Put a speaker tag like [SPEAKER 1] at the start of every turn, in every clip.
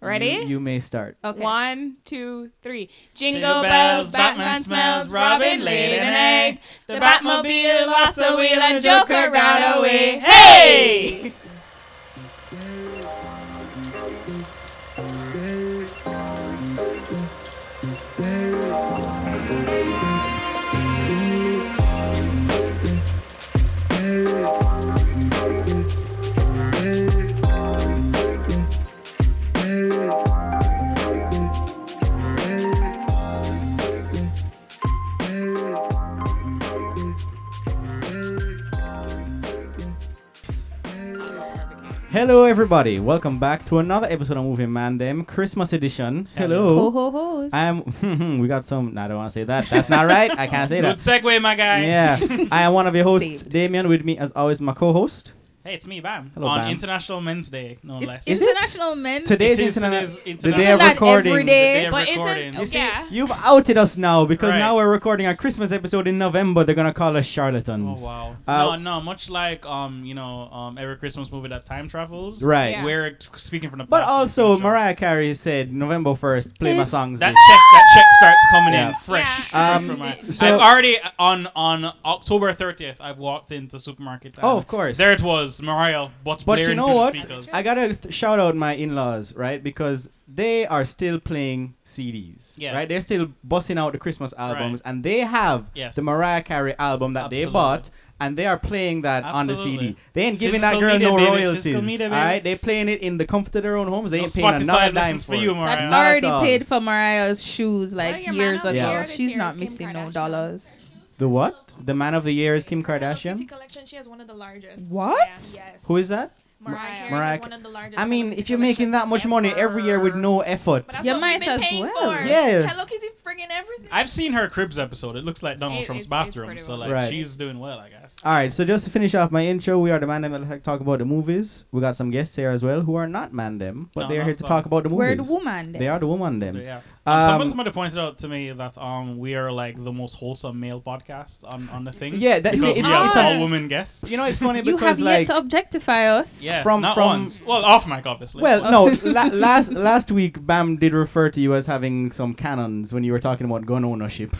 [SPEAKER 1] Ready?
[SPEAKER 2] You, you may start.
[SPEAKER 3] Okay.
[SPEAKER 1] One, two, three. Jingle,
[SPEAKER 3] Jingle
[SPEAKER 1] bells,
[SPEAKER 3] bells,
[SPEAKER 1] Batman
[SPEAKER 3] Batman
[SPEAKER 1] smells,
[SPEAKER 3] smells,
[SPEAKER 1] Robin
[SPEAKER 3] Robin
[SPEAKER 1] laid
[SPEAKER 3] laid
[SPEAKER 1] an
[SPEAKER 3] an
[SPEAKER 1] egg.
[SPEAKER 3] egg.
[SPEAKER 1] The
[SPEAKER 3] The
[SPEAKER 1] Batmobile
[SPEAKER 3] Batmobile
[SPEAKER 1] lost a wheel and
[SPEAKER 3] and Joker
[SPEAKER 1] Joker got
[SPEAKER 3] got
[SPEAKER 1] away.
[SPEAKER 3] away.
[SPEAKER 1] Hey!
[SPEAKER 2] Hello, everybody. Welcome back to another episode of Movie Mandem Christmas edition.
[SPEAKER 3] Ho
[SPEAKER 2] Hello.
[SPEAKER 3] ho ho's.
[SPEAKER 2] I'm. we got some. no, I don't want to say that. That's not right. I can't say
[SPEAKER 4] Good
[SPEAKER 2] that.
[SPEAKER 4] segue, my guy.
[SPEAKER 2] Yeah. I am one of your hosts,
[SPEAKER 3] Saved.
[SPEAKER 2] Damien. With me, as always, my co-host.
[SPEAKER 4] Hey, it's me, Bam.
[SPEAKER 2] Hello,
[SPEAKER 4] on
[SPEAKER 2] Bam.
[SPEAKER 4] International Men's Day, no less.
[SPEAKER 3] It's
[SPEAKER 2] Is it?
[SPEAKER 3] International Men's Day.
[SPEAKER 2] Today's
[SPEAKER 4] It is- it
[SPEAKER 2] internet.
[SPEAKER 4] is
[SPEAKER 2] the day
[SPEAKER 4] international-
[SPEAKER 2] of
[SPEAKER 3] Isn't that
[SPEAKER 2] recording.
[SPEAKER 3] every day?
[SPEAKER 4] The day of
[SPEAKER 1] But isn't-
[SPEAKER 4] recording.
[SPEAKER 2] You see,
[SPEAKER 1] Oh, Yeah.
[SPEAKER 2] you've outed us now because
[SPEAKER 4] Right.
[SPEAKER 2] now we're recording a Christmas episode in November. They're gonna call us
[SPEAKER 4] Oh
[SPEAKER 2] charlatans.
[SPEAKER 4] wow.
[SPEAKER 2] Uh,
[SPEAKER 4] no, no, much like um, you know, um, every Christmas movie that time travels.
[SPEAKER 2] Right.
[SPEAKER 1] Yeah.
[SPEAKER 4] We're t- speaking from the
[SPEAKER 2] But
[SPEAKER 4] past and
[SPEAKER 2] also,
[SPEAKER 4] future.
[SPEAKER 2] Mariah Carey said November first, play my
[SPEAKER 3] It's-
[SPEAKER 2] songs.
[SPEAKER 4] That check, that check starts coming
[SPEAKER 2] Yeah.
[SPEAKER 4] in fresh.
[SPEAKER 1] Yeah.
[SPEAKER 2] Um,
[SPEAKER 4] fresh from my-
[SPEAKER 2] so-
[SPEAKER 4] I've already on on October 30th. I've walked into supermarket.
[SPEAKER 2] Oh, of course.
[SPEAKER 4] There it was, Mariah. But,
[SPEAKER 2] But you know what?
[SPEAKER 4] Speakers.
[SPEAKER 2] I gotta th- shout out my in-laws, right? Because they are still playing CDs,
[SPEAKER 4] Yeah.
[SPEAKER 2] right? They're still busting out the Christmas albums, and they have
[SPEAKER 4] Yes.
[SPEAKER 2] the Mariah Carey album that they
[SPEAKER 4] Absolutely.
[SPEAKER 2] bought, and they are playing that on the CD.
[SPEAKER 4] Absolutely.
[SPEAKER 2] They ain't giving
[SPEAKER 4] Physical
[SPEAKER 2] that girl
[SPEAKER 4] media,
[SPEAKER 2] no
[SPEAKER 4] baby.
[SPEAKER 2] royalties,
[SPEAKER 4] Physical media,
[SPEAKER 2] all
[SPEAKER 4] baby.
[SPEAKER 2] right? They're playing it in the comfort of their own homes. They
[SPEAKER 4] No
[SPEAKER 2] ain't paying
[SPEAKER 4] Spotify
[SPEAKER 2] another dime
[SPEAKER 4] listens
[SPEAKER 2] for
[SPEAKER 4] for
[SPEAKER 2] it.
[SPEAKER 4] you,
[SPEAKER 3] That
[SPEAKER 4] Mariah.
[SPEAKER 2] Not at
[SPEAKER 3] already
[SPEAKER 2] all.
[SPEAKER 3] paid for Mariah's shoes
[SPEAKER 1] Well,
[SPEAKER 3] like
[SPEAKER 1] your
[SPEAKER 3] years
[SPEAKER 1] man
[SPEAKER 3] ago.
[SPEAKER 1] of the
[SPEAKER 2] Yeah.
[SPEAKER 1] year this
[SPEAKER 3] She's
[SPEAKER 1] year
[SPEAKER 3] not
[SPEAKER 1] is Kim
[SPEAKER 3] missing no
[SPEAKER 1] Kardashian.
[SPEAKER 3] dollars.
[SPEAKER 2] The what? The man of the year is Kim
[SPEAKER 5] Her Hello Kitty
[SPEAKER 2] Kardashian.
[SPEAKER 5] collection, she has one of the largest.
[SPEAKER 3] What?
[SPEAKER 5] Yes.
[SPEAKER 2] Who is that?
[SPEAKER 5] Mariah Carey
[SPEAKER 2] Mariah-
[SPEAKER 5] has one of the largest.
[SPEAKER 2] I mean,
[SPEAKER 5] Hello Kitty
[SPEAKER 2] if you're making that much money
[SPEAKER 5] collections
[SPEAKER 2] every year with
[SPEAKER 5] ever.
[SPEAKER 2] no effort,
[SPEAKER 5] But that's
[SPEAKER 3] You
[SPEAKER 5] what
[SPEAKER 3] might
[SPEAKER 5] we've been
[SPEAKER 3] as
[SPEAKER 5] paying
[SPEAKER 3] well.
[SPEAKER 5] for.
[SPEAKER 2] Yeah.
[SPEAKER 5] Hello Kitty friggin' everything.
[SPEAKER 4] I've seen her Cribs episode. It looks like Donald
[SPEAKER 1] It-
[SPEAKER 4] Trump's
[SPEAKER 1] it's- it's
[SPEAKER 4] bathroom.
[SPEAKER 1] pretty
[SPEAKER 4] so
[SPEAKER 1] well.
[SPEAKER 4] like
[SPEAKER 2] Right.
[SPEAKER 4] she's doing well, I guess.
[SPEAKER 2] All right, so just to finish off my intro, we are the Mandem that like to talk about the movies. We got some guests here as well who are not Mandem, but
[SPEAKER 4] No,
[SPEAKER 2] they are
[SPEAKER 4] not
[SPEAKER 2] here to
[SPEAKER 4] so.
[SPEAKER 2] talk about the movies.
[SPEAKER 3] Where the woman then?
[SPEAKER 2] They are the woman them.
[SPEAKER 4] Yeah.
[SPEAKER 2] Um,
[SPEAKER 4] Um, somebody, somebody pointed out to me that um we are like the most wholesome male podcast on, on the thing.
[SPEAKER 2] Yeah, that- see,
[SPEAKER 4] because
[SPEAKER 2] it's-
[SPEAKER 4] we have
[SPEAKER 1] it's
[SPEAKER 4] all
[SPEAKER 1] a-
[SPEAKER 4] women guests.
[SPEAKER 2] You know, it's funny
[SPEAKER 3] You have
[SPEAKER 2] because like
[SPEAKER 3] yet to objectify us.
[SPEAKER 4] yeah,
[SPEAKER 2] from-
[SPEAKER 4] from not
[SPEAKER 2] from-
[SPEAKER 4] once. Well, off mic, obviously.
[SPEAKER 2] well,
[SPEAKER 4] But-
[SPEAKER 2] no, la- last last week Bam did refer to you as having some cannons when you were talking about gun ownership.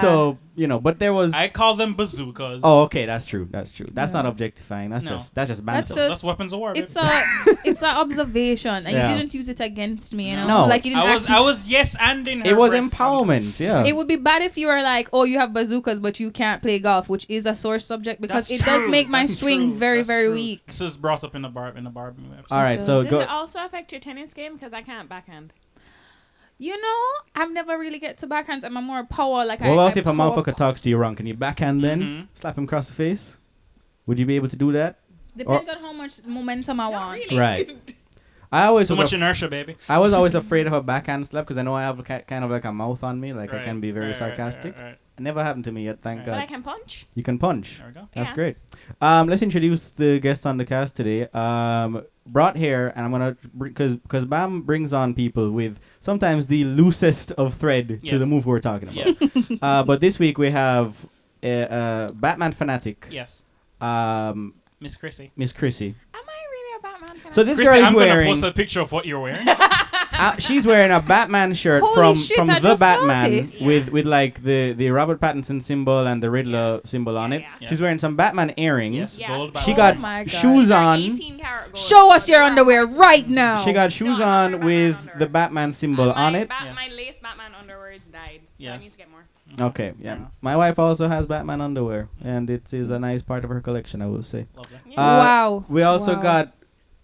[SPEAKER 2] so you know, but there was.
[SPEAKER 4] I call them bazookas.
[SPEAKER 2] oh, okay, that's true. That's true. That's
[SPEAKER 3] Yeah.
[SPEAKER 2] not objectifying. That's
[SPEAKER 4] No.
[SPEAKER 2] just that's just
[SPEAKER 3] That's
[SPEAKER 2] banter.
[SPEAKER 3] so-
[SPEAKER 4] that's weapons of war.
[SPEAKER 3] It's
[SPEAKER 4] baby.
[SPEAKER 3] a it's an observation, and
[SPEAKER 2] Yeah.
[SPEAKER 3] you didn't use it against me. You know,
[SPEAKER 2] No.
[SPEAKER 3] like you didn't.
[SPEAKER 4] I was
[SPEAKER 3] ask me
[SPEAKER 4] I was yes and in. Her
[SPEAKER 2] it was
[SPEAKER 4] breast.
[SPEAKER 2] empowerment. Yeah.
[SPEAKER 3] It would be bad if you were like, oh, you have bazookas, but you can't play golf, which is a sore subject because
[SPEAKER 4] That's
[SPEAKER 3] it does
[SPEAKER 4] true.
[SPEAKER 3] make my
[SPEAKER 4] That's
[SPEAKER 3] swing
[SPEAKER 4] true.
[SPEAKER 3] very,
[SPEAKER 4] That's
[SPEAKER 3] very
[SPEAKER 4] true.
[SPEAKER 3] weak.
[SPEAKER 4] This is brought up in the bar in the Barbie episode.
[SPEAKER 2] All right, so
[SPEAKER 1] Does
[SPEAKER 2] go.
[SPEAKER 1] it also affect your tennis game? Because I can't backhand.
[SPEAKER 3] You know, I've never really get to backhands. I'm a more power like.
[SPEAKER 2] What
[SPEAKER 3] I,
[SPEAKER 2] about
[SPEAKER 3] I
[SPEAKER 2] if a
[SPEAKER 3] power-
[SPEAKER 2] motherfucker talks to you wrong? Can you backhand then?
[SPEAKER 4] Mhm.
[SPEAKER 2] Slap him across the face? Would you be able to do that?
[SPEAKER 3] Depends on how much momentum I want.
[SPEAKER 1] really.
[SPEAKER 2] Right. I always
[SPEAKER 4] So
[SPEAKER 2] was
[SPEAKER 4] much
[SPEAKER 2] af-
[SPEAKER 4] inertia, baby.
[SPEAKER 2] I was always afraid of a backhand slap because I know I have a ki- kind of like a mouth on me, like I
[SPEAKER 4] Right,
[SPEAKER 2] can be very
[SPEAKER 4] right, right, right,
[SPEAKER 2] sarcastic.
[SPEAKER 4] right, right.
[SPEAKER 2] It never happened to me yet, thank
[SPEAKER 4] Right.
[SPEAKER 2] God.
[SPEAKER 1] But I can punch.
[SPEAKER 2] you can punch.
[SPEAKER 4] There we go.
[SPEAKER 2] That's
[SPEAKER 1] Yeah.
[SPEAKER 2] great. Um, let's introduce the guests on the cast today. Um, brought here, and I'm gonna because because Bam brings on people with sometimes the loosest of thread to
[SPEAKER 4] Yes.
[SPEAKER 2] the move we're talking about.
[SPEAKER 4] Yes,
[SPEAKER 2] uh, but this week we have uh, uh, Batman fanatic.
[SPEAKER 4] yes.
[SPEAKER 2] um,
[SPEAKER 4] Miss Chrissy.
[SPEAKER 2] Miss Chrissy.
[SPEAKER 1] Am I really a Batman fan?
[SPEAKER 2] So this
[SPEAKER 4] Chrissy,
[SPEAKER 2] girl is
[SPEAKER 4] I'm gonna
[SPEAKER 2] wearing
[SPEAKER 4] post a picture of what you're wearing.
[SPEAKER 2] uh, she's wearing a Batman shirt
[SPEAKER 3] Holy
[SPEAKER 2] from
[SPEAKER 3] shit,
[SPEAKER 2] from
[SPEAKER 3] I
[SPEAKER 2] the
[SPEAKER 3] just
[SPEAKER 2] Batman
[SPEAKER 3] noticed.
[SPEAKER 2] with with like the the Robert Pattinson symbol and the Riddler symbol on
[SPEAKER 1] Yeah,
[SPEAKER 2] it.
[SPEAKER 4] yeah.
[SPEAKER 2] She's wearing some Batman earrings.
[SPEAKER 4] yes,
[SPEAKER 1] Yeah.
[SPEAKER 4] gold.
[SPEAKER 2] She
[SPEAKER 4] Batman.
[SPEAKER 2] got
[SPEAKER 3] my God.
[SPEAKER 2] shoes
[SPEAKER 1] They're
[SPEAKER 2] on.
[SPEAKER 1] 18 karat gold,
[SPEAKER 3] Show
[SPEAKER 1] so
[SPEAKER 3] us your
[SPEAKER 1] they're-
[SPEAKER 3] underwear right now.
[SPEAKER 2] She got shoes
[SPEAKER 1] No, I'm
[SPEAKER 2] on
[SPEAKER 1] wearing
[SPEAKER 2] with
[SPEAKER 1] Batman
[SPEAKER 2] the
[SPEAKER 1] underwear.
[SPEAKER 2] Batman symbol
[SPEAKER 1] And my
[SPEAKER 2] on it.
[SPEAKER 1] Bat-
[SPEAKER 4] Yes.
[SPEAKER 1] My lace Batman underwear is dyed, so I
[SPEAKER 4] Yes.
[SPEAKER 1] need to get more.
[SPEAKER 2] Okay, yeah.
[SPEAKER 4] Yeah.
[SPEAKER 2] My wife also has Batman underwear, and it is a nice part of her collection, I will say.
[SPEAKER 4] Lovely.
[SPEAKER 1] Yeah.
[SPEAKER 2] Uh,
[SPEAKER 3] wow.
[SPEAKER 2] We also
[SPEAKER 3] Wow.
[SPEAKER 2] got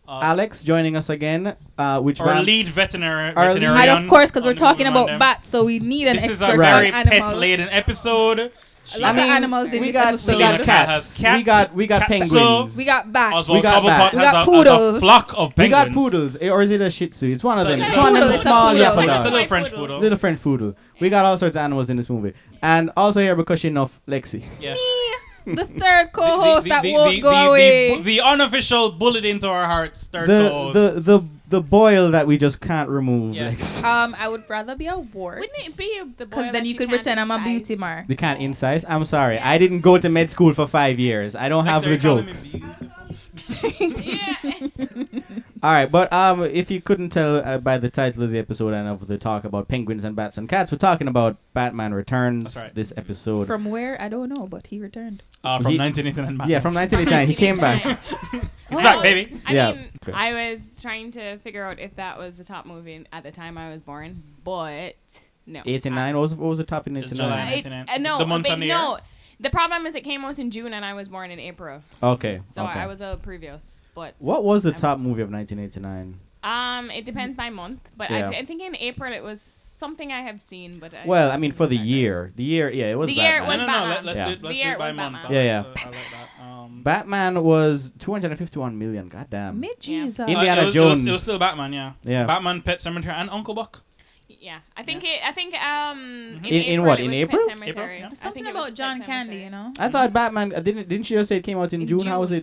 [SPEAKER 4] Uh,
[SPEAKER 2] Alex joining us again, uh, which
[SPEAKER 4] our
[SPEAKER 2] Bam-
[SPEAKER 4] lead veterinary.
[SPEAKER 2] Our lead-
[SPEAKER 4] veterinarian
[SPEAKER 3] And of course, because
[SPEAKER 4] on
[SPEAKER 3] we're
[SPEAKER 4] the
[SPEAKER 3] talking
[SPEAKER 4] Movement
[SPEAKER 3] about
[SPEAKER 4] Mandem.
[SPEAKER 3] bats, so we need an
[SPEAKER 4] This is
[SPEAKER 3] expert
[SPEAKER 4] a
[SPEAKER 2] Right.
[SPEAKER 4] very
[SPEAKER 3] on animals.
[SPEAKER 4] pet-laden episode.
[SPEAKER 3] A lot
[SPEAKER 2] I mean,
[SPEAKER 3] of animals in
[SPEAKER 2] we
[SPEAKER 3] this
[SPEAKER 2] got,
[SPEAKER 3] episode.
[SPEAKER 2] We got
[SPEAKER 4] Selena Kyle
[SPEAKER 2] cats.
[SPEAKER 4] has cat-
[SPEAKER 2] we got we got
[SPEAKER 4] cat- so-
[SPEAKER 2] penguins.
[SPEAKER 3] we got bats.
[SPEAKER 4] Oswald
[SPEAKER 2] We got
[SPEAKER 4] Cobblepot
[SPEAKER 2] bats.
[SPEAKER 3] We
[SPEAKER 4] has
[SPEAKER 3] got
[SPEAKER 4] a, has a
[SPEAKER 3] poodles.
[SPEAKER 4] flock of penguins.
[SPEAKER 2] we got poodles, eh, or is it a Shih Tzu? It's one of
[SPEAKER 4] So
[SPEAKER 2] them.
[SPEAKER 4] it's
[SPEAKER 2] It's
[SPEAKER 4] a
[SPEAKER 2] one of
[SPEAKER 3] poodle,
[SPEAKER 2] the
[SPEAKER 3] it's a
[SPEAKER 2] small
[SPEAKER 3] poodle.
[SPEAKER 2] leopard
[SPEAKER 3] Like
[SPEAKER 4] It's a
[SPEAKER 2] dogs.
[SPEAKER 4] little French poodle.
[SPEAKER 2] Little French poodle. We got all sorts of animals in this movie, and also here because she know Lexi.
[SPEAKER 4] Yeah.
[SPEAKER 3] Me, the third co-host that
[SPEAKER 4] the-
[SPEAKER 3] won't
[SPEAKER 4] the-
[SPEAKER 3] go
[SPEAKER 4] the- the-
[SPEAKER 3] away.
[SPEAKER 4] The unofficial bullet into our hearts. Third
[SPEAKER 2] The
[SPEAKER 4] goals.
[SPEAKER 2] the the the boil that we just can't remove.
[SPEAKER 4] Yes.
[SPEAKER 2] Lex.
[SPEAKER 3] um, I would rather be a wart.
[SPEAKER 1] Wouldn't it be the
[SPEAKER 3] Because then you could pretend I'm a beauty mark.
[SPEAKER 2] They can't incise. I'm sorry. I didn't go to med school for five years. I don't have
[SPEAKER 4] Thanks
[SPEAKER 2] the
[SPEAKER 4] for calling me
[SPEAKER 2] jokes.
[SPEAKER 4] beautiful.
[SPEAKER 1] yeah.
[SPEAKER 2] All right, but um, if you couldn't tell uh, by the title of the episode and of the talk about penguins and bats and cats, we're talking about Batman Returns
[SPEAKER 4] That's right.
[SPEAKER 2] this episode.
[SPEAKER 3] From where? I don't know, but he returned.
[SPEAKER 4] Uh, from
[SPEAKER 2] He-
[SPEAKER 4] 1989 Batman.
[SPEAKER 2] yeah, from 1989, he came back.
[SPEAKER 4] He's back, baby.
[SPEAKER 1] I
[SPEAKER 2] Yeah,
[SPEAKER 1] mean,
[SPEAKER 2] okay.
[SPEAKER 1] I was trying to figure out if that was the top movie at the time I was born, but no.
[SPEAKER 2] 89 what was what was the top in
[SPEAKER 4] It's
[SPEAKER 2] 89?
[SPEAKER 4] July.
[SPEAKER 1] It,
[SPEAKER 4] 99.
[SPEAKER 1] uh, no,
[SPEAKER 4] The month
[SPEAKER 1] but
[SPEAKER 4] and the year?
[SPEAKER 1] no. The problem is it came out in June and I was born in April,
[SPEAKER 2] Okay.
[SPEAKER 1] so
[SPEAKER 2] okay.
[SPEAKER 1] I was a previous. But
[SPEAKER 2] what was the top movie of 1989?
[SPEAKER 1] um, it depends by month. But I,
[SPEAKER 2] Yeah.
[SPEAKER 1] I think in April it was something I have seen. But I
[SPEAKER 2] Well, I mean for the
[SPEAKER 1] remember.
[SPEAKER 2] year. The year, yeah, it was
[SPEAKER 1] The year it
[SPEAKER 2] Batman.
[SPEAKER 4] No, no, no.
[SPEAKER 1] Batman.
[SPEAKER 4] Let, us
[SPEAKER 2] Yeah.
[SPEAKER 4] do it. Let's
[SPEAKER 1] The
[SPEAKER 4] do
[SPEAKER 1] year
[SPEAKER 4] it by
[SPEAKER 1] was
[SPEAKER 4] month.
[SPEAKER 1] Batman.
[SPEAKER 4] I
[SPEAKER 2] Yeah,
[SPEAKER 4] like that, I like that. Um,
[SPEAKER 2] Batman was 251 million. Goddamn.
[SPEAKER 3] Mid Jesus.
[SPEAKER 2] In- Indiana
[SPEAKER 4] Uh, it was, it was- It was,
[SPEAKER 2] Jones.
[SPEAKER 4] still Batman, yeah.
[SPEAKER 2] Yeah.
[SPEAKER 4] Batman, Pet Cemetery, and Uncle Buck.
[SPEAKER 1] Yeah, I think it. I think um.
[SPEAKER 2] In- in what?
[SPEAKER 1] it
[SPEAKER 2] In
[SPEAKER 1] was
[SPEAKER 2] April?
[SPEAKER 1] Pet Cemetery.
[SPEAKER 4] April?
[SPEAKER 1] I think
[SPEAKER 3] Something
[SPEAKER 1] it was
[SPEAKER 3] about
[SPEAKER 1] Pet
[SPEAKER 3] John
[SPEAKER 1] Cemetery.
[SPEAKER 3] Candy, you know?
[SPEAKER 2] I thought Batman uh, didn't didn't she just say it came out in,
[SPEAKER 3] In
[SPEAKER 2] June? How was
[SPEAKER 3] June.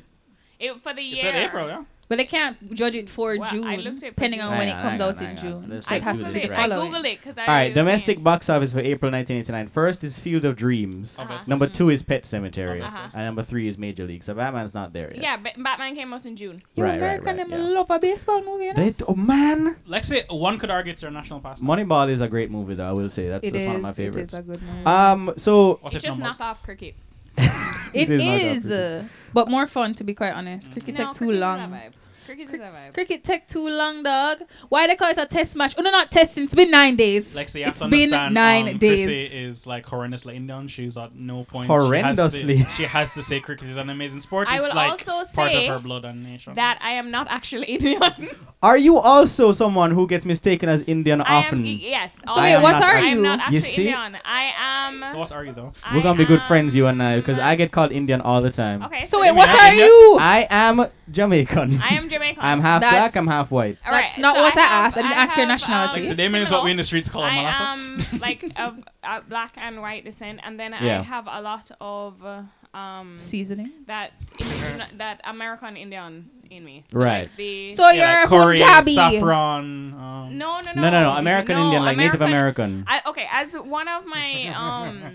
[SPEAKER 2] it?
[SPEAKER 1] It for the year.
[SPEAKER 4] It's in April, yeah.
[SPEAKER 3] But I can't judge it for
[SPEAKER 1] Well, I
[SPEAKER 3] June,
[SPEAKER 1] looked it for
[SPEAKER 3] depending
[SPEAKER 1] June.
[SPEAKER 3] on when
[SPEAKER 2] Hang
[SPEAKER 3] it
[SPEAKER 2] on,
[SPEAKER 3] comes
[SPEAKER 2] hang
[SPEAKER 3] out
[SPEAKER 2] on,
[SPEAKER 3] in
[SPEAKER 2] hang on.
[SPEAKER 3] June.
[SPEAKER 2] Let's- let's
[SPEAKER 3] I'd have
[SPEAKER 2] do
[SPEAKER 3] to
[SPEAKER 2] this
[SPEAKER 3] be
[SPEAKER 1] Googled it.
[SPEAKER 2] right.
[SPEAKER 1] I
[SPEAKER 3] following.
[SPEAKER 1] googled it because I.
[SPEAKER 2] All right,
[SPEAKER 1] was seeing-
[SPEAKER 2] domestic box office for April 1989. First is Field of Dreams.
[SPEAKER 3] Uh-huh.
[SPEAKER 4] Obviously.
[SPEAKER 2] Number two is Pet Cemetery,
[SPEAKER 1] Uh-huh.
[SPEAKER 2] and number three is Major League. So Batman's not there yet.
[SPEAKER 1] Yeah, but Batman came out in June.
[SPEAKER 3] You
[SPEAKER 2] Right, right,
[SPEAKER 3] American,
[SPEAKER 2] right,
[SPEAKER 3] them
[SPEAKER 2] yeah.
[SPEAKER 3] love a baseball movie, you know?
[SPEAKER 2] They d- oh man,
[SPEAKER 4] Let's say one could argue it's their national pastime.
[SPEAKER 2] Moneyball is a great movie though. I will say that's,
[SPEAKER 3] It
[SPEAKER 2] that's one of
[SPEAKER 3] is,
[SPEAKER 2] my favorites.
[SPEAKER 3] It is a good movie.
[SPEAKER 2] Um, so
[SPEAKER 4] What
[SPEAKER 1] It's
[SPEAKER 4] if
[SPEAKER 1] just
[SPEAKER 4] numbers?
[SPEAKER 1] knock off cricket.
[SPEAKER 2] It
[SPEAKER 3] it
[SPEAKER 2] is not
[SPEAKER 3] is,
[SPEAKER 2] that
[SPEAKER 3] uh, but more fun to be quite honest. Cricket
[SPEAKER 1] No,
[SPEAKER 3] take too
[SPEAKER 1] cricket is a
[SPEAKER 3] long.
[SPEAKER 1] vibe. Cricket is a vibe.
[SPEAKER 3] Cricket take too long, dog. Why they call it a test match? Oh no, not testing. It's been nine days.
[SPEAKER 4] Lexi, you have
[SPEAKER 3] It's
[SPEAKER 4] to
[SPEAKER 3] been
[SPEAKER 4] understand,
[SPEAKER 3] nine
[SPEAKER 4] um,
[SPEAKER 3] days.
[SPEAKER 4] Chrissy is like horrendously Indian. She's at no point. She has,
[SPEAKER 2] Horrendously.
[SPEAKER 4] to, she has to say cricket is an amazing sport.
[SPEAKER 1] I
[SPEAKER 4] it's
[SPEAKER 1] will
[SPEAKER 4] like
[SPEAKER 1] also
[SPEAKER 4] part
[SPEAKER 1] say
[SPEAKER 4] of her blood and nation.
[SPEAKER 1] That I am not actually Indian.
[SPEAKER 2] Are you also someone who gets mistaken as Indian
[SPEAKER 1] I am
[SPEAKER 2] often?
[SPEAKER 1] yes.
[SPEAKER 3] So
[SPEAKER 1] all
[SPEAKER 2] wait,
[SPEAKER 1] of
[SPEAKER 2] what
[SPEAKER 1] them.
[SPEAKER 2] are
[SPEAKER 1] I
[SPEAKER 3] you?
[SPEAKER 1] am not
[SPEAKER 2] You
[SPEAKER 1] actually
[SPEAKER 2] see?
[SPEAKER 1] Indian. I am.
[SPEAKER 4] So what are you though?
[SPEAKER 2] We're
[SPEAKER 1] I
[SPEAKER 2] gonna be good
[SPEAKER 1] am-
[SPEAKER 2] friends, you and I, because I get called Indian all the time.
[SPEAKER 1] Okay.
[SPEAKER 3] So wait, what
[SPEAKER 4] not
[SPEAKER 3] are
[SPEAKER 4] India?
[SPEAKER 3] you?
[SPEAKER 2] I am Jamaican.
[SPEAKER 1] I am Jamaican.
[SPEAKER 2] I'm half
[SPEAKER 3] That's-
[SPEAKER 2] black. I'm half white.
[SPEAKER 1] All right,
[SPEAKER 3] That's not what I asked. I didn't ask your nationality.
[SPEAKER 4] Like
[SPEAKER 3] Like,
[SPEAKER 1] um,
[SPEAKER 4] so Damon is what we in
[SPEAKER 1] Seminole.
[SPEAKER 4] the streets call a
[SPEAKER 1] I
[SPEAKER 4] mulatto.
[SPEAKER 1] am like of uh, black and white descent, and then
[SPEAKER 2] Yeah.
[SPEAKER 1] I have a lot of uh, um
[SPEAKER 3] Seasoning.
[SPEAKER 1] that immigrant- that American Indian in me. So
[SPEAKER 2] Right.
[SPEAKER 1] Like the,
[SPEAKER 3] So
[SPEAKER 4] Yeah, like
[SPEAKER 3] you're
[SPEAKER 4] curry,
[SPEAKER 3] Punjabi.
[SPEAKER 4] saffron. Um,
[SPEAKER 1] no, no, no,
[SPEAKER 2] No, no, no. American
[SPEAKER 1] no,
[SPEAKER 2] Indian, like Native American.
[SPEAKER 1] I, okay, as one of my um,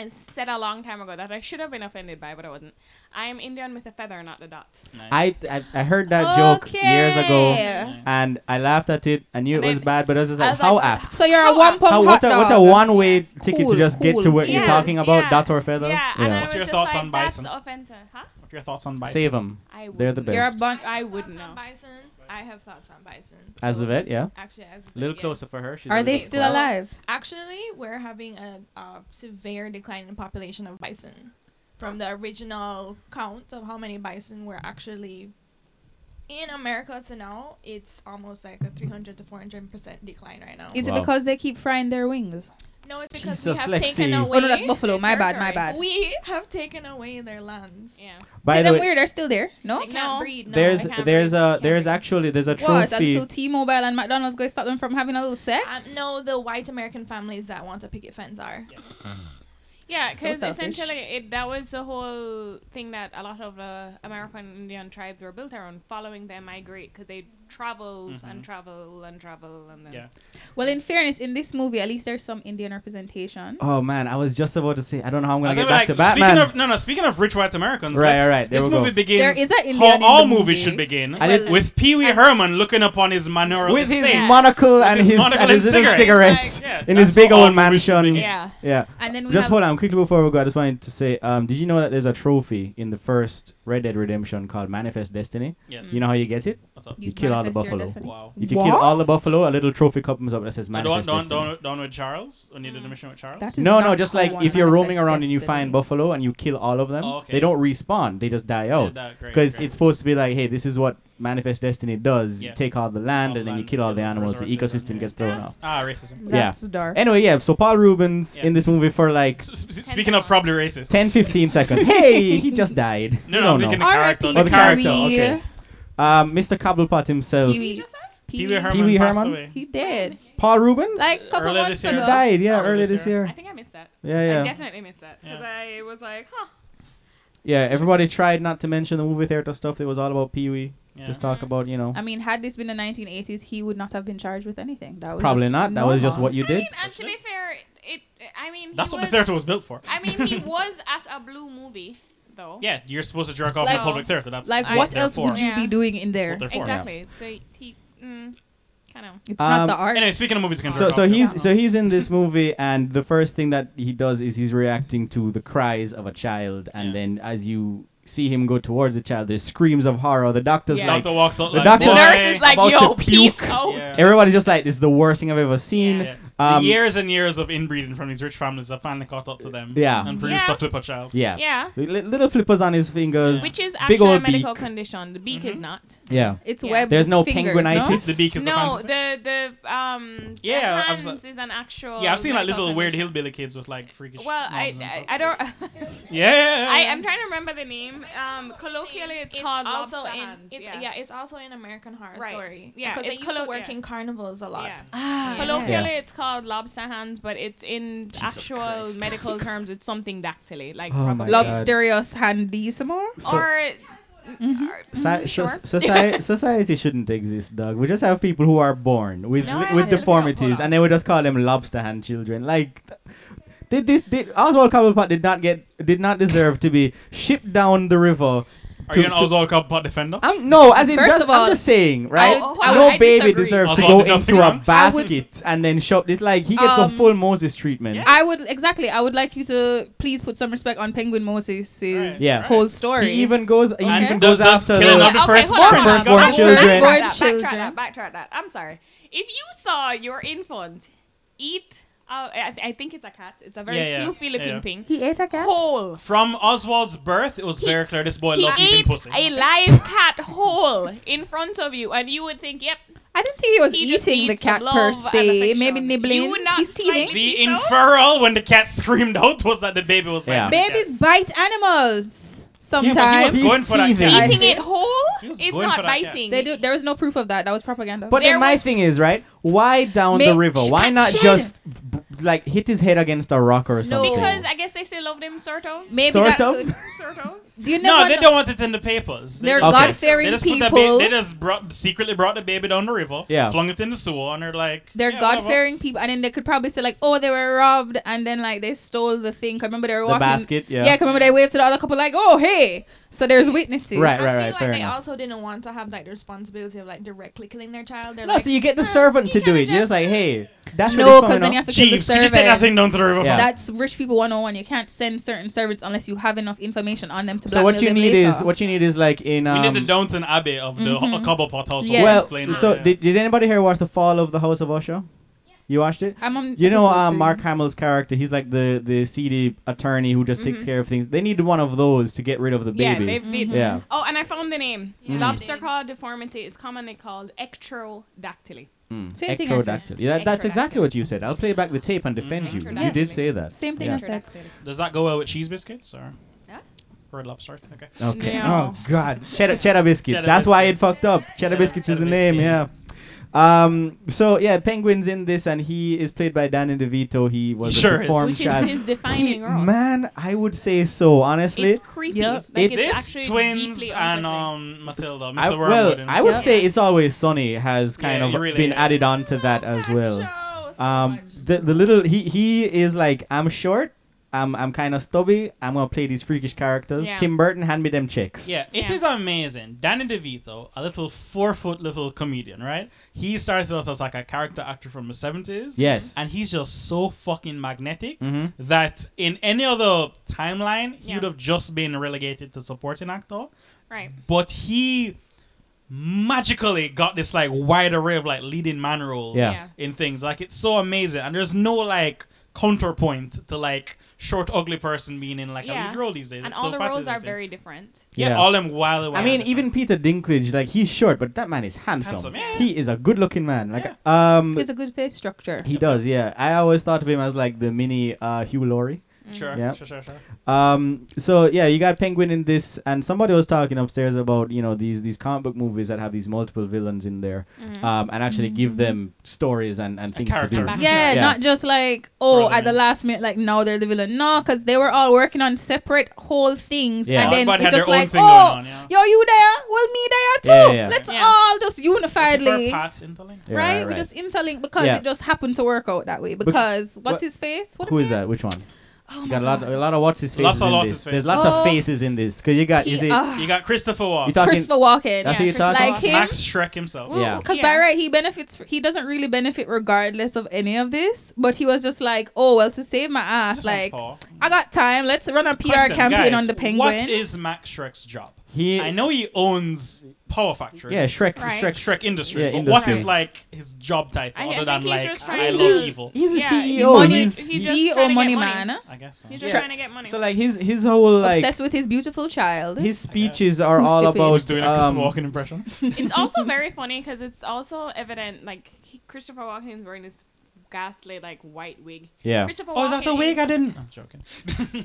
[SPEAKER 1] I said a long time ago that I should have been offended by, but I wasn't. I am Indian with a feather, not a dot.
[SPEAKER 4] nice.
[SPEAKER 2] I, I I heard that joke years ago,
[SPEAKER 3] Okay.
[SPEAKER 2] and I laughed at it. I knew
[SPEAKER 1] And
[SPEAKER 2] it was
[SPEAKER 1] then
[SPEAKER 2] bad, but I was just like,
[SPEAKER 1] was
[SPEAKER 2] how
[SPEAKER 1] like,
[SPEAKER 2] apt.
[SPEAKER 3] So you're
[SPEAKER 1] How
[SPEAKER 3] a one pump
[SPEAKER 2] How
[SPEAKER 3] hot
[SPEAKER 2] what a,
[SPEAKER 3] dog.
[SPEAKER 2] what a one way ticket
[SPEAKER 3] Cool,
[SPEAKER 2] to just get to
[SPEAKER 3] cool.
[SPEAKER 2] what you're
[SPEAKER 1] Yeah,
[SPEAKER 2] talking about.
[SPEAKER 1] yeah.
[SPEAKER 2] Dot or feather.
[SPEAKER 1] Yeah, and I
[SPEAKER 4] What's
[SPEAKER 1] was
[SPEAKER 4] your
[SPEAKER 1] just
[SPEAKER 4] thoughts
[SPEAKER 1] like,
[SPEAKER 4] on
[SPEAKER 1] that's
[SPEAKER 4] bison?
[SPEAKER 1] offensive, huh?
[SPEAKER 4] What are your thoughts on bison?
[SPEAKER 2] Save them.
[SPEAKER 1] I
[SPEAKER 2] They're the
[SPEAKER 1] wouldn't.
[SPEAKER 2] best.
[SPEAKER 3] You're a bun.
[SPEAKER 5] I
[SPEAKER 1] I
[SPEAKER 5] have
[SPEAKER 1] wouldn't
[SPEAKER 5] thoughts on
[SPEAKER 1] know.
[SPEAKER 5] Bison. I have thoughts on bison.
[SPEAKER 2] As the
[SPEAKER 5] So,
[SPEAKER 2] vet, yeah.
[SPEAKER 5] Actually, as the
[SPEAKER 2] A little
[SPEAKER 5] vet,
[SPEAKER 2] closer
[SPEAKER 5] yes.
[SPEAKER 2] for her. She's a
[SPEAKER 3] Are
[SPEAKER 2] little
[SPEAKER 3] they
[SPEAKER 2] bit
[SPEAKER 3] still
[SPEAKER 2] closer.
[SPEAKER 3] alive?
[SPEAKER 5] Actually, we're having a, uh severe decline in population of bison from the original count of how many bison were actually in America to now. It's almost like a 300 to 400 percent decline right now.
[SPEAKER 3] Is
[SPEAKER 2] Wow.
[SPEAKER 3] it because they keep frying their wings?
[SPEAKER 5] no, it's because we
[SPEAKER 2] Jesus,
[SPEAKER 5] have
[SPEAKER 2] Lexi.
[SPEAKER 5] taken
[SPEAKER 2] Oh,
[SPEAKER 5] away.
[SPEAKER 3] no, that's buffalo.
[SPEAKER 5] their
[SPEAKER 3] My bad, my
[SPEAKER 5] territory.
[SPEAKER 3] bad.
[SPEAKER 5] We have taken away their lands.
[SPEAKER 1] Yeah.
[SPEAKER 2] By
[SPEAKER 3] See,
[SPEAKER 2] the
[SPEAKER 3] them
[SPEAKER 2] way,
[SPEAKER 3] weird. They're still there. No.
[SPEAKER 5] They can't
[SPEAKER 1] No.
[SPEAKER 5] breed. No,
[SPEAKER 2] there's
[SPEAKER 5] they can't
[SPEAKER 2] there's
[SPEAKER 5] breed.
[SPEAKER 2] a
[SPEAKER 5] Can't
[SPEAKER 2] there's
[SPEAKER 5] breed.
[SPEAKER 2] actually there's a
[SPEAKER 3] What?
[SPEAKER 2] trophy.
[SPEAKER 3] Until T-Mobile and McDonald's go stop them from having a little sex?
[SPEAKER 1] Uh,
[SPEAKER 5] Um, no, the white American families that want a picket fence are.
[SPEAKER 1] Yeah,
[SPEAKER 3] So
[SPEAKER 1] because
[SPEAKER 3] selfish.
[SPEAKER 1] essentially it, that was the whole thing that a lot of the American Indian tribes were built around, following them migrate because they travel and travel and travel and then.
[SPEAKER 4] Mm-hmm. Yeah.
[SPEAKER 3] Well, in fairness, in this movie, at least there's some Indian representation.
[SPEAKER 2] Oh man, I was just about to say I don't know how I'm gonna
[SPEAKER 4] As I
[SPEAKER 2] get
[SPEAKER 4] mean,
[SPEAKER 2] back
[SPEAKER 4] like,
[SPEAKER 2] to
[SPEAKER 4] Speaking
[SPEAKER 2] Batman.
[SPEAKER 4] of, no, no. Speaking of rich white Americans,
[SPEAKER 2] Right,
[SPEAKER 4] let's-
[SPEAKER 2] all right, there
[SPEAKER 4] This
[SPEAKER 2] we go.
[SPEAKER 4] movie begins.
[SPEAKER 3] There is an
[SPEAKER 4] how
[SPEAKER 3] Indian in
[SPEAKER 4] all
[SPEAKER 3] the
[SPEAKER 4] movies
[SPEAKER 3] movie.
[SPEAKER 4] should begin
[SPEAKER 2] I did-
[SPEAKER 4] with Pee Wee Herman looking upon his manorial
[SPEAKER 2] with his
[SPEAKER 4] estate.
[SPEAKER 2] monocle and
[SPEAKER 4] his
[SPEAKER 2] his,
[SPEAKER 4] monocle
[SPEAKER 2] and
[SPEAKER 4] and
[SPEAKER 2] his little
[SPEAKER 4] cigarettes.
[SPEAKER 2] cigarettes
[SPEAKER 4] Like, yeah,
[SPEAKER 2] in his
[SPEAKER 4] that's
[SPEAKER 2] big
[SPEAKER 4] how
[SPEAKER 2] old
[SPEAKER 4] all movies should
[SPEAKER 2] mansion.
[SPEAKER 4] be.
[SPEAKER 1] Yeah.
[SPEAKER 2] Yeah.
[SPEAKER 3] And then we
[SPEAKER 2] Just
[SPEAKER 3] have
[SPEAKER 2] hold on, quickly before we go, I just wanted to say, um, did you know that there's a trophy in the first Red Dead Redemption called Manifest Destiny?
[SPEAKER 4] Yes.
[SPEAKER 2] You know how you get it?
[SPEAKER 4] What's up?
[SPEAKER 2] You kill all the
[SPEAKER 3] manifest your
[SPEAKER 2] buffalo.
[SPEAKER 3] destiny.
[SPEAKER 4] Wow.
[SPEAKER 2] If you kill all the buffalo, a little trophy comes up that says
[SPEAKER 4] Don,
[SPEAKER 2] Manifest
[SPEAKER 4] Don,
[SPEAKER 2] Destiny.
[SPEAKER 4] Don, Don with Charles when you did the mission with Charles.
[SPEAKER 3] That is
[SPEAKER 2] No, no,
[SPEAKER 3] not
[SPEAKER 2] just
[SPEAKER 3] how
[SPEAKER 2] like
[SPEAKER 3] one
[SPEAKER 2] if you're roaming
[SPEAKER 3] manifests
[SPEAKER 2] around and you
[SPEAKER 3] destiny.
[SPEAKER 2] find buffalo and you kill all of them,
[SPEAKER 4] Oh, okay.
[SPEAKER 2] they don't respawn; they just die
[SPEAKER 4] Yeah,
[SPEAKER 2] out.
[SPEAKER 4] that- great,
[SPEAKER 2] Because
[SPEAKER 4] great.
[SPEAKER 2] it's supposed to be like, hey, this is what manifest destiny does. You
[SPEAKER 4] Yeah.
[SPEAKER 2] take all the land
[SPEAKER 4] All
[SPEAKER 2] and then you
[SPEAKER 4] land,
[SPEAKER 2] kill all
[SPEAKER 4] kill
[SPEAKER 2] the
[SPEAKER 4] the
[SPEAKER 2] animals. The
[SPEAKER 4] resources
[SPEAKER 2] ecosystem
[SPEAKER 4] and-
[SPEAKER 2] gets thrown off.
[SPEAKER 4] ah racism.
[SPEAKER 2] Yeah.
[SPEAKER 3] That's dark.
[SPEAKER 2] Anyway, yeah, so Paul Rubens
[SPEAKER 4] Yeah.
[SPEAKER 2] in this movie for like
[SPEAKER 4] S- s- Speaking of probably racist.
[SPEAKER 2] 10 15 seconds. hey, he just died.
[SPEAKER 4] No,
[SPEAKER 2] You
[SPEAKER 4] no, I'm
[SPEAKER 2] don't know.
[SPEAKER 4] thinking the
[SPEAKER 3] know.
[SPEAKER 4] character.
[SPEAKER 2] Oh,
[SPEAKER 4] The
[SPEAKER 2] the
[SPEAKER 3] R.I.P.
[SPEAKER 4] character.
[SPEAKER 2] character. Okay. Um, Mr. Cobblepot himself.
[SPEAKER 3] Pee-wee.
[SPEAKER 4] Pee Wee
[SPEAKER 3] Pee-wee.
[SPEAKER 4] Herman.
[SPEAKER 2] Pee Wee
[SPEAKER 4] passed
[SPEAKER 2] Herman?
[SPEAKER 4] away.
[SPEAKER 3] He did.
[SPEAKER 2] Paul Rubens?
[SPEAKER 3] Like a couple
[SPEAKER 4] Earlier
[SPEAKER 3] months
[SPEAKER 4] this year.
[SPEAKER 2] he
[SPEAKER 3] ago.
[SPEAKER 2] died, yeah,
[SPEAKER 4] Earlier
[SPEAKER 2] earlier
[SPEAKER 4] this
[SPEAKER 2] this
[SPEAKER 4] year.
[SPEAKER 2] year.
[SPEAKER 1] I think I missed that.
[SPEAKER 2] Yeah,
[SPEAKER 1] I
[SPEAKER 2] yeah.
[SPEAKER 1] definitely missed that because I was like, huh.
[SPEAKER 2] Yeah, everybody tried not to mention the movie theater stuff that was all about Pee Wee.
[SPEAKER 4] Yeah.
[SPEAKER 2] Just talk about, you know.
[SPEAKER 3] I mean, had this been the 1980s, he would not have been charged with anything. That was
[SPEAKER 2] Probably
[SPEAKER 3] just
[SPEAKER 2] not. That was just
[SPEAKER 3] normal.
[SPEAKER 2] what you
[SPEAKER 1] I
[SPEAKER 2] did.
[SPEAKER 1] mean, and to be fair, it. I mean, he
[SPEAKER 4] That's what the
[SPEAKER 1] was,
[SPEAKER 4] theater was built for.
[SPEAKER 1] I mean, he was as a blue movie, though.
[SPEAKER 4] Yeah, you're supposed to jerk off in
[SPEAKER 1] Like-
[SPEAKER 4] a public theater. That's
[SPEAKER 3] Like,
[SPEAKER 1] I-
[SPEAKER 3] what
[SPEAKER 4] they're
[SPEAKER 3] else would
[SPEAKER 4] for.
[SPEAKER 1] therefore-
[SPEAKER 3] you
[SPEAKER 1] Yeah.
[SPEAKER 3] be doing in there?
[SPEAKER 4] That's what they're for.
[SPEAKER 1] exactly. It's a he, mm, kind of.
[SPEAKER 3] It's
[SPEAKER 2] Um,
[SPEAKER 3] not the art.
[SPEAKER 4] Anyway, speaking of movies, you can
[SPEAKER 2] So
[SPEAKER 4] jerk
[SPEAKER 2] so
[SPEAKER 4] off to.
[SPEAKER 2] he's so he's in this movie, and the first thing that he does is he's reacting to the cries of a child, and
[SPEAKER 4] Yeah.
[SPEAKER 2] then as you see him go towards the child, there's screams of horror. The doctor's
[SPEAKER 1] Yeah.
[SPEAKER 2] like,
[SPEAKER 4] doctor walks out.
[SPEAKER 2] The
[SPEAKER 4] like,
[SPEAKER 2] doctor-
[SPEAKER 1] The
[SPEAKER 4] "Boy."
[SPEAKER 1] nurse is like,
[SPEAKER 2] about
[SPEAKER 1] yo,
[SPEAKER 2] to
[SPEAKER 1] peace
[SPEAKER 2] puke.
[SPEAKER 1] out.
[SPEAKER 4] Yeah.
[SPEAKER 2] everybody's just like, this is the worst thing I've ever seen.
[SPEAKER 1] Yeah.
[SPEAKER 4] Yeah.
[SPEAKER 2] Um,
[SPEAKER 4] the years and years of inbreeding from these rich families have finally caught up to them.
[SPEAKER 2] Yeah.
[SPEAKER 4] And produced
[SPEAKER 1] Yeah.
[SPEAKER 4] a flipper child.
[SPEAKER 2] Yeah.
[SPEAKER 1] Yeah.
[SPEAKER 2] Li- li- little flippers on his fingers.
[SPEAKER 1] Which is
[SPEAKER 2] Big
[SPEAKER 1] actually a
[SPEAKER 2] old
[SPEAKER 1] medical
[SPEAKER 2] beak.
[SPEAKER 1] condition. The beak is
[SPEAKER 4] Mm-hmm.
[SPEAKER 1] not.
[SPEAKER 2] Yeah.
[SPEAKER 3] it's
[SPEAKER 1] Yeah.
[SPEAKER 3] web.
[SPEAKER 2] There's no
[SPEAKER 3] fingers,
[SPEAKER 4] The,
[SPEAKER 2] penguinitis.
[SPEAKER 4] the beak is the
[SPEAKER 1] no,
[SPEAKER 4] fantasy.
[SPEAKER 1] the the um the
[SPEAKER 4] Yeah, I was
[SPEAKER 1] hands is an actual.
[SPEAKER 4] yeah, I've seen like
[SPEAKER 1] medical
[SPEAKER 4] little weird
[SPEAKER 1] condition.
[SPEAKER 4] hillbilly kids with like freakish.
[SPEAKER 1] Well, I,
[SPEAKER 4] knobs and
[SPEAKER 1] I
[SPEAKER 4] stuff.
[SPEAKER 1] I don't.
[SPEAKER 4] Yeah, yeah, yeah.
[SPEAKER 1] I am trying to remember the name. Um, colloquially, it's, called
[SPEAKER 5] also
[SPEAKER 1] lobster
[SPEAKER 5] in
[SPEAKER 1] hands.
[SPEAKER 5] it's
[SPEAKER 1] yeah.
[SPEAKER 5] yeah. it's also in American Horror
[SPEAKER 1] Right.
[SPEAKER 5] Story.
[SPEAKER 1] Yeah,
[SPEAKER 5] because I
[SPEAKER 1] it's
[SPEAKER 5] used
[SPEAKER 1] collo-
[SPEAKER 5] to work
[SPEAKER 1] yeah.
[SPEAKER 5] in carnivals a lot.
[SPEAKER 1] Yeah.
[SPEAKER 3] Ah,
[SPEAKER 1] Colloquially,
[SPEAKER 2] Yeah.
[SPEAKER 1] it's called lobster hands, but it's in
[SPEAKER 4] Jesus
[SPEAKER 1] actual
[SPEAKER 4] Christ.
[SPEAKER 1] medical terms, it's something dactyly, like
[SPEAKER 2] Oh my
[SPEAKER 1] probably.
[SPEAKER 2] God.
[SPEAKER 3] Lobsterios handissimo.
[SPEAKER 2] So-
[SPEAKER 1] or
[SPEAKER 2] Soci-
[SPEAKER 1] Mm-hmm, sure.
[SPEAKER 2] society, society shouldn't exist, dog. We just have people who are born with
[SPEAKER 1] No, I
[SPEAKER 2] with
[SPEAKER 1] have to look it up. Hold
[SPEAKER 2] deformities,
[SPEAKER 1] on.
[SPEAKER 2] and then we just call them lobster hand children. Like, th- did this? Did Oswald Cobblepot did not get did not deserve to be shipped down the river?
[SPEAKER 4] Are
[SPEAKER 2] to-
[SPEAKER 4] you an
[SPEAKER 2] to-
[SPEAKER 4] Oswald Cobblepot defender?
[SPEAKER 2] I'm, no, as in
[SPEAKER 3] First
[SPEAKER 2] just,
[SPEAKER 3] of all,
[SPEAKER 2] I'm just saying,
[SPEAKER 1] I-
[SPEAKER 2] right?
[SPEAKER 1] oh, I-
[SPEAKER 2] no
[SPEAKER 1] I
[SPEAKER 2] baby
[SPEAKER 1] disagree.
[SPEAKER 2] deserves to
[SPEAKER 4] Oswald
[SPEAKER 2] go
[SPEAKER 4] did not
[SPEAKER 2] into a
[SPEAKER 4] fix-
[SPEAKER 3] I would-
[SPEAKER 2] basket and then shove. It's like he gets a
[SPEAKER 3] Um,
[SPEAKER 2] full Moses treatment.
[SPEAKER 4] Yeah.
[SPEAKER 3] I would exactly. I would like you to please put some respect on Penguin Moses'
[SPEAKER 4] Right.
[SPEAKER 2] Yeah.
[SPEAKER 3] whole story.
[SPEAKER 2] He even goes. He
[SPEAKER 4] And
[SPEAKER 2] even
[SPEAKER 4] does-
[SPEAKER 2] goes
[SPEAKER 4] does
[SPEAKER 2] after
[SPEAKER 4] killing
[SPEAKER 2] the,
[SPEAKER 4] of the firstborn
[SPEAKER 1] hold on,
[SPEAKER 2] children.
[SPEAKER 1] hold on,
[SPEAKER 2] Firstborn
[SPEAKER 1] hold on.
[SPEAKER 2] children.
[SPEAKER 1] Backtrack that,
[SPEAKER 3] Firstborn
[SPEAKER 1] Backtrack that, backtrack that. I'm sorry. If you saw your infant eat, uh, I, I think it's a cat. It's a very
[SPEAKER 4] Yeah, yeah,
[SPEAKER 1] floofy looking
[SPEAKER 4] yeah.
[SPEAKER 1] thing.
[SPEAKER 3] he ate a cat.
[SPEAKER 1] Whole.
[SPEAKER 4] From Oswald's birth, it was very clear this boy
[SPEAKER 1] He
[SPEAKER 4] loved eating
[SPEAKER 1] ate
[SPEAKER 4] pussy.
[SPEAKER 1] a live cat whole in front of you, and you would think, "Yep,
[SPEAKER 3] I didn't think he was
[SPEAKER 1] He just
[SPEAKER 3] eating the
[SPEAKER 1] needs some
[SPEAKER 3] cat per
[SPEAKER 1] love
[SPEAKER 3] se.
[SPEAKER 1] and
[SPEAKER 3] Maybe
[SPEAKER 1] affection.
[SPEAKER 3] nibbling.
[SPEAKER 1] You would not
[SPEAKER 3] He's teething.
[SPEAKER 1] slightly-
[SPEAKER 4] the
[SPEAKER 1] think so?
[SPEAKER 4] inferral when the cat screamed out was that the baby was
[SPEAKER 2] Yeah.
[SPEAKER 4] yeah.
[SPEAKER 3] Babies bite animals
[SPEAKER 4] was
[SPEAKER 3] sometimes.
[SPEAKER 2] He's
[SPEAKER 4] going for that
[SPEAKER 2] teething.
[SPEAKER 3] cat. I
[SPEAKER 1] eating it
[SPEAKER 3] think-
[SPEAKER 1] whole,
[SPEAKER 4] He was
[SPEAKER 1] it's
[SPEAKER 4] going
[SPEAKER 1] not
[SPEAKER 4] for that cat.
[SPEAKER 1] biting."
[SPEAKER 3] they do. There was no proof of that. That was propaganda.
[SPEAKER 2] But
[SPEAKER 1] There
[SPEAKER 2] then my
[SPEAKER 1] was-
[SPEAKER 2] thing is, right? Why down the
[SPEAKER 3] Make-
[SPEAKER 2] river? Why
[SPEAKER 3] cut
[SPEAKER 2] not
[SPEAKER 3] shed.
[SPEAKER 2] just b- like hit his head against a rock or something?
[SPEAKER 1] because I guess they still loved him, sort of.
[SPEAKER 3] maybe
[SPEAKER 2] sort
[SPEAKER 3] that.
[SPEAKER 2] of.
[SPEAKER 3] Could,
[SPEAKER 1] Sort of.
[SPEAKER 3] do you
[SPEAKER 4] No,
[SPEAKER 3] never
[SPEAKER 4] they
[SPEAKER 3] know?
[SPEAKER 4] don't want it in the papers. They
[SPEAKER 3] They're
[SPEAKER 4] just-
[SPEAKER 2] Okay.
[SPEAKER 3] God-fearing
[SPEAKER 4] they just put that
[SPEAKER 3] people.
[SPEAKER 4] Ba- they just brought, secretly brought the baby down the river,
[SPEAKER 2] Yeah.
[SPEAKER 4] flung it in the sewer, and they're like,
[SPEAKER 3] They're
[SPEAKER 4] yeah,
[SPEAKER 3] God
[SPEAKER 4] whatever.
[SPEAKER 3] fearing people, and then they could probably say like, "Oh, they were robbed," and then like they stole the thing. 'Cause remember they were
[SPEAKER 2] The
[SPEAKER 3] walking.
[SPEAKER 2] basket, yeah.
[SPEAKER 3] Yeah, 'cause remember they waved to the other couple like, "Oh, hey." So there's witnesses.
[SPEAKER 2] Right,
[SPEAKER 5] I
[SPEAKER 2] right.
[SPEAKER 5] feel like
[SPEAKER 2] fair
[SPEAKER 5] they
[SPEAKER 2] enough.
[SPEAKER 5] also didn't want to have like the responsibility of like directly killing their child. They're
[SPEAKER 2] no,
[SPEAKER 5] like,
[SPEAKER 2] so you get the servant
[SPEAKER 5] you
[SPEAKER 2] to do
[SPEAKER 5] kinda
[SPEAKER 2] it. You're just
[SPEAKER 5] just-
[SPEAKER 2] like, hey, that's
[SPEAKER 3] No, because then you have to kill the
[SPEAKER 4] Jeeves, could you take that
[SPEAKER 3] servant.
[SPEAKER 4] thing down to the river?
[SPEAKER 2] Yeah.
[SPEAKER 3] That's rich people 101. You can't send certain servants unless you have enough information on them to
[SPEAKER 2] So
[SPEAKER 3] blackmail
[SPEAKER 2] what you
[SPEAKER 3] them
[SPEAKER 2] need
[SPEAKER 3] later.
[SPEAKER 2] is what you need is like in
[SPEAKER 4] We
[SPEAKER 2] um.
[SPEAKER 4] need the Downton Abbey of the
[SPEAKER 3] Mhm.
[SPEAKER 4] mm pot house.
[SPEAKER 3] Yes.
[SPEAKER 2] Well,
[SPEAKER 4] Explain
[SPEAKER 2] so
[SPEAKER 4] that, yeah.
[SPEAKER 2] did, did anybody here watch the Fall of the House of Usher? You watched it.
[SPEAKER 3] I'm on
[SPEAKER 2] You know,
[SPEAKER 3] episode
[SPEAKER 2] um,
[SPEAKER 3] three.
[SPEAKER 2] Mark Hamill's character. He's like the the seedy attorney who just takes
[SPEAKER 1] Mhm.
[SPEAKER 2] care of things. They need one of those to get rid of the
[SPEAKER 1] Yeah,
[SPEAKER 2] baby.
[SPEAKER 1] they did.
[SPEAKER 4] Mm-hmm.
[SPEAKER 2] Yeah.
[SPEAKER 1] Oh, and I found the name.
[SPEAKER 4] Mm.
[SPEAKER 5] Yeah,
[SPEAKER 1] Lobster
[SPEAKER 5] they-
[SPEAKER 1] claw deformity is commonly called ectrodactyly.
[SPEAKER 4] Hmm.
[SPEAKER 2] Mm.
[SPEAKER 3] Same thing I said.
[SPEAKER 2] Ectrodactyl. Yeah, that- that's
[SPEAKER 1] Ectrodactyl.
[SPEAKER 2] exactly what you said. I'll play back the tape and defend
[SPEAKER 4] Mhm.
[SPEAKER 2] you. You
[SPEAKER 1] Ectrodactyl.
[SPEAKER 2] did say that.
[SPEAKER 3] Same thing
[SPEAKER 2] Yeah.
[SPEAKER 3] I said.
[SPEAKER 4] Does that go well with cheese biscuits or
[SPEAKER 1] Yeah.
[SPEAKER 4] red lobster? Okay.
[SPEAKER 2] Okay.
[SPEAKER 1] No.
[SPEAKER 2] Oh God, cheddar, cheddar biscuits.
[SPEAKER 4] Cheddar
[SPEAKER 2] That's why it
[SPEAKER 4] biscuits.
[SPEAKER 2] fucked up. Cheddar,
[SPEAKER 4] Cheddar-
[SPEAKER 2] biscuits is
[SPEAKER 4] cheddar
[SPEAKER 2] the name.
[SPEAKER 4] biscuits.
[SPEAKER 2] Yeah. Um. So yeah, penguins in this, and he is played by Danny DeVito. He was
[SPEAKER 4] Sure
[SPEAKER 2] a
[SPEAKER 4] is.
[SPEAKER 2] deformed
[SPEAKER 1] Which is
[SPEAKER 2] child.
[SPEAKER 1] his
[SPEAKER 2] He-
[SPEAKER 1] defining role.
[SPEAKER 2] man, I would say so. Honestly,
[SPEAKER 1] It's creepy.
[SPEAKER 3] Yeah.
[SPEAKER 1] Like
[SPEAKER 2] It-
[SPEAKER 1] it's,
[SPEAKER 4] this
[SPEAKER 1] actually
[SPEAKER 4] twins
[SPEAKER 1] deeply
[SPEAKER 4] and
[SPEAKER 1] unsettling.
[SPEAKER 4] um Matilda, Mr.
[SPEAKER 2] I,
[SPEAKER 4] Wormwood.
[SPEAKER 2] well,
[SPEAKER 4] and
[SPEAKER 2] I would
[SPEAKER 4] Matilda.
[SPEAKER 2] say it's always sunny has kind
[SPEAKER 4] Yeah,
[SPEAKER 2] of
[SPEAKER 4] it really
[SPEAKER 2] been
[SPEAKER 4] is.
[SPEAKER 2] added on to that
[SPEAKER 5] "Oh,
[SPEAKER 2] as
[SPEAKER 5] that
[SPEAKER 2] well.
[SPEAKER 5] show so
[SPEAKER 2] Um,
[SPEAKER 5] much."
[SPEAKER 2] the the little he he is like I'm short. I'm I'm kind of stubby. I'm gonna play these freakish characters.
[SPEAKER 1] Yeah.
[SPEAKER 2] Tim Burton, hand me them chicks.
[SPEAKER 4] Yeah, it is
[SPEAKER 1] Yeah.
[SPEAKER 4] amazing. Danny DeVito, a little four foot little comedian, right? He started off as like a character actor from the seventies.
[SPEAKER 2] Yes.
[SPEAKER 4] And he's just so fucking magnetic
[SPEAKER 2] Mm-hmm.
[SPEAKER 4] that in any other timeline he
[SPEAKER 1] Yeah.
[SPEAKER 4] would have just been relegated to supporting actor.
[SPEAKER 1] Right.
[SPEAKER 4] But he magically got this like wide array of like leading man roles
[SPEAKER 2] Yeah.
[SPEAKER 1] Yeah.
[SPEAKER 4] in things. Like it's so amazing. And there's no like counterpoint to like short ugly person being in like
[SPEAKER 1] Yeah.
[SPEAKER 4] a lead role these days.
[SPEAKER 1] And
[SPEAKER 4] It's
[SPEAKER 1] all
[SPEAKER 4] so
[SPEAKER 1] the roles are
[SPEAKER 4] fascinating.
[SPEAKER 1] very different.
[SPEAKER 4] yeah,
[SPEAKER 2] Yeah.
[SPEAKER 4] all them wild
[SPEAKER 2] I
[SPEAKER 4] wild
[SPEAKER 2] mean,
[SPEAKER 4] different.
[SPEAKER 2] even Peter Dinklage, like he's short, but that man is handsome.
[SPEAKER 4] Handsome, yeah, yeah.
[SPEAKER 2] He is a good-looking man. Like, um,
[SPEAKER 3] It's a good face structure.
[SPEAKER 2] he does. Yeah, I always thought of him as like the mini uh, Hugh Laurie.
[SPEAKER 4] Mm. Sure,
[SPEAKER 2] Yeah.
[SPEAKER 4] sure, sure, sure.
[SPEAKER 2] Um, so yeah, you got Penguin in this, and somebody was talking upstairs about you know these these comic book movies that have these multiple villains in there, um, and actually give them stories and and things to do.
[SPEAKER 4] character.
[SPEAKER 3] Yeah,
[SPEAKER 2] Yeah.
[SPEAKER 3] not just like oh
[SPEAKER 4] Further
[SPEAKER 3] at the
[SPEAKER 4] in.
[SPEAKER 3] last minute like now they're the villain. No, because they were all working on separate whole things,
[SPEAKER 2] Yeah.
[SPEAKER 3] and then
[SPEAKER 4] Everybody
[SPEAKER 3] it's
[SPEAKER 4] had
[SPEAKER 3] just
[SPEAKER 4] their own
[SPEAKER 3] like
[SPEAKER 4] thing
[SPEAKER 3] oh
[SPEAKER 4] going on, yeah.
[SPEAKER 3] yo you there, well me
[SPEAKER 2] Yeah,
[SPEAKER 3] there too.
[SPEAKER 2] yeah, yeah.
[SPEAKER 3] Let's
[SPEAKER 1] Yeah.
[SPEAKER 3] all just
[SPEAKER 4] Prefer
[SPEAKER 3] unifiedly.
[SPEAKER 4] Pat's interlink.
[SPEAKER 2] Yeah,
[SPEAKER 3] right? We just interlink because
[SPEAKER 2] Yeah.
[SPEAKER 3] it just happened to work out that way. Because what's
[SPEAKER 2] what-
[SPEAKER 3] his face? What
[SPEAKER 2] Who
[SPEAKER 3] a
[SPEAKER 2] is
[SPEAKER 3] man.
[SPEAKER 2] that? Which one?
[SPEAKER 5] Oh
[SPEAKER 2] You
[SPEAKER 5] my
[SPEAKER 2] got a lot,
[SPEAKER 5] God.
[SPEAKER 2] a lot of what's his
[SPEAKER 4] Lots
[SPEAKER 2] faces
[SPEAKER 4] of
[SPEAKER 2] in
[SPEAKER 4] lots
[SPEAKER 2] this.
[SPEAKER 4] his
[SPEAKER 2] There's
[SPEAKER 4] faces.
[SPEAKER 2] lots
[SPEAKER 3] Oh.
[SPEAKER 2] of faces in this. Cause you got, is
[SPEAKER 3] He-
[SPEAKER 2] it?
[SPEAKER 3] ah,
[SPEAKER 4] You got Christopher
[SPEAKER 2] you
[SPEAKER 4] Walken,
[SPEAKER 2] talking?
[SPEAKER 3] Christopher Walken.
[SPEAKER 2] That's who you're
[SPEAKER 1] Christopher
[SPEAKER 2] talking.
[SPEAKER 3] Like
[SPEAKER 1] Walken.
[SPEAKER 3] him.
[SPEAKER 4] Max Shrek himself.
[SPEAKER 1] Ooh,
[SPEAKER 2] Yeah.
[SPEAKER 3] Because
[SPEAKER 1] yeah.
[SPEAKER 3] by right, he benefits. He doesn't really benefit regardless of any of this. But he was just like, oh well, to save my ass,
[SPEAKER 4] This one's
[SPEAKER 3] like
[SPEAKER 4] Paul.
[SPEAKER 3] I got time. Let's run a PR
[SPEAKER 4] Question,
[SPEAKER 3] campaign
[SPEAKER 4] guys,
[SPEAKER 3] on the penguin.
[SPEAKER 4] What is Max Shrek's job?
[SPEAKER 2] He,
[SPEAKER 4] I know he owns Power Factory.
[SPEAKER 2] yeah, Shrek,
[SPEAKER 1] Right.
[SPEAKER 2] Shrek,
[SPEAKER 4] Shrek Industries.
[SPEAKER 2] Yeah,
[SPEAKER 4] but what
[SPEAKER 2] Industries.
[SPEAKER 4] is like his job title
[SPEAKER 1] I- I
[SPEAKER 4] other
[SPEAKER 1] think
[SPEAKER 4] than
[SPEAKER 1] he's
[SPEAKER 4] like
[SPEAKER 1] just
[SPEAKER 4] I
[SPEAKER 1] trying
[SPEAKER 4] love
[SPEAKER 1] to-
[SPEAKER 4] evil?
[SPEAKER 2] He's a
[SPEAKER 1] Yeah, he's
[SPEAKER 2] CEO.
[SPEAKER 3] money-
[SPEAKER 2] He's,
[SPEAKER 1] he's- just
[SPEAKER 3] CEO
[SPEAKER 1] trying to get
[SPEAKER 3] money
[SPEAKER 1] money.
[SPEAKER 3] man.
[SPEAKER 4] I guess so.
[SPEAKER 1] He's just
[SPEAKER 2] Yeah.
[SPEAKER 1] trying to get money.
[SPEAKER 2] so like his his whole like
[SPEAKER 3] Obsessed with his beautiful child.
[SPEAKER 2] his speeches are
[SPEAKER 3] Who's
[SPEAKER 2] all
[SPEAKER 3] stupid?
[SPEAKER 2] about
[SPEAKER 4] Who's doing a Christopher
[SPEAKER 2] um,
[SPEAKER 4] Walken impression?
[SPEAKER 1] it's also very funny because it's also evident like he, Christopher Walken's wearing this ghastly like white wig.
[SPEAKER 2] Yeah,
[SPEAKER 1] Christopher
[SPEAKER 4] Oh,
[SPEAKER 1] Walken
[SPEAKER 4] is that the
[SPEAKER 1] is-
[SPEAKER 4] wig? I didn't. I'm joking.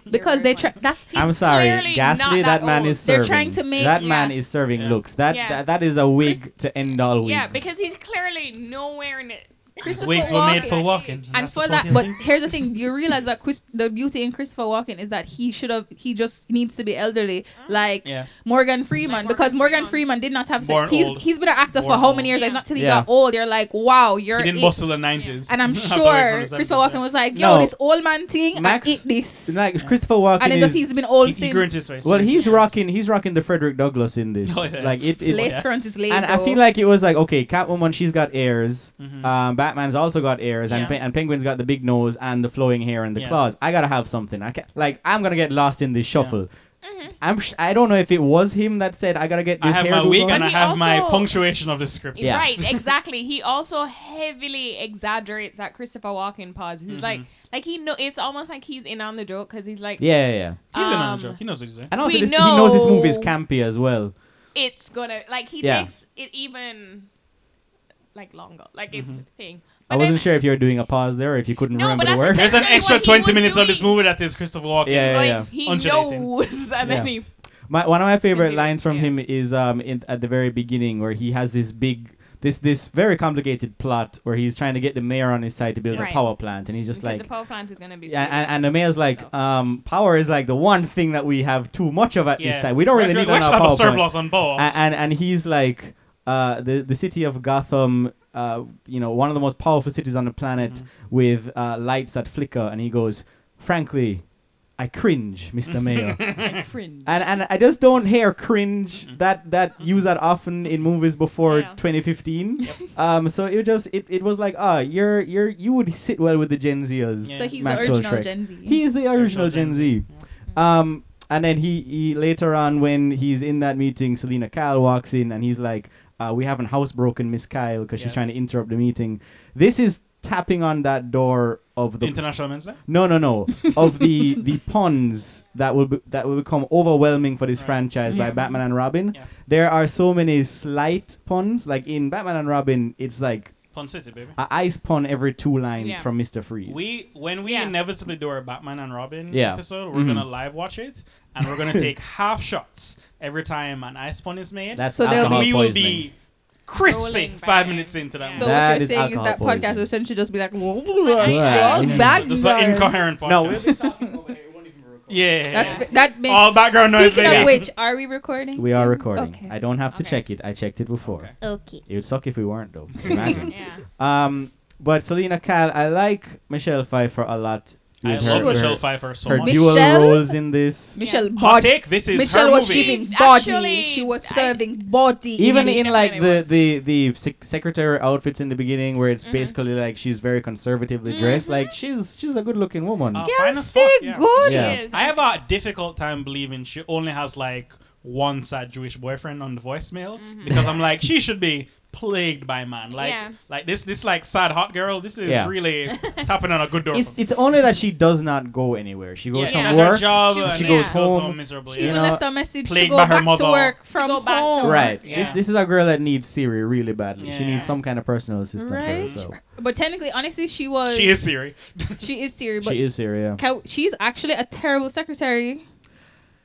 [SPEAKER 3] because
[SPEAKER 1] You're
[SPEAKER 3] they
[SPEAKER 1] very
[SPEAKER 3] try.
[SPEAKER 1] funny.
[SPEAKER 3] That's
[SPEAKER 1] He's
[SPEAKER 2] I'm sorry,
[SPEAKER 1] clearly not
[SPEAKER 2] ghastly. That,
[SPEAKER 1] that
[SPEAKER 2] man
[SPEAKER 1] old.
[SPEAKER 2] is
[SPEAKER 3] They're
[SPEAKER 2] serving.
[SPEAKER 3] trying to make-
[SPEAKER 2] that
[SPEAKER 4] yeah.
[SPEAKER 2] man is serving
[SPEAKER 4] Yeah.
[SPEAKER 2] looks. That,
[SPEAKER 1] Yeah.
[SPEAKER 2] that that is a wig to end all wigs.
[SPEAKER 1] Yeah, because he's clearly nowhere in it.
[SPEAKER 3] Christopher
[SPEAKER 4] Wigs were made for
[SPEAKER 1] Walken.
[SPEAKER 4] Walken.
[SPEAKER 3] and
[SPEAKER 4] That's
[SPEAKER 3] for
[SPEAKER 4] the
[SPEAKER 3] that,
[SPEAKER 4] Walken
[SPEAKER 3] but
[SPEAKER 4] thing.
[SPEAKER 3] here's the thing: you realize that Chris, the beauty in Christopher Walken is that he should have, he just needs to be elderly,
[SPEAKER 1] Ah.
[SPEAKER 3] like
[SPEAKER 4] yes,
[SPEAKER 3] Morgan Freeman,
[SPEAKER 1] Morgan
[SPEAKER 3] because Morgan
[SPEAKER 1] Freeman.
[SPEAKER 3] Freeman did not have
[SPEAKER 4] Born
[SPEAKER 3] sex. He's
[SPEAKER 4] old.
[SPEAKER 3] he's been an actor for
[SPEAKER 4] Born
[SPEAKER 3] how many
[SPEAKER 4] old.
[SPEAKER 3] years?
[SPEAKER 1] Yeah.
[SPEAKER 3] It's not till he
[SPEAKER 2] Yeah.
[SPEAKER 3] got old. You're like, wow, you're.
[SPEAKER 4] he didn't
[SPEAKER 3] it.
[SPEAKER 4] bust till the nineties.
[SPEAKER 3] and I'm sure Christopher Walken was like, yo,
[SPEAKER 2] No.
[SPEAKER 3] this old man thing,
[SPEAKER 2] Max-
[SPEAKER 3] I eat this.
[SPEAKER 2] like Christopher Walken
[SPEAKER 3] and then
[SPEAKER 2] is.
[SPEAKER 3] just he's been old
[SPEAKER 4] He, he
[SPEAKER 3] since.
[SPEAKER 4] grew into his face.
[SPEAKER 2] well,
[SPEAKER 4] He grew
[SPEAKER 2] he's
[SPEAKER 4] into his
[SPEAKER 2] rocking. He's rocking the Frederick Douglass in this.
[SPEAKER 4] Oh, yeah.
[SPEAKER 2] Like it. it
[SPEAKER 3] Lace
[SPEAKER 4] Yeah.
[SPEAKER 3] front is laid.
[SPEAKER 2] and I
[SPEAKER 3] though.
[SPEAKER 2] feel like it was like okay, Catwoman she's got ears,
[SPEAKER 4] face. Mhm.
[SPEAKER 2] um, Batman's also got ears, and
[SPEAKER 4] Yeah.
[SPEAKER 2] Pe- and Penguin's got the big nose and the flowing hair and the
[SPEAKER 4] Yes.
[SPEAKER 2] claws. I gotta have something. I can't, like I'm gonna get lost in this shuffle.
[SPEAKER 1] Mm-hmm.
[SPEAKER 2] I'm sh- I don't know if it was him that said I gotta get
[SPEAKER 4] I
[SPEAKER 2] this
[SPEAKER 4] have
[SPEAKER 2] hair.
[SPEAKER 4] my wig and I
[SPEAKER 1] He
[SPEAKER 4] have my
[SPEAKER 1] also-
[SPEAKER 4] punctuation of the script.
[SPEAKER 2] Yeah.
[SPEAKER 1] Right, exactly. He also heavily exaggerates that Christopher Walken pause. He's like, like he know it's almost like he's in on the joke because he's like,
[SPEAKER 2] Mm-hmm. yeah, yeah, yeah.
[SPEAKER 4] He's in on
[SPEAKER 1] Um,
[SPEAKER 4] a joke. He knows what he's doing.
[SPEAKER 2] And also,
[SPEAKER 1] We
[SPEAKER 2] this, he knows this movie is
[SPEAKER 3] know-
[SPEAKER 2] campy as well.
[SPEAKER 1] it's gonna like he
[SPEAKER 2] Yeah.
[SPEAKER 1] takes it even like longer, like it's a thing. But
[SPEAKER 2] Mm-hmm. I wasn't
[SPEAKER 1] then-
[SPEAKER 2] sure if you were doing a pause there or if you couldn't
[SPEAKER 1] No,
[SPEAKER 2] remember
[SPEAKER 1] but
[SPEAKER 2] the
[SPEAKER 1] that's
[SPEAKER 2] word.
[SPEAKER 1] the
[SPEAKER 4] There's an
[SPEAKER 1] Essentially
[SPEAKER 4] extra
[SPEAKER 1] what he was
[SPEAKER 4] 20 minutes of this
[SPEAKER 1] doing-
[SPEAKER 4] movie that is Christopher Walken.
[SPEAKER 2] Yeah, yeah,
[SPEAKER 1] Like,
[SPEAKER 2] yeah.
[SPEAKER 1] he
[SPEAKER 4] Undulating.
[SPEAKER 1] knows, and then
[SPEAKER 2] Yeah.
[SPEAKER 1] he
[SPEAKER 2] My, one of my favorite
[SPEAKER 1] Continue,
[SPEAKER 2] lines from
[SPEAKER 1] yeah.
[SPEAKER 2] him is um, in, at the very beginning where he has this big, this this very complicated plot where he's trying to get the mayor on his side to build
[SPEAKER 1] Right.
[SPEAKER 2] a power plant, and he's just
[SPEAKER 1] because
[SPEAKER 2] like,
[SPEAKER 1] the power plant is gonna be.
[SPEAKER 2] yeah,
[SPEAKER 1] soon.
[SPEAKER 2] and, and the mayor's like,
[SPEAKER 1] So-
[SPEAKER 2] um, power is like the one thing that we have too much of at
[SPEAKER 4] Yeah.
[SPEAKER 2] this time. We don't really
[SPEAKER 4] We
[SPEAKER 2] need it
[SPEAKER 4] actually-
[SPEAKER 2] on
[SPEAKER 4] we
[SPEAKER 2] our
[SPEAKER 4] actually have
[SPEAKER 2] power
[SPEAKER 4] a surplus on both.
[SPEAKER 2] and, and and he's like uh, the the city of Gotham, uh, you know, one of the most powerful cities on the planet with uh, lights that flicker, and he goes, frankly. I cringe, Mr. Mayor,
[SPEAKER 1] cringe.
[SPEAKER 2] and and I just don't hear cringe that that use that often in movies before
[SPEAKER 1] Yeah.
[SPEAKER 2] 2015. Um, so it just it, it was like ah, you're you're you would sit well with the Gen Zers.
[SPEAKER 4] Yeah.
[SPEAKER 3] So he's
[SPEAKER 2] Maxwell
[SPEAKER 3] the original
[SPEAKER 2] Shrek.
[SPEAKER 3] Gen Z.
[SPEAKER 2] He is the original Gen Z. Um, and then he, he later on when he's in that meeting, Selena Kyle walks in and he's like, uh, "We haven't housebroken Miss Kyle because she's
[SPEAKER 4] Yes.
[SPEAKER 2] trying to interrupt the meeting." This is tapping on that door of the
[SPEAKER 4] International Men's Day.
[SPEAKER 2] no no no of the the pawns that will be, that will become overwhelming for this
[SPEAKER 4] Right.
[SPEAKER 2] franchise by
[SPEAKER 3] Yeah.
[SPEAKER 2] Batman and Robin.
[SPEAKER 4] Yes.
[SPEAKER 2] There are so many slight puns. Like in Batman and Robin, it's like
[SPEAKER 4] Pun City, baby.
[SPEAKER 2] a ice pun every two lines
[SPEAKER 1] Yeah.
[SPEAKER 2] from Mister Freeze.
[SPEAKER 4] We when we
[SPEAKER 1] Yeah.
[SPEAKER 4] inevitably do our Batman and Robin
[SPEAKER 2] Yeah.
[SPEAKER 4] episode, we're
[SPEAKER 2] Mhm.
[SPEAKER 4] gonna live watch it, and we're gonna take half shots every time an ice pun is made.
[SPEAKER 2] That's
[SPEAKER 3] So there'll
[SPEAKER 2] alcohol
[SPEAKER 4] we will
[SPEAKER 2] poisoning.
[SPEAKER 4] be crispy
[SPEAKER 1] Rolling back.
[SPEAKER 4] five minutes into that.
[SPEAKER 1] Yeah.
[SPEAKER 3] so
[SPEAKER 4] movie.
[SPEAKER 2] That
[SPEAKER 3] what you're
[SPEAKER 2] is
[SPEAKER 3] saying is that
[SPEAKER 2] alcohol
[SPEAKER 3] podcast
[SPEAKER 2] poisoning.
[SPEAKER 3] will essentially just be like,
[SPEAKER 1] Yeah.
[SPEAKER 3] back.
[SPEAKER 4] just an incoherent podcast.
[SPEAKER 2] No, we'll be talking over here. It won't even record.
[SPEAKER 4] yeah, yeah, yeah.
[SPEAKER 3] That's that makes.
[SPEAKER 4] all background noise,
[SPEAKER 3] Speaking
[SPEAKER 4] baby.
[SPEAKER 3] of which, are we recording?
[SPEAKER 2] We are recording.
[SPEAKER 3] Okay.
[SPEAKER 2] I don't have to
[SPEAKER 1] Okay.
[SPEAKER 2] check it. I checked it before.
[SPEAKER 4] Okay.
[SPEAKER 3] Okay.
[SPEAKER 2] It would suck if we weren't though. Imagine.
[SPEAKER 1] yeah.
[SPEAKER 2] um, but Selena Kyle, I like Michelle Pfeiffer a lot.
[SPEAKER 4] I
[SPEAKER 2] with
[SPEAKER 4] love
[SPEAKER 3] her-
[SPEAKER 4] Michelle
[SPEAKER 2] her,
[SPEAKER 4] Pfeiffer so
[SPEAKER 2] her
[SPEAKER 4] much.
[SPEAKER 2] dual
[SPEAKER 3] Michelle?
[SPEAKER 2] roles in this.
[SPEAKER 3] Michelle
[SPEAKER 4] Hot
[SPEAKER 3] Bod-
[SPEAKER 4] take. This is
[SPEAKER 3] Michelle
[SPEAKER 4] her
[SPEAKER 3] was
[SPEAKER 4] movie.
[SPEAKER 3] giving
[SPEAKER 1] She
[SPEAKER 3] body.
[SPEAKER 1] actually-
[SPEAKER 3] she was
[SPEAKER 1] I-
[SPEAKER 3] serving body.
[SPEAKER 2] Even
[SPEAKER 1] Yeah,
[SPEAKER 2] in
[SPEAKER 1] she
[SPEAKER 2] like
[SPEAKER 1] definitely
[SPEAKER 2] the
[SPEAKER 1] was.
[SPEAKER 2] the the sec- secretary outfits in the beginning, where it's
[SPEAKER 3] Mm-hmm.
[SPEAKER 1] Mhm.
[SPEAKER 2] basically like she's very conservatively dressed. Like she's she's a good looking woman.
[SPEAKER 4] Uh,
[SPEAKER 3] yeah,
[SPEAKER 4] fine
[SPEAKER 3] I'm
[SPEAKER 4] as fuck,
[SPEAKER 3] still
[SPEAKER 4] yeah.
[SPEAKER 3] good.
[SPEAKER 2] Yeah.
[SPEAKER 1] He is.
[SPEAKER 4] I have a difficult time believing she only has like one sad Jewish boyfriend on the voicemail
[SPEAKER 3] Mm-hmm.
[SPEAKER 4] because I'm like she should be plagued by man like
[SPEAKER 1] Yeah.
[SPEAKER 4] like this this like sad hot girl this is
[SPEAKER 2] Yeah.
[SPEAKER 4] really tapping on a good door
[SPEAKER 2] It's
[SPEAKER 4] for me.
[SPEAKER 2] it's only that she does not go anywhere. She goes
[SPEAKER 4] she
[SPEAKER 1] Yeah.
[SPEAKER 2] from
[SPEAKER 4] has her
[SPEAKER 2] work.
[SPEAKER 4] job
[SPEAKER 1] She-
[SPEAKER 4] and
[SPEAKER 1] she
[SPEAKER 4] then
[SPEAKER 1] goes
[SPEAKER 2] home.
[SPEAKER 4] miserably
[SPEAKER 3] She
[SPEAKER 2] You
[SPEAKER 3] even
[SPEAKER 2] know,
[SPEAKER 3] left a message to
[SPEAKER 4] plagued
[SPEAKER 3] go
[SPEAKER 4] by her
[SPEAKER 3] back to
[SPEAKER 4] mother.
[SPEAKER 3] work from
[SPEAKER 1] go back to
[SPEAKER 3] home.
[SPEAKER 1] work.
[SPEAKER 2] Right.
[SPEAKER 4] Yeah.
[SPEAKER 2] This this is a girl that needs Siri really badly. She
[SPEAKER 4] Yeah.
[SPEAKER 2] needs some kind of personal assistant
[SPEAKER 3] Right.
[SPEAKER 2] for herself.
[SPEAKER 3] But technically, honestly, she was.
[SPEAKER 4] she is Siri
[SPEAKER 3] She is Siri, but
[SPEAKER 2] She is Siri. Yeah.
[SPEAKER 3] cow- she's actually a terrible secretary.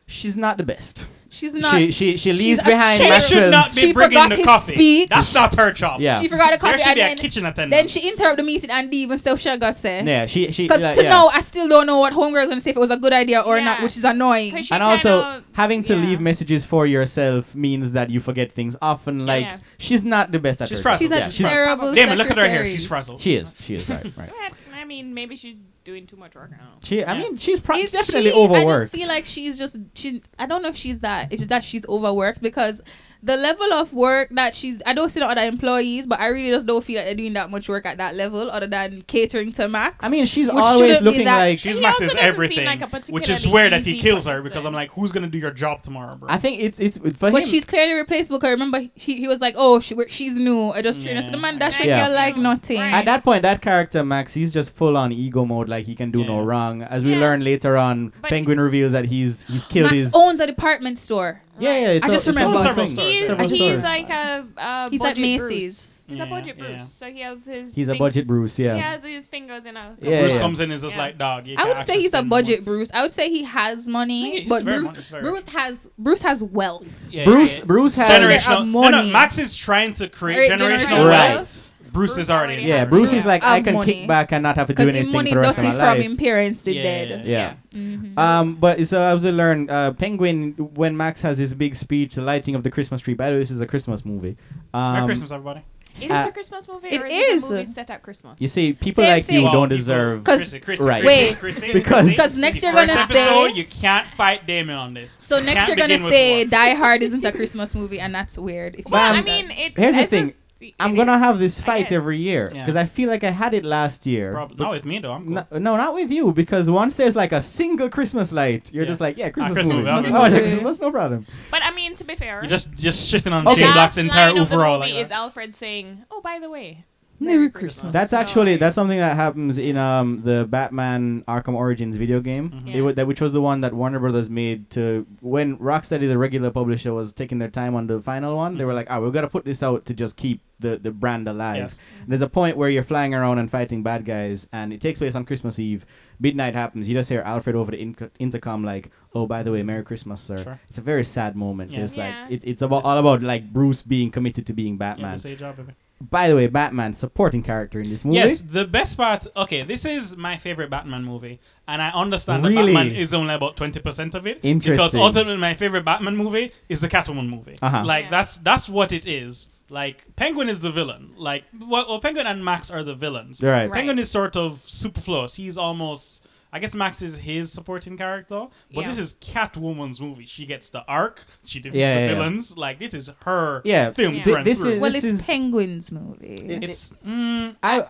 [SPEAKER 2] She's not the best.
[SPEAKER 3] She's not.
[SPEAKER 2] she she she leaves
[SPEAKER 3] a
[SPEAKER 2] behind
[SPEAKER 3] She
[SPEAKER 4] she
[SPEAKER 3] Maxwell's-
[SPEAKER 4] should not
[SPEAKER 2] Maxwell's.
[SPEAKER 4] be
[SPEAKER 3] She
[SPEAKER 4] bringing
[SPEAKER 3] forgot
[SPEAKER 4] the
[SPEAKER 3] his
[SPEAKER 4] coffee
[SPEAKER 3] speech.
[SPEAKER 4] that's not her job
[SPEAKER 2] Yeah.
[SPEAKER 3] she forgot
[SPEAKER 4] there
[SPEAKER 3] a coffee.
[SPEAKER 4] should
[SPEAKER 3] and
[SPEAKER 4] be a
[SPEAKER 3] then,
[SPEAKER 4] kitchen attendant
[SPEAKER 3] then she interrupted the meeting and leave and self sugar say.
[SPEAKER 2] Yeah, she she
[SPEAKER 3] Because
[SPEAKER 2] like,
[SPEAKER 3] to
[SPEAKER 2] yeah.
[SPEAKER 3] know, I still don't know what homegirl's gonna say if it was a good idea or
[SPEAKER 1] Yeah.
[SPEAKER 3] not, which is annoying.
[SPEAKER 1] 'Cause she
[SPEAKER 2] and also
[SPEAKER 1] kinda-
[SPEAKER 2] having to
[SPEAKER 1] yeah.
[SPEAKER 2] leave messages for yourself means that you forget things often. Like
[SPEAKER 1] Yeah.
[SPEAKER 2] she's not the best at
[SPEAKER 4] She's
[SPEAKER 2] her
[SPEAKER 4] frazzled.
[SPEAKER 3] She's
[SPEAKER 2] job.
[SPEAKER 3] a
[SPEAKER 4] Yeah, she's
[SPEAKER 3] terrible
[SPEAKER 4] Damn it, look at her hair
[SPEAKER 3] secretary.
[SPEAKER 4] she's frazzled
[SPEAKER 2] she is she is right right.
[SPEAKER 1] But, Eh, I mean, maybe she doing too much work. I don't know.
[SPEAKER 2] She, I
[SPEAKER 4] Yeah.
[SPEAKER 2] mean, she's probably
[SPEAKER 3] Is
[SPEAKER 2] definitely
[SPEAKER 3] she-
[SPEAKER 2] overworked.
[SPEAKER 3] I just feel like she's just she. I don't know if she's that if that she's overworked because the level of work that she's. I don't see the other employees, but I really just don't feel like they're doing that much work at that level, other than catering to Max.
[SPEAKER 2] I mean, she's
[SPEAKER 3] Which
[SPEAKER 2] always
[SPEAKER 3] shouldn't be
[SPEAKER 2] looking
[SPEAKER 3] that-
[SPEAKER 2] like
[SPEAKER 4] She's
[SPEAKER 1] he also
[SPEAKER 4] Max's
[SPEAKER 1] doesn't seem
[SPEAKER 4] everything,
[SPEAKER 1] like a
[SPEAKER 4] which is
[SPEAKER 1] particularly
[SPEAKER 4] where that he
[SPEAKER 1] easy
[SPEAKER 4] kills her
[SPEAKER 1] person.
[SPEAKER 4] because I'm like, who's gonna do your job tomorrow, bro?
[SPEAKER 2] I think it's it's for
[SPEAKER 3] but
[SPEAKER 2] him.
[SPEAKER 3] she's clearly replaceable. Cause remember, he, he was like, "Oh, she, we're- she's new. I just trained her." So the
[SPEAKER 4] Yeah.
[SPEAKER 3] man that
[SPEAKER 1] Yeah.
[SPEAKER 3] shake
[SPEAKER 2] Yeah.
[SPEAKER 3] her like nothing.
[SPEAKER 1] Right.
[SPEAKER 2] At that point, that character Max, he's just full on ego mode, like he can do no
[SPEAKER 4] Yeah.
[SPEAKER 2] wrong. As we
[SPEAKER 1] Yeah.
[SPEAKER 2] learn later on,
[SPEAKER 1] But-
[SPEAKER 2] Penguin reveals that he's he's killed
[SPEAKER 3] Max
[SPEAKER 2] his.
[SPEAKER 3] owns a department store.
[SPEAKER 2] yeah, yeah. It's
[SPEAKER 3] I
[SPEAKER 2] a- it's
[SPEAKER 3] just
[SPEAKER 2] a
[SPEAKER 3] remember.
[SPEAKER 2] whole
[SPEAKER 4] Several
[SPEAKER 2] thing.
[SPEAKER 4] stores,
[SPEAKER 1] He's,
[SPEAKER 4] several
[SPEAKER 1] he's
[SPEAKER 4] stores.
[SPEAKER 1] like a, a
[SPEAKER 3] He's
[SPEAKER 1] budget
[SPEAKER 3] at Macy's.
[SPEAKER 1] Bruce. He's a
[SPEAKER 4] Yeah,
[SPEAKER 1] budget Bruce,
[SPEAKER 4] yeah.
[SPEAKER 1] so he has his.
[SPEAKER 2] He's a
[SPEAKER 1] fing-
[SPEAKER 2] budget Bruce. Yeah.
[SPEAKER 1] He has his fingers in a.
[SPEAKER 2] Yeah,
[SPEAKER 4] Bruce
[SPEAKER 2] yeah.
[SPEAKER 4] comes in and is just
[SPEAKER 1] Yeah.
[SPEAKER 4] like, dog. you
[SPEAKER 3] I
[SPEAKER 4] can't
[SPEAKER 3] wouldn't say
[SPEAKER 4] actually
[SPEAKER 3] he's a
[SPEAKER 4] spend more."
[SPEAKER 3] budget Bruce. I would say he has money,
[SPEAKER 4] He's
[SPEAKER 3] but
[SPEAKER 4] very
[SPEAKER 3] Bruce,
[SPEAKER 4] mon- he's very
[SPEAKER 3] Bruce has Bruce has wealth.
[SPEAKER 4] Yeah,
[SPEAKER 2] Bruce.
[SPEAKER 4] yeah, yeah.
[SPEAKER 2] Bruce has.
[SPEAKER 3] Generation-
[SPEAKER 4] generational.
[SPEAKER 3] of
[SPEAKER 4] No, no,
[SPEAKER 3] money.
[SPEAKER 4] Max is trying to create
[SPEAKER 3] Right, generational
[SPEAKER 4] generational
[SPEAKER 2] Right.
[SPEAKER 4] wealth.
[SPEAKER 3] wealth.
[SPEAKER 4] Bruce is already. in
[SPEAKER 1] Bruce
[SPEAKER 2] Yeah.
[SPEAKER 4] charge.
[SPEAKER 2] Bruce is
[SPEAKER 1] Yeah.
[SPEAKER 2] like I
[SPEAKER 3] Have
[SPEAKER 2] can
[SPEAKER 3] money.
[SPEAKER 2] kick back and not have to do
[SPEAKER 3] Because
[SPEAKER 2] anything
[SPEAKER 3] money
[SPEAKER 2] for the rest of
[SPEAKER 3] dirty
[SPEAKER 2] my
[SPEAKER 3] from
[SPEAKER 2] life.
[SPEAKER 3] him parents did
[SPEAKER 4] Yeah,
[SPEAKER 3] dead.
[SPEAKER 4] yeah,
[SPEAKER 2] Yeah.
[SPEAKER 3] Mhm.
[SPEAKER 2] Um, but so as we learn, uh, Penguin when Max has his big speech, the lighting of the Christmas tree. By the way, this is a Christmas movie. Um,
[SPEAKER 4] Merry Christmas, everybody.
[SPEAKER 1] Is
[SPEAKER 2] Uh,
[SPEAKER 1] it a Christmas movie?
[SPEAKER 3] It
[SPEAKER 1] or is.
[SPEAKER 3] is.
[SPEAKER 1] It a movie set at Christmas.
[SPEAKER 2] You see, people
[SPEAKER 3] Same
[SPEAKER 2] like
[SPEAKER 3] thing.
[SPEAKER 2] you
[SPEAKER 4] Well,
[SPEAKER 2] don't
[SPEAKER 4] people-
[SPEAKER 2] deserve.
[SPEAKER 3] Cause-
[SPEAKER 4] Chrissy, Chrissy,
[SPEAKER 2] right.
[SPEAKER 4] Chrissy,
[SPEAKER 3] Wait.
[SPEAKER 4] Chrissy,
[SPEAKER 2] Because-
[SPEAKER 4] Chrissy.
[SPEAKER 3] Because next you're
[SPEAKER 4] First
[SPEAKER 3] gonna
[SPEAKER 4] episode,
[SPEAKER 3] say-
[SPEAKER 4] you can't fight Damon on this.
[SPEAKER 3] So
[SPEAKER 4] You
[SPEAKER 3] next
[SPEAKER 4] can't
[SPEAKER 3] you're gonna
[SPEAKER 4] begin with
[SPEAKER 3] say
[SPEAKER 4] war.
[SPEAKER 3] Die Hard isn't a Christmas movie, and that's weird. If you
[SPEAKER 2] Well,
[SPEAKER 3] say
[SPEAKER 1] I
[SPEAKER 2] I'm-
[SPEAKER 3] that.
[SPEAKER 1] mean, it,
[SPEAKER 2] Um, Here's the
[SPEAKER 1] it's
[SPEAKER 2] thing.
[SPEAKER 1] just-
[SPEAKER 2] I'm
[SPEAKER 1] it
[SPEAKER 2] gonna
[SPEAKER 1] is.
[SPEAKER 2] have this
[SPEAKER 1] I
[SPEAKER 2] fight
[SPEAKER 1] guess.
[SPEAKER 2] every year
[SPEAKER 4] Yeah.
[SPEAKER 2] because I feel like I had it last year.
[SPEAKER 4] Prob-
[SPEAKER 2] but-
[SPEAKER 4] not with me though. I'm cool.
[SPEAKER 2] No, no, not with you because once there's like a single Christmas light, you're
[SPEAKER 4] Yeah. Ah,
[SPEAKER 2] just like, yeah, Christmas,
[SPEAKER 4] Christmas
[SPEAKER 2] movie.
[SPEAKER 4] movie,
[SPEAKER 2] Oh, yeah,
[SPEAKER 3] obviously.
[SPEAKER 2] Christmas, no problem.
[SPEAKER 1] But I mean, to be fair,
[SPEAKER 4] You're just just shitting on
[SPEAKER 2] Okay.
[SPEAKER 4] Shane
[SPEAKER 1] the
[SPEAKER 4] Black's
[SPEAKER 1] last
[SPEAKER 4] entire
[SPEAKER 1] line of the
[SPEAKER 4] overall.
[SPEAKER 1] movie
[SPEAKER 4] like uh,
[SPEAKER 1] is Alfred saying, "Oh, by the way,
[SPEAKER 3] Merry Christmas."
[SPEAKER 2] That's
[SPEAKER 1] So-
[SPEAKER 2] actually that's something that happens in um the Batman Arkham Origins video game,
[SPEAKER 4] Mhm.
[SPEAKER 2] It wa- that, which was the one that Warner Brothers made to when Rocksteady, the regular publisher, was taking their time on the final one. They were like, ah, we've got to put this out to just keep the the brand alive.
[SPEAKER 4] Mm-hmm. Yes.
[SPEAKER 2] There's a point where you're flying around and fighting bad guys, and it takes place on Christmas Eve. Midnight happens. You just hear Alfred over the inc- intercom like, "Oh, by the way, Merry Christmas, sir."
[SPEAKER 4] Sure.
[SPEAKER 2] It's a very sad moment.
[SPEAKER 4] Yeah.
[SPEAKER 2] It's
[SPEAKER 1] Yeah.
[SPEAKER 2] like it, it's about all about like Bruce being committed to being
[SPEAKER 4] Yeah,
[SPEAKER 2] Batman.
[SPEAKER 4] just say your job, baby.
[SPEAKER 2] By the way, Batman supporting character in this movie.
[SPEAKER 4] Yes, the best part. Okay, this is my favorite Batman movie, and I understand that
[SPEAKER 2] Really?
[SPEAKER 4] Batman is only about twenty percent of it. Because
[SPEAKER 2] Interesting.
[SPEAKER 4] ultimately, my favorite Batman movie is the Catwoman movie.
[SPEAKER 2] Uh-huh.
[SPEAKER 4] Like
[SPEAKER 1] Yeah.
[SPEAKER 4] that's that's what it is. Like Penguin is the villain. Like well, well Penguin and Max are the villains.
[SPEAKER 2] You're right.
[SPEAKER 1] Right.
[SPEAKER 4] Penguin is sort of superfluous. He's almost. I guess Max is his supporting character, but
[SPEAKER 1] Yeah.
[SPEAKER 4] this is Catwoman's movie. She gets the arc. She defeats
[SPEAKER 2] Yeah,
[SPEAKER 4] the
[SPEAKER 2] yeah, yeah.
[SPEAKER 4] villains. Like this is her
[SPEAKER 2] Yeah,
[SPEAKER 4] film.
[SPEAKER 1] Yeah.
[SPEAKER 4] through and
[SPEAKER 2] this
[SPEAKER 4] through.
[SPEAKER 2] is-
[SPEAKER 3] well,
[SPEAKER 2] this
[SPEAKER 3] it's
[SPEAKER 2] is-
[SPEAKER 3] Penguin's movie.
[SPEAKER 2] It-
[SPEAKER 4] It's mm,
[SPEAKER 2] I,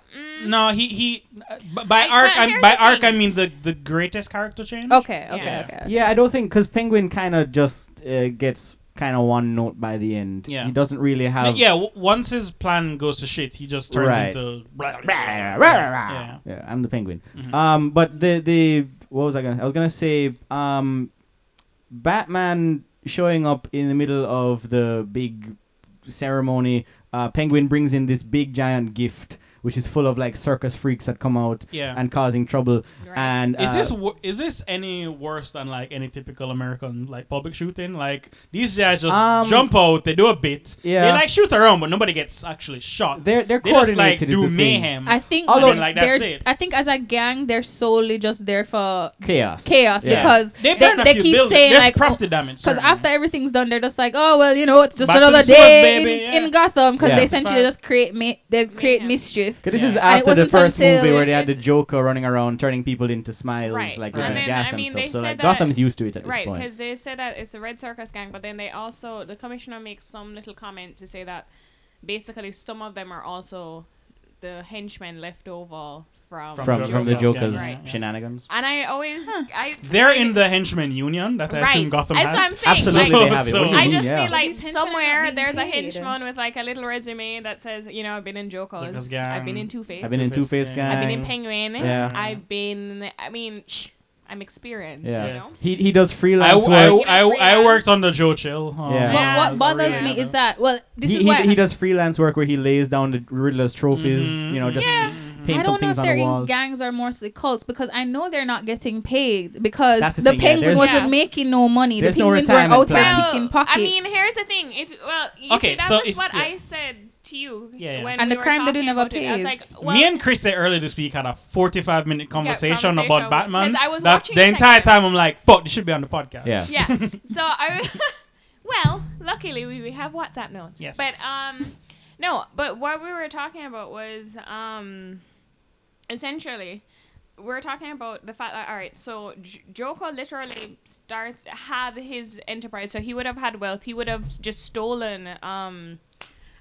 [SPEAKER 4] no, he he. Uh, b- by
[SPEAKER 1] Like,
[SPEAKER 4] arc,
[SPEAKER 1] but
[SPEAKER 4] I,
[SPEAKER 1] here's
[SPEAKER 4] by
[SPEAKER 1] the
[SPEAKER 4] arc,
[SPEAKER 1] thing.
[SPEAKER 4] I mean the the greatest character change.
[SPEAKER 2] Oh.
[SPEAKER 3] okay, okay,
[SPEAKER 1] Yeah.
[SPEAKER 3] okay.
[SPEAKER 2] yeah, I don't think because Penguin kind of just uh, gets kind of one note by the end.
[SPEAKER 4] Yeah.
[SPEAKER 2] he doesn't really
[SPEAKER 4] N-
[SPEAKER 2] have.
[SPEAKER 4] yeah, w- once his plan goes to shit, he just turns
[SPEAKER 2] Right.
[SPEAKER 4] into.
[SPEAKER 2] yeah. I'm the penguin. Um, but the the what was I gonna? I was gonna say um, Batman showing up in the middle of the big ceremony. Uh, penguin brings in this big giant gift, which is full of like circus freaks that come out
[SPEAKER 4] Yeah.
[SPEAKER 2] and causing trouble.
[SPEAKER 1] Right.
[SPEAKER 2] And
[SPEAKER 4] Is
[SPEAKER 2] uh,
[SPEAKER 4] this wo- is this any worse than like any typical American like public shooting? Like these guys just
[SPEAKER 2] Um,
[SPEAKER 4] jump out, they do a bit,
[SPEAKER 2] yeah.
[SPEAKER 4] they like shoot around, but nobody gets actually shot.
[SPEAKER 2] They're- they're
[SPEAKER 4] they just like
[SPEAKER 2] coordinated is the
[SPEAKER 4] do
[SPEAKER 2] thing.
[SPEAKER 4] mayhem.
[SPEAKER 3] I think
[SPEAKER 4] Although-
[SPEAKER 3] they're-
[SPEAKER 4] Like, that's
[SPEAKER 3] they're,
[SPEAKER 4] it.
[SPEAKER 3] I think as a gang, they're solely just there for
[SPEAKER 2] chaos?
[SPEAKER 3] chaos
[SPEAKER 2] Yeah.
[SPEAKER 3] because
[SPEAKER 4] they
[SPEAKER 3] they,
[SPEAKER 4] burn
[SPEAKER 3] they,
[SPEAKER 4] a few
[SPEAKER 3] keep
[SPEAKER 4] buildings.
[SPEAKER 3] saying
[SPEAKER 4] There's
[SPEAKER 3] like
[SPEAKER 4] property damage.
[SPEAKER 3] because
[SPEAKER 4] certainly.
[SPEAKER 3] after everything's done, they're just like, oh well, you know, it's just
[SPEAKER 4] Back to
[SPEAKER 3] another
[SPEAKER 4] the sewers,
[SPEAKER 3] day in,
[SPEAKER 4] baby, yeah.
[SPEAKER 3] in Gotham because
[SPEAKER 2] Yeah.
[SPEAKER 3] they essentially
[SPEAKER 4] Fine.
[SPEAKER 3] just create ma- they create
[SPEAKER 1] Mayhem.
[SPEAKER 3] mischief.
[SPEAKER 2] 'Cause this
[SPEAKER 4] Yeah.
[SPEAKER 2] is
[SPEAKER 4] And
[SPEAKER 3] it
[SPEAKER 2] after the
[SPEAKER 3] wasn't
[SPEAKER 2] first
[SPEAKER 3] until
[SPEAKER 2] movie where they had the
[SPEAKER 3] it's-
[SPEAKER 2] Joker running around turning people into smiles,
[SPEAKER 1] Right.
[SPEAKER 2] like with
[SPEAKER 4] And
[SPEAKER 2] his
[SPEAKER 4] then,
[SPEAKER 2] gas
[SPEAKER 1] I
[SPEAKER 2] and
[SPEAKER 1] mean,
[SPEAKER 2] stuff.
[SPEAKER 1] they
[SPEAKER 2] So
[SPEAKER 1] said
[SPEAKER 2] like
[SPEAKER 1] that-
[SPEAKER 2] Gotham's used to it at this
[SPEAKER 1] right
[SPEAKER 2] point.
[SPEAKER 1] because they said that it's a red circus gang but then they also the commissioner makes some little comment to say that basically some of them are also the henchmen left over from,
[SPEAKER 4] From
[SPEAKER 2] From
[SPEAKER 4] Joker's
[SPEAKER 2] from the
[SPEAKER 4] gang.
[SPEAKER 2] Joker's
[SPEAKER 1] Right.
[SPEAKER 2] shenanigans.
[SPEAKER 1] and i always i
[SPEAKER 4] they're in the henchman union that I assume
[SPEAKER 1] Right.
[SPEAKER 4] Gotham
[SPEAKER 1] That's
[SPEAKER 4] has.
[SPEAKER 1] what I'm saying.
[SPEAKER 2] Absolutely,
[SPEAKER 1] Like,
[SPEAKER 2] they have it. What do you
[SPEAKER 4] so-
[SPEAKER 1] I
[SPEAKER 2] mean?
[SPEAKER 1] just
[SPEAKER 2] Yeah.
[SPEAKER 1] feel like
[SPEAKER 3] These henchmen are not
[SPEAKER 1] somewhere
[SPEAKER 3] being
[SPEAKER 1] there's a
[SPEAKER 3] paid.
[SPEAKER 1] henchman with like a little resume that says, you know, I've been in Jokers,
[SPEAKER 4] Joker's gang.
[SPEAKER 1] I've been in Two Face,
[SPEAKER 2] I've been in Two Face
[SPEAKER 4] Two-Face Gang.
[SPEAKER 2] Gang.
[SPEAKER 1] I've been in Penguin,
[SPEAKER 2] Yeah.
[SPEAKER 1] I've been, I mean, I'm experienced,
[SPEAKER 2] Yeah.
[SPEAKER 1] you know.
[SPEAKER 2] He he does
[SPEAKER 4] I,
[SPEAKER 2] freelance
[SPEAKER 4] I,
[SPEAKER 2] work.
[SPEAKER 4] I, I worked on the Joe Chill. Oh,
[SPEAKER 2] Yeah.
[SPEAKER 4] man,
[SPEAKER 1] Yeah.
[SPEAKER 3] What,
[SPEAKER 4] that's
[SPEAKER 3] what bothers
[SPEAKER 1] really
[SPEAKER 3] me
[SPEAKER 4] bad.
[SPEAKER 3] is that well, this
[SPEAKER 2] He,
[SPEAKER 3] is
[SPEAKER 2] he,
[SPEAKER 3] why
[SPEAKER 2] he does freelance work where he lays down the Riddler's trophies,
[SPEAKER 4] Mhm,
[SPEAKER 2] you know, just
[SPEAKER 1] Mm-hmm. Yeah.
[SPEAKER 3] I
[SPEAKER 2] paint some
[SPEAKER 3] don't know
[SPEAKER 2] things
[SPEAKER 3] if
[SPEAKER 2] on
[SPEAKER 3] they're
[SPEAKER 2] the
[SPEAKER 3] in
[SPEAKER 2] walls.
[SPEAKER 3] gangs or mostly cults because I know they're not getting paid because
[SPEAKER 2] That's the
[SPEAKER 3] the,
[SPEAKER 2] thing, yeah,
[SPEAKER 3] penguin
[SPEAKER 2] there's-
[SPEAKER 3] wasn't
[SPEAKER 1] Yeah.
[SPEAKER 3] making no money. The
[SPEAKER 2] There's no
[SPEAKER 3] penguins were
[SPEAKER 2] retirement
[SPEAKER 3] out
[SPEAKER 2] plan.
[SPEAKER 3] here
[SPEAKER 1] Well,
[SPEAKER 3] picking pockets.
[SPEAKER 1] I mean, here's the thing. If well, you
[SPEAKER 4] Okay,
[SPEAKER 1] see, that
[SPEAKER 4] so
[SPEAKER 1] was
[SPEAKER 4] if-
[SPEAKER 1] what
[SPEAKER 4] yeah.
[SPEAKER 1] I said to you.
[SPEAKER 4] Yeah, yeah.
[SPEAKER 1] When
[SPEAKER 3] And
[SPEAKER 1] we
[SPEAKER 3] the
[SPEAKER 1] were
[SPEAKER 3] crime they do
[SPEAKER 1] talking
[SPEAKER 3] never
[SPEAKER 1] about it. I was
[SPEAKER 3] pays.
[SPEAKER 1] like, well,
[SPEAKER 4] Me and Chris earlier this week had a 45 minute conversation,
[SPEAKER 1] conversation
[SPEAKER 4] about Batman.
[SPEAKER 1] 'cause I was
[SPEAKER 4] that
[SPEAKER 1] watching
[SPEAKER 4] the
[SPEAKER 1] the
[SPEAKER 4] entire
[SPEAKER 1] second-
[SPEAKER 4] time I'm like, fuck, this should be on the podcast.
[SPEAKER 2] Yeah.
[SPEAKER 1] yeah. So I, well, luckily we, we have WhatsApp notes.
[SPEAKER 4] Yes.
[SPEAKER 1] But um, no. But what we were talking about was um, essentially we're talking about the fact that all right, so J- Joko literally starts had his enterprise, so he would have had wealth. He would have just stolen. Um,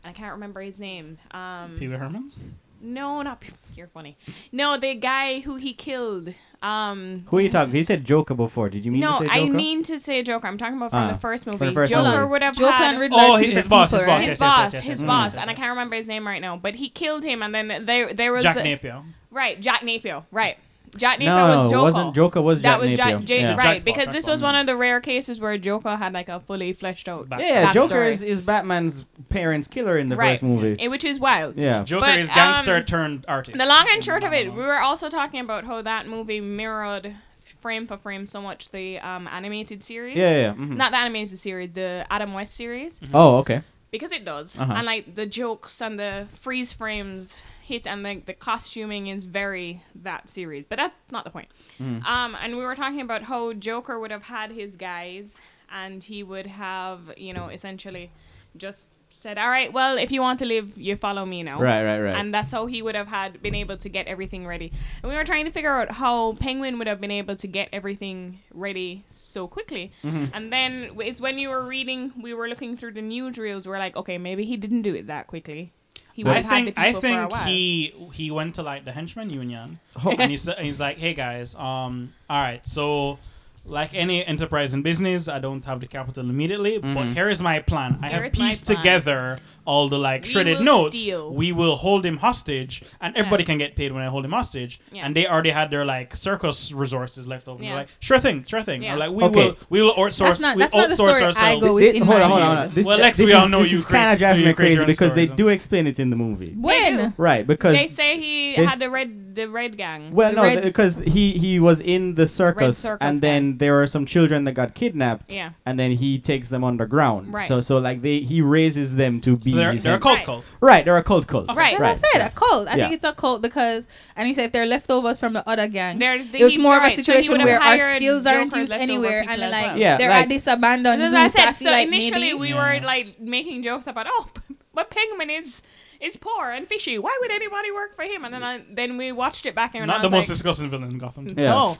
[SPEAKER 1] I can't remember his name. Um,
[SPEAKER 4] Pee Wee Herman's?
[SPEAKER 1] no, not P- you're funny. No, the guy who he killed. Um,
[SPEAKER 2] Who are you talking? He said Joker before. Did you mean
[SPEAKER 1] no,
[SPEAKER 2] to say Joker?
[SPEAKER 1] I mean to say Joker. I'm talking about from
[SPEAKER 2] Ah,
[SPEAKER 1] the first movie.
[SPEAKER 2] the first
[SPEAKER 1] Joker
[SPEAKER 2] movie.
[SPEAKER 1] would have
[SPEAKER 3] Joker
[SPEAKER 1] had
[SPEAKER 3] and Riddler.
[SPEAKER 4] Oh,
[SPEAKER 3] are two
[SPEAKER 4] his
[SPEAKER 3] different
[SPEAKER 4] boss,
[SPEAKER 3] people,
[SPEAKER 4] his boss,
[SPEAKER 3] right?
[SPEAKER 1] his
[SPEAKER 4] yes, yes,
[SPEAKER 1] boss,
[SPEAKER 4] yes, yes,
[SPEAKER 1] his
[SPEAKER 4] yes,
[SPEAKER 1] boss,
[SPEAKER 4] yes, yes,
[SPEAKER 1] and I
[SPEAKER 4] yes.
[SPEAKER 1] can't remember his name right now. But he killed him, and then there there was
[SPEAKER 4] Jack
[SPEAKER 1] a-
[SPEAKER 4] Napier.
[SPEAKER 1] right Jack Napier, right? Jack Napier
[SPEAKER 2] no,
[SPEAKER 1] was
[SPEAKER 2] no,
[SPEAKER 1] Joker.
[SPEAKER 2] it wasn't Joker. Was
[SPEAKER 1] that
[SPEAKER 2] Jack
[SPEAKER 1] was
[SPEAKER 2] Napier?
[SPEAKER 1] Jack, J-
[SPEAKER 2] yeah.
[SPEAKER 4] Jack-
[SPEAKER 1] right?
[SPEAKER 4] Jack's
[SPEAKER 1] because
[SPEAKER 4] fault,
[SPEAKER 1] this
[SPEAKER 4] that's
[SPEAKER 1] was
[SPEAKER 4] what I
[SPEAKER 1] one of the rare cases where Joker had like a fully fleshed out,
[SPEAKER 4] Back-
[SPEAKER 2] Yeah, yeah,
[SPEAKER 1] Backstory.
[SPEAKER 2] Joker is, is Batman's parents' killer in the
[SPEAKER 1] Right.
[SPEAKER 2] first movie.
[SPEAKER 1] eh, which is wild.
[SPEAKER 2] Yeah.
[SPEAKER 4] Joker
[SPEAKER 1] But,
[SPEAKER 4] is gangster
[SPEAKER 1] um,
[SPEAKER 4] turned artist.
[SPEAKER 1] The long and short of it, we were also talking about how that movie mirrored frame for frame so much the um, animated series.
[SPEAKER 2] Yeah, yeah, yeah, mhm.
[SPEAKER 1] Not the animated series, the Adam West series.
[SPEAKER 2] Oh, okay.
[SPEAKER 1] because it does
[SPEAKER 2] Uh-huh.
[SPEAKER 1] and like the jokes and the freeze frames hit and the, the costuming is very that series but that's not the point
[SPEAKER 2] Hmm.
[SPEAKER 1] um, and we were talking about how joker would have had his guys and he would have you know essentially just said all right well if you want to live you follow me now
[SPEAKER 2] Right, right, right.
[SPEAKER 1] and that's how he would have had been able to get everything ready and we were trying to figure out how penguin would have been able to get everything ready so quickly
[SPEAKER 4] Mm-hmm.
[SPEAKER 1] and then w- it's when you were reading we were looking through the newsreels we're like okay maybe he didn't do it that quickly he would
[SPEAKER 4] I
[SPEAKER 1] have had the
[SPEAKER 4] think
[SPEAKER 1] people
[SPEAKER 4] I
[SPEAKER 1] for a
[SPEAKER 4] think
[SPEAKER 1] while.
[SPEAKER 4] he he went to like the henchman union and he's, and he's like, hey guys, um, all right, so like any enterprise in business, I don't have the capital immediately, but
[SPEAKER 2] Mhm.
[SPEAKER 4] here is my plan. I
[SPEAKER 1] Here
[SPEAKER 4] have
[SPEAKER 1] is my
[SPEAKER 4] pieced
[SPEAKER 1] plan.
[SPEAKER 4] together all the like
[SPEAKER 1] We
[SPEAKER 4] shredded
[SPEAKER 1] will
[SPEAKER 4] notes.
[SPEAKER 1] steal."
[SPEAKER 4] We will hold him hostage, and everybody can get paid when I hold him hostage.
[SPEAKER 1] Yeah.
[SPEAKER 4] And they already had their like circus resources left over. and they're
[SPEAKER 1] Yeah.
[SPEAKER 4] Like sure thing, sure thing.
[SPEAKER 1] Yeah.
[SPEAKER 4] I'm like we
[SPEAKER 2] Okay.
[SPEAKER 4] will we will outsource.
[SPEAKER 3] That's not- that's
[SPEAKER 4] we
[SPEAKER 3] not the
[SPEAKER 4] outsource
[SPEAKER 3] story I
[SPEAKER 4] ourselves.
[SPEAKER 3] go with.
[SPEAKER 2] Thi-
[SPEAKER 3] Oh, in
[SPEAKER 2] hold
[SPEAKER 3] my
[SPEAKER 2] on, hold on, hold
[SPEAKER 3] head.
[SPEAKER 2] on. This,
[SPEAKER 4] Well, Lex,
[SPEAKER 2] this
[SPEAKER 4] we
[SPEAKER 2] is,
[SPEAKER 4] all know
[SPEAKER 2] this
[SPEAKER 4] you
[SPEAKER 2] is kind of
[SPEAKER 4] create-
[SPEAKER 2] driving
[SPEAKER 4] you
[SPEAKER 2] me
[SPEAKER 4] create your
[SPEAKER 2] crazy
[SPEAKER 4] own
[SPEAKER 2] because they
[SPEAKER 4] stories.
[SPEAKER 2] do explain it in the movie.
[SPEAKER 3] When?
[SPEAKER 2] Right, because
[SPEAKER 1] they say he
[SPEAKER 2] They s-
[SPEAKER 1] had the red the red gang
[SPEAKER 2] well,
[SPEAKER 3] The
[SPEAKER 2] no,
[SPEAKER 3] red-
[SPEAKER 2] because he he was in the circus,
[SPEAKER 1] circus
[SPEAKER 2] and then there were some children that got kidnapped.
[SPEAKER 1] Yeah.
[SPEAKER 2] and then he takes them underground.
[SPEAKER 1] Right.
[SPEAKER 2] So so like they he raises them to be.
[SPEAKER 4] So they're,
[SPEAKER 2] his
[SPEAKER 4] they're a
[SPEAKER 2] en-
[SPEAKER 4] cult
[SPEAKER 1] Right.
[SPEAKER 4] cult.
[SPEAKER 2] Right, they're a cult cult.
[SPEAKER 1] Right.
[SPEAKER 3] Like I said, a cult. I
[SPEAKER 2] Yeah.
[SPEAKER 3] think it's a cult because, and he said if they're leftovers from the other gang,
[SPEAKER 1] There's the-
[SPEAKER 3] it was
[SPEAKER 1] he's
[SPEAKER 3] more of
[SPEAKER 1] right,
[SPEAKER 3] a
[SPEAKER 1] so he
[SPEAKER 3] situation
[SPEAKER 1] would have
[SPEAKER 3] where our
[SPEAKER 1] hired
[SPEAKER 3] skills aren't
[SPEAKER 1] Joker's
[SPEAKER 3] used
[SPEAKER 1] leftover
[SPEAKER 3] anywhere,
[SPEAKER 1] people
[SPEAKER 3] and
[SPEAKER 1] as
[SPEAKER 3] like
[SPEAKER 1] well.
[SPEAKER 2] Yeah,
[SPEAKER 3] they're
[SPEAKER 2] like-
[SPEAKER 3] at this abandoned
[SPEAKER 1] That's
[SPEAKER 3] zoo.
[SPEAKER 1] what I
[SPEAKER 3] so I
[SPEAKER 1] said.
[SPEAKER 3] feel
[SPEAKER 1] So
[SPEAKER 3] like
[SPEAKER 1] initially
[SPEAKER 3] maybe
[SPEAKER 1] we
[SPEAKER 4] Yeah.
[SPEAKER 1] were like making jokes about oh, but Penguin is is poor and fishy. Why would anybody work for him? And then I, then we watched it back and I
[SPEAKER 4] Not
[SPEAKER 1] was
[SPEAKER 4] the most
[SPEAKER 1] like,
[SPEAKER 4] disgusting villain in Gotham.
[SPEAKER 2] Yeah.
[SPEAKER 1] no.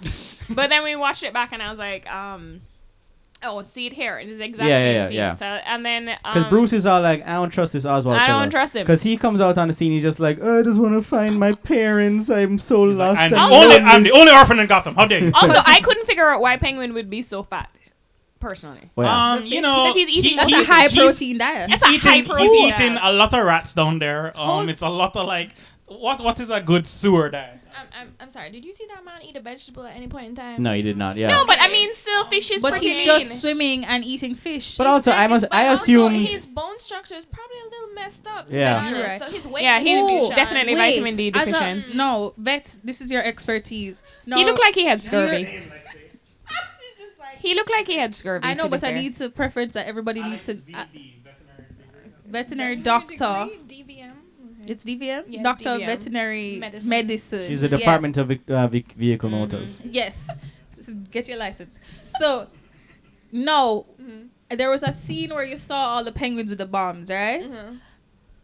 [SPEAKER 1] but then we watched it back and I was like, um, oh, see it here. It is exactly
[SPEAKER 2] Yeah, yeah, yeah,
[SPEAKER 1] scene.
[SPEAKER 2] yeah.
[SPEAKER 1] So and then
[SPEAKER 2] Because
[SPEAKER 1] um,
[SPEAKER 2] Bruce is all like, I don't trust this Oswald.
[SPEAKER 1] I don't trust him.
[SPEAKER 2] Because he comes out on the scene, he's just like, "Oh, I just want to find my parents. I'm so
[SPEAKER 4] He's like,
[SPEAKER 2] lost.
[SPEAKER 4] I'm, the
[SPEAKER 2] and
[SPEAKER 1] I'll
[SPEAKER 4] only,
[SPEAKER 1] go-
[SPEAKER 4] I'm the only orphan in Gotham. How dare you?
[SPEAKER 1] Also, I couldn't figure out why Penguin would be so fat. Personally,
[SPEAKER 2] Well, yeah.
[SPEAKER 4] Um, you know,
[SPEAKER 1] Because he's eating-
[SPEAKER 3] that's
[SPEAKER 1] he's-
[SPEAKER 3] a high
[SPEAKER 4] he's-
[SPEAKER 3] protein diet.
[SPEAKER 1] That's
[SPEAKER 4] He's
[SPEAKER 1] a high
[SPEAKER 4] eating, he's
[SPEAKER 1] protein
[SPEAKER 4] eating
[SPEAKER 1] diet.
[SPEAKER 4] a lot of rats down there. Um,
[SPEAKER 5] Hold-
[SPEAKER 4] it's a lot of like, what what is a good sewer diet?
[SPEAKER 5] I'm, I'm, I'm sorry. Did you see that man eat a vegetable at any point in
[SPEAKER 4] Um,
[SPEAKER 5] time?
[SPEAKER 2] no, he did not. Yeah.
[SPEAKER 1] no, but I mean, still, fish is
[SPEAKER 3] but
[SPEAKER 1] pretty
[SPEAKER 3] he's
[SPEAKER 1] lean.
[SPEAKER 3] just swimming and eating fish.
[SPEAKER 2] But also, I must.
[SPEAKER 5] But
[SPEAKER 2] I
[SPEAKER 5] also,
[SPEAKER 2] assumed.
[SPEAKER 5] his bone structure is probably a little messed up. To
[SPEAKER 2] Yeah.
[SPEAKER 5] be honest.
[SPEAKER 3] You're right.
[SPEAKER 5] So his weight
[SPEAKER 1] Yeah, he's
[SPEAKER 5] distribution-
[SPEAKER 1] definitely- vitamin D
[SPEAKER 3] as a-
[SPEAKER 1] deficient.
[SPEAKER 3] no, vet, this is your expertise. No,
[SPEAKER 1] he looked like he had
[SPEAKER 3] do you-
[SPEAKER 1] scurvy. He looked like he had scurvy.
[SPEAKER 3] I know,
[SPEAKER 1] to be
[SPEAKER 3] but I
[SPEAKER 1] fair.
[SPEAKER 3] need to preference that everybody needs to uh, veterinary
[SPEAKER 5] Veterinary
[SPEAKER 3] doctor.
[SPEAKER 5] degree, DVM. Okay.
[SPEAKER 3] It's DVM,
[SPEAKER 5] Yes,
[SPEAKER 3] doctor of
[SPEAKER 5] DVM.
[SPEAKER 3] veterinary medicine.
[SPEAKER 5] Medicine.
[SPEAKER 2] She's a
[SPEAKER 3] Yeah.
[SPEAKER 2] department of Vic- uh, Vic- vehicle
[SPEAKER 1] Mm-hmm.
[SPEAKER 2] motors.
[SPEAKER 3] Yes. So Get your license. So, no,
[SPEAKER 5] Mhm.
[SPEAKER 3] there was a scene where you saw all the penguins with the bombs, right?
[SPEAKER 1] Mm-hmm.
[SPEAKER 5] Mhm.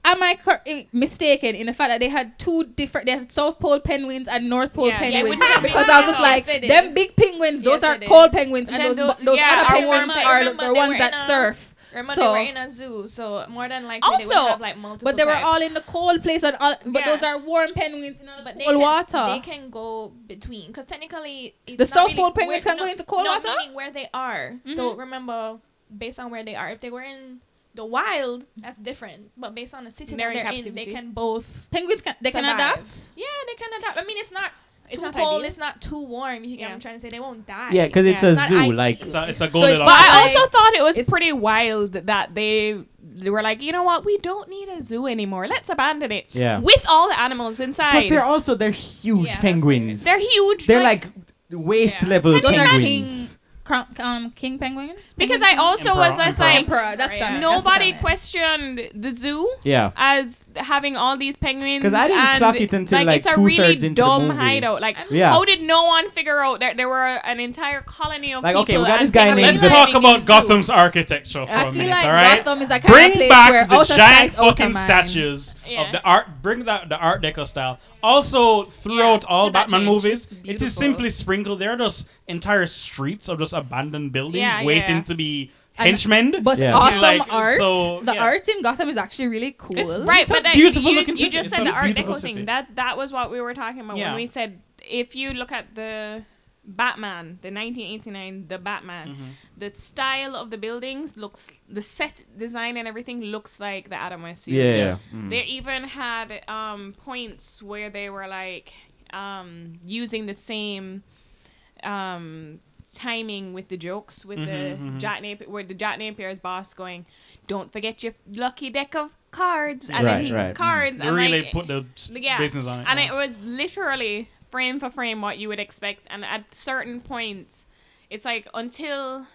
[SPEAKER 3] Am I cor- eh, mistaken in the fact that they had two different, they had South Pole penguins and North Pole
[SPEAKER 1] Yeah, yeah,
[SPEAKER 3] penguins?
[SPEAKER 1] which is a big
[SPEAKER 3] because I was just
[SPEAKER 1] deal.
[SPEAKER 3] like,
[SPEAKER 5] Yes, it is.
[SPEAKER 3] them big penguins, those
[SPEAKER 5] Yes,
[SPEAKER 3] are
[SPEAKER 5] it is.
[SPEAKER 3] cold penguins, and
[SPEAKER 1] Then
[SPEAKER 3] those,
[SPEAKER 1] tho-
[SPEAKER 3] bu- those
[SPEAKER 1] yeah,
[SPEAKER 3] other
[SPEAKER 1] I
[SPEAKER 3] penguins
[SPEAKER 1] remember-
[SPEAKER 3] are
[SPEAKER 5] remember
[SPEAKER 3] the
[SPEAKER 5] they
[SPEAKER 3] ones
[SPEAKER 5] were
[SPEAKER 3] that
[SPEAKER 5] in a-
[SPEAKER 3] surf.
[SPEAKER 5] Remember,
[SPEAKER 3] So-
[SPEAKER 5] they were in a zoo, so more than likely they
[SPEAKER 3] Also,
[SPEAKER 5] would have like multiple.
[SPEAKER 3] But they were
[SPEAKER 5] types.
[SPEAKER 3] all in the cold place, and all, but
[SPEAKER 1] Yeah.
[SPEAKER 3] those are warm penguins in all the
[SPEAKER 5] But they
[SPEAKER 3] cold
[SPEAKER 5] can,
[SPEAKER 3] water.
[SPEAKER 5] They can go between because technically it's
[SPEAKER 3] The
[SPEAKER 5] not
[SPEAKER 3] South
[SPEAKER 5] really
[SPEAKER 3] Pole penguins
[SPEAKER 5] where-
[SPEAKER 3] can go into cold
[SPEAKER 5] no,
[SPEAKER 3] water? Mm-hmm.
[SPEAKER 5] meaning where they are. So remember, based on where they are, if they were in the wild, that's different. But based on the city
[SPEAKER 1] They're in
[SPEAKER 5] they're, they're in, they
[SPEAKER 1] captivity.
[SPEAKER 5] can both.
[SPEAKER 3] penguins can, they can
[SPEAKER 5] survive.
[SPEAKER 3] adapt.
[SPEAKER 5] Yeah, they can adapt. I mean, it's not
[SPEAKER 1] It's
[SPEAKER 5] too
[SPEAKER 1] not
[SPEAKER 5] cold.
[SPEAKER 1] ideal.
[SPEAKER 5] It's not too warm. You get what
[SPEAKER 1] Yeah.
[SPEAKER 5] I'm trying to say? They won't die.
[SPEAKER 2] Yeah, because it's
[SPEAKER 1] Yeah,
[SPEAKER 2] a
[SPEAKER 5] it's not
[SPEAKER 2] zoo.
[SPEAKER 5] ideal.
[SPEAKER 2] Like,
[SPEAKER 4] It's a, it's a
[SPEAKER 3] it's
[SPEAKER 4] golden.
[SPEAKER 1] But I
[SPEAKER 3] Like,
[SPEAKER 1] also thought it was
[SPEAKER 3] it's-
[SPEAKER 1] pretty wild that they they were like, you know what, we don't need a zoo anymore. Let's abandon it.
[SPEAKER 2] Yeah.
[SPEAKER 1] With all the animals inside.
[SPEAKER 2] but they're also they're huge
[SPEAKER 5] Yeah, that's
[SPEAKER 2] penguins.
[SPEAKER 1] They're huge.
[SPEAKER 2] They're like waist level
[SPEAKER 3] Those are
[SPEAKER 2] penguins.
[SPEAKER 3] Crown, um, King Penguin?
[SPEAKER 1] Because I also was
[SPEAKER 4] Emperor,
[SPEAKER 1] just
[SPEAKER 4] emperor.
[SPEAKER 1] like,
[SPEAKER 3] Emperor. That's
[SPEAKER 5] Right.
[SPEAKER 3] fine.
[SPEAKER 1] nobody
[SPEAKER 3] questioned.
[SPEAKER 1] questioned the zoo
[SPEAKER 2] Yeah.
[SPEAKER 1] as having all these penguins.
[SPEAKER 2] Because I didn't
[SPEAKER 1] and,
[SPEAKER 2] clock it until, like,
[SPEAKER 1] it's a
[SPEAKER 2] two-thirds
[SPEAKER 1] really
[SPEAKER 2] into the
[SPEAKER 1] dumb
[SPEAKER 2] movie.
[SPEAKER 1] hideout. Like,
[SPEAKER 2] Yeah.
[SPEAKER 1] how did no one figure out that there were an entire colony of
[SPEAKER 2] Like,
[SPEAKER 1] people?
[SPEAKER 2] okay, we got
[SPEAKER 1] and
[SPEAKER 2] this guy
[SPEAKER 1] they were
[SPEAKER 4] Let's
[SPEAKER 2] named-
[SPEAKER 1] living
[SPEAKER 4] talk
[SPEAKER 1] in
[SPEAKER 4] about
[SPEAKER 1] zoo?
[SPEAKER 4] Gotham's architecture for
[SPEAKER 3] I
[SPEAKER 4] a
[SPEAKER 3] feel
[SPEAKER 4] minute,
[SPEAKER 3] like
[SPEAKER 4] all right?
[SPEAKER 3] Gotham is a kind of
[SPEAKER 4] Bring
[SPEAKER 3] place where
[SPEAKER 4] back the
[SPEAKER 3] out of
[SPEAKER 4] giant
[SPEAKER 3] sight, out of
[SPEAKER 4] fucking
[SPEAKER 3] mind.
[SPEAKER 4] statues
[SPEAKER 1] Yeah.
[SPEAKER 4] of the art. Bring that the Art Deco style. Also, throughout
[SPEAKER 1] Yeah,
[SPEAKER 4] all
[SPEAKER 1] look at that
[SPEAKER 4] Batman
[SPEAKER 1] change.
[SPEAKER 4] movies,
[SPEAKER 1] It's
[SPEAKER 4] it is
[SPEAKER 1] beautiful.
[SPEAKER 4] simply sprinkled. There are just entire streets of just abandoned buildings
[SPEAKER 1] Yeah,
[SPEAKER 4] waiting
[SPEAKER 1] yeah.
[SPEAKER 4] to be
[SPEAKER 3] And-
[SPEAKER 4] henchmen.
[SPEAKER 3] But
[SPEAKER 2] Yeah.
[SPEAKER 3] awesome
[SPEAKER 4] Like,
[SPEAKER 3] art.
[SPEAKER 4] so,
[SPEAKER 3] the
[SPEAKER 4] yeah.
[SPEAKER 3] art in Gotham is actually really cool.
[SPEAKER 4] It's
[SPEAKER 1] Right,
[SPEAKER 4] a
[SPEAKER 1] but that
[SPEAKER 4] beautiful
[SPEAKER 1] you,
[SPEAKER 4] looking
[SPEAKER 1] you
[SPEAKER 4] city.
[SPEAKER 1] just
[SPEAKER 4] It's
[SPEAKER 1] said
[SPEAKER 4] a
[SPEAKER 1] the Art
[SPEAKER 4] beautiful
[SPEAKER 1] Deco
[SPEAKER 4] city.
[SPEAKER 1] thing. That that was what we were talking about
[SPEAKER 4] Yeah.
[SPEAKER 1] when we said if you look at the Batman, the 1989, the Batman,
[SPEAKER 4] Mm-hmm.
[SPEAKER 1] the style of the buildings looks, the set design and everything looks like the Adam West
[SPEAKER 2] Yeah.
[SPEAKER 1] series.
[SPEAKER 4] Yes.
[SPEAKER 2] yeah. Mm.
[SPEAKER 1] They even had um, points where they were like um, using the same um, timing with the jokes with
[SPEAKER 4] Mhm,
[SPEAKER 1] the
[SPEAKER 2] Mm-hmm,
[SPEAKER 4] mhm.
[SPEAKER 1] Jack Napier, where the Jack Napier's boss going, "Don't forget your lucky deck of cards," and
[SPEAKER 2] Right,
[SPEAKER 1] then he
[SPEAKER 2] right.
[SPEAKER 1] cards
[SPEAKER 4] They
[SPEAKER 1] and
[SPEAKER 4] Mm. really
[SPEAKER 1] like,
[SPEAKER 4] put the s-
[SPEAKER 1] yeah.
[SPEAKER 4] business on it.
[SPEAKER 1] and it
[SPEAKER 4] yeah.
[SPEAKER 1] was literally frame for frame what you would expect. And at certain points, it's like until.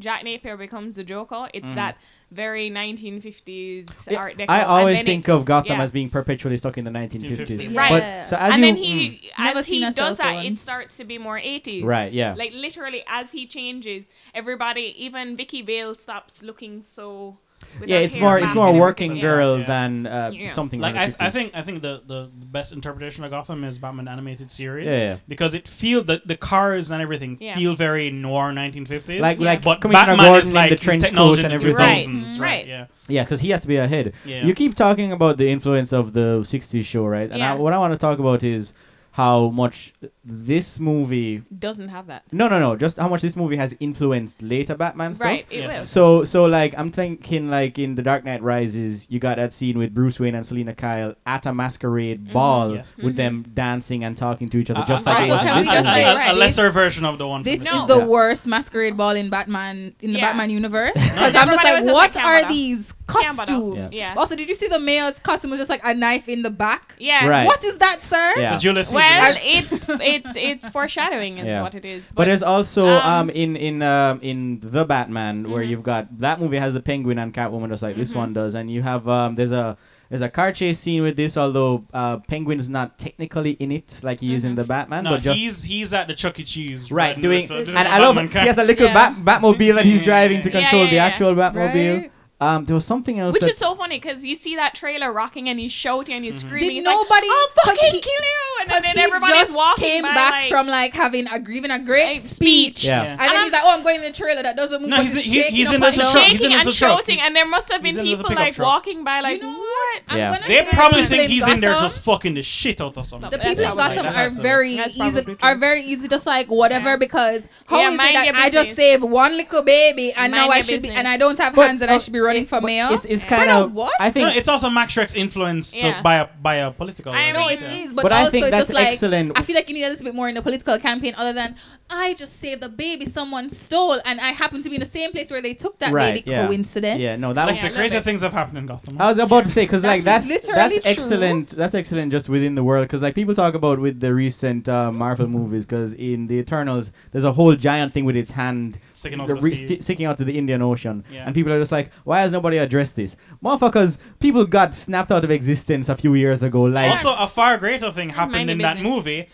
[SPEAKER 1] Jack Napier becomes the Joker. It's that very 1950s
[SPEAKER 2] Mm-hmm. Yeah,
[SPEAKER 1] Art Deco.
[SPEAKER 2] I
[SPEAKER 1] and
[SPEAKER 2] always
[SPEAKER 1] then it-
[SPEAKER 2] think of Gotham
[SPEAKER 1] yeah.
[SPEAKER 2] as being perpetually stuck in the 1950s.
[SPEAKER 1] Right.
[SPEAKER 2] But, so as
[SPEAKER 1] and
[SPEAKER 2] you,
[SPEAKER 1] then he,
[SPEAKER 4] mm.
[SPEAKER 3] Never
[SPEAKER 1] as he
[SPEAKER 3] seen a
[SPEAKER 1] does
[SPEAKER 3] cell
[SPEAKER 1] that,
[SPEAKER 3] phone.
[SPEAKER 1] it starts to be more 80s.
[SPEAKER 2] Mm, right, yeah.
[SPEAKER 1] Like literally, as he changes, everybody, even Vicky Vale, stops looking so. with
[SPEAKER 2] yeah,
[SPEAKER 1] her
[SPEAKER 2] it's
[SPEAKER 1] hair
[SPEAKER 2] more
[SPEAKER 1] back
[SPEAKER 2] it's
[SPEAKER 1] and
[SPEAKER 2] more
[SPEAKER 1] everything.
[SPEAKER 2] working
[SPEAKER 1] Yeah.
[SPEAKER 2] girl
[SPEAKER 4] Yeah.
[SPEAKER 2] than uh,
[SPEAKER 1] Yeah.
[SPEAKER 2] something
[SPEAKER 4] like I,
[SPEAKER 2] Like
[SPEAKER 4] th- I think I think the, the best interpretation of Gotham is Batman animated series
[SPEAKER 2] Yeah, yeah.
[SPEAKER 4] because it feels the the cars and everything
[SPEAKER 1] Yeah.
[SPEAKER 4] feel very noir 1950s
[SPEAKER 2] like
[SPEAKER 1] Yeah.
[SPEAKER 2] like
[SPEAKER 4] but
[SPEAKER 2] Commissioner
[SPEAKER 4] Batman
[SPEAKER 2] Gordon
[SPEAKER 4] is
[SPEAKER 2] in
[SPEAKER 4] like
[SPEAKER 2] the
[SPEAKER 4] he's
[SPEAKER 2] trench coat
[SPEAKER 4] technology
[SPEAKER 2] and
[SPEAKER 4] in the
[SPEAKER 2] everything.
[SPEAKER 1] Right. Mm-hmm.
[SPEAKER 4] 2000s,
[SPEAKER 1] Right.
[SPEAKER 4] yeah
[SPEAKER 2] Yeah, because he has to be ahead.
[SPEAKER 4] Yeah.
[SPEAKER 2] You keep talking about the influence of the 60s show, right? And I,
[SPEAKER 1] Yeah.
[SPEAKER 2] what I want to talk about is how much this movie
[SPEAKER 1] Doesn't have that.
[SPEAKER 2] no no no just how much this movie has influenced later batman stuff
[SPEAKER 1] Right. It
[SPEAKER 4] Yes.
[SPEAKER 1] will.
[SPEAKER 2] so so like i'm thinking like in the dark knight rises you got that scene with bruce wayne and selena kyle at a masquerade
[SPEAKER 1] Mm-hmm.
[SPEAKER 2] ball
[SPEAKER 4] Yes.
[SPEAKER 2] with them dancing and talking to each other
[SPEAKER 4] Uh,
[SPEAKER 2] just
[SPEAKER 4] uh,
[SPEAKER 2] like
[SPEAKER 3] Also,
[SPEAKER 2] they
[SPEAKER 4] uh,
[SPEAKER 2] did
[SPEAKER 3] can
[SPEAKER 2] this
[SPEAKER 3] we
[SPEAKER 4] uh,
[SPEAKER 3] just
[SPEAKER 4] uh,
[SPEAKER 2] movie.
[SPEAKER 3] say,
[SPEAKER 4] a,
[SPEAKER 3] right,
[SPEAKER 4] a lesser
[SPEAKER 3] this-
[SPEAKER 4] version of the one from
[SPEAKER 3] This
[SPEAKER 4] the
[SPEAKER 1] No.
[SPEAKER 3] is the
[SPEAKER 2] Yes.
[SPEAKER 3] worst masquerade ball in Batman in the
[SPEAKER 1] Yeah.
[SPEAKER 3] Batman universe because I'm
[SPEAKER 1] Everybody
[SPEAKER 3] just
[SPEAKER 1] was
[SPEAKER 3] like,
[SPEAKER 1] just
[SPEAKER 3] what
[SPEAKER 1] like,
[SPEAKER 3] are
[SPEAKER 1] Gambada.
[SPEAKER 3] these
[SPEAKER 1] Gambada.
[SPEAKER 3] costumes?
[SPEAKER 1] Yeah.
[SPEAKER 3] Also, did you see the mayor's costume was just like a knife in the back?
[SPEAKER 1] Yeah.
[SPEAKER 2] Right.
[SPEAKER 3] What is that, sir?
[SPEAKER 2] Yeah.
[SPEAKER 4] So Julius Caesar.
[SPEAKER 1] Well, it's it's it's foreshadowing is
[SPEAKER 2] Yeah.
[SPEAKER 1] what it is. But,
[SPEAKER 2] But there's also um,
[SPEAKER 1] um,
[SPEAKER 2] in in um, in the Batman where
[SPEAKER 1] Mhm.
[SPEAKER 2] you've got that movie has the Penguin and Catwoman just like this
[SPEAKER 1] Mhm.
[SPEAKER 2] one does, and you have um, there's a there's a car chase scene with this, although uh, Penguin's not technically in it like he
[SPEAKER 1] Mm-hmm.
[SPEAKER 2] is in the Batman,
[SPEAKER 4] no,
[SPEAKER 2] but just
[SPEAKER 4] he's he's at the Chuck E. Cheese
[SPEAKER 2] right
[SPEAKER 4] riding
[SPEAKER 2] doing.
[SPEAKER 4] with a-
[SPEAKER 2] and
[SPEAKER 4] with a
[SPEAKER 2] I love
[SPEAKER 4] Batman
[SPEAKER 2] he has
[SPEAKER 4] cat.
[SPEAKER 2] a little
[SPEAKER 3] Yeah.
[SPEAKER 2] bat, Batmobile that he's
[SPEAKER 4] Yeah,
[SPEAKER 2] driving to
[SPEAKER 4] yeah,
[SPEAKER 2] control
[SPEAKER 1] yeah,
[SPEAKER 2] the
[SPEAKER 1] yeah.
[SPEAKER 2] actual Batmobile.
[SPEAKER 3] Right?
[SPEAKER 2] Um, there was something else.
[SPEAKER 1] which
[SPEAKER 2] that's-
[SPEAKER 1] is so funny because you see that trailer rocking and he's shouting and he's
[SPEAKER 4] Mm-hmm.
[SPEAKER 1] screaming.
[SPEAKER 3] Did
[SPEAKER 1] he's
[SPEAKER 3] nobody-
[SPEAKER 1] Like, I'll
[SPEAKER 3] 'cause
[SPEAKER 1] fucking
[SPEAKER 3] he-
[SPEAKER 1] kill you! And
[SPEAKER 3] Because
[SPEAKER 1] then,
[SPEAKER 3] he
[SPEAKER 1] everybody's
[SPEAKER 3] just
[SPEAKER 1] walking
[SPEAKER 3] came
[SPEAKER 1] by,
[SPEAKER 3] back
[SPEAKER 1] like-
[SPEAKER 3] from like having a giving a great
[SPEAKER 1] A
[SPEAKER 3] speech.
[SPEAKER 1] speech.
[SPEAKER 2] Yeah.
[SPEAKER 4] Yeah.
[SPEAKER 3] And, then
[SPEAKER 1] And
[SPEAKER 3] he's like, oh, I'm going in a trailer that doesn't move.
[SPEAKER 4] No,
[SPEAKER 3] but
[SPEAKER 4] he's-
[SPEAKER 3] it's
[SPEAKER 4] he-
[SPEAKER 3] shaking
[SPEAKER 4] he's
[SPEAKER 3] up
[SPEAKER 4] in a
[SPEAKER 3] and
[SPEAKER 4] little
[SPEAKER 3] down.
[SPEAKER 4] truck. He's
[SPEAKER 1] shaking
[SPEAKER 4] in a
[SPEAKER 1] and
[SPEAKER 4] truck.
[SPEAKER 1] shouting,
[SPEAKER 4] He's-
[SPEAKER 1] and there must have
[SPEAKER 4] he's
[SPEAKER 1] been
[SPEAKER 4] in a little
[SPEAKER 1] people
[SPEAKER 4] pickup
[SPEAKER 1] like
[SPEAKER 4] truck.
[SPEAKER 1] walking by, like
[SPEAKER 3] You know
[SPEAKER 1] what?
[SPEAKER 3] what? I'm
[SPEAKER 2] Yeah.
[SPEAKER 3] gonna
[SPEAKER 4] They
[SPEAKER 3] say
[SPEAKER 4] probably
[SPEAKER 3] people
[SPEAKER 4] think
[SPEAKER 3] in
[SPEAKER 4] he's in there
[SPEAKER 3] Gotham-
[SPEAKER 4] just fucking the shit out of something.
[SPEAKER 3] The
[SPEAKER 1] That's
[SPEAKER 3] people
[SPEAKER 1] how
[SPEAKER 3] in
[SPEAKER 1] we like
[SPEAKER 3] Gotham
[SPEAKER 1] that
[SPEAKER 3] are
[SPEAKER 4] hustle.
[SPEAKER 3] very
[SPEAKER 1] That's
[SPEAKER 3] easy.
[SPEAKER 1] probably
[SPEAKER 3] Are very easy. Just like whatever,
[SPEAKER 1] Yeah.
[SPEAKER 3] because how
[SPEAKER 1] Yeah,
[SPEAKER 3] is it
[SPEAKER 1] mind
[SPEAKER 3] that
[SPEAKER 1] your
[SPEAKER 3] I just
[SPEAKER 1] business.
[SPEAKER 3] saved one little baby and now
[SPEAKER 1] Mind
[SPEAKER 3] I
[SPEAKER 1] your
[SPEAKER 3] should be
[SPEAKER 1] business.
[SPEAKER 3] and I don't have
[SPEAKER 2] But,
[SPEAKER 3] hands and I
[SPEAKER 2] uh,
[SPEAKER 3] should be running for
[SPEAKER 2] but
[SPEAKER 3] mayor?
[SPEAKER 2] It's, it's
[SPEAKER 1] Yeah.
[SPEAKER 2] kind
[SPEAKER 3] But, uh,
[SPEAKER 2] of
[SPEAKER 3] what?
[SPEAKER 2] I think
[SPEAKER 4] no, it's also Max Shrek's influence to-
[SPEAKER 1] Yeah.
[SPEAKER 4] by a by a political.
[SPEAKER 1] I
[SPEAKER 4] element,
[SPEAKER 3] No,
[SPEAKER 1] mean,
[SPEAKER 3] it
[SPEAKER 4] yeah.
[SPEAKER 3] is, but,
[SPEAKER 2] But I
[SPEAKER 3] also
[SPEAKER 2] think
[SPEAKER 3] it's
[SPEAKER 2] that's
[SPEAKER 3] just like
[SPEAKER 2] excellent.
[SPEAKER 3] I feel like you need a little bit more in the political campaign other than I just saved the baby someone stole and I happen to be in the same place where they took that
[SPEAKER 2] Right,
[SPEAKER 3] baby.
[SPEAKER 2] yeah.
[SPEAKER 3] Coincidence?
[SPEAKER 2] yeah. No, that
[SPEAKER 4] Like
[SPEAKER 2] was
[SPEAKER 1] Yeah,
[SPEAKER 4] the
[SPEAKER 1] I love
[SPEAKER 4] crazy
[SPEAKER 1] it.
[SPEAKER 4] things have happened in Gotham.
[SPEAKER 2] I was about to say because like
[SPEAKER 3] That's
[SPEAKER 2] that's that's
[SPEAKER 3] literally true.
[SPEAKER 2] excellent. That's excellent just within the world because like people talk about with the recent uh, Marvel movies because in the Eternals there's a whole giant thing with its hand
[SPEAKER 4] Sticking out
[SPEAKER 2] the
[SPEAKER 4] to
[SPEAKER 2] re-
[SPEAKER 4] sea.
[SPEAKER 2] sti- sticking out to the Indian Ocean
[SPEAKER 4] Yeah.
[SPEAKER 2] and people are just like why has nobody addressed this motherfuckers people got snapped out of existence a few years ago like
[SPEAKER 4] Also, a far greater thing
[SPEAKER 1] Mind
[SPEAKER 4] happened
[SPEAKER 1] your
[SPEAKER 4] in that
[SPEAKER 1] business.
[SPEAKER 4] movie.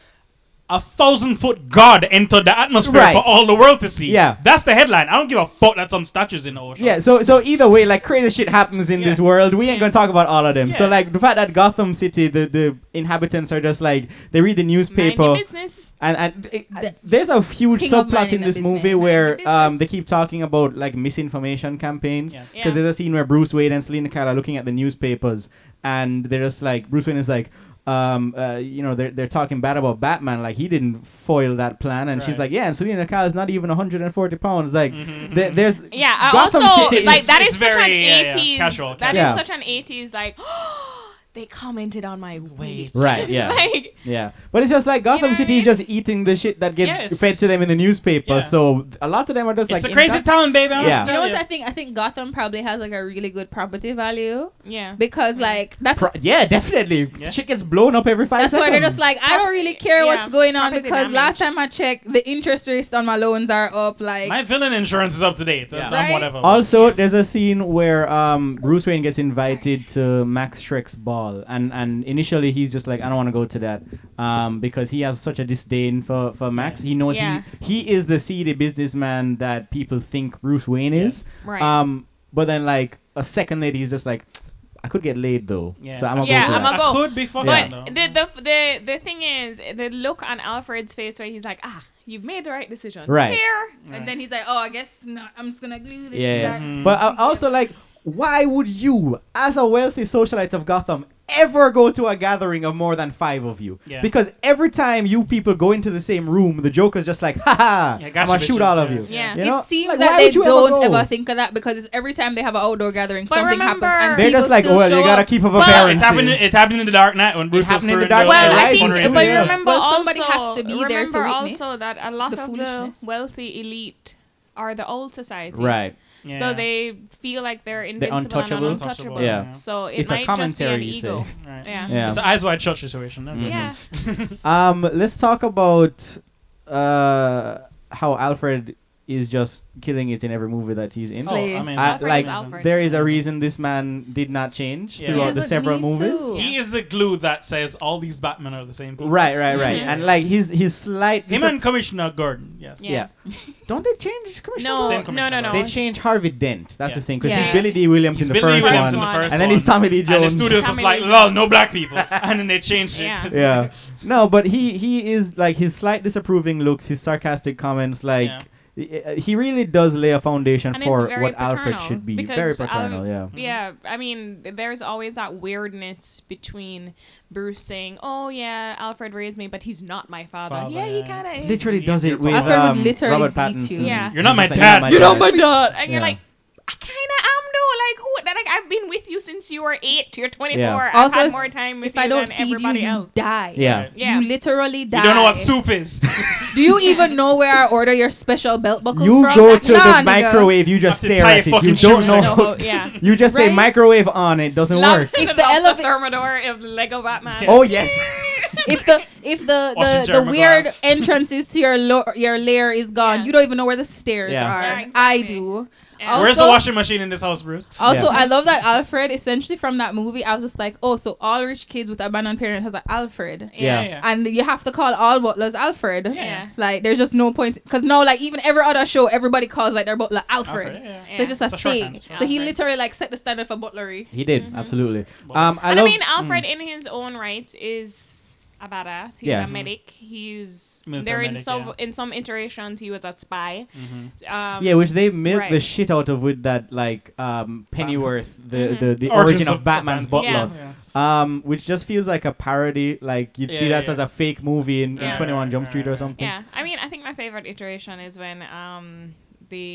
[SPEAKER 4] A thousand foot god entered the atmosphere
[SPEAKER 2] Right.
[SPEAKER 4] for all the world to see.
[SPEAKER 2] Yeah.
[SPEAKER 4] That's the headline. I don't give a fuck that some statues in the ocean.
[SPEAKER 2] yeah so so either way like crazy shit happens in
[SPEAKER 4] Yeah.
[SPEAKER 2] this world we ain't gonna talk about all of them so
[SPEAKER 4] Yeah.
[SPEAKER 2] like the fact that Gotham City the the inhabitants are just like they read the
[SPEAKER 1] Mind
[SPEAKER 2] newspaper
[SPEAKER 1] your business.
[SPEAKER 2] And, and it,
[SPEAKER 3] The-
[SPEAKER 2] there's a huge
[SPEAKER 3] King of
[SPEAKER 2] subplot
[SPEAKER 3] Mind
[SPEAKER 2] in
[SPEAKER 3] of
[SPEAKER 2] this
[SPEAKER 3] his
[SPEAKER 2] movie
[SPEAKER 3] name.
[SPEAKER 2] where
[SPEAKER 1] Business.
[SPEAKER 2] um, they keep talking about like misinformation campaigns.
[SPEAKER 4] Yes.
[SPEAKER 2] Because
[SPEAKER 1] Yeah.
[SPEAKER 2] there's a scene where Bruce Wayne and Selena Kyle are looking at the newspapers, and they're just like Bruce Wayne is like, um, uh, you know, they're they're talking bad about Batman, like he didn't foil that plan, and she's
[SPEAKER 4] Right.
[SPEAKER 2] like, yeah, and Selena Kyle is not even 140 pounds, like
[SPEAKER 4] Mhm.
[SPEAKER 2] there- there's
[SPEAKER 1] Yeah, I
[SPEAKER 2] Gotham
[SPEAKER 1] also
[SPEAKER 2] City
[SPEAKER 1] like
[SPEAKER 2] is-
[SPEAKER 1] that
[SPEAKER 4] it's
[SPEAKER 1] is such
[SPEAKER 4] very, yeah, yeah,
[SPEAKER 1] an 80s. That is
[SPEAKER 4] casual,
[SPEAKER 2] casual.
[SPEAKER 1] such an 80s like they commented on my
[SPEAKER 4] Wait.
[SPEAKER 1] weight.
[SPEAKER 2] Right, yeah.
[SPEAKER 1] like,
[SPEAKER 2] Yeah, but it's just like
[SPEAKER 1] know
[SPEAKER 2] Gotham
[SPEAKER 1] what I
[SPEAKER 2] City is
[SPEAKER 1] mean?
[SPEAKER 2] just eating the shit that gets
[SPEAKER 4] Yeah, it's
[SPEAKER 2] fed to
[SPEAKER 4] just-
[SPEAKER 2] them in the newspaper.
[SPEAKER 4] yeah.
[SPEAKER 2] So a lot of them are just
[SPEAKER 4] It's
[SPEAKER 2] like
[SPEAKER 4] a crazy
[SPEAKER 2] in-
[SPEAKER 4] town, baby. I'm
[SPEAKER 2] Yeah.
[SPEAKER 3] You know
[SPEAKER 4] telling
[SPEAKER 3] what I think? I think Gotham probably has like a really good property value
[SPEAKER 1] yeah.
[SPEAKER 3] because like that's
[SPEAKER 2] Pro- yeah, definitely.
[SPEAKER 4] Yeah.
[SPEAKER 2] Shit gets blown up every five
[SPEAKER 3] that's
[SPEAKER 2] seconds.
[SPEAKER 3] why they're just like I don't really care what's
[SPEAKER 1] Yeah,
[SPEAKER 3] going on
[SPEAKER 1] property
[SPEAKER 3] because last
[SPEAKER 1] damage.
[SPEAKER 3] time I checked, the interest rates on my loans are up. Like
[SPEAKER 4] My villain insurance is up to date.
[SPEAKER 2] Yeah.
[SPEAKER 4] Yeah.
[SPEAKER 3] Right?
[SPEAKER 4] Whatever.
[SPEAKER 2] Also, there's a scene where um, Bruce Wayne gets invited to Max Shrek's ball, and, and initially he's just like, I don't want to go to that, um, because he has such a disdain for, for Max. He knows
[SPEAKER 1] Yeah.
[SPEAKER 2] he he is the seedy businessman that people think Bruce Wayne is.
[SPEAKER 1] Right.
[SPEAKER 2] Um, but then like a second later, he's just like, I could get laid though,
[SPEAKER 4] Yeah.
[SPEAKER 2] so I'm gonna
[SPEAKER 1] Yeah,
[SPEAKER 2] go to
[SPEAKER 1] I'ma
[SPEAKER 2] that.
[SPEAKER 4] I
[SPEAKER 1] go.
[SPEAKER 4] could be fucking
[SPEAKER 2] Yeah.
[SPEAKER 1] But
[SPEAKER 4] though.
[SPEAKER 1] the, the the the thing is, the look on Alfred's face where he's like, ah, you've made the right decision.
[SPEAKER 2] Right.
[SPEAKER 1] Tear.
[SPEAKER 3] and then he's like, oh, I guess not. I'm just gonna glue this.
[SPEAKER 2] Yeah.
[SPEAKER 3] back.
[SPEAKER 1] Mm-hmm.
[SPEAKER 4] Mm.
[SPEAKER 2] But I I also like, why would you, as a wealthy socialite of Gotham, ever go to a gathering of more than five of you?
[SPEAKER 4] Yeah.
[SPEAKER 2] Because every time you people go into the same room, the Joker's just like, ha ha,
[SPEAKER 4] Yeah,
[SPEAKER 2] I'm
[SPEAKER 4] gotcha,
[SPEAKER 2] gonna shoot
[SPEAKER 4] bitches,
[SPEAKER 2] all of
[SPEAKER 4] yeah.
[SPEAKER 2] you.
[SPEAKER 1] Yeah.
[SPEAKER 2] You know?
[SPEAKER 3] it seems
[SPEAKER 2] Like,
[SPEAKER 3] that
[SPEAKER 2] why
[SPEAKER 3] they
[SPEAKER 2] would you ever
[SPEAKER 3] don't
[SPEAKER 2] go?
[SPEAKER 3] ever, think of that because it's every time they have an outdoor gathering,
[SPEAKER 1] But
[SPEAKER 3] something
[SPEAKER 1] remember-
[SPEAKER 3] happens. And
[SPEAKER 2] They're just
[SPEAKER 3] people
[SPEAKER 2] like,
[SPEAKER 3] still
[SPEAKER 2] well, they
[SPEAKER 3] show
[SPEAKER 2] gotta
[SPEAKER 3] up."
[SPEAKER 2] keep up
[SPEAKER 1] Well-
[SPEAKER 4] It
[SPEAKER 2] appearances.
[SPEAKER 4] happened. It happened in the Dark Knight when Bruce uh, was
[SPEAKER 2] happened in the
[SPEAKER 4] doing
[SPEAKER 2] Dark
[SPEAKER 4] the
[SPEAKER 1] Well,
[SPEAKER 2] Knight.
[SPEAKER 1] I
[SPEAKER 2] Life
[SPEAKER 1] think,
[SPEAKER 2] on
[SPEAKER 4] fundraiser.
[SPEAKER 1] but
[SPEAKER 2] radio.
[SPEAKER 1] remember
[SPEAKER 3] But
[SPEAKER 1] also,
[SPEAKER 3] somebody has to be there to
[SPEAKER 1] remember
[SPEAKER 3] witness
[SPEAKER 1] also that a lot
[SPEAKER 3] the
[SPEAKER 1] of the
[SPEAKER 3] foolishness.
[SPEAKER 1] wealthy elite are the old society,
[SPEAKER 2] Right.
[SPEAKER 4] Yeah.
[SPEAKER 1] So they feel like they're invincible
[SPEAKER 2] untouchable.
[SPEAKER 1] and untouchable.
[SPEAKER 2] Yeah.
[SPEAKER 1] So it
[SPEAKER 2] It's a
[SPEAKER 1] might
[SPEAKER 2] commentary, you
[SPEAKER 1] just
[SPEAKER 2] say.
[SPEAKER 1] be an ego.
[SPEAKER 4] Right.
[SPEAKER 1] Yeah.
[SPEAKER 2] Yeah. Mm-hmm.
[SPEAKER 4] It's an eyes wide shut situation. no?
[SPEAKER 1] Yeah. Oh,
[SPEAKER 2] Um, let's talk about uh, how Alfred is just killing it in every movie that he's in.
[SPEAKER 4] Oh,
[SPEAKER 3] Slay.
[SPEAKER 4] amazing.
[SPEAKER 2] I-
[SPEAKER 1] Alfred
[SPEAKER 2] like,
[SPEAKER 1] is Alfred.
[SPEAKER 2] There is a reason this man did not change
[SPEAKER 4] Yeah. He
[SPEAKER 2] throughout the
[SPEAKER 3] doesn't
[SPEAKER 2] several
[SPEAKER 3] need to.
[SPEAKER 2] movies.
[SPEAKER 4] He is the glue that says all these Batmen are the same people.
[SPEAKER 2] Right, right, right.
[SPEAKER 1] Mhm.
[SPEAKER 2] And like his his slight
[SPEAKER 4] Him
[SPEAKER 2] disa-
[SPEAKER 4] and Commissioner Gordon. Yes.
[SPEAKER 1] Yeah.
[SPEAKER 2] Don't they change Commissioner?
[SPEAKER 1] No,
[SPEAKER 2] Gordon?
[SPEAKER 4] Same
[SPEAKER 1] no, no,
[SPEAKER 4] commissioner,
[SPEAKER 1] no.
[SPEAKER 4] right?
[SPEAKER 2] They change Harvey Dent. That's the
[SPEAKER 4] Yeah.
[SPEAKER 2] thing, because
[SPEAKER 1] Yeah.
[SPEAKER 2] he's Billy D. Williams in
[SPEAKER 4] He's
[SPEAKER 2] the
[SPEAKER 4] Billy
[SPEAKER 2] first
[SPEAKER 4] Williams
[SPEAKER 2] one,
[SPEAKER 4] in the first
[SPEAKER 2] and then he's
[SPEAKER 4] one.
[SPEAKER 2] Tommy Lee
[SPEAKER 4] And the
[SPEAKER 2] Jones.
[SPEAKER 4] studios was
[SPEAKER 1] Tommy
[SPEAKER 4] like,
[SPEAKER 1] Lee
[SPEAKER 4] lol,
[SPEAKER 1] Jones.
[SPEAKER 4] no black people. and then they changed it.
[SPEAKER 1] Yeah.
[SPEAKER 2] yeah, no, but he he is like his slight disapproving looks, his sarcastic comments, like.
[SPEAKER 4] Yeah.
[SPEAKER 2] i- i- He really does lay a foundation
[SPEAKER 1] And it's
[SPEAKER 2] for
[SPEAKER 1] very
[SPEAKER 2] what Alfred
[SPEAKER 1] paternal,
[SPEAKER 2] should be.
[SPEAKER 1] because
[SPEAKER 2] Very
[SPEAKER 1] Al-
[SPEAKER 2] paternal, yeah.
[SPEAKER 1] Mm-hmm. Yeah, I mean, there's always that weirdness between Bruce saying, "Oh yeah, Alfred raised me, but he's not my father."
[SPEAKER 4] Father,
[SPEAKER 1] yeah, he
[SPEAKER 4] yeah.
[SPEAKER 1] kind of is.
[SPEAKER 2] Literally does it with
[SPEAKER 3] Alfred would
[SPEAKER 2] um,
[SPEAKER 3] literally
[SPEAKER 2] Robert
[SPEAKER 3] beat
[SPEAKER 2] Pattinson.
[SPEAKER 3] you.
[SPEAKER 1] Yeah.
[SPEAKER 4] You're not
[SPEAKER 2] He's
[SPEAKER 4] my
[SPEAKER 2] just like,
[SPEAKER 4] dad.
[SPEAKER 1] You're not
[SPEAKER 2] dad."
[SPEAKER 1] my dad, and
[SPEAKER 2] Yeah.
[SPEAKER 1] you're like, I kind of am though. Like, who? That, like, I've been with you since you were eight. You're 24.
[SPEAKER 2] Yeah.
[SPEAKER 1] I've
[SPEAKER 3] Also,
[SPEAKER 1] had
[SPEAKER 3] if-
[SPEAKER 1] more time with
[SPEAKER 3] If
[SPEAKER 1] you
[SPEAKER 3] I don't
[SPEAKER 1] than
[SPEAKER 3] feed you,
[SPEAKER 1] everybody else.
[SPEAKER 3] you die.
[SPEAKER 2] Yeah.
[SPEAKER 4] Right.
[SPEAKER 1] Yeah.
[SPEAKER 3] You literally die.
[SPEAKER 4] You don't know what soup is.
[SPEAKER 3] Do you even know where I order your special belt buckles
[SPEAKER 2] You
[SPEAKER 3] from?
[SPEAKER 2] go to
[SPEAKER 3] Nah,
[SPEAKER 2] the
[SPEAKER 3] nigga.
[SPEAKER 2] microwave, you just
[SPEAKER 4] Have to
[SPEAKER 2] stare
[SPEAKER 4] tie
[SPEAKER 2] at
[SPEAKER 4] your
[SPEAKER 2] it. You
[SPEAKER 4] fucking
[SPEAKER 2] don't
[SPEAKER 4] shoes
[SPEAKER 2] know.
[SPEAKER 4] to
[SPEAKER 1] No, oh, yeah.
[SPEAKER 2] You just say
[SPEAKER 3] Right?
[SPEAKER 2] microwave on, it doesn't
[SPEAKER 1] Love-
[SPEAKER 2] work.
[SPEAKER 3] If
[SPEAKER 1] the
[SPEAKER 3] the
[SPEAKER 1] Elsa
[SPEAKER 3] eleva-
[SPEAKER 1] Thermidor of Lego Batman.
[SPEAKER 2] Oh yes.
[SPEAKER 3] If the if the
[SPEAKER 4] Watching
[SPEAKER 3] the, the
[SPEAKER 4] Jeremy
[SPEAKER 3] weird
[SPEAKER 4] Clarkson.
[SPEAKER 3] entrances to your lo- your lair is gone,
[SPEAKER 1] Yeah.
[SPEAKER 3] you don't even know where the stairs
[SPEAKER 2] Yeah.
[SPEAKER 3] are.
[SPEAKER 1] Yeah, exactly.
[SPEAKER 3] I do.
[SPEAKER 1] Yeah.
[SPEAKER 3] Also- Oh,
[SPEAKER 4] Where's the washing machine in this house, Bruce?
[SPEAKER 3] Also,
[SPEAKER 2] Yeah.
[SPEAKER 3] I love that Alfred. Essentially, from that movie, I was just like, oh, so all rich kids with abandoned parents has an Alfred,
[SPEAKER 2] Yeah.
[SPEAKER 3] and you have to call all butlers Alfred.
[SPEAKER 1] Yeah.
[SPEAKER 3] Like, there's just no point because no, like even every other show, everybody calls like their butler Alfred.
[SPEAKER 4] Alfred, yeah.
[SPEAKER 1] Yeah.
[SPEAKER 3] So it's just a
[SPEAKER 4] It's a shorthand,
[SPEAKER 3] thing.
[SPEAKER 4] it's a
[SPEAKER 3] So he
[SPEAKER 1] shorthand.
[SPEAKER 3] literally like set the standard for butlery.
[SPEAKER 2] He did absolutely.
[SPEAKER 4] Well-
[SPEAKER 2] Um, I
[SPEAKER 1] And
[SPEAKER 2] love.
[SPEAKER 1] I mean, Alfred in his own right is a badass. He's
[SPEAKER 2] Yeah.
[SPEAKER 1] a medic. He's
[SPEAKER 4] Military
[SPEAKER 1] there in
[SPEAKER 4] medic,
[SPEAKER 1] some
[SPEAKER 4] yeah.
[SPEAKER 1] in some iterations. He was a spy.
[SPEAKER 2] mm-hmm.
[SPEAKER 4] Mhm.
[SPEAKER 1] Um,
[SPEAKER 2] yeah, which they milk the
[SPEAKER 1] right.
[SPEAKER 2] shit out of with that like um, Pennyworth, the,
[SPEAKER 1] Mhm.
[SPEAKER 2] the, the
[SPEAKER 4] Origins
[SPEAKER 2] origin of,
[SPEAKER 4] of
[SPEAKER 2] Batman's
[SPEAKER 1] Batman.
[SPEAKER 2] butler, um, which just feels like a parody. Like you'd see
[SPEAKER 4] Yeah,
[SPEAKER 2] that
[SPEAKER 4] yeah.
[SPEAKER 2] as a fake movie in, in
[SPEAKER 1] Yeah.
[SPEAKER 2] Twenty One Jump Street or
[SPEAKER 4] Right.
[SPEAKER 2] something.
[SPEAKER 1] Yeah, I mean, I think my favorite iteration is when um the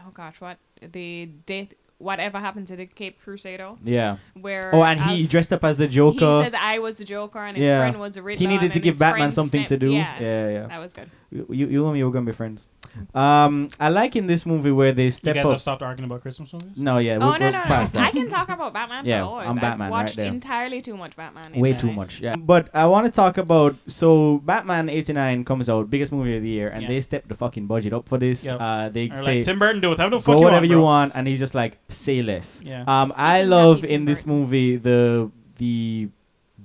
[SPEAKER 1] oh gosh, what the death, whatever happened to the Cape Crusader,
[SPEAKER 2] Yeah.
[SPEAKER 1] where
[SPEAKER 2] Oh, and
[SPEAKER 1] Al-
[SPEAKER 2] he dressed up as the
[SPEAKER 1] um, he
[SPEAKER 2] Joker.
[SPEAKER 1] says I was the Joker and his
[SPEAKER 2] Yeah.
[SPEAKER 1] friend was the Riddler.
[SPEAKER 2] He needed
[SPEAKER 1] and
[SPEAKER 2] to
[SPEAKER 1] his
[SPEAKER 2] give Batman
[SPEAKER 1] friend
[SPEAKER 2] something to
[SPEAKER 1] snipped-
[SPEAKER 2] do.
[SPEAKER 1] Yeah,
[SPEAKER 2] yeah, yeah.
[SPEAKER 1] that was good.
[SPEAKER 2] You, you and me were gonna be friends. Um, I like in this movie where they
[SPEAKER 4] You
[SPEAKER 2] step
[SPEAKER 4] guys
[SPEAKER 2] up.
[SPEAKER 4] have stopped arguing about Christmas movies?
[SPEAKER 2] No, yeah, we,
[SPEAKER 1] oh
[SPEAKER 2] we're
[SPEAKER 1] no, no,
[SPEAKER 2] past
[SPEAKER 1] no!
[SPEAKER 2] that.
[SPEAKER 1] I can talk about Batman
[SPEAKER 2] Yeah,
[SPEAKER 1] for hours.
[SPEAKER 2] I'm Batman
[SPEAKER 1] I've
[SPEAKER 2] right
[SPEAKER 1] watched
[SPEAKER 2] there.
[SPEAKER 1] entirely too much Batman. in
[SPEAKER 2] way
[SPEAKER 1] my
[SPEAKER 2] too
[SPEAKER 1] life.
[SPEAKER 2] much yeah but i want to talk about so batman 89 comes out biggest movie of the year and
[SPEAKER 4] Yeah.
[SPEAKER 2] they step the fucking budget up for this
[SPEAKER 4] Yep.
[SPEAKER 2] uh they
[SPEAKER 4] Or
[SPEAKER 2] say
[SPEAKER 4] like Tim Burton, do whatever the
[SPEAKER 2] go
[SPEAKER 4] fuck
[SPEAKER 2] whatever you
[SPEAKER 4] bro.
[SPEAKER 2] want and he's just like say less
[SPEAKER 4] Yeah.
[SPEAKER 2] um i
[SPEAKER 1] Speaking of
[SPEAKER 2] love
[SPEAKER 1] Tim
[SPEAKER 2] in this
[SPEAKER 1] Burton.
[SPEAKER 2] movie the the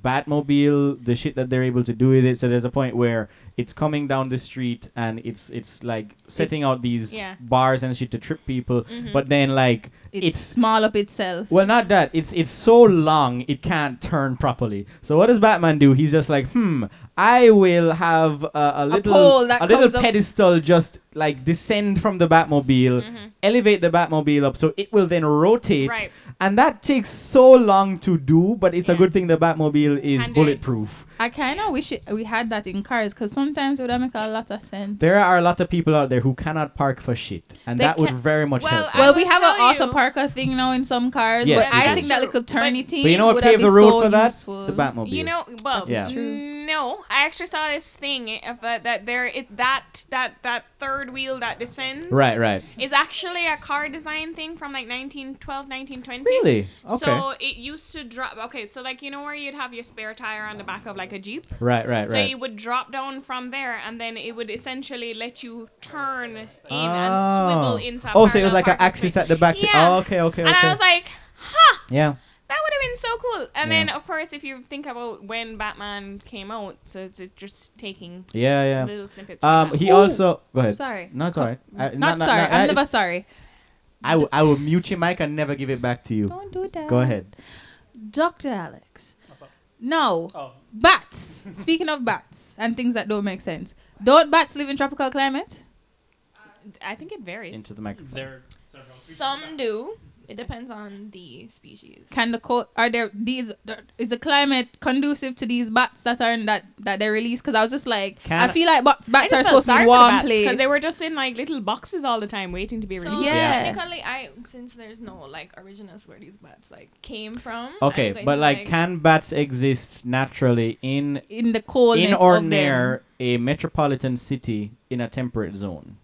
[SPEAKER 2] batmobile the shit that they're able to do with it so there's a point where it's coming down the street and it's it's like setting out these
[SPEAKER 1] Yeah.
[SPEAKER 2] bars and shit to trip people
[SPEAKER 1] Mhm.
[SPEAKER 2] but then like
[SPEAKER 3] It's,
[SPEAKER 2] it's
[SPEAKER 3] small up itself.
[SPEAKER 2] well, not that. It's it's so long it can't turn properly. So what does Batman do? He's just like, hmm, I will have a, a little
[SPEAKER 3] pole that
[SPEAKER 2] a little
[SPEAKER 3] comes up-
[SPEAKER 2] pedestal just like descend from the Batmobile,
[SPEAKER 1] Mhm.
[SPEAKER 2] elevate the Batmobile up, so it will then rotate,
[SPEAKER 1] Right.
[SPEAKER 2] and that takes so long to do. But it's a
[SPEAKER 1] Yeah.
[SPEAKER 2] good thing the Batmobile is
[SPEAKER 1] And it-
[SPEAKER 2] bulletproof.
[SPEAKER 3] I kind of wish it, we had that in cars because sometimes it would make a lot of sense.
[SPEAKER 2] There are a lot of people out there who cannot park for shit, and
[SPEAKER 3] They
[SPEAKER 2] that would
[SPEAKER 3] can't-
[SPEAKER 2] very much
[SPEAKER 1] Well,
[SPEAKER 2] help.
[SPEAKER 1] I-
[SPEAKER 3] well,
[SPEAKER 1] will
[SPEAKER 3] we have an
[SPEAKER 1] tell
[SPEAKER 3] auto
[SPEAKER 1] you-
[SPEAKER 3] parker thing now in some cars,
[SPEAKER 2] Yes,
[SPEAKER 3] but I
[SPEAKER 2] yes.
[SPEAKER 3] think that
[SPEAKER 1] That's
[SPEAKER 3] little
[SPEAKER 1] true.
[SPEAKER 3] turning thing
[SPEAKER 2] but you know what
[SPEAKER 3] would have
[SPEAKER 2] paved the
[SPEAKER 3] been
[SPEAKER 2] road
[SPEAKER 3] so
[SPEAKER 2] for that?
[SPEAKER 3] useful.
[SPEAKER 2] The Batmobile.
[SPEAKER 1] You know, well,
[SPEAKER 2] That's
[SPEAKER 3] true.
[SPEAKER 1] no, I actually saw this thing of uh, that there it that that that third wheel that descends.
[SPEAKER 2] right, right.
[SPEAKER 1] Is actually a car design thing from like 1912, 1920.
[SPEAKER 2] Really? Okay.
[SPEAKER 1] So it used to drop. Okay, so like you know where you'd have your spare tire on the back of like a jeep.
[SPEAKER 2] right, right,
[SPEAKER 1] So
[SPEAKER 2] right.
[SPEAKER 1] you would drop down from there, and then it would essentially let you turn in
[SPEAKER 2] Oh.
[SPEAKER 1] and swivel into. a
[SPEAKER 2] Oh, so it was
[SPEAKER 1] parallel
[SPEAKER 2] like an
[SPEAKER 1] parking
[SPEAKER 2] axis
[SPEAKER 1] space.
[SPEAKER 2] at the back. to-
[SPEAKER 1] Yeah.
[SPEAKER 2] oh, okay, okay, okay.
[SPEAKER 1] And I was like, "Huh,
[SPEAKER 2] yeah.
[SPEAKER 1] that would have been so cool." And
[SPEAKER 2] Yeah.
[SPEAKER 1] then, of course, if you think about when Batman came out, so it's it's just taking
[SPEAKER 2] Yeah,
[SPEAKER 1] s-
[SPEAKER 2] yeah.
[SPEAKER 1] little snippets.
[SPEAKER 2] Um, he
[SPEAKER 3] Ooh.
[SPEAKER 2] also go ahead.
[SPEAKER 3] Sorry.
[SPEAKER 2] No, it's alright. I-
[SPEAKER 3] Not sorry.
[SPEAKER 2] I-
[SPEAKER 3] I'm never
[SPEAKER 2] it's-
[SPEAKER 3] sorry.
[SPEAKER 2] I will- I will mute your mic and never give it back to you.
[SPEAKER 3] Don't do that.
[SPEAKER 2] Go ahead.
[SPEAKER 3] Dr. Alex.
[SPEAKER 4] What's up?
[SPEAKER 3] No.
[SPEAKER 4] Oh,
[SPEAKER 3] Bats. Speaking of bats and things that don't make sense, don't bats live in tropical climate?
[SPEAKER 1] I think it varies.
[SPEAKER 2] Into the microphone.
[SPEAKER 4] there are several creatures
[SPEAKER 5] Some
[SPEAKER 4] that-
[SPEAKER 5] do. It depends on the species.
[SPEAKER 3] Can the co- are there these is the climate conducive to these bats that are in that that they release? Because I was just like,
[SPEAKER 2] Can-
[SPEAKER 3] I feel like bats,
[SPEAKER 1] I
[SPEAKER 3] bats
[SPEAKER 1] just
[SPEAKER 3] are
[SPEAKER 1] felt
[SPEAKER 3] supposed to
[SPEAKER 1] sorry
[SPEAKER 3] be
[SPEAKER 1] for the
[SPEAKER 3] warm
[SPEAKER 1] bats,
[SPEAKER 3] place.
[SPEAKER 1] they were just in like little boxes all the time, waiting to be
[SPEAKER 5] So
[SPEAKER 1] released.
[SPEAKER 3] Yeah.
[SPEAKER 5] technically, I since there's no like originus where these bats like came from. I'm
[SPEAKER 2] Okay,
[SPEAKER 5] going
[SPEAKER 2] but
[SPEAKER 5] to,
[SPEAKER 2] like, can bats exist naturally in
[SPEAKER 3] in the cold.
[SPEAKER 2] in or near a metropolitan city in a temperate zone?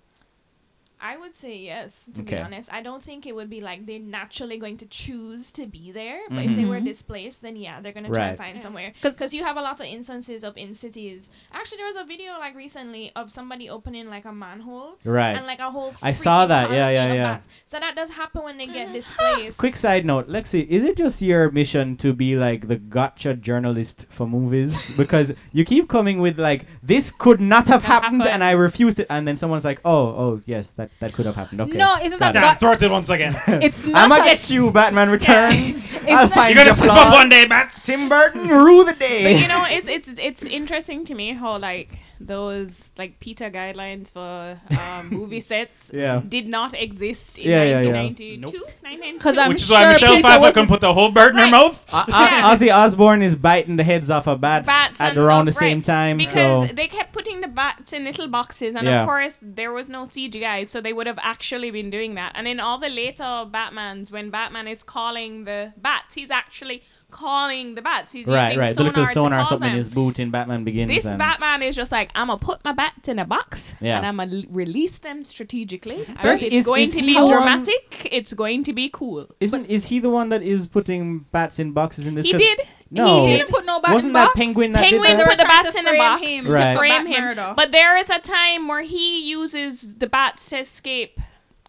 [SPEAKER 5] I would say yes. To be
[SPEAKER 2] Okay.
[SPEAKER 5] honest, I don't think it would be like they're naturally going to choose to be there. But if they were
[SPEAKER 3] Mhm.
[SPEAKER 5] displaced, then yeah, they're gonna try and
[SPEAKER 2] Mm-hmm. Right.
[SPEAKER 5] find
[SPEAKER 1] Yeah.
[SPEAKER 5] somewhere.
[SPEAKER 3] 'Cause-
[SPEAKER 5] Because you have a lot of instances of in cities. Actually, there was a video like recently of somebody opening like a manhole
[SPEAKER 2] Right.
[SPEAKER 5] and like a whole.
[SPEAKER 2] I saw
[SPEAKER 5] freaking
[SPEAKER 2] that. Yeah,
[SPEAKER 5] colony
[SPEAKER 2] yeah,
[SPEAKER 5] of
[SPEAKER 2] yeah.
[SPEAKER 5] Bats. So that does happen when they get displaced.
[SPEAKER 2] Quick side note, Lexi, is it just your mission to be like the gotcha journalist for movies? Because you keep coming with like this could not have
[SPEAKER 1] That
[SPEAKER 2] happened,
[SPEAKER 1] happened.
[SPEAKER 2] and I refused it, and then someone's like, Oh, oh yes, that, that could have happened. Okay.
[SPEAKER 3] No,
[SPEAKER 2] got
[SPEAKER 3] isn't that
[SPEAKER 2] it.
[SPEAKER 4] Damn,
[SPEAKER 3] got,
[SPEAKER 4] throated once again.
[SPEAKER 3] it's not.
[SPEAKER 2] I'ma
[SPEAKER 3] a-
[SPEAKER 2] get you, Batman Returns. I'll
[SPEAKER 3] not-
[SPEAKER 2] find
[SPEAKER 4] You're gonna
[SPEAKER 2] your
[SPEAKER 4] slip up
[SPEAKER 2] flaws.
[SPEAKER 4] one day, bats.
[SPEAKER 2] Tim Burton rue the day.
[SPEAKER 1] but you know, it's it's it's interesting to me how like those like PETA guidelines for um, movie sets
[SPEAKER 2] Yeah.
[SPEAKER 1] did not exist in
[SPEAKER 2] Yeah, yeah, yeah.
[SPEAKER 1] 1992,
[SPEAKER 4] Nope.
[SPEAKER 1] 1992.
[SPEAKER 3] 'Cause I'm
[SPEAKER 4] Which is why
[SPEAKER 3] sure
[SPEAKER 4] Michelle
[SPEAKER 3] Peter
[SPEAKER 4] Pfeiffer
[SPEAKER 3] wasn't-
[SPEAKER 4] can put the whole bird in her
[SPEAKER 1] Right.
[SPEAKER 4] mouth.
[SPEAKER 2] O- O-
[SPEAKER 1] Yeah.
[SPEAKER 2] Ozzy Osbourne is biting the heads off of bats,
[SPEAKER 1] Bats
[SPEAKER 2] at
[SPEAKER 1] and
[SPEAKER 2] around the
[SPEAKER 1] stuff, right.
[SPEAKER 2] same time.
[SPEAKER 1] because
[SPEAKER 2] so
[SPEAKER 1] they kept putting the bats in little boxes, and
[SPEAKER 2] Yeah.
[SPEAKER 1] of course there was no CGI, so they would have actually been doing that. And in all the later Batmans, when Batman is calling the bats, he's actually calling the bats. He's
[SPEAKER 2] right,
[SPEAKER 1] using
[SPEAKER 2] right. The
[SPEAKER 1] sonar
[SPEAKER 2] little sonar
[SPEAKER 1] to call
[SPEAKER 2] something
[SPEAKER 1] them.
[SPEAKER 2] is boot in Batman Begins.
[SPEAKER 1] This
[SPEAKER 2] and-
[SPEAKER 1] Batman is just like I'm gonna put my bats in a box
[SPEAKER 2] Yeah.
[SPEAKER 1] and I'm gonna l- release them strategically. And
[SPEAKER 2] This
[SPEAKER 1] it's
[SPEAKER 2] is-
[SPEAKER 1] going
[SPEAKER 2] is
[SPEAKER 1] to
[SPEAKER 2] he
[SPEAKER 1] be
[SPEAKER 2] the one-
[SPEAKER 1] dramatic. It's going to be cool.
[SPEAKER 2] Isn't is he the one that is putting bats in boxes in this?
[SPEAKER 1] He
[SPEAKER 2] 'Cause-
[SPEAKER 1] did.
[SPEAKER 2] No,
[SPEAKER 1] He
[SPEAKER 3] He
[SPEAKER 1] did.
[SPEAKER 3] didn't put no bats
[SPEAKER 2] Wasn't
[SPEAKER 3] in
[SPEAKER 2] that
[SPEAKER 3] box.
[SPEAKER 2] penguin that
[SPEAKER 1] Penguin
[SPEAKER 2] did that?
[SPEAKER 1] put the
[SPEAKER 3] They were trying
[SPEAKER 1] bats
[SPEAKER 3] to
[SPEAKER 1] in a
[SPEAKER 3] frame
[SPEAKER 1] box
[SPEAKER 3] him
[SPEAKER 2] to
[SPEAKER 1] to
[SPEAKER 2] Right.
[SPEAKER 1] frame
[SPEAKER 3] combat
[SPEAKER 1] him.
[SPEAKER 3] murder.
[SPEAKER 1] But there is a time where he uses the bats to escape.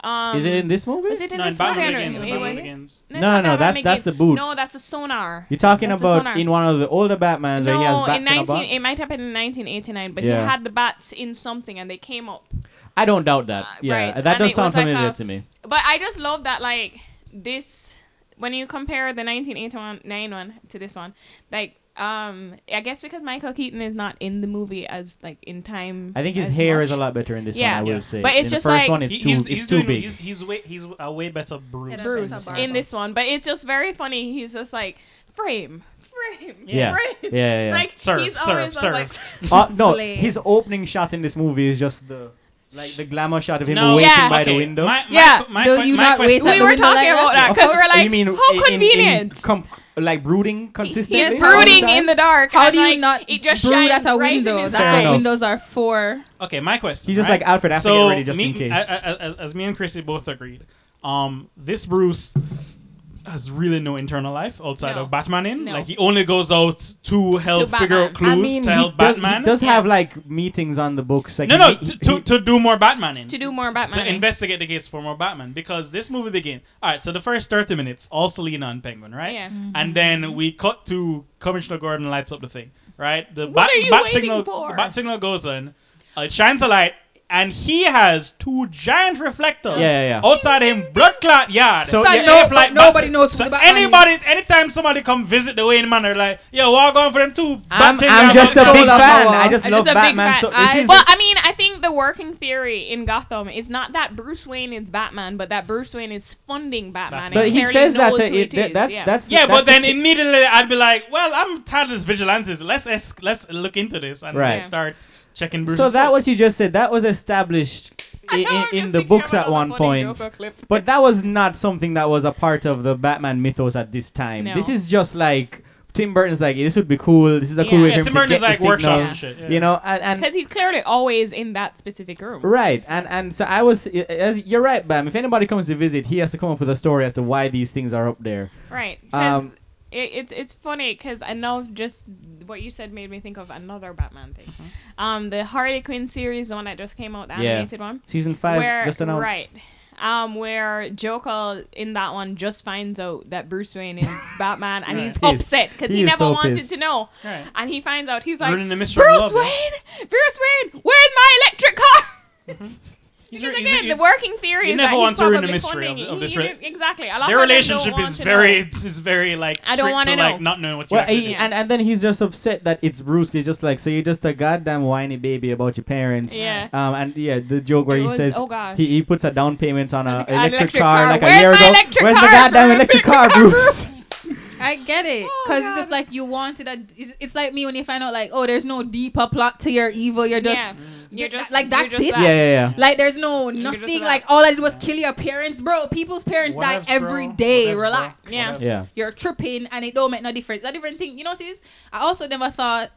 [SPEAKER 1] Um,
[SPEAKER 2] Is it in this movie?
[SPEAKER 1] was it in
[SPEAKER 4] No, in
[SPEAKER 1] this
[SPEAKER 4] Batman
[SPEAKER 1] movie?
[SPEAKER 4] Begins. in
[SPEAKER 1] It
[SPEAKER 4] Batman
[SPEAKER 1] was-
[SPEAKER 4] Begins.
[SPEAKER 2] No, no,
[SPEAKER 1] not
[SPEAKER 2] that's-
[SPEAKER 1] Batman
[SPEAKER 2] that's
[SPEAKER 1] Begins.
[SPEAKER 2] the boot.
[SPEAKER 1] No, that's a sonar.
[SPEAKER 2] You're talking
[SPEAKER 1] That's the
[SPEAKER 2] about
[SPEAKER 1] sonar.
[SPEAKER 2] in one of the older Batmans where he has
[SPEAKER 1] No, in
[SPEAKER 2] bats in, a
[SPEAKER 1] 19,
[SPEAKER 2] box.
[SPEAKER 1] it might have been in 1989, but
[SPEAKER 2] Yeah.
[SPEAKER 1] he had the bats in something and they came up.
[SPEAKER 2] I don't doubt that.
[SPEAKER 1] Uh,
[SPEAKER 2] yeah,
[SPEAKER 1] right,
[SPEAKER 2] that
[SPEAKER 1] and
[SPEAKER 2] does
[SPEAKER 1] it
[SPEAKER 2] sound
[SPEAKER 1] was like
[SPEAKER 2] familiar
[SPEAKER 1] a-
[SPEAKER 2] to me.
[SPEAKER 1] But I just love that, like, this, when you compare the 1981 one to this one, like, um, I guess because Michael Keaton is not in the movie as, like, in time.
[SPEAKER 2] I think his
[SPEAKER 1] as
[SPEAKER 2] hair is a
[SPEAKER 1] much.
[SPEAKER 2] lot better in this
[SPEAKER 1] Yeah.
[SPEAKER 2] one. I
[SPEAKER 4] Yeah.
[SPEAKER 2] will say.
[SPEAKER 1] But it's
[SPEAKER 2] in
[SPEAKER 1] just
[SPEAKER 2] the first
[SPEAKER 1] like-
[SPEAKER 2] one, it's
[SPEAKER 4] He-
[SPEAKER 2] too,
[SPEAKER 4] he's,
[SPEAKER 2] it's
[SPEAKER 4] he's
[SPEAKER 2] too
[SPEAKER 4] doing-
[SPEAKER 2] big.
[SPEAKER 4] He's, he's way, he's a way better Bruce.
[SPEAKER 5] that's
[SPEAKER 1] Bruce
[SPEAKER 5] Bruce.
[SPEAKER 1] in this one. But it's just very funny. He's just like, frame, frame,
[SPEAKER 2] yeah. yeah,
[SPEAKER 1] frame.
[SPEAKER 2] yeah, yeah.
[SPEAKER 1] Like,
[SPEAKER 4] Serve,
[SPEAKER 1] he's
[SPEAKER 4] serve,
[SPEAKER 1] always
[SPEAKER 4] serve.
[SPEAKER 1] like,
[SPEAKER 2] Uh, no,
[SPEAKER 3] Slay.
[SPEAKER 2] his opening shot in this movie is just the like the glamour shot of him
[SPEAKER 4] No.
[SPEAKER 2] waiting
[SPEAKER 1] Yeah.
[SPEAKER 2] by the
[SPEAKER 4] Okay,
[SPEAKER 2] window.
[SPEAKER 4] my- my
[SPEAKER 1] Yeah.
[SPEAKER 4] qu- my
[SPEAKER 3] Do
[SPEAKER 4] que-
[SPEAKER 3] you
[SPEAKER 4] my
[SPEAKER 3] not wait
[SPEAKER 4] question-
[SPEAKER 1] we
[SPEAKER 3] at
[SPEAKER 1] were
[SPEAKER 3] window
[SPEAKER 1] talking
[SPEAKER 3] like
[SPEAKER 1] about
[SPEAKER 3] that?
[SPEAKER 1] that
[SPEAKER 2] Of
[SPEAKER 1] because
[SPEAKER 2] course- Oh,
[SPEAKER 1] we're like,
[SPEAKER 2] you mean
[SPEAKER 1] how
[SPEAKER 2] in- in- in
[SPEAKER 1] convenient.
[SPEAKER 2] com- like brooding consistently.
[SPEAKER 3] Yes,
[SPEAKER 2] all the
[SPEAKER 1] brooding
[SPEAKER 2] time?
[SPEAKER 1] in the dark.
[SPEAKER 3] How
[SPEAKER 1] and,
[SPEAKER 3] do you
[SPEAKER 1] like,
[SPEAKER 3] not
[SPEAKER 1] It just
[SPEAKER 3] brood
[SPEAKER 1] shines
[SPEAKER 3] at a
[SPEAKER 1] right in
[SPEAKER 3] window?
[SPEAKER 1] his
[SPEAKER 3] That's
[SPEAKER 2] Fair
[SPEAKER 1] eye.
[SPEAKER 3] what
[SPEAKER 2] enough.
[SPEAKER 3] windows are for.
[SPEAKER 4] Okay, my question.
[SPEAKER 2] He's just
[SPEAKER 4] right?
[SPEAKER 2] like Alfred. I have to get
[SPEAKER 4] so
[SPEAKER 2] ready just
[SPEAKER 4] me,
[SPEAKER 2] in case.
[SPEAKER 4] a- a- as, as me and Chrissy both agreed, um, this Bruce has really no internal life outside
[SPEAKER 1] No.
[SPEAKER 4] of Batman. In
[SPEAKER 1] No.
[SPEAKER 4] like he only goes out to help
[SPEAKER 1] Batman.
[SPEAKER 4] figure out clues
[SPEAKER 2] I mean,
[SPEAKER 4] to
[SPEAKER 2] he
[SPEAKER 4] help
[SPEAKER 2] does,
[SPEAKER 4] Batman.
[SPEAKER 2] He does
[SPEAKER 1] Yeah.
[SPEAKER 2] have like meetings on the books. Like
[SPEAKER 4] no,
[SPEAKER 2] he-
[SPEAKER 4] no,
[SPEAKER 2] he-
[SPEAKER 4] to, to, to do more Batman in.
[SPEAKER 1] To do more
[SPEAKER 4] To
[SPEAKER 1] Batman. eh?
[SPEAKER 4] investigate the case for more Batman because this movie begins. All right, so the first 30 minutes, all Selena and Penguin, right?
[SPEAKER 1] Yeah.
[SPEAKER 4] And then we cut to Commissioner Gordon lights up the thing, right? The
[SPEAKER 1] What
[SPEAKER 4] bat,
[SPEAKER 1] are you
[SPEAKER 4] bat
[SPEAKER 1] waiting
[SPEAKER 4] signal,
[SPEAKER 1] for?
[SPEAKER 4] The bat signal goes on, uh, it shines a light, and he has two giant reflectors
[SPEAKER 2] Yeah, yeah, yeah.
[SPEAKER 4] outside him, blood clot yard.
[SPEAKER 2] So,
[SPEAKER 4] So,
[SPEAKER 2] So, yeah.
[SPEAKER 3] no- but
[SPEAKER 4] bats-
[SPEAKER 3] nobody knows who
[SPEAKER 4] so
[SPEAKER 3] the Batman
[SPEAKER 4] anybody,
[SPEAKER 3] is.
[SPEAKER 4] anytime somebody come visit the Wayne Manor, like, yo, walk on for them two.
[SPEAKER 2] I'm,
[SPEAKER 4] bat thing
[SPEAKER 2] I'm
[SPEAKER 4] down
[SPEAKER 2] just a
[SPEAKER 4] outside."
[SPEAKER 2] big
[SPEAKER 3] Soul of
[SPEAKER 2] fan.
[SPEAKER 3] Power.
[SPEAKER 2] I just
[SPEAKER 1] I'm
[SPEAKER 2] love
[SPEAKER 1] just a big
[SPEAKER 2] Batman.
[SPEAKER 1] fan.
[SPEAKER 2] So this
[SPEAKER 1] I-
[SPEAKER 2] is
[SPEAKER 1] well, I mean, I think the working theory in Gotham is not that Bruce Wayne is Batman, but that Bruce Wayne is funding Batman.
[SPEAKER 2] So
[SPEAKER 1] and
[SPEAKER 2] he
[SPEAKER 1] clearly
[SPEAKER 2] says that
[SPEAKER 1] knows
[SPEAKER 2] to
[SPEAKER 1] who
[SPEAKER 2] it,
[SPEAKER 1] it
[SPEAKER 2] th-
[SPEAKER 1] is,
[SPEAKER 2] that's
[SPEAKER 1] yeah.
[SPEAKER 2] that's
[SPEAKER 4] Yeah,
[SPEAKER 2] that's
[SPEAKER 4] but
[SPEAKER 2] the
[SPEAKER 4] then
[SPEAKER 2] ca-
[SPEAKER 4] immediately I'd be like, "Well, I'm tired of these vigilantes. Let's es- let's look into this and
[SPEAKER 2] Right.
[SPEAKER 4] like, start checking." Bruce's
[SPEAKER 2] so that
[SPEAKER 4] books.
[SPEAKER 2] what you just said that was established
[SPEAKER 1] I know,
[SPEAKER 2] i-
[SPEAKER 1] I'm
[SPEAKER 2] in, in
[SPEAKER 1] just
[SPEAKER 2] the
[SPEAKER 1] thinking
[SPEAKER 2] books
[SPEAKER 1] about
[SPEAKER 2] at
[SPEAKER 1] all
[SPEAKER 2] one
[SPEAKER 1] the funny
[SPEAKER 2] point.
[SPEAKER 1] Joker clip.
[SPEAKER 2] But that was not something that was a part of the Batman mythos at this time.
[SPEAKER 1] No.
[SPEAKER 2] This is just like Tim Burton's like this would be cool. This is a cool
[SPEAKER 1] Yeah.
[SPEAKER 2] way
[SPEAKER 4] yeah,
[SPEAKER 2] for him
[SPEAKER 4] Tim
[SPEAKER 2] to
[SPEAKER 4] Burton
[SPEAKER 2] get
[SPEAKER 4] is like
[SPEAKER 2] the
[SPEAKER 4] workshop
[SPEAKER 2] signal.
[SPEAKER 1] Yeah.
[SPEAKER 4] and shit. Yeah.
[SPEAKER 2] You know, and, and
[SPEAKER 1] because he's clearly always in that specific room.
[SPEAKER 2] right, and and so I was as you're right, Bam. If anybody comes to visit, he has to come up with a story as to why these things are up there.
[SPEAKER 1] Right. Because
[SPEAKER 2] Um,
[SPEAKER 1] it, it's it's funny because I know just what you said made me think of another Batman thing. Um, the Harley Quinn series, the one that just came out, the
[SPEAKER 2] Mm-hmm. Yeah.
[SPEAKER 1] animated one.
[SPEAKER 2] Season five
[SPEAKER 1] where,
[SPEAKER 2] just announced.
[SPEAKER 1] Right. Um, where Joker in that one just finds out that Bruce Wayne is Batman and
[SPEAKER 2] He's
[SPEAKER 1] he's
[SPEAKER 2] pissed.
[SPEAKER 1] upset because
[SPEAKER 2] He
[SPEAKER 1] he,
[SPEAKER 2] is
[SPEAKER 1] never
[SPEAKER 2] so
[SPEAKER 1] wanted
[SPEAKER 2] pissed.
[SPEAKER 1] to know.
[SPEAKER 4] Right.
[SPEAKER 1] And he finds out he's like,
[SPEAKER 4] Ruining the mystery of
[SPEAKER 1] Bruce
[SPEAKER 4] love, yeah."
[SPEAKER 1] Wayne, Bruce Wayne, where's my electric car?
[SPEAKER 4] He's
[SPEAKER 1] Because
[SPEAKER 4] re- he's-
[SPEAKER 1] again,
[SPEAKER 4] he's-
[SPEAKER 1] the working theory
[SPEAKER 4] you
[SPEAKER 1] is
[SPEAKER 4] never
[SPEAKER 1] that
[SPEAKER 4] want
[SPEAKER 1] he's
[SPEAKER 4] to ruin the
[SPEAKER 1] probably
[SPEAKER 4] mystery of-
[SPEAKER 1] funding-
[SPEAKER 4] of this
[SPEAKER 1] he-
[SPEAKER 4] re-
[SPEAKER 1] he- exactly. A lot
[SPEAKER 4] their
[SPEAKER 1] of them don't
[SPEAKER 4] relationship
[SPEAKER 1] want
[SPEAKER 4] is
[SPEAKER 1] to know.
[SPEAKER 4] very is very like
[SPEAKER 1] I don't
[SPEAKER 4] strict
[SPEAKER 1] wanna
[SPEAKER 4] to like
[SPEAKER 1] know.
[SPEAKER 4] not knowing what you
[SPEAKER 2] Well,
[SPEAKER 4] actually
[SPEAKER 2] he-
[SPEAKER 4] did.
[SPEAKER 2] and and then he's just upset that it's Bruce. He's just like, so you're just a goddamn whiny baby about your parents.
[SPEAKER 1] Yeah.
[SPEAKER 2] Um, and yeah, the joke where
[SPEAKER 1] It
[SPEAKER 2] he
[SPEAKER 1] was-
[SPEAKER 2] says
[SPEAKER 1] oh gosh.
[SPEAKER 2] he, he puts a down payment on an
[SPEAKER 1] Like
[SPEAKER 2] electric,
[SPEAKER 1] an electric
[SPEAKER 2] car,
[SPEAKER 1] car.
[SPEAKER 2] like a
[SPEAKER 1] Where's
[SPEAKER 2] year
[SPEAKER 1] my
[SPEAKER 2] ago.
[SPEAKER 1] electric
[SPEAKER 2] Where's the
[SPEAKER 1] car,
[SPEAKER 2] goddamn
[SPEAKER 1] Bruce?
[SPEAKER 2] electric car, Bruce?
[SPEAKER 3] I get it,
[SPEAKER 1] Oh,
[SPEAKER 3] cause
[SPEAKER 1] God.
[SPEAKER 3] it's just like you wanted a. It's, it's like me when you find out like, oh, there's no deeper plot to your evil. You're just
[SPEAKER 1] Yeah. You're just
[SPEAKER 3] like,
[SPEAKER 1] you're
[SPEAKER 3] that's
[SPEAKER 1] just
[SPEAKER 3] it?
[SPEAKER 2] yeah,
[SPEAKER 1] that.
[SPEAKER 2] yeah, yeah.
[SPEAKER 3] like, there's no
[SPEAKER 1] you're just
[SPEAKER 3] nothing.
[SPEAKER 1] that.
[SPEAKER 3] Like all I did was kill your parents, bro. People's parents die
[SPEAKER 4] Whatevs, bro.
[SPEAKER 3] every day.
[SPEAKER 4] Whatevs, bro.
[SPEAKER 3] Relax.
[SPEAKER 1] Yeah.
[SPEAKER 4] Whatevs.
[SPEAKER 2] Yeah.
[SPEAKER 3] You're tripping, and it don't make no difference. A different thing. You notice? I also never thought.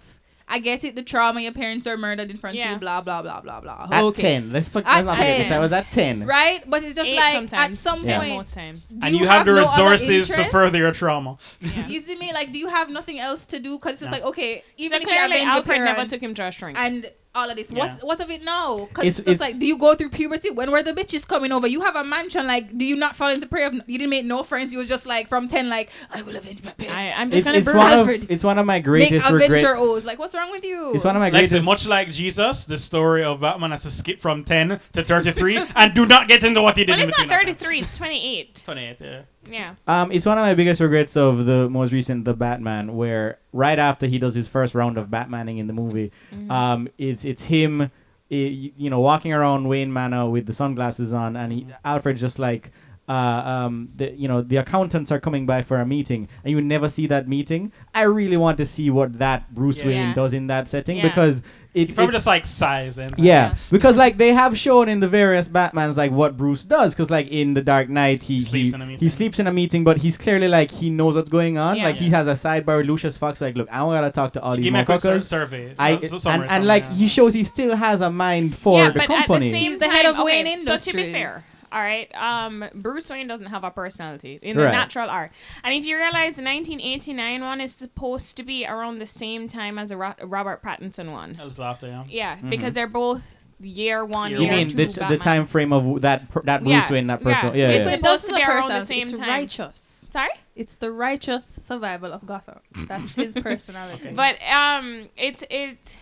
[SPEAKER 3] I get it. The trauma your parents are murdered in front of
[SPEAKER 1] Yeah.
[SPEAKER 3] you. Blah blah blah blah blah.
[SPEAKER 2] At
[SPEAKER 3] okay.
[SPEAKER 2] ten, let's fuck. let's
[SPEAKER 3] At
[SPEAKER 2] not forget this.
[SPEAKER 3] 10.
[SPEAKER 2] I was at ten.
[SPEAKER 3] Right, but it's just
[SPEAKER 1] Eight
[SPEAKER 3] like at
[SPEAKER 1] sometimes.
[SPEAKER 3] some
[SPEAKER 2] Yeah.
[SPEAKER 3] point.
[SPEAKER 1] Most times.
[SPEAKER 3] do
[SPEAKER 4] And you, have the
[SPEAKER 3] no other
[SPEAKER 4] resources to
[SPEAKER 3] interest?
[SPEAKER 4] further your trauma.
[SPEAKER 1] Yeah.
[SPEAKER 3] You see me like, do you have nothing else to do? Because it's just
[SPEAKER 4] No.
[SPEAKER 3] like, okay,
[SPEAKER 1] So
[SPEAKER 3] even if you
[SPEAKER 1] clearly,
[SPEAKER 3] avenge your
[SPEAKER 1] Alfred
[SPEAKER 3] parents
[SPEAKER 1] never took him to a shrink.
[SPEAKER 3] and all of this,
[SPEAKER 4] Yeah.
[SPEAKER 3] what what of it now? Because
[SPEAKER 2] It's-
[SPEAKER 3] it's, just
[SPEAKER 2] it's-
[SPEAKER 3] like, do you go through puberty? When were the bitches coming over? You have a mansion, like, do you not fall into prayer? Of, you didn't make no friends. You was just like from ten, like, I will avenge my parents.
[SPEAKER 1] I, I'm just
[SPEAKER 2] It's,
[SPEAKER 1] gonna
[SPEAKER 2] it's
[SPEAKER 1] burn
[SPEAKER 2] one of
[SPEAKER 3] Alfred.
[SPEAKER 2] it's one of my
[SPEAKER 3] make
[SPEAKER 2] greatest regrets.
[SPEAKER 3] adventure O's. Like, what's wrong with you?
[SPEAKER 2] It's one of my
[SPEAKER 4] Like I said,
[SPEAKER 2] greatest.
[SPEAKER 4] much like Jesus, the story of Batman has to skip from 10 to 33 and do not get into what he did
[SPEAKER 1] Well,
[SPEAKER 4] in
[SPEAKER 1] it's not
[SPEAKER 4] between. that time.
[SPEAKER 1] 33, it's 28.
[SPEAKER 4] 28, yeah.
[SPEAKER 1] Yeah.
[SPEAKER 2] Um, it's one of my biggest regrets of the most recent The Batman, where right after he does his first round of Batmaning in the movie,
[SPEAKER 4] Mm-hmm.
[SPEAKER 2] um, it's it's him, i- y- you know, walking around Wayne Manor with the sunglasses on, and
[SPEAKER 4] Mm-hmm.
[SPEAKER 2] he, Alfred's just like, uh, um, the, you know, the accountants are coming by for a meeting, and you never see that meeting. I really want to see what that Bruce
[SPEAKER 4] Yeah.
[SPEAKER 2] Wayne
[SPEAKER 1] Yeah.
[SPEAKER 2] does in that setting
[SPEAKER 1] Yeah.
[SPEAKER 2] because it,
[SPEAKER 4] He probably
[SPEAKER 2] it's
[SPEAKER 4] just like sighs and
[SPEAKER 2] yeah,
[SPEAKER 1] Yeah.
[SPEAKER 2] because like they have shown in the various Batmans like what Bruce does, because like in the Dark Knight he
[SPEAKER 4] Sleeps
[SPEAKER 2] he,
[SPEAKER 4] in a meeting.
[SPEAKER 2] he sleeps in a meeting, but he's clearly like he knows what's going on.
[SPEAKER 1] Yeah.
[SPEAKER 2] Like he
[SPEAKER 4] Yeah.
[SPEAKER 2] has a sidebar with Lucius Fox, like look, I gotta talk to all these
[SPEAKER 4] give me a quick sur-
[SPEAKER 2] motherfuckers.
[SPEAKER 4] survey.
[SPEAKER 2] I
[SPEAKER 4] So- so
[SPEAKER 2] and,
[SPEAKER 4] summary,
[SPEAKER 2] and
[SPEAKER 4] summary,
[SPEAKER 2] like
[SPEAKER 4] yeah.
[SPEAKER 2] he shows he still has a mind for
[SPEAKER 1] yeah,
[SPEAKER 2] the
[SPEAKER 1] but
[SPEAKER 2] company.
[SPEAKER 1] At the same
[SPEAKER 3] He's the head
[SPEAKER 1] time-
[SPEAKER 3] of Wayne
[SPEAKER 1] okay, So to be
[SPEAKER 3] Industries.
[SPEAKER 1] fair, all right, um, Bruce Wayne doesn't have a personality in the
[SPEAKER 2] Right.
[SPEAKER 1] natural art. And if you realize the 1989 one is supposed to be around the same time as the Ro- Robert Pattinson one.
[SPEAKER 4] I was laughter, yeah.
[SPEAKER 1] Yeah, because they're both year one,
[SPEAKER 4] You
[SPEAKER 2] Mm-hmm. you
[SPEAKER 1] year
[SPEAKER 2] mean
[SPEAKER 1] two
[SPEAKER 2] the, the
[SPEAKER 1] Batman.
[SPEAKER 2] time frame of that per, that Bruce
[SPEAKER 1] Yeah,
[SPEAKER 2] Wayne that
[SPEAKER 1] yeah.
[SPEAKER 2] person? Yeah,
[SPEAKER 1] It's
[SPEAKER 2] yeah.
[SPEAKER 1] like-
[SPEAKER 3] It's
[SPEAKER 1] supposed to be
[SPEAKER 3] the
[SPEAKER 1] around the
[SPEAKER 3] personality.
[SPEAKER 1] same
[SPEAKER 3] it's
[SPEAKER 1] time.
[SPEAKER 3] righteous.
[SPEAKER 1] Sorry?
[SPEAKER 3] It's the righteous survival of Gotham. That's his personality.
[SPEAKER 1] But um, it's it.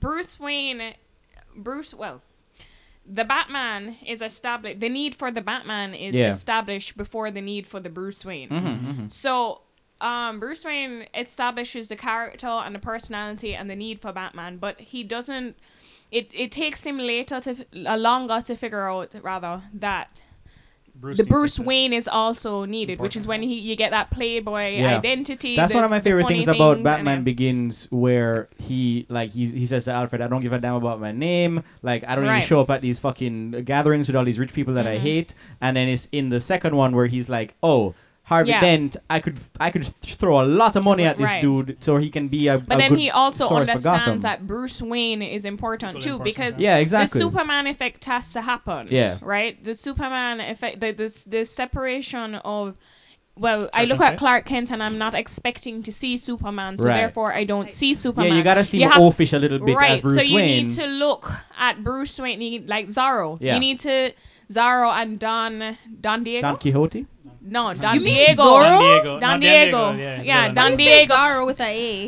[SPEAKER 1] Bruce Wayne, Bruce. Well, the Batman is established. The need for the Batman is
[SPEAKER 2] Yeah.
[SPEAKER 1] established before the need for the Bruce Wayne.
[SPEAKER 2] Mhm, mhm.
[SPEAKER 1] So. Um, Bruce Wayne establishes the character and the personality and the need for Batman, but he doesn't. It, it takes him later to uh, longer to figure out rather that
[SPEAKER 4] Bruce
[SPEAKER 1] the
[SPEAKER 4] needs
[SPEAKER 1] Bruce
[SPEAKER 4] success.
[SPEAKER 1] Wayne is also needed, which is when he you get that playboy
[SPEAKER 2] Yeah.
[SPEAKER 1] identity.
[SPEAKER 2] That's
[SPEAKER 1] the-
[SPEAKER 2] one of my
[SPEAKER 1] the
[SPEAKER 2] favorite
[SPEAKER 1] funny
[SPEAKER 2] things about
[SPEAKER 1] and
[SPEAKER 2] Batman
[SPEAKER 1] then-
[SPEAKER 2] Begins, where he like he, he says to Alfred, "I don't give a damn about my name. Like I don't
[SPEAKER 1] Right.
[SPEAKER 2] even show up at these fucking gatherings with all these rich people that I
[SPEAKER 1] Mhm.
[SPEAKER 2] hate." And then it's in the second one where he's like, "Oh." Harvey
[SPEAKER 1] Yeah.
[SPEAKER 2] Dent, I could I could th- throw a lot of money at this
[SPEAKER 1] Right.
[SPEAKER 2] dude so he can be a.
[SPEAKER 1] But
[SPEAKER 2] a
[SPEAKER 1] then
[SPEAKER 2] good
[SPEAKER 1] he also
[SPEAKER 2] source for Gotham.
[SPEAKER 1] understands that Bruce Wayne is important
[SPEAKER 4] Equally
[SPEAKER 1] too
[SPEAKER 4] important,
[SPEAKER 1] because
[SPEAKER 2] Yeah, exactly.
[SPEAKER 1] the Superman effect has to happen.
[SPEAKER 2] Yeah.
[SPEAKER 1] Right? The Superman effect, the, this the separation of. Well, I
[SPEAKER 4] Church
[SPEAKER 1] look
[SPEAKER 4] and
[SPEAKER 1] at
[SPEAKER 4] state?
[SPEAKER 1] Clark Kent and I'm not expecting to see Superman, so
[SPEAKER 2] Right.
[SPEAKER 1] therefore I don't see Superman.
[SPEAKER 2] yeah, you gotta see
[SPEAKER 1] You
[SPEAKER 2] him
[SPEAKER 1] have-
[SPEAKER 2] oafish a little bit as Bruce
[SPEAKER 1] so you
[SPEAKER 2] Wayne.
[SPEAKER 1] need to look at Bruce Wayne, you need- like Zorro.
[SPEAKER 2] Yeah.
[SPEAKER 1] You need to. Zorro and Don Don Diego.
[SPEAKER 2] Don Quixote.
[SPEAKER 1] no, Don
[SPEAKER 4] You mean
[SPEAKER 1] Diego.
[SPEAKER 3] Zorro?
[SPEAKER 4] Don Diego.
[SPEAKER 1] Don
[SPEAKER 4] No,
[SPEAKER 1] Diego.
[SPEAKER 4] Yeah,
[SPEAKER 1] Yeah,
[SPEAKER 4] good
[SPEAKER 1] Don
[SPEAKER 4] one.
[SPEAKER 3] you say
[SPEAKER 1] Diego.
[SPEAKER 3] Zorro with a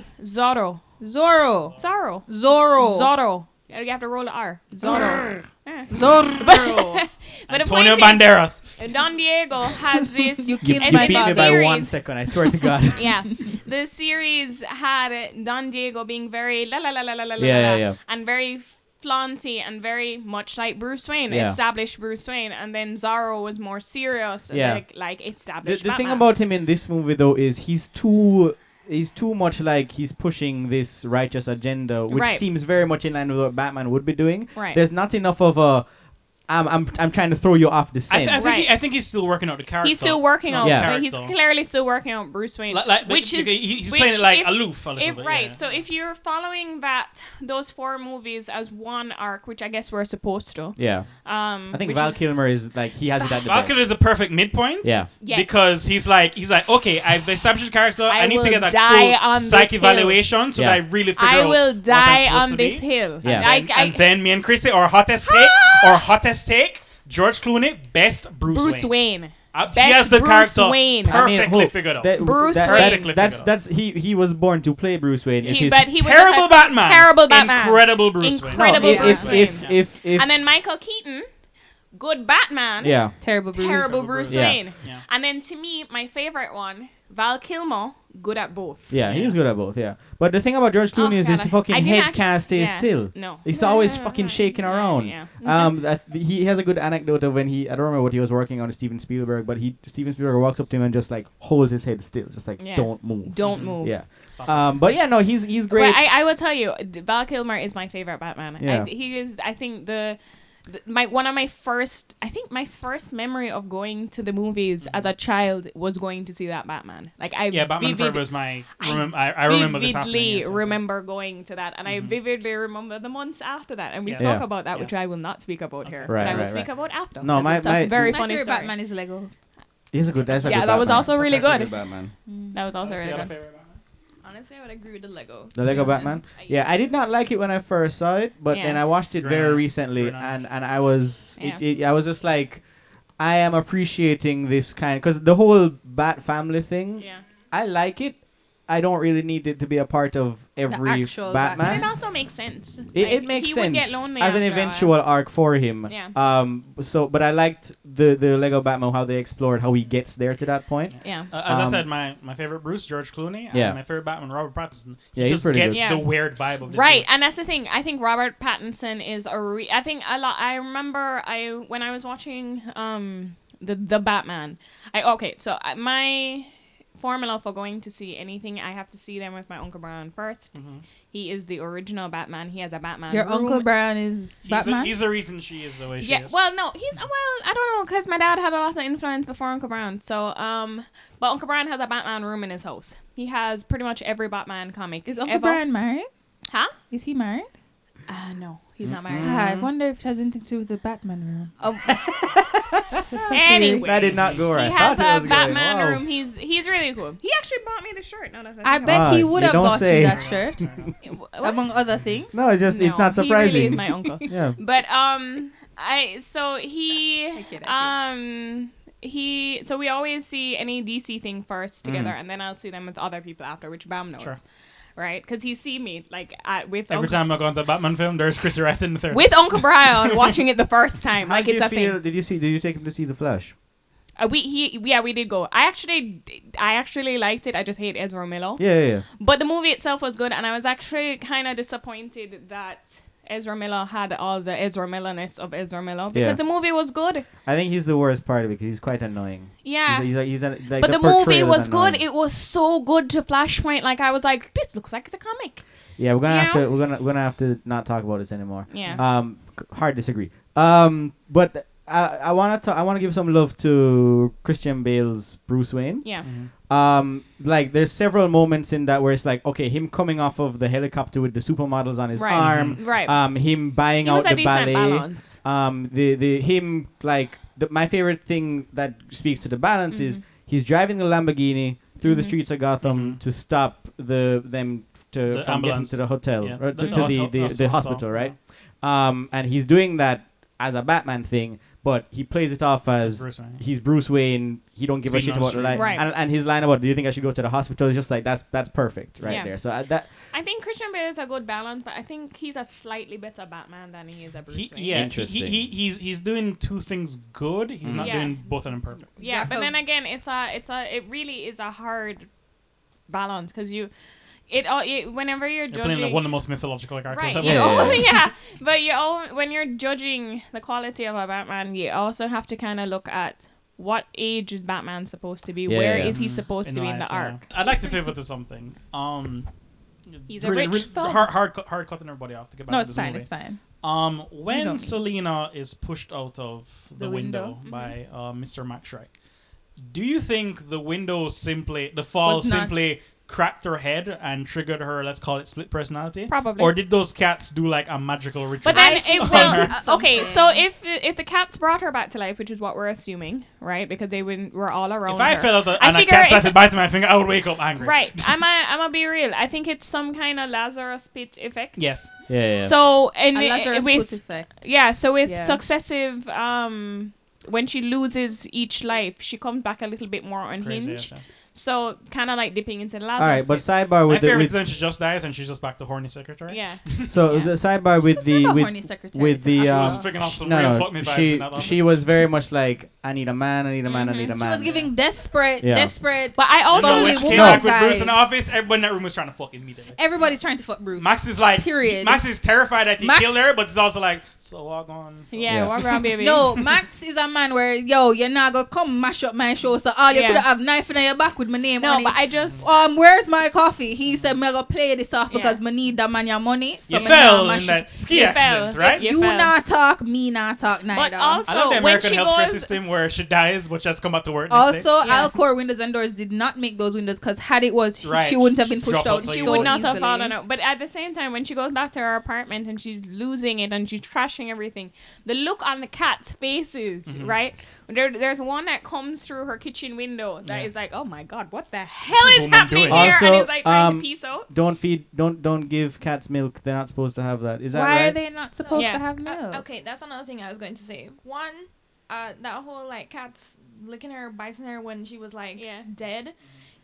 [SPEAKER 3] A.
[SPEAKER 1] Zorro.
[SPEAKER 3] Zorro.
[SPEAKER 1] Zorro.
[SPEAKER 3] Zorro.
[SPEAKER 1] Zorro. You have to roll the R. Zorro. Eh.
[SPEAKER 3] Zorro.
[SPEAKER 1] But the
[SPEAKER 4] Antonio
[SPEAKER 1] point
[SPEAKER 4] Banderas.
[SPEAKER 1] is, Don Diego has this.
[SPEAKER 3] You
[SPEAKER 2] You,
[SPEAKER 3] Killed
[SPEAKER 2] you
[SPEAKER 3] my
[SPEAKER 2] beat me
[SPEAKER 3] buzzer.
[SPEAKER 2] by
[SPEAKER 1] series-
[SPEAKER 2] one second. I swear to God.
[SPEAKER 1] Yeah, the series had Don Diego being very la la la la la la la,
[SPEAKER 2] Yeah, yeah,
[SPEAKER 1] la,
[SPEAKER 2] yeah.
[SPEAKER 1] and very flaunty and very much like Bruce Wayne,
[SPEAKER 2] Yeah.
[SPEAKER 1] established Bruce Wayne, and then Zorro was more serious,
[SPEAKER 2] Yeah.
[SPEAKER 1] like like
[SPEAKER 2] The,
[SPEAKER 1] established.
[SPEAKER 2] the thing
[SPEAKER 1] Batman.
[SPEAKER 2] about him in this movie though is he's too he's too much like he's pushing this righteous agenda, which
[SPEAKER 1] Right.
[SPEAKER 2] seems very much in line with what Batman would be doing.
[SPEAKER 1] Right.
[SPEAKER 2] There's not enough of a I'm I'm I'm trying to throw you off the
[SPEAKER 4] I,
[SPEAKER 2] scent.
[SPEAKER 4] th- I think
[SPEAKER 1] Right.
[SPEAKER 4] he, I think he's still working out the character.
[SPEAKER 1] he's still working
[SPEAKER 4] No,
[SPEAKER 1] on,
[SPEAKER 2] Yeah.
[SPEAKER 1] but he's
[SPEAKER 4] character.
[SPEAKER 1] clearly still working on Bruce Wayne,
[SPEAKER 4] Like, like,
[SPEAKER 1] which is
[SPEAKER 4] he's
[SPEAKER 1] which
[SPEAKER 4] playing it like
[SPEAKER 1] if-
[SPEAKER 4] aloof a little
[SPEAKER 1] If,
[SPEAKER 4] bit.
[SPEAKER 1] right.
[SPEAKER 4] yeah.
[SPEAKER 1] So if you're following that those four movies as one arc, which I guess we're supposed to,
[SPEAKER 2] yeah.
[SPEAKER 1] um,
[SPEAKER 2] I think
[SPEAKER 1] which
[SPEAKER 2] Val
[SPEAKER 1] is-
[SPEAKER 2] Kilmer is like he has it at the best.
[SPEAKER 4] Valkyrie is the perfect midpoint.
[SPEAKER 2] Yeah.
[SPEAKER 1] Yes.
[SPEAKER 4] Because he's like he's like okay I've established the character I,
[SPEAKER 1] I
[SPEAKER 4] need to
[SPEAKER 1] will
[SPEAKER 4] get a
[SPEAKER 1] die
[SPEAKER 4] full
[SPEAKER 1] on
[SPEAKER 4] psych
[SPEAKER 1] this hill.
[SPEAKER 4] evaluation so
[SPEAKER 2] Yeah.
[SPEAKER 4] that I really figure
[SPEAKER 1] I
[SPEAKER 4] out
[SPEAKER 1] will
[SPEAKER 4] what I'm
[SPEAKER 1] die
[SPEAKER 4] supposed
[SPEAKER 1] on
[SPEAKER 4] to
[SPEAKER 1] this
[SPEAKER 4] be.
[SPEAKER 1] hill.
[SPEAKER 2] Yeah.
[SPEAKER 1] I,
[SPEAKER 4] and,
[SPEAKER 1] I,
[SPEAKER 4] and then me and Chrissy or hottest take or hottest take George Clooney best Bruce,
[SPEAKER 1] Bruce Wayne.
[SPEAKER 4] Uh,
[SPEAKER 1] Best
[SPEAKER 4] he has the
[SPEAKER 1] Bruce
[SPEAKER 4] character
[SPEAKER 1] Wayne. I mean,
[SPEAKER 4] perfectly
[SPEAKER 2] who-
[SPEAKER 4] figured out.
[SPEAKER 2] That-
[SPEAKER 1] Bruce
[SPEAKER 2] that-
[SPEAKER 1] Wayne.
[SPEAKER 2] That's, that's that's he he was born to play Bruce Wayne. if
[SPEAKER 1] He,
[SPEAKER 2] he's-
[SPEAKER 1] but he was
[SPEAKER 4] terrible
[SPEAKER 1] just a
[SPEAKER 4] Batman.
[SPEAKER 1] Terrible Batman.
[SPEAKER 4] Incredible Bruce Wayne.
[SPEAKER 1] Incredible
[SPEAKER 2] No, if-
[SPEAKER 1] Bruce
[SPEAKER 2] if,
[SPEAKER 1] Wayne.
[SPEAKER 2] if, if if
[SPEAKER 1] And then Michael Keaton, good Batman.
[SPEAKER 2] yeah
[SPEAKER 3] Terrible Bruce.
[SPEAKER 1] Terrible Bruce
[SPEAKER 2] Yeah.
[SPEAKER 1] Wayne.
[SPEAKER 4] Yeah.
[SPEAKER 1] And then to me, my favorite one, Val Kilmer, good at both.
[SPEAKER 2] yeah he was good at both yeah. But the thing about George
[SPEAKER 1] Oh,
[SPEAKER 2] Clooney is
[SPEAKER 1] God,
[SPEAKER 2] his
[SPEAKER 1] I-
[SPEAKER 2] fucking
[SPEAKER 1] I didn't
[SPEAKER 2] head
[SPEAKER 1] actu-
[SPEAKER 2] can't stay
[SPEAKER 1] yeah,
[SPEAKER 2] still.
[SPEAKER 1] No.
[SPEAKER 2] He's always fucking shaking around.
[SPEAKER 1] Yeah.
[SPEAKER 2] Um, that, he has a good anecdote of when he I don't remember what he was working on Steven Spielberg, but he Steven Spielberg walks up to him and just like holds his head still, just like
[SPEAKER 1] Yeah.
[SPEAKER 2] don't move.
[SPEAKER 4] Mm-hmm.
[SPEAKER 1] Don't move.
[SPEAKER 2] Yeah. Um, but yeah, no, he's he's
[SPEAKER 1] But
[SPEAKER 2] great.
[SPEAKER 1] I, I will tell you, d- Val Kilmer is my favorite Batman.
[SPEAKER 2] Yeah.
[SPEAKER 1] I, he is, I think, the. th- My one of my first, I think my first memory of going to the movies as a child was going to see that Batman. Like I
[SPEAKER 4] yeah, Batman
[SPEAKER 1] vivid-
[SPEAKER 4] Forever was my. Remem- I, I remember this happening.
[SPEAKER 1] vividly
[SPEAKER 4] yes, yes, yes.
[SPEAKER 1] remember going to that, and I vividly remember the months after that, and we
[SPEAKER 4] Yes.
[SPEAKER 1] spoke
[SPEAKER 2] Yeah.
[SPEAKER 1] about that, which
[SPEAKER 4] Yes.
[SPEAKER 1] I will not speak about here,
[SPEAKER 2] Right,
[SPEAKER 1] but I will
[SPEAKER 2] right,
[SPEAKER 1] speak
[SPEAKER 2] right.
[SPEAKER 1] about after.
[SPEAKER 2] No,
[SPEAKER 1] because
[SPEAKER 2] my-
[SPEAKER 1] it's a
[SPEAKER 2] my-
[SPEAKER 1] very
[SPEAKER 3] My
[SPEAKER 1] funny
[SPEAKER 3] favorite
[SPEAKER 1] story.
[SPEAKER 3] Batman is Lego.
[SPEAKER 2] he's a good. That's a
[SPEAKER 1] Yeah,
[SPEAKER 2] good
[SPEAKER 1] that was
[SPEAKER 2] Batman.
[SPEAKER 1] also
[SPEAKER 2] So
[SPEAKER 1] really
[SPEAKER 2] that's a
[SPEAKER 1] good.
[SPEAKER 2] Batman.
[SPEAKER 3] Mm.
[SPEAKER 1] That was also
[SPEAKER 4] Is
[SPEAKER 1] really
[SPEAKER 4] he a
[SPEAKER 1] good.
[SPEAKER 4] favorite Batman?
[SPEAKER 5] Honestly, I would agree with the Lego.
[SPEAKER 2] The
[SPEAKER 5] to be
[SPEAKER 2] Lego
[SPEAKER 5] honest.
[SPEAKER 2] Batman.
[SPEAKER 5] I-
[SPEAKER 2] Yeah, I did not like it when I first saw it, but then
[SPEAKER 1] Yeah.
[SPEAKER 2] I watched it very
[SPEAKER 4] Right.
[SPEAKER 2] recently,
[SPEAKER 4] Right on.
[SPEAKER 2] and and I was
[SPEAKER 1] Yeah.
[SPEAKER 2] it, it, I was just like, I am appreciating this kind because the whole Bat family thing.
[SPEAKER 1] Yeah.
[SPEAKER 2] I like it. I don't really need it to be a part of every
[SPEAKER 3] actual
[SPEAKER 1] But
[SPEAKER 2] Batman.
[SPEAKER 1] it also makes sense.
[SPEAKER 2] It,
[SPEAKER 1] Like,
[SPEAKER 2] it makes
[SPEAKER 1] he
[SPEAKER 2] sense
[SPEAKER 1] would get lonely
[SPEAKER 2] as an
[SPEAKER 1] after a while.
[SPEAKER 2] eventual arc for him.
[SPEAKER 1] Yeah.
[SPEAKER 2] Um. So, but I liked the the Lego Batman how they explored how he gets there to that point.
[SPEAKER 1] Yeah.
[SPEAKER 4] Uh, as I
[SPEAKER 2] Um,
[SPEAKER 4] said, my, my favorite Bruce George Clooney.
[SPEAKER 2] Yeah.
[SPEAKER 4] And my favorite Batman Robert Pattinson. He
[SPEAKER 2] Yeah, he's
[SPEAKER 4] just
[SPEAKER 2] pretty
[SPEAKER 4] gets
[SPEAKER 1] good.
[SPEAKER 4] the
[SPEAKER 1] Yeah.
[SPEAKER 4] weird vibe of this.
[SPEAKER 1] Right,
[SPEAKER 4] dude.
[SPEAKER 1] and that's the thing. I think Robert Pattinson is a. Re- I think a lot. I remember I when I was watching um the the Batman. I okay, so I- my formula for going to see anything, I have to see them with my uncle Brown 1st He is the original Batman. He has a Batman.
[SPEAKER 3] Your
[SPEAKER 1] room.
[SPEAKER 3] Uncle Brown is
[SPEAKER 4] He's,
[SPEAKER 3] Batman.
[SPEAKER 4] The, he's the reason she is the way she
[SPEAKER 1] Yeah,
[SPEAKER 4] is.
[SPEAKER 1] well, no, he's uh, well. I don't know because my dad had a lot of influence before Uncle Brown. So, um, but Uncle Brown has a Batman room in his house. He has pretty much every Batman comic.
[SPEAKER 3] is Uncle
[SPEAKER 1] ever.
[SPEAKER 3] Brown married?
[SPEAKER 1] Huh?
[SPEAKER 3] Is he married?
[SPEAKER 1] Uh, no, he's not married.
[SPEAKER 3] Ah, I wonder if it has anything to do with the Batman
[SPEAKER 1] Oh.
[SPEAKER 3] room. Just
[SPEAKER 1] Anyway.
[SPEAKER 2] That did not go where
[SPEAKER 1] He
[SPEAKER 2] I
[SPEAKER 1] has
[SPEAKER 2] thought it was
[SPEAKER 1] a
[SPEAKER 2] going.
[SPEAKER 1] Batman
[SPEAKER 2] Wow.
[SPEAKER 1] room. He's he's really cool. He actually bought me the shirt. Now that I,
[SPEAKER 3] I
[SPEAKER 1] think
[SPEAKER 3] bet
[SPEAKER 1] about
[SPEAKER 2] Ah,
[SPEAKER 3] he would
[SPEAKER 2] you
[SPEAKER 3] have
[SPEAKER 2] don't
[SPEAKER 3] bought
[SPEAKER 2] say.
[SPEAKER 3] you that shirt,
[SPEAKER 1] it. What?
[SPEAKER 3] among other things.
[SPEAKER 2] No, it's just it's
[SPEAKER 1] No,
[SPEAKER 2] not surprising.
[SPEAKER 1] He really is my uncle.
[SPEAKER 2] yeah.
[SPEAKER 1] but um, I so he
[SPEAKER 3] I get it, I
[SPEAKER 1] um he so we always see any DC thing
[SPEAKER 2] Mm.
[SPEAKER 1] first together, and then I'll see them with other people after, which Bam knows,
[SPEAKER 4] Sure.
[SPEAKER 1] right? Because he see me like at, with
[SPEAKER 4] Every
[SPEAKER 1] Uncle,
[SPEAKER 4] time I go into a Batman film, there's Chrissy Rath in the third.
[SPEAKER 1] with Uncle Brian watching it the first time.
[SPEAKER 2] How
[SPEAKER 1] like
[SPEAKER 2] did
[SPEAKER 1] it's
[SPEAKER 2] you
[SPEAKER 1] a
[SPEAKER 2] feel?
[SPEAKER 1] thing.
[SPEAKER 2] Did you see? Did you take him to see the Flash?
[SPEAKER 1] Uh, we he yeah we did go. I actually I actually liked it. I just hate Ezra Miller.
[SPEAKER 2] Yeah, yeah, yeah.
[SPEAKER 1] But the movie itself was good, and I was actually kind of disappointed that Ezra Miller had all the Ezra Millerness of Ezra Miller because
[SPEAKER 2] Yeah.
[SPEAKER 1] the movie was good.
[SPEAKER 2] I think he's the worst part of it because he's quite annoying.
[SPEAKER 1] Yeah.
[SPEAKER 2] He's a, he's a, he's a, like,
[SPEAKER 1] but the, movie
[SPEAKER 2] portrayal is
[SPEAKER 1] was good.
[SPEAKER 2] annoying.
[SPEAKER 1] It was so good to Flashpoint. Like I was like, this looks like the comic.
[SPEAKER 2] yeah, we're gonna
[SPEAKER 1] you
[SPEAKER 2] have to
[SPEAKER 1] know?
[SPEAKER 2] we're gonna we're gonna have to not talk about this anymore.
[SPEAKER 1] Yeah.
[SPEAKER 2] Um, c- hard disagree. Um, but I I wanna ta- I wanna give some love to Christian Bale's Bruce Wayne.
[SPEAKER 1] Yeah.
[SPEAKER 2] Um, like there's several moments in that where it's like okay, him coming off of the helicopter with the supermodels on his
[SPEAKER 1] Right.
[SPEAKER 2] arm.
[SPEAKER 1] Right.
[SPEAKER 2] Um, him buying
[SPEAKER 1] it
[SPEAKER 2] out
[SPEAKER 1] was a
[SPEAKER 2] the ballet.
[SPEAKER 1] decent balance.
[SPEAKER 2] um the the him like the, my favorite thing that speaks to the balance is
[SPEAKER 1] Mm-hmm.
[SPEAKER 2] he's driving the Lamborghini through the
[SPEAKER 1] Mhm.
[SPEAKER 2] streets of Gotham
[SPEAKER 4] Mhm.
[SPEAKER 2] to stop the them to
[SPEAKER 4] The
[SPEAKER 2] from
[SPEAKER 4] ambulance.
[SPEAKER 2] getting to the hotel
[SPEAKER 4] Yeah.
[SPEAKER 2] or to, to
[SPEAKER 4] The
[SPEAKER 2] the,
[SPEAKER 4] hotel-
[SPEAKER 2] the, the
[SPEAKER 4] hospital, so,
[SPEAKER 2] hospital right um and he's doing that as a Batman thing but he plays it off as
[SPEAKER 4] Bruce Wayne.
[SPEAKER 2] he's Bruce Wayne he don't give a
[SPEAKER 4] Speeding
[SPEAKER 2] shit
[SPEAKER 4] on the
[SPEAKER 2] about the
[SPEAKER 4] street.
[SPEAKER 2] life
[SPEAKER 1] Right.
[SPEAKER 2] and, and his line about do you think I should go to the hospital is just like that's that's perfect right
[SPEAKER 1] Yeah.
[SPEAKER 2] there so I, that
[SPEAKER 1] I think Christian Bale is a good balance, but I think he's a slightly better Batman than he is a Bruce
[SPEAKER 4] He,
[SPEAKER 1] Wayne.
[SPEAKER 4] yeah, he,
[SPEAKER 2] Interesting.
[SPEAKER 4] he, he's he's doing two things good. He's not
[SPEAKER 1] Mhm. Yeah.
[SPEAKER 4] doing both of them perfect.
[SPEAKER 1] Yeah, but
[SPEAKER 3] Jackal.
[SPEAKER 1] then again, it's a, it's a, it really is a hard balance because you, it all it, whenever you're
[SPEAKER 4] You're playing like
[SPEAKER 1] judging
[SPEAKER 4] one of the most mythological characters
[SPEAKER 1] Right.
[SPEAKER 4] ever.
[SPEAKER 1] you
[SPEAKER 2] Yeah.
[SPEAKER 1] al- yeah. But you all, when you're judging the quality of a Batman, you also have to kind of look at what age is Batman supposed to be?
[SPEAKER 2] Yeah,
[SPEAKER 1] Where is
[SPEAKER 2] yeah.
[SPEAKER 1] he supposed to be in the
[SPEAKER 4] Mm-hmm. life, yeah.
[SPEAKER 1] arc?
[SPEAKER 4] I'd like to pivot to something. Um,
[SPEAKER 1] He's a
[SPEAKER 4] really-
[SPEAKER 1] rich
[SPEAKER 4] really-
[SPEAKER 1] thug.
[SPEAKER 4] hard, hard, cut- hard cutting everybody off to get back
[SPEAKER 3] No,
[SPEAKER 4] to
[SPEAKER 3] it's
[SPEAKER 4] this
[SPEAKER 3] fine.
[SPEAKER 4] movie.
[SPEAKER 3] It's fine.
[SPEAKER 4] Um,
[SPEAKER 3] You know
[SPEAKER 4] when
[SPEAKER 3] me.
[SPEAKER 4] Selena is pushed out of the,
[SPEAKER 3] The
[SPEAKER 4] window,
[SPEAKER 3] window.
[SPEAKER 1] Mm-hmm.
[SPEAKER 4] by uh, Mr. Max Shrek, do you think the window simply, the fall
[SPEAKER 3] Was not-
[SPEAKER 4] simply cracked her head and triggered her, let's call it split personality?
[SPEAKER 1] Probably.
[SPEAKER 4] Or did those cats do like a magical ritual?
[SPEAKER 1] But
[SPEAKER 3] I
[SPEAKER 1] then
[SPEAKER 3] feel
[SPEAKER 1] it
[SPEAKER 3] like
[SPEAKER 1] will.
[SPEAKER 3] it's
[SPEAKER 1] Okay,
[SPEAKER 3] something.
[SPEAKER 1] so if if the cats brought her back to life, which is what we're assuming, right? Because they wouldn't, were all around.
[SPEAKER 4] if I
[SPEAKER 1] her.
[SPEAKER 4] fell out the,
[SPEAKER 1] I
[SPEAKER 4] and a
[SPEAKER 1] figure
[SPEAKER 4] cat
[SPEAKER 1] it's
[SPEAKER 4] started
[SPEAKER 1] a-
[SPEAKER 4] biting my finger, I would wake up angry.
[SPEAKER 1] Right, I'm a, I'm gonna be real. I think it's some kind of Lazarus pit effect.
[SPEAKER 4] Yes.
[SPEAKER 2] yeah, yeah.
[SPEAKER 1] So and
[SPEAKER 3] And
[SPEAKER 1] it-
[SPEAKER 3] Lazarus
[SPEAKER 1] with-
[SPEAKER 3] Pools effect.
[SPEAKER 1] Yeah, so with
[SPEAKER 3] Yeah.
[SPEAKER 1] successive um when she loses each life, she comes back a little bit more
[SPEAKER 4] Crazy.
[SPEAKER 1] unhinged.
[SPEAKER 4] yes, yes.
[SPEAKER 1] So kind of like dipping into the last.
[SPEAKER 2] All right, but sidebar
[SPEAKER 4] My
[SPEAKER 2] with the
[SPEAKER 4] favorite is
[SPEAKER 2] with,
[SPEAKER 4] when she just dies and she's just back to horny secretary.
[SPEAKER 1] yeah,
[SPEAKER 2] so
[SPEAKER 1] yeah.
[SPEAKER 2] the sidebar with
[SPEAKER 3] It's
[SPEAKER 2] the
[SPEAKER 3] not a
[SPEAKER 2] with
[SPEAKER 3] horny secretary,
[SPEAKER 2] with
[SPEAKER 3] it's
[SPEAKER 2] the
[SPEAKER 3] a-
[SPEAKER 4] She
[SPEAKER 2] um,
[SPEAKER 4] was figuring out
[SPEAKER 2] sh-
[SPEAKER 4] some real
[SPEAKER 2] no,
[SPEAKER 4] fuck me
[SPEAKER 2] no
[SPEAKER 4] vibes
[SPEAKER 2] she
[SPEAKER 4] in that
[SPEAKER 2] she
[SPEAKER 4] office.
[SPEAKER 2] was very much like I need a man, I need a man, I need a
[SPEAKER 1] Mhm.
[SPEAKER 2] man.
[SPEAKER 3] She was giving desperate,
[SPEAKER 2] Yeah.
[SPEAKER 3] desperate.
[SPEAKER 1] but I
[SPEAKER 4] Also,
[SPEAKER 1] also
[SPEAKER 4] so
[SPEAKER 3] Only
[SPEAKER 4] when she came
[SPEAKER 3] woman
[SPEAKER 4] back with Bruce in the
[SPEAKER 3] vibes.
[SPEAKER 4] office, everyone in that room was trying to fuck immediately.
[SPEAKER 3] Everybody's trying to fuck Bruce.
[SPEAKER 4] Max is like,
[SPEAKER 3] Period.
[SPEAKER 4] Max is terrified that he
[SPEAKER 3] Max-
[SPEAKER 4] killed her, but it's also like, so walk on.
[SPEAKER 1] yeah,
[SPEAKER 2] Yeah.
[SPEAKER 1] one round baby.
[SPEAKER 3] No, Max is a man where yo, you're not gonna come mash up my show. So all you
[SPEAKER 1] Yeah.
[SPEAKER 3] could have knife in your back with my name on
[SPEAKER 1] no, but
[SPEAKER 3] it.
[SPEAKER 1] I just
[SPEAKER 3] um, where's my coffee? He said, "Me gonna play this off
[SPEAKER 1] Yeah.
[SPEAKER 3] because me need that man your money." So
[SPEAKER 4] You
[SPEAKER 3] me
[SPEAKER 4] fell
[SPEAKER 3] nah
[SPEAKER 4] in
[SPEAKER 3] mash
[SPEAKER 4] that
[SPEAKER 3] it.
[SPEAKER 4] ski
[SPEAKER 1] You
[SPEAKER 4] accident,
[SPEAKER 1] fell.
[SPEAKER 4] right?
[SPEAKER 1] You
[SPEAKER 3] You
[SPEAKER 1] fell.
[SPEAKER 3] not talk, me not talk neither.
[SPEAKER 1] also-
[SPEAKER 4] I love the
[SPEAKER 1] So when
[SPEAKER 4] American
[SPEAKER 1] she
[SPEAKER 4] healthcare
[SPEAKER 1] goes-
[SPEAKER 4] system where she dies, but she has to come back to work. next day.
[SPEAKER 3] Also,
[SPEAKER 1] Yeah.
[SPEAKER 3] Alcor windows and doors did not make those windows because had it was, she,
[SPEAKER 4] Right.
[SPEAKER 3] she wouldn't have been
[SPEAKER 4] She
[SPEAKER 3] pushed
[SPEAKER 4] dropped
[SPEAKER 3] out.
[SPEAKER 4] out
[SPEAKER 3] so
[SPEAKER 1] she
[SPEAKER 4] so
[SPEAKER 1] would not have
[SPEAKER 3] easily.
[SPEAKER 1] fallen out. But at the same time, when she goes back to her apartment and she's losing it and she's trashing everything, the look on the cats' faces,
[SPEAKER 4] Mm-hmm.
[SPEAKER 1] right? There, there's one that comes through her kitchen window that is
[SPEAKER 4] Yeah.
[SPEAKER 1] like, "Oh my god, what the hell is
[SPEAKER 4] woman
[SPEAKER 1] happening
[SPEAKER 4] doing?
[SPEAKER 1] here?" and
[SPEAKER 2] Also,
[SPEAKER 1] he's like trying
[SPEAKER 2] um,
[SPEAKER 1] to peace out.
[SPEAKER 2] Don't feed, don't don't give cats milk. They're not supposed to have that. Is that
[SPEAKER 3] Why
[SPEAKER 2] right?
[SPEAKER 3] are they not supposed
[SPEAKER 1] Yeah.
[SPEAKER 3] to have
[SPEAKER 5] Uh,
[SPEAKER 3] milk?
[SPEAKER 5] okay, that's another thing I was going to say. One, uh, that whole like cats licking her, biting her when she was like
[SPEAKER 1] Yeah.
[SPEAKER 5] dead.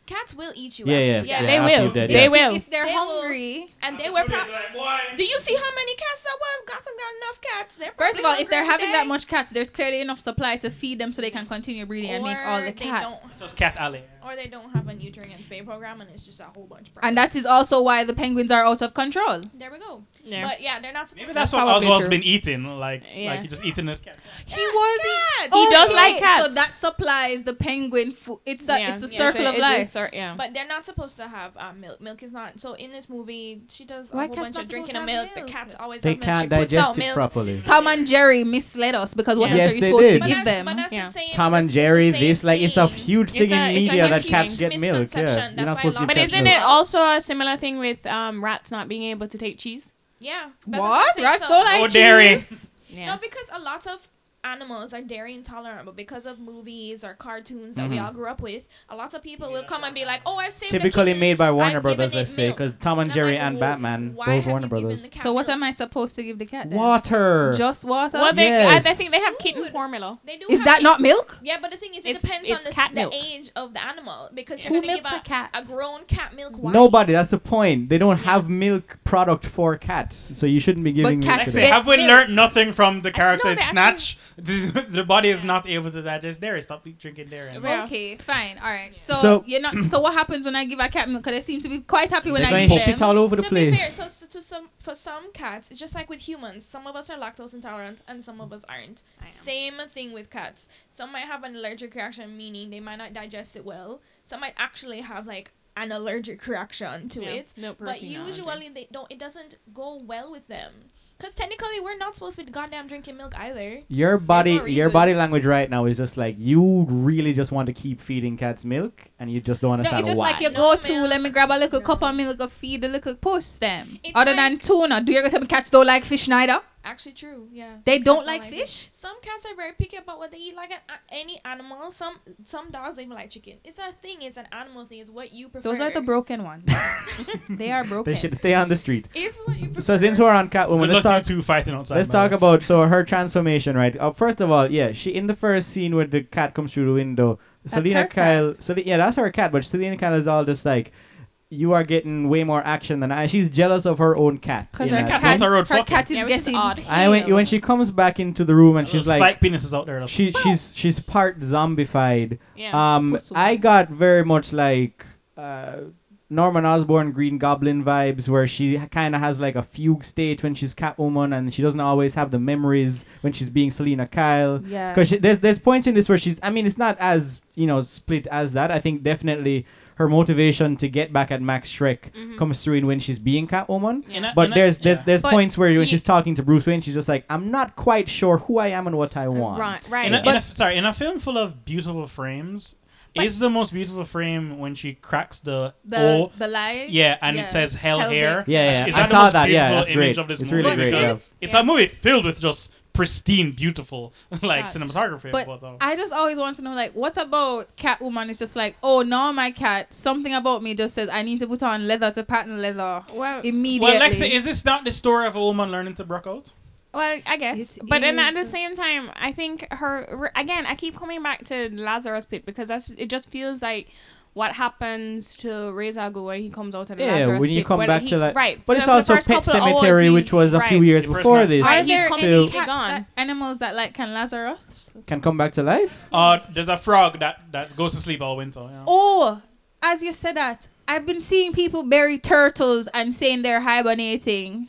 [SPEAKER 5] Cats will eat you.
[SPEAKER 2] yeah,
[SPEAKER 5] after
[SPEAKER 2] yeah,
[SPEAKER 5] you
[SPEAKER 1] Yeah,
[SPEAKER 5] die.
[SPEAKER 1] they
[SPEAKER 2] after
[SPEAKER 1] will.
[SPEAKER 2] you're dead,
[SPEAKER 1] They
[SPEAKER 2] yeah.
[SPEAKER 1] will.
[SPEAKER 3] If they're
[SPEAKER 5] They will-
[SPEAKER 3] hungry.
[SPEAKER 5] And they were. Pro-
[SPEAKER 4] Like,
[SPEAKER 5] Do you see how many cats that was? Gotham got enough cats. They're
[SPEAKER 3] First of all,
[SPEAKER 5] probably
[SPEAKER 3] if they're
[SPEAKER 5] hungry
[SPEAKER 3] having that
[SPEAKER 5] today.
[SPEAKER 3] much cats, there's clearly enough supply to feed them so they can continue breeding and make all
[SPEAKER 5] Or
[SPEAKER 3] the
[SPEAKER 5] they
[SPEAKER 3] cats.
[SPEAKER 4] Just cat alley.
[SPEAKER 5] don't- or they don't have a neutering and spay program, and it's just a whole bunch. Of
[SPEAKER 3] And
[SPEAKER 5] problems.
[SPEAKER 3] that is also why the penguins are out of control.
[SPEAKER 5] there we go.
[SPEAKER 1] Yeah.
[SPEAKER 5] But yeah, they're not.
[SPEAKER 4] Maybe
[SPEAKER 5] supposed
[SPEAKER 4] that's
[SPEAKER 5] to-
[SPEAKER 4] what
[SPEAKER 1] probably
[SPEAKER 4] Oswald's
[SPEAKER 1] true.
[SPEAKER 4] been eating. Like,
[SPEAKER 1] Yeah.
[SPEAKER 4] like he just eating this cat.
[SPEAKER 3] He was.
[SPEAKER 5] cats.
[SPEAKER 1] He does
[SPEAKER 3] Okay,
[SPEAKER 1] like cats.
[SPEAKER 3] So that supplies the penguin food. It's a,
[SPEAKER 1] Yeah,
[SPEAKER 3] it's a
[SPEAKER 1] yeah,
[SPEAKER 3] circle of
[SPEAKER 1] it's a
[SPEAKER 3] life.
[SPEAKER 1] cir- yeah.
[SPEAKER 5] But they're not supposed to have uh, milk. Milk is not. So in this movie, she does a
[SPEAKER 3] Why
[SPEAKER 5] whole
[SPEAKER 3] cats
[SPEAKER 5] bunch
[SPEAKER 3] not
[SPEAKER 5] of drinking of
[SPEAKER 3] supposed to
[SPEAKER 5] milk.
[SPEAKER 3] have
[SPEAKER 5] The
[SPEAKER 3] milk?
[SPEAKER 5] cats always
[SPEAKER 2] They
[SPEAKER 5] have milk.
[SPEAKER 2] can't
[SPEAKER 5] she puts out
[SPEAKER 2] digest it
[SPEAKER 5] milk.
[SPEAKER 2] properly.
[SPEAKER 3] Tom and Jerry misled us because what
[SPEAKER 1] Yeah.
[SPEAKER 3] else
[SPEAKER 2] Yes,
[SPEAKER 3] are you
[SPEAKER 2] they
[SPEAKER 3] supposed
[SPEAKER 2] did.
[SPEAKER 3] to
[SPEAKER 5] But
[SPEAKER 3] give
[SPEAKER 5] that's-
[SPEAKER 3] them?
[SPEAKER 5] but that's the
[SPEAKER 1] Yeah.
[SPEAKER 5] same-
[SPEAKER 2] Tom
[SPEAKER 5] it's-
[SPEAKER 2] and
[SPEAKER 5] it's the
[SPEAKER 2] Jerry,
[SPEAKER 5] same
[SPEAKER 2] this like it's a
[SPEAKER 5] thing.
[SPEAKER 2] huge thing
[SPEAKER 1] It's
[SPEAKER 2] in
[SPEAKER 1] a- it's a
[SPEAKER 2] media that
[SPEAKER 1] huge
[SPEAKER 2] cats get milk. Yeah,
[SPEAKER 5] misconception.
[SPEAKER 2] you're
[SPEAKER 5] That's
[SPEAKER 2] not
[SPEAKER 5] why
[SPEAKER 2] supposed to
[SPEAKER 5] Lana-
[SPEAKER 2] give
[SPEAKER 1] But
[SPEAKER 2] cats
[SPEAKER 1] isn't
[SPEAKER 2] milk.
[SPEAKER 1] it also a similar thing with um, rats not being able to take cheese?
[SPEAKER 5] Yeah. but
[SPEAKER 3] What?
[SPEAKER 5] that's what I'm saying.
[SPEAKER 3] Rats don't like
[SPEAKER 4] Oh, dairy.
[SPEAKER 3] cheese.
[SPEAKER 1] Yeah.
[SPEAKER 5] No, because a lot of animals are dairy intolerant, but because of movies or cartoons that we
[SPEAKER 2] Mhm.
[SPEAKER 5] all grew up with, a lot of people will come and be like, "Oh, I saved." the
[SPEAKER 2] Typically
[SPEAKER 5] kitten.
[SPEAKER 2] made by Warner
[SPEAKER 5] I've
[SPEAKER 2] Brothers,
[SPEAKER 5] given
[SPEAKER 2] let's
[SPEAKER 5] it
[SPEAKER 2] say,
[SPEAKER 5] milk."
[SPEAKER 2] because Tom and
[SPEAKER 5] I'm
[SPEAKER 2] Jerry
[SPEAKER 5] like,
[SPEAKER 2] and
[SPEAKER 5] "Well,
[SPEAKER 2] Batman,
[SPEAKER 5] why
[SPEAKER 2] both
[SPEAKER 5] have
[SPEAKER 2] Warner
[SPEAKER 5] you given
[SPEAKER 2] Brothers.
[SPEAKER 5] the cat
[SPEAKER 3] So what
[SPEAKER 5] milk?"
[SPEAKER 3] am I supposed to give the cat? Then?
[SPEAKER 2] Water.
[SPEAKER 3] Just water.
[SPEAKER 1] Well, they,
[SPEAKER 2] Yes.
[SPEAKER 1] I, I think they have kitten
[SPEAKER 5] Food.
[SPEAKER 1] formula.
[SPEAKER 5] They do
[SPEAKER 3] is
[SPEAKER 5] have
[SPEAKER 3] that
[SPEAKER 5] it-
[SPEAKER 3] not milk?
[SPEAKER 5] Yeah, but the thing is, it
[SPEAKER 1] It's-
[SPEAKER 5] depends on
[SPEAKER 1] it's
[SPEAKER 5] the, s-
[SPEAKER 1] cat
[SPEAKER 5] the
[SPEAKER 1] milk.
[SPEAKER 5] age of the animal. Because you're
[SPEAKER 3] Who
[SPEAKER 5] gonna
[SPEAKER 3] milks
[SPEAKER 5] give
[SPEAKER 3] a cat?
[SPEAKER 5] A grown cat milk. Why?
[SPEAKER 2] Nobody. That's the point. They don't have milk product for cats, so you shouldn't be giving milk
[SPEAKER 3] cats
[SPEAKER 2] to
[SPEAKER 4] Let's
[SPEAKER 3] It's
[SPEAKER 4] say,
[SPEAKER 3] bit
[SPEAKER 2] them.
[SPEAKER 4] have we
[SPEAKER 3] milk.
[SPEAKER 4] learned nothing from the character
[SPEAKER 1] no,
[SPEAKER 4] in
[SPEAKER 1] they
[SPEAKER 4] Snatch? The, the body is not able to digest dairy. Stop eat- drinking dairy.
[SPEAKER 1] Yeah.
[SPEAKER 4] Well,
[SPEAKER 3] Okay, fine, all right. So,
[SPEAKER 2] So-
[SPEAKER 3] you're not. So what happens when I give a cat milk? Because they seem to be quite happy when
[SPEAKER 2] They're
[SPEAKER 3] I
[SPEAKER 2] going
[SPEAKER 3] give
[SPEAKER 2] shit
[SPEAKER 3] them.
[SPEAKER 2] all over the
[SPEAKER 5] to
[SPEAKER 2] place.
[SPEAKER 5] be fair, so, so to some for some cats, it's just like with humans. Some of us are lactose intolerant and some of us aren't.
[SPEAKER 1] I am.
[SPEAKER 5] Same thing with cats. Some might have an allergic reaction, meaning they might not digest it well. Some might actually have like an allergic reaction to
[SPEAKER 1] Yeah,
[SPEAKER 5] it.
[SPEAKER 1] no
[SPEAKER 5] But
[SPEAKER 1] protein allergy.
[SPEAKER 5] usually they don't. It doesn't go well with them. Cause technically we're not supposed to be goddamn drinking milk either.
[SPEAKER 2] Your body,
[SPEAKER 5] no
[SPEAKER 2] your
[SPEAKER 5] reason.
[SPEAKER 2] body language right now is just like you really just want to keep feeding cats milk, and you just don't
[SPEAKER 3] No,
[SPEAKER 2] understand
[SPEAKER 3] it's just
[SPEAKER 2] why.
[SPEAKER 3] like you
[SPEAKER 5] No
[SPEAKER 3] go to.
[SPEAKER 5] milk.
[SPEAKER 3] Let me grab a little
[SPEAKER 5] No.
[SPEAKER 3] cup of milk and feed the little puss them.
[SPEAKER 5] It's
[SPEAKER 3] Other than
[SPEAKER 5] like-
[SPEAKER 3] tuna, do you ever tell me cats don't like fish neither?
[SPEAKER 5] Actually, true. Yeah.
[SPEAKER 3] They
[SPEAKER 5] Some cats
[SPEAKER 3] don't like fish?
[SPEAKER 5] it. Some cats are very picky about what they eat, like an, a- any animal. Some some dogs don't even like chicken. It's a thing. It's an animal thing. It's what you prefer.
[SPEAKER 3] Those are the broken ones. they are broken.
[SPEAKER 2] they should stay on the street.
[SPEAKER 5] It's what you prefer.
[SPEAKER 2] So since we're on Catwoman,
[SPEAKER 4] Good
[SPEAKER 2] let's
[SPEAKER 4] luck
[SPEAKER 2] talk.
[SPEAKER 4] to you two fighting outside.
[SPEAKER 2] Let's
[SPEAKER 4] by
[SPEAKER 2] talk
[SPEAKER 4] the way.
[SPEAKER 2] about so her transformation, right? Uh, first of all, yeah, she in the first scene where the cat comes through the window. Selena
[SPEAKER 3] her
[SPEAKER 2] Kyle,
[SPEAKER 3] cat.
[SPEAKER 2] Sel- yeah, that's her cat, but Selena Kyle is all just like, you are getting way more action than I. She's jealous of her own cat.
[SPEAKER 3] Because
[SPEAKER 2] in
[SPEAKER 3] her,
[SPEAKER 2] that
[SPEAKER 4] cat's
[SPEAKER 2] scene.
[SPEAKER 3] cat,
[SPEAKER 4] on the road
[SPEAKER 3] her
[SPEAKER 4] fucking.
[SPEAKER 3] cat is
[SPEAKER 1] Yeah, which is
[SPEAKER 3] getting.
[SPEAKER 1] odd.
[SPEAKER 2] I when, when she comes back into the room and she's
[SPEAKER 4] Little
[SPEAKER 2] like,
[SPEAKER 4] spike penises out there.
[SPEAKER 2] she she's she's part zombified.
[SPEAKER 1] Yeah.
[SPEAKER 2] Um,
[SPEAKER 3] Pussy.
[SPEAKER 2] I got very much like uh, Norman Osborn Green Goblin vibes, where she kind of has like a fugue state when she's Catwoman, and she doesn't always have the memories when she's being Selena Kyle.
[SPEAKER 3] Yeah.
[SPEAKER 2] Because there's there's points in this where she's. I mean, it's not as you know split as that. I think definitely her motivation to get back at Max Shrek
[SPEAKER 1] Mhm.
[SPEAKER 2] comes through in when she's being Catwoman.
[SPEAKER 4] In a-
[SPEAKER 2] But
[SPEAKER 4] in a-
[SPEAKER 2] there's there's
[SPEAKER 4] yeah.
[SPEAKER 2] there's
[SPEAKER 1] But
[SPEAKER 2] points where when
[SPEAKER 1] you-
[SPEAKER 2] she's talking to Bruce Wayne, she's just like, I'm not quite sure who I am and what I want.
[SPEAKER 1] Right, right.
[SPEAKER 4] In a, in
[SPEAKER 1] but
[SPEAKER 4] a, sorry, in a film full of beautiful frames,
[SPEAKER 1] But-
[SPEAKER 4] is the most beautiful frame when she cracks the,
[SPEAKER 3] the
[SPEAKER 4] O.
[SPEAKER 3] the lie.
[SPEAKER 4] Yeah, and
[SPEAKER 3] yeah.
[SPEAKER 4] it says hell,
[SPEAKER 3] Hell
[SPEAKER 4] hair.
[SPEAKER 3] big.
[SPEAKER 2] Yeah, yeah,
[SPEAKER 4] Is
[SPEAKER 2] I
[SPEAKER 4] that the
[SPEAKER 2] saw
[SPEAKER 4] most
[SPEAKER 2] that. Yeah,
[SPEAKER 4] beautiful
[SPEAKER 2] that's
[SPEAKER 4] image
[SPEAKER 2] great.
[SPEAKER 4] of this
[SPEAKER 2] It's
[SPEAKER 4] movie?
[SPEAKER 2] really great.
[SPEAKER 4] Because
[SPEAKER 2] Yeah.
[SPEAKER 1] Because-
[SPEAKER 4] It's
[SPEAKER 1] Yeah.
[SPEAKER 4] a movie filled with just pristine, beautiful like
[SPEAKER 1] Shots.
[SPEAKER 4] cinematography.
[SPEAKER 3] But
[SPEAKER 4] But, uh,
[SPEAKER 3] I just always want to know, like, what about Catwoman? It's just like, oh, now my cat. Something about me just says I need to put on leather to pattern leather
[SPEAKER 1] well,
[SPEAKER 3] immediately.
[SPEAKER 4] well, Lexi, is this not the story of a woman learning to brook out?
[SPEAKER 1] well, I guess.
[SPEAKER 3] It
[SPEAKER 1] But then at the
[SPEAKER 3] is-
[SPEAKER 1] same time, I think her re- again. I keep coming back to Lazarus Pit because that's it. Just feels like what happens to Reza Ghul when he comes out of the
[SPEAKER 2] Yeah,
[SPEAKER 1] Lazarus
[SPEAKER 2] when you
[SPEAKER 1] Pit,
[SPEAKER 2] come
[SPEAKER 1] when
[SPEAKER 2] back
[SPEAKER 1] he-
[SPEAKER 2] to like,
[SPEAKER 1] right.
[SPEAKER 2] but
[SPEAKER 1] so
[SPEAKER 2] it's
[SPEAKER 1] for the
[SPEAKER 2] also
[SPEAKER 1] first
[SPEAKER 2] Pet
[SPEAKER 1] couple of hours,
[SPEAKER 2] Cemetery,
[SPEAKER 1] he's-
[SPEAKER 2] which was a few
[SPEAKER 1] right.
[SPEAKER 2] years
[SPEAKER 4] The first
[SPEAKER 2] before
[SPEAKER 4] one.
[SPEAKER 2] this,
[SPEAKER 3] Are
[SPEAKER 1] Right.
[SPEAKER 3] there
[SPEAKER 1] He's
[SPEAKER 3] any
[SPEAKER 1] completely
[SPEAKER 3] cats
[SPEAKER 1] gone.
[SPEAKER 3] that, animals that like can Lazarus?
[SPEAKER 2] can come back to life.
[SPEAKER 4] Uh, there's a frog that, that goes to sleep all winter. Yeah.
[SPEAKER 3] Oh, as you said that, I've been seeing people bury turtles and saying they're hibernating.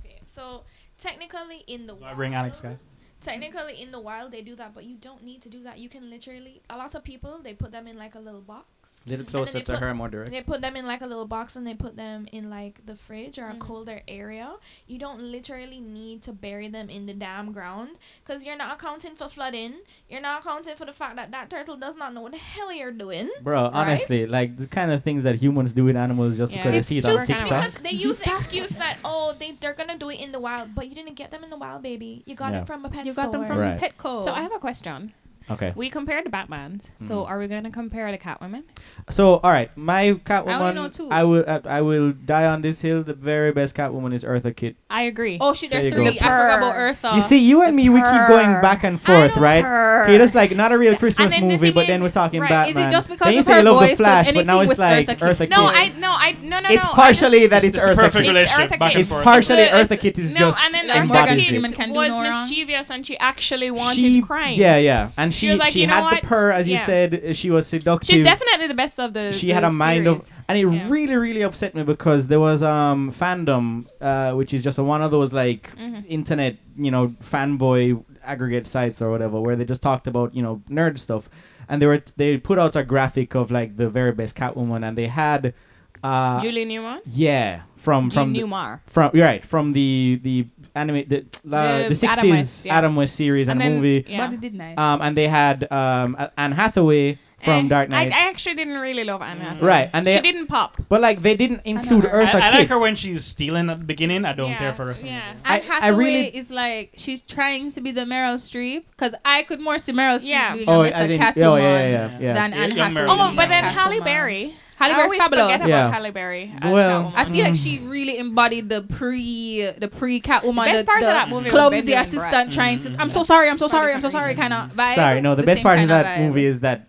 [SPEAKER 5] Okay, so technically in the
[SPEAKER 4] So I bring Alex, guys.
[SPEAKER 5] Technically in the wild they do that, but you don't need to do that. You can literally a lot of people they put them in like a little box.
[SPEAKER 2] A little
[SPEAKER 5] closer they to put- her,
[SPEAKER 2] more direct.
[SPEAKER 5] They put them in like a little box and they put them in like the fridge
[SPEAKER 1] Mm.
[SPEAKER 5] or a colder area. You don't literally need to bury them in the damn ground because you're not accounting for flooding. You're not accounting for the fact that that turtle does not know what the hell you're doing.
[SPEAKER 2] Bro, honestly, like the kind of things that humans do with animals just
[SPEAKER 1] Yeah.
[SPEAKER 2] because
[SPEAKER 3] It's
[SPEAKER 2] they see it
[SPEAKER 3] just
[SPEAKER 2] on
[SPEAKER 1] kinda-
[SPEAKER 2] TikTok.
[SPEAKER 5] Because they use the excuse that oh they they're gonna do it in the wild, but you didn't get them in the wild, baby. You got
[SPEAKER 2] Yeah.
[SPEAKER 5] it from a pet
[SPEAKER 3] You got them
[SPEAKER 5] store.
[SPEAKER 3] from
[SPEAKER 2] Right.
[SPEAKER 3] Petco.
[SPEAKER 1] So I have a question.
[SPEAKER 2] Okay.
[SPEAKER 1] We compared the Batmans, so
[SPEAKER 2] Hmm.
[SPEAKER 1] are we going to compare the Catwomen?
[SPEAKER 2] So, all right, my
[SPEAKER 3] know
[SPEAKER 2] Catwoman.
[SPEAKER 3] two.
[SPEAKER 2] I, will. I, I will die on this hill. The very best Catwoman is Eartha Kitt.
[SPEAKER 1] I agree.
[SPEAKER 3] oh, she
[SPEAKER 2] There
[SPEAKER 3] there's
[SPEAKER 2] you go.
[SPEAKER 3] three. I forgot about
[SPEAKER 1] Purr.
[SPEAKER 3] Eartha.
[SPEAKER 2] you see, you and
[SPEAKER 1] Oh.
[SPEAKER 2] me,
[SPEAKER 1] the
[SPEAKER 2] we keep
[SPEAKER 1] purr.
[SPEAKER 2] going back and forth,
[SPEAKER 5] know
[SPEAKER 2] right?
[SPEAKER 5] her.
[SPEAKER 2] Okay, that's like not a real Christmas
[SPEAKER 1] then the
[SPEAKER 2] movie,
[SPEAKER 1] thing
[SPEAKER 2] but then
[SPEAKER 1] is-
[SPEAKER 2] we're talking
[SPEAKER 1] right.
[SPEAKER 2] Batman.
[SPEAKER 3] Is it just because
[SPEAKER 2] Then you
[SPEAKER 3] of
[SPEAKER 2] say
[SPEAKER 3] her
[SPEAKER 2] you love the
[SPEAKER 3] voice? 'Cause
[SPEAKER 2] Flash, but now
[SPEAKER 3] anything
[SPEAKER 2] it's
[SPEAKER 3] with
[SPEAKER 2] like
[SPEAKER 3] Eartha
[SPEAKER 2] Eartha
[SPEAKER 3] Kitt.
[SPEAKER 2] Kitt.
[SPEAKER 1] no, I
[SPEAKER 5] Yes.
[SPEAKER 1] no, I no no
[SPEAKER 2] it's
[SPEAKER 1] no. I
[SPEAKER 2] partially that
[SPEAKER 4] It's
[SPEAKER 2] it's
[SPEAKER 4] the perfect
[SPEAKER 2] Eartha Kitt.
[SPEAKER 4] relationship.
[SPEAKER 1] Eartha
[SPEAKER 4] back
[SPEAKER 1] Kitt.
[SPEAKER 4] and
[SPEAKER 2] It's
[SPEAKER 4] forth.
[SPEAKER 2] partially
[SPEAKER 1] It's-
[SPEAKER 2] Eartha
[SPEAKER 1] it's-
[SPEAKER 2] Kitt is
[SPEAKER 1] no,
[SPEAKER 2] just
[SPEAKER 1] and then
[SPEAKER 3] Like
[SPEAKER 1] Eartha
[SPEAKER 3] Morgan
[SPEAKER 2] embodies it.
[SPEAKER 3] Freeman
[SPEAKER 1] Kitt
[SPEAKER 3] can do
[SPEAKER 1] was
[SPEAKER 3] no wrong.
[SPEAKER 1] mischievous and she actually wanted crime.
[SPEAKER 2] Yeah, yeah. And she
[SPEAKER 1] was like,
[SPEAKER 2] she
[SPEAKER 1] "You know
[SPEAKER 2] had
[SPEAKER 1] what?"
[SPEAKER 2] the purr, as you
[SPEAKER 1] Yeah.
[SPEAKER 2] said. uh, She was seductive.
[SPEAKER 1] She's definitely the best of the.
[SPEAKER 2] she
[SPEAKER 1] the
[SPEAKER 2] had a mind
[SPEAKER 1] series.
[SPEAKER 2] of, and it
[SPEAKER 1] Yeah.
[SPEAKER 2] really, really upset me because there was um fandom, uh, which is just one of those like
[SPEAKER 1] Mhm.
[SPEAKER 2] internet, you know, fanboy aggregate sites or whatever, where they just talked about you know nerd stuff, and they were t- they put out a graphic of like the very best Catwoman, and they had, uh,
[SPEAKER 1] Julie Newmar.
[SPEAKER 2] yeah, from from the,
[SPEAKER 1] Newmar.
[SPEAKER 2] from you're right from the the anime the
[SPEAKER 1] The
[SPEAKER 2] uh, the
[SPEAKER 1] Adam West,
[SPEAKER 2] sixties
[SPEAKER 1] yeah.
[SPEAKER 2] Adam West series and, a
[SPEAKER 1] then-
[SPEAKER 2] movie.
[SPEAKER 1] yeah.
[SPEAKER 3] But it did nice.
[SPEAKER 2] Um, and they had um, A- Anne Hathaway from
[SPEAKER 1] Eh,
[SPEAKER 2] Dark Knight.
[SPEAKER 1] I, I actually didn't really love Anna.
[SPEAKER 2] right, and they
[SPEAKER 1] she didn't pop.
[SPEAKER 2] but like they didn't include
[SPEAKER 3] her.
[SPEAKER 2] Eartha
[SPEAKER 4] I, I like
[SPEAKER 2] Kitt.
[SPEAKER 4] her when she's stealing at the beginning. I don't care for her.
[SPEAKER 1] Yeah.
[SPEAKER 2] I- I
[SPEAKER 3] Anne Hathaway
[SPEAKER 2] really-
[SPEAKER 3] is like she's trying to be the Meryl Streep because I could more see Meryl Streep
[SPEAKER 1] Yeah.
[SPEAKER 3] doing
[SPEAKER 2] oh,
[SPEAKER 3] a better
[SPEAKER 2] as in,
[SPEAKER 3] Catwoman
[SPEAKER 2] oh yeah, yeah, yeah. yeah.
[SPEAKER 3] than
[SPEAKER 4] Yeah,
[SPEAKER 3] Anne
[SPEAKER 4] young
[SPEAKER 3] Hathaway.
[SPEAKER 4] Meryl
[SPEAKER 1] Oh,
[SPEAKER 4] Streep.
[SPEAKER 1] but then
[SPEAKER 4] Catwoman.
[SPEAKER 1] Halle Berry.
[SPEAKER 3] Halle
[SPEAKER 1] I
[SPEAKER 3] Berry,
[SPEAKER 1] always
[SPEAKER 3] fabulous.
[SPEAKER 1] forget about
[SPEAKER 2] Yeah.
[SPEAKER 1] Halle Berry. As
[SPEAKER 2] Well,
[SPEAKER 1] Catwoman.
[SPEAKER 3] I feel like
[SPEAKER 2] Mm.
[SPEAKER 3] she really embodied the pre the pre Catwoman,
[SPEAKER 1] The
[SPEAKER 3] the,
[SPEAKER 1] best part of
[SPEAKER 3] the
[SPEAKER 1] that movie was
[SPEAKER 3] clumsy
[SPEAKER 1] Benjamin
[SPEAKER 3] assistant
[SPEAKER 1] Bratt.
[SPEAKER 3] trying to. I'm so sorry. I'm so sorry. I'm so sorry. Kind of vibe.
[SPEAKER 2] Mm-hmm. Sorry, no. The, best
[SPEAKER 3] same
[SPEAKER 2] part of
[SPEAKER 3] kinda
[SPEAKER 2] that
[SPEAKER 3] vibe.
[SPEAKER 2] movie is that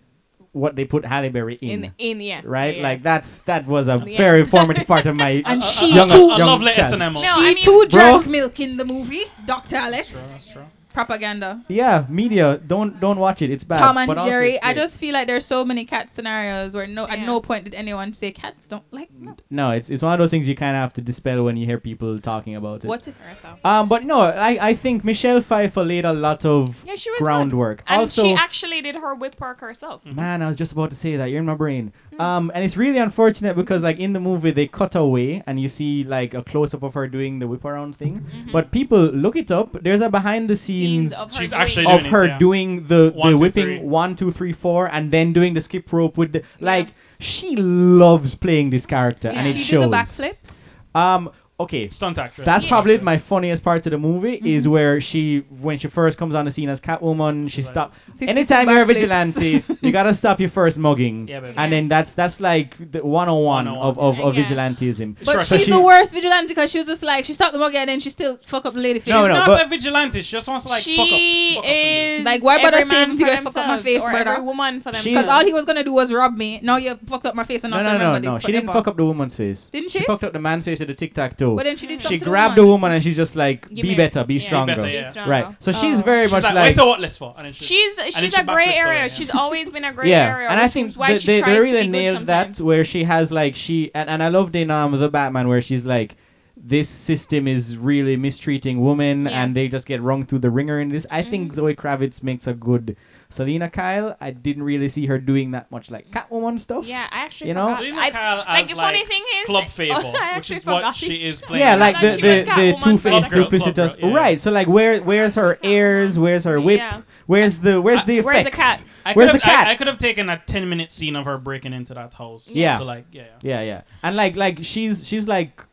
[SPEAKER 2] what they put Halle Berry in,
[SPEAKER 1] in in yeah.
[SPEAKER 2] right?
[SPEAKER 1] yeah.
[SPEAKER 2] Like that's that was a
[SPEAKER 1] Yeah.
[SPEAKER 2] very formative part of my.
[SPEAKER 3] And
[SPEAKER 4] A- a-
[SPEAKER 3] she
[SPEAKER 4] a,
[SPEAKER 2] too-
[SPEAKER 4] A,
[SPEAKER 2] young
[SPEAKER 4] lovely
[SPEAKER 2] child.
[SPEAKER 4] SNMO.
[SPEAKER 1] No,
[SPEAKER 3] she
[SPEAKER 1] I mean-
[SPEAKER 3] too drank
[SPEAKER 2] Bro.
[SPEAKER 3] milk in the movie. Doctor
[SPEAKER 4] That's true,
[SPEAKER 3] Alex
[SPEAKER 4] that's true.
[SPEAKER 3] propaganda.
[SPEAKER 2] yeah, media. Don't don't watch it. It's bad.
[SPEAKER 3] Tom and
[SPEAKER 2] but also
[SPEAKER 3] Jerry.
[SPEAKER 2] it's
[SPEAKER 3] I
[SPEAKER 2] great.
[SPEAKER 3] just feel like there's so many cat scenarios where no at
[SPEAKER 1] Yeah.
[SPEAKER 3] no point did anyone say cats don't like milk.
[SPEAKER 2] no. It's it's one of those things you kind of have to dispel when you hear people talking about it.
[SPEAKER 3] What if
[SPEAKER 2] Um, but no, I I think Michelle Pfeiffer laid a lot of
[SPEAKER 1] Yeah, she was good.
[SPEAKER 2] groundwork.
[SPEAKER 1] And
[SPEAKER 2] also,
[SPEAKER 1] she actually did her whip work herself.
[SPEAKER 3] Mm-hmm.
[SPEAKER 2] Man, I was just about to say that. You're in my brain.
[SPEAKER 3] Mm.
[SPEAKER 2] Um, and it's really unfortunate because, like, in the movie, they cut away and you see, like, a close up of her doing the whip around thing. But people, look it up. There's a behind the scenes
[SPEAKER 3] Mm-hmm. Scenes
[SPEAKER 2] of,
[SPEAKER 3] of
[SPEAKER 4] She's
[SPEAKER 1] Her doing-
[SPEAKER 4] actually doing
[SPEAKER 2] her
[SPEAKER 4] it, yeah.
[SPEAKER 2] doing the,
[SPEAKER 4] One,
[SPEAKER 2] the
[SPEAKER 4] two,
[SPEAKER 2] whipping
[SPEAKER 4] three.
[SPEAKER 2] one, two, three, four, and then doing the skip rope with the. Like, she loves playing this character
[SPEAKER 3] Did
[SPEAKER 2] and it
[SPEAKER 3] she
[SPEAKER 2] shows.
[SPEAKER 3] do the backflips?
[SPEAKER 2] Um, okay.
[SPEAKER 4] Stunt actress.
[SPEAKER 2] That's
[SPEAKER 4] Stunt
[SPEAKER 2] probably
[SPEAKER 4] actress.
[SPEAKER 2] my funniest part of the movie
[SPEAKER 3] Mm-hmm.
[SPEAKER 2] is where she, when she first comes on the scene as Catwoman, she
[SPEAKER 4] Right.
[SPEAKER 2] stopped.
[SPEAKER 3] 52
[SPEAKER 2] Anytime you're a
[SPEAKER 3] backflips.
[SPEAKER 2] vigilante, you gotta stop your first mugging.
[SPEAKER 4] Yeah, baby.
[SPEAKER 2] And then that's that's like the 101 of, of, of
[SPEAKER 1] Yeah.
[SPEAKER 2] vigilantism.
[SPEAKER 3] But
[SPEAKER 4] Sure, so
[SPEAKER 3] she's
[SPEAKER 2] she-
[SPEAKER 3] the worst vigilante because she was just like she stopped the mugger and then she still fuck up the lady face.
[SPEAKER 2] No,
[SPEAKER 4] She's
[SPEAKER 2] no,
[SPEAKER 4] not
[SPEAKER 2] but-
[SPEAKER 4] a vigilante. She just wants to like
[SPEAKER 1] she
[SPEAKER 4] fuck up. Fuck up some shit.
[SPEAKER 1] is
[SPEAKER 3] Like, why bother
[SPEAKER 1] every
[SPEAKER 3] saying
[SPEAKER 1] man
[SPEAKER 3] if you
[SPEAKER 1] for
[SPEAKER 3] gonna fuck up my
[SPEAKER 1] themselves
[SPEAKER 3] face,
[SPEAKER 1] or
[SPEAKER 3] brother?
[SPEAKER 1] every woman for
[SPEAKER 2] She-
[SPEAKER 3] Because
[SPEAKER 1] themselves.
[SPEAKER 3] all he was gonna do was rob me. Now you fucked up my face and
[SPEAKER 2] No,
[SPEAKER 3] not
[SPEAKER 2] no, no,
[SPEAKER 3] remember
[SPEAKER 2] no.
[SPEAKER 3] this.
[SPEAKER 2] She didn't
[SPEAKER 3] forever.
[SPEAKER 2] fuck up the woman's face.
[SPEAKER 3] Didn't
[SPEAKER 2] She
[SPEAKER 3] she?
[SPEAKER 2] fucked up the man's face with the tic tac toe. do.
[SPEAKER 3] But then she did
[SPEAKER 2] She
[SPEAKER 3] something.
[SPEAKER 2] grabbed
[SPEAKER 3] wrong.
[SPEAKER 2] a woman and she's just like,
[SPEAKER 1] Give
[SPEAKER 2] be
[SPEAKER 1] me-
[SPEAKER 2] better, be
[SPEAKER 1] yeah. Be
[SPEAKER 2] stronger.
[SPEAKER 4] better,
[SPEAKER 1] Be
[SPEAKER 4] Yeah.
[SPEAKER 1] stronger.
[SPEAKER 2] Right. So she's
[SPEAKER 3] Oh.
[SPEAKER 2] very
[SPEAKER 4] She's
[SPEAKER 2] much
[SPEAKER 4] like,
[SPEAKER 2] like.
[SPEAKER 4] where's the what list for? And then she-
[SPEAKER 1] She's
[SPEAKER 4] then
[SPEAKER 1] she's
[SPEAKER 4] she
[SPEAKER 1] a gray
[SPEAKER 4] backflips away,
[SPEAKER 1] area.
[SPEAKER 4] yeah.
[SPEAKER 1] She's always been a gray
[SPEAKER 2] yeah,
[SPEAKER 1] area.
[SPEAKER 2] and I
[SPEAKER 1] which
[SPEAKER 2] think
[SPEAKER 1] is why
[SPEAKER 2] th-
[SPEAKER 1] she
[SPEAKER 2] they,
[SPEAKER 1] tried
[SPEAKER 2] they
[SPEAKER 1] to
[SPEAKER 2] really
[SPEAKER 1] be good
[SPEAKER 2] nailed that
[SPEAKER 1] sometimes.
[SPEAKER 2] where she has like she and, and I love Denam the Batman where she's like this system is really mistreating women
[SPEAKER 1] Yeah.
[SPEAKER 2] and they just get rung through the ringer in this. I think
[SPEAKER 1] Mhm.
[SPEAKER 2] Zoe Kravitz makes a good Selena Kyle. I didn't really see her doing that much like Catwoman stuff.
[SPEAKER 1] Yeah, I actually
[SPEAKER 2] You know?
[SPEAKER 1] forgot.
[SPEAKER 4] Selena
[SPEAKER 1] I-
[SPEAKER 4] Kyle
[SPEAKER 1] like
[SPEAKER 4] as,
[SPEAKER 1] the
[SPEAKER 4] like,
[SPEAKER 1] funny thing is, Oh,
[SPEAKER 4] club
[SPEAKER 1] I
[SPEAKER 4] favor, which
[SPEAKER 1] actually
[SPEAKER 4] is what
[SPEAKER 1] forgot
[SPEAKER 4] she is playing.
[SPEAKER 2] Yeah,
[SPEAKER 4] in
[SPEAKER 2] like
[SPEAKER 1] Like
[SPEAKER 2] the
[SPEAKER 1] she
[SPEAKER 2] the,
[SPEAKER 1] was
[SPEAKER 2] the
[SPEAKER 1] Catwoman
[SPEAKER 2] two
[SPEAKER 1] Club
[SPEAKER 2] faced
[SPEAKER 1] Girl,
[SPEAKER 4] Club Girl,
[SPEAKER 2] duplicitous.
[SPEAKER 4] yeah.
[SPEAKER 2] Right. So like where where's her airs? Where's her whip?
[SPEAKER 1] Yeah. Uh,
[SPEAKER 2] Where's the where's the
[SPEAKER 1] Where's the
[SPEAKER 2] effects?
[SPEAKER 1] cat?
[SPEAKER 4] I
[SPEAKER 2] Where's
[SPEAKER 4] could've-
[SPEAKER 2] the cat?
[SPEAKER 4] I, I could have taken a ten minute scene of her breaking into that house.
[SPEAKER 2] Yeah.
[SPEAKER 4] To like, yeah. yeah.
[SPEAKER 2] Yeah, yeah. And like like she's she's like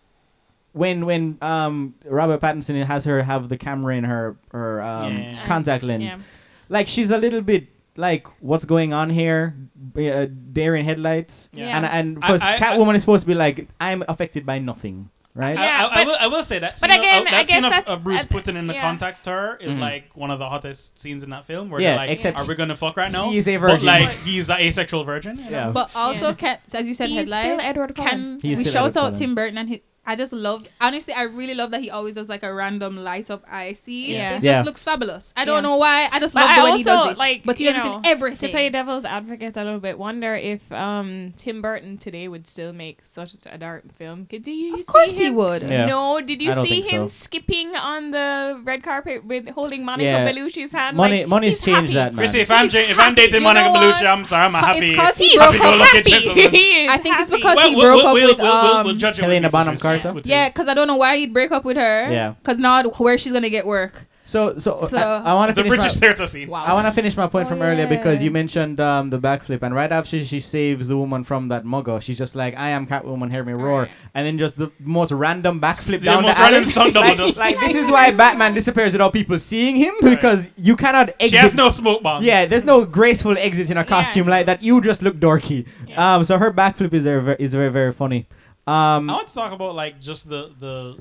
[SPEAKER 2] when when um Robert Pattinson has her have the camera in her her um,
[SPEAKER 4] Yeah.
[SPEAKER 2] contact lens.
[SPEAKER 1] Yeah.
[SPEAKER 2] Like she's a little bit like what's going on here? B- Uh, deer in headlights.
[SPEAKER 4] Yeah.
[SPEAKER 1] Yeah.
[SPEAKER 2] And and
[SPEAKER 4] I-
[SPEAKER 2] first,
[SPEAKER 4] I-
[SPEAKER 2] Catwoman is supposed to be like I'm affected by nothing, right?
[SPEAKER 1] Yeah.
[SPEAKER 4] I, I, I,
[SPEAKER 1] but-
[SPEAKER 4] will, I will say that scene,
[SPEAKER 1] but again,
[SPEAKER 4] of, that
[SPEAKER 1] I
[SPEAKER 4] scene
[SPEAKER 1] guess
[SPEAKER 4] of,
[SPEAKER 1] that's-
[SPEAKER 4] of Bruce
[SPEAKER 1] uh,
[SPEAKER 4] putting in the
[SPEAKER 1] yeah.
[SPEAKER 4] context to her is
[SPEAKER 2] Mhm.
[SPEAKER 4] like one of the hottest scenes in that film where
[SPEAKER 2] Yeah,
[SPEAKER 4] they're like,
[SPEAKER 2] except
[SPEAKER 4] are we gonna fuck right now?
[SPEAKER 2] he is a
[SPEAKER 4] But
[SPEAKER 2] virgin.
[SPEAKER 4] like he's an asexual virgin. You know?
[SPEAKER 2] Yeah.
[SPEAKER 3] But also,
[SPEAKER 1] Yeah.
[SPEAKER 3] can, as you said,
[SPEAKER 1] He's
[SPEAKER 3] headlights.
[SPEAKER 1] still Edward Cullen.
[SPEAKER 3] can
[SPEAKER 2] He is
[SPEAKER 3] we
[SPEAKER 2] still
[SPEAKER 3] shout
[SPEAKER 2] Edward
[SPEAKER 3] out
[SPEAKER 2] Cullen.
[SPEAKER 3] Tim Burton and his, I just love honestly I really love that he always does like a random light up eye scene.
[SPEAKER 4] Yeah.
[SPEAKER 3] It just
[SPEAKER 2] Yeah.
[SPEAKER 3] looks fabulous. I don't
[SPEAKER 1] Yeah.
[SPEAKER 3] know why. I just
[SPEAKER 1] But
[SPEAKER 3] love
[SPEAKER 1] I
[SPEAKER 3] the way he
[SPEAKER 1] also,
[SPEAKER 3] does it.
[SPEAKER 1] like,
[SPEAKER 3] but he
[SPEAKER 1] you
[SPEAKER 3] does it
[SPEAKER 1] know,
[SPEAKER 3] in
[SPEAKER 1] To
[SPEAKER 3] everything.
[SPEAKER 1] play devil's advocate a little bit, wonder if um, Tim Burton today would still make such a dark film. Did you
[SPEAKER 3] of course
[SPEAKER 1] see
[SPEAKER 3] he
[SPEAKER 1] him?
[SPEAKER 3] would.
[SPEAKER 2] Yeah.
[SPEAKER 1] No, did you
[SPEAKER 2] I don't
[SPEAKER 1] see
[SPEAKER 2] think
[SPEAKER 1] him
[SPEAKER 2] so.
[SPEAKER 1] skipping on the red carpet with holding Monica
[SPEAKER 2] Yeah.
[SPEAKER 1] Bellucci's hand?
[SPEAKER 2] Money
[SPEAKER 1] like,
[SPEAKER 2] money's
[SPEAKER 1] he's
[SPEAKER 2] changed
[SPEAKER 1] happy.
[SPEAKER 2] that man.
[SPEAKER 4] Chrissy, if I'm ja- if I'm dating
[SPEAKER 3] You
[SPEAKER 4] Monica
[SPEAKER 3] know
[SPEAKER 4] Bellucci,
[SPEAKER 3] what?
[SPEAKER 4] I'm sorry, I'm a
[SPEAKER 3] Co-
[SPEAKER 4] happy.
[SPEAKER 3] It's cause he
[SPEAKER 1] He
[SPEAKER 3] broke
[SPEAKER 1] broke
[SPEAKER 4] happy go
[SPEAKER 3] up.
[SPEAKER 1] up
[SPEAKER 4] lucky
[SPEAKER 1] happy.
[SPEAKER 4] gentleman.
[SPEAKER 1] He is
[SPEAKER 3] I think it's
[SPEAKER 1] happy.
[SPEAKER 3] because he broke up with um.
[SPEAKER 4] judge it
[SPEAKER 2] Helena
[SPEAKER 4] with
[SPEAKER 2] Bonham
[SPEAKER 4] these
[SPEAKER 2] Carter?
[SPEAKER 4] issues.
[SPEAKER 3] yeah, because I don't know why he'd break up with her.
[SPEAKER 2] Yeah.
[SPEAKER 3] Because now where she's gonna get work.
[SPEAKER 2] So so,
[SPEAKER 3] So-
[SPEAKER 2] I, I want
[SPEAKER 4] the
[SPEAKER 2] to
[SPEAKER 4] British theater scene.
[SPEAKER 1] Wow.
[SPEAKER 2] I want to finish my point
[SPEAKER 3] Oh,
[SPEAKER 2] from earlier because
[SPEAKER 3] yeah.
[SPEAKER 2] you mentioned um, the backflip, and right after she saves the woman from that mugger, she's just like, "I am Catwoman, hear me roar,"
[SPEAKER 1] Right.
[SPEAKER 2] and then just the most random backflip
[SPEAKER 4] The
[SPEAKER 2] down
[SPEAKER 4] most
[SPEAKER 2] the alley.
[SPEAKER 4] random stunt double
[SPEAKER 2] like,
[SPEAKER 4] does.
[SPEAKER 2] like, this is why Batman disappears without people seeing him
[SPEAKER 4] Right.
[SPEAKER 2] because you cannot exit.
[SPEAKER 4] She has no smoke bombs.
[SPEAKER 2] yeah, there's no graceful exit in a
[SPEAKER 1] Yeah.
[SPEAKER 2] costume like that. You just look dorky.
[SPEAKER 1] Yeah.
[SPEAKER 2] Um, so her backflip is very, is very, very funny. Um,
[SPEAKER 4] I want to talk about like just the the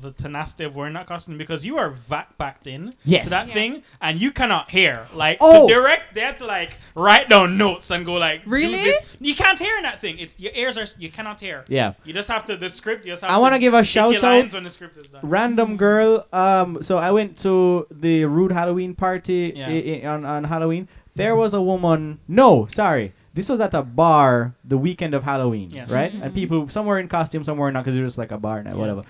[SPEAKER 4] the tenacity of wearing that costume because you are vac backed in
[SPEAKER 2] Yes.
[SPEAKER 4] to that
[SPEAKER 1] Yeah.
[SPEAKER 4] thing and you cannot hear like
[SPEAKER 2] Oh.
[SPEAKER 4] to direct they have to like write down notes and go like do
[SPEAKER 3] Really?
[SPEAKER 4] this. you can't hear in that thing it's your ears are you cannot hear
[SPEAKER 2] yeah.
[SPEAKER 4] you just have to the script you just have
[SPEAKER 2] I wanna
[SPEAKER 4] to
[SPEAKER 2] give a
[SPEAKER 4] hit
[SPEAKER 2] shout
[SPEAKER 4] your
[SPEAKER 2] out-
[SPEAKER 4] lines when the script is done
[SPEAKER 2] Random girl. Um, so I went to the Rude Halloween party
[SPEAKER 4] Yeah.
[SPEAKER 2] i- i- on on Halloween. There was a woman. No, sorry. This was at a bar the weekend of Halloween,
[SPEAKER 4] Yes.
[SPEAKER 2] right? And people some were in costume, some were not, because it was just like a bar night,
[SPEAKER 4] Yeah.
[SPEAKER 2] whatever.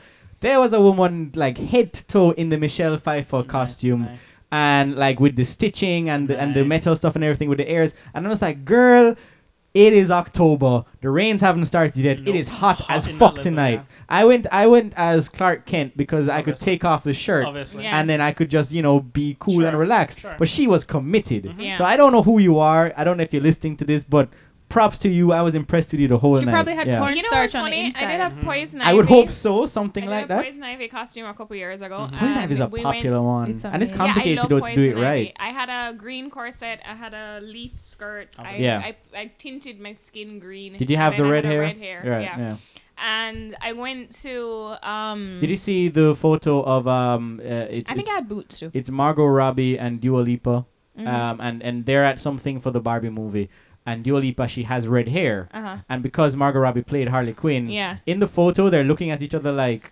[SPEAKER 2] There was a woman like head to toe in the Michelle Pfeiffer
[SPEAKER 4] Nice,
[SPEAKER 2] costume,
[SPEAKER 4] nice.
[SPEAKER 2] and like with the stitching and the, and the
[SPEAKER 4] Nice.
[SPEAKER 2] metal stuff and everything with the airs. And I was like, girl, it is October. The rains haven't started yet. It
[SPEAKER 4] Nope.
[SPEAKER 2] is hot,
[SPEAKER 4] Hot
[SPEAKER 2] as
[SPEAKER 4] in that
[SPEAKER 2] fuck
[SPEAKER 4] level,
[SPEAKER 2] tonight.
[SPEAKER 4] yeah.
[SPEAKER 2] I went I went as Clark Kent because I could
[SPEAKER 4] Obviously.
[SPEAKER 2] take off the shirt.
[SPEAKER 4] obviously
[SPEAKER 1] Yeah.
[SPEAKER 2] And then I could just, you know, be cool and
[SPEAKER 4] Sure,
[SPEAKER 2] relaxed.
[SPEAKER 4] sure.
[SPEAKER 2] But she was committed.
[SPEAKER 4] Mhm.
[SPEAKER 1] Yeah.
[SPEAKER 2] So I don't know who you are. I don't know if you're listening to this, but props to you. I was impressed with you the whole
[SPEAKER 3] She
[SPEAKER 2] night.
[SPEAKER 3] probably had
[SPEAKER 2] Yeah.
[SPEAKER 3] corn-
[SPEAKER 1] You know
[SPEAKER 3] Starch
[SPEAKER 1] what's
[SPEAKER 3] on the
[SPEAKER 1] funny? I
[SPEAKER 3] inside.
[SPEAKER 1] did have
[SPEAKER 4] Mhm.
[SPEAKER 1] poison ivy.
[SPEAKER 2] I would hope so, something
[SPEAKER 1] I
[SPEAKER 2] like
[SPEAKER 1] did a
[SPEAKER 2] that. Mm-hmm.
[SPEAKER 1] poison ivy costume a couple years ago.
[SPEAKER 4] Mhm.
[SPEAKER 2] Poison
[SPEAKER 1] and
[SPEAKER 2] Ivy is a
[SPEAKER 1] we
[SPEAKER 2] popular
[SPEAKER 1] went-
[SPEAKER 2] one.
[SPEAKER 3] It's
[SPEAKER 2] And it's
[SPEAKER 3] amazing.
[SPEAKER 1] Yeah, I
[SPEAKER 2] complicated
[SPEAKER 1] love
[SPEAKER 2] though to do
[SPEAKER 1] poison
[SPEAKER 2] it
[SPEAKER 1] ivy.
[SPEAKER 2] right.
[SPEAKER 1] I had a green corset. I had a leaf skirt. I,
[SPEAKER 4] Obviously.
[SPEAKER 2] Yeah.
[SPEAKER 1] I, I tinted my skin green.
[SPEAKER 2] Did you have
[SPEAKER 1] and
[SPEAKER 2] the
[SPEAKER 1] then I
[SPEAKER 2] red
[SPEAKER 1] had a
[SPEAKER 2] hair?
[SPEAKER 1] Red hair.
[SPEAKER 2] Right,
[SPEAKER 1] yeah. And I went to. Um,
[SPEAKER 2] Did you see the photo of um? Uh, it's
[SPEAKER 1] I think
[SPEAKER 2] it's,
[SPEAKER 1] I had boots too.
[SPEAKER 2] it's Margot Robbie and Dua Lipa,
[SPEAKER 1] Mhm.
[SPEAKER 2] um, and and they're at something for the Barbie movie, and Dua Lipa she has red hair,
[SPEAKER 1] Uh huh.
[SPEAKER 2] and because Margot Robbie played Harley Quinn,
[SPEAKER 1] Yeah.
[SPEAKER 2] in the photo they're looking at each other like,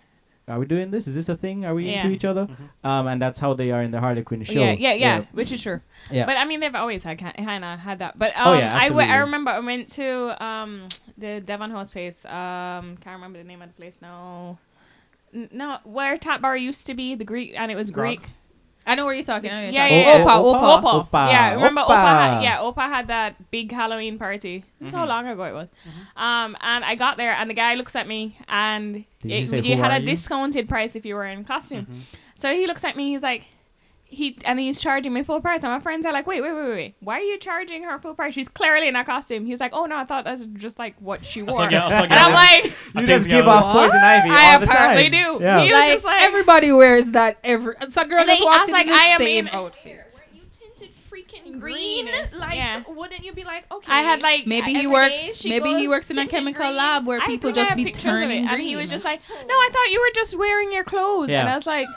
[SPEAKER 2] are we doing this? Is this a thing? Are we into
[SPEAKER 1] Yeah.
[SPEAKER 2] each other? Um, and that's how they are in the Harley Quinn show.
[SPEAKER 1] Yeah, yeah, yeah, which is true.
[SPEAKER 2] Yeah.
[SPEAKER 1] But I mean, they've always had kind of had that. But um,
[SPEAKER 2] Oh, yeah,
[SPEAKER 1] I, w- I
[SPEAKER 2] absolutely.
[SPEAKER 1] remember I went to um the Devon House place. Um, can't remember the name of the place now. N- No, where Top Bar used to be, the Greek, and it was
[SPEAKER 4] Grog.
[SPEAKER 1] Greek.
[SPEAKER 3] I know where you're talking. I know what
[SPEAKER 1] Yeah,
[SPEAKER 3] you're
[SPEAKER 1] yeah, yeah.
[SPEAKER 3] talking. Opa,
[SPEAKER 2] Opa.
[SPEAKER 1] Opa.
[SPEAKER 3] opa.
[SPEAKER 2] Opa.
[SPEAKER 1] Yeah, remember Opa.
[SPEAKER 2] Opa.
[SPEAKER 1] had, yeah, Opa had that big Halloween party. That's how long ago it was. Um, and I got there, and the guy looks at me, and
[SPEAKER 2] Did you
[SPEAKER 1] it-
[SPEAKER 2] say,
[SPEAKER 1] you
[SPEAKER 2] "Who
[SPEAKER 1] had
[SPEAKER 2] are
[SPEAKER 1] a
[SPEAKER 2] you?"
[SPEAKER 1] discounted price if you were in costume. So he looks at me, he's like, he and he's charging me full price. And my friends are like, wait, wait, wait, wait, why are you charging her full price? She's clearly in a costume. He's like, oh no, I thought that's just like what she
[SPEAKER 4] I
[SPEAKER 1] wore.
[SPEAKER 4] saw- yeah, I saw-
[SPEAKER 1] and I'm like,
[SPEAKER 2] You
[SPEAKER 4] I
[SPEAKER 2] just
[SPEAKER 4] think-
[SPEAKER 2] give
[SPEAKER 4] yeah.
[SPEAKER 2] off poison ivy
[SPEAKER 1] I
[SPEAKER 2] all the time.
[SPEAKER 1] apparently do.
[SPEAKER 2] Yeah.
[SPEAKER 1] He was
[SPEAKER 3] Like,
[SPEAKER 1] just like-
[SPEAKER 3] everybody wears that every. So girl
[SPEAKER 1] And
[SPEAKER 3] just
[SPEAKER 1] they- I
[SPEAKER 3] walks
[SPEAKER 1] was
[SPEAKER 3] in
[SPEAKER 1] like,
[SPEAKER 3] the
[SPEAKER 1] I am
[SPEAKER 3] same
[SPEAKER 1] in-
[SPEAKER 3] outfit.
[SPEAKER 5] You tinted freaking green.
[SPEAKER 1] Green.
[SPEAKER 5] Like,
[SPEAKER 1] Yeah.
[SPEAKER 5] wouldn't you be like, okay?
[SPEAKER 1] I had like
[SPEAKER 3] Maybe
[SPEAKER 5] Every
[SPEAKER 3] he
[SPEAKER 5] day
[SPEAKER 3] works.
[SPEAKER 5] she
[SPEAKER 3] Maybe he
[SPEAKER 5] goes
[SPEAKER 3] works in a
[SPEAKER 5] tinted
[SPEAKER 3] chemical
[SPEAKER 5] green.
[SPEAKER 3] lab where
[SPEAKER 1] I
[SPEAKER 3] people
[SPEAKER 1] think I
[SPEAKER 3] just
[SPEAKER 1] have
[SPEAKER 3] be
[SPEAKER 1] pictures of it,
[SPEAKER 3] turning green.
[SPEAKER 1] And he was just like, no, I thought you were just wearing your clothes.
[SPEAKER 2] Yeah.
[SPEAKER 1] And I was like,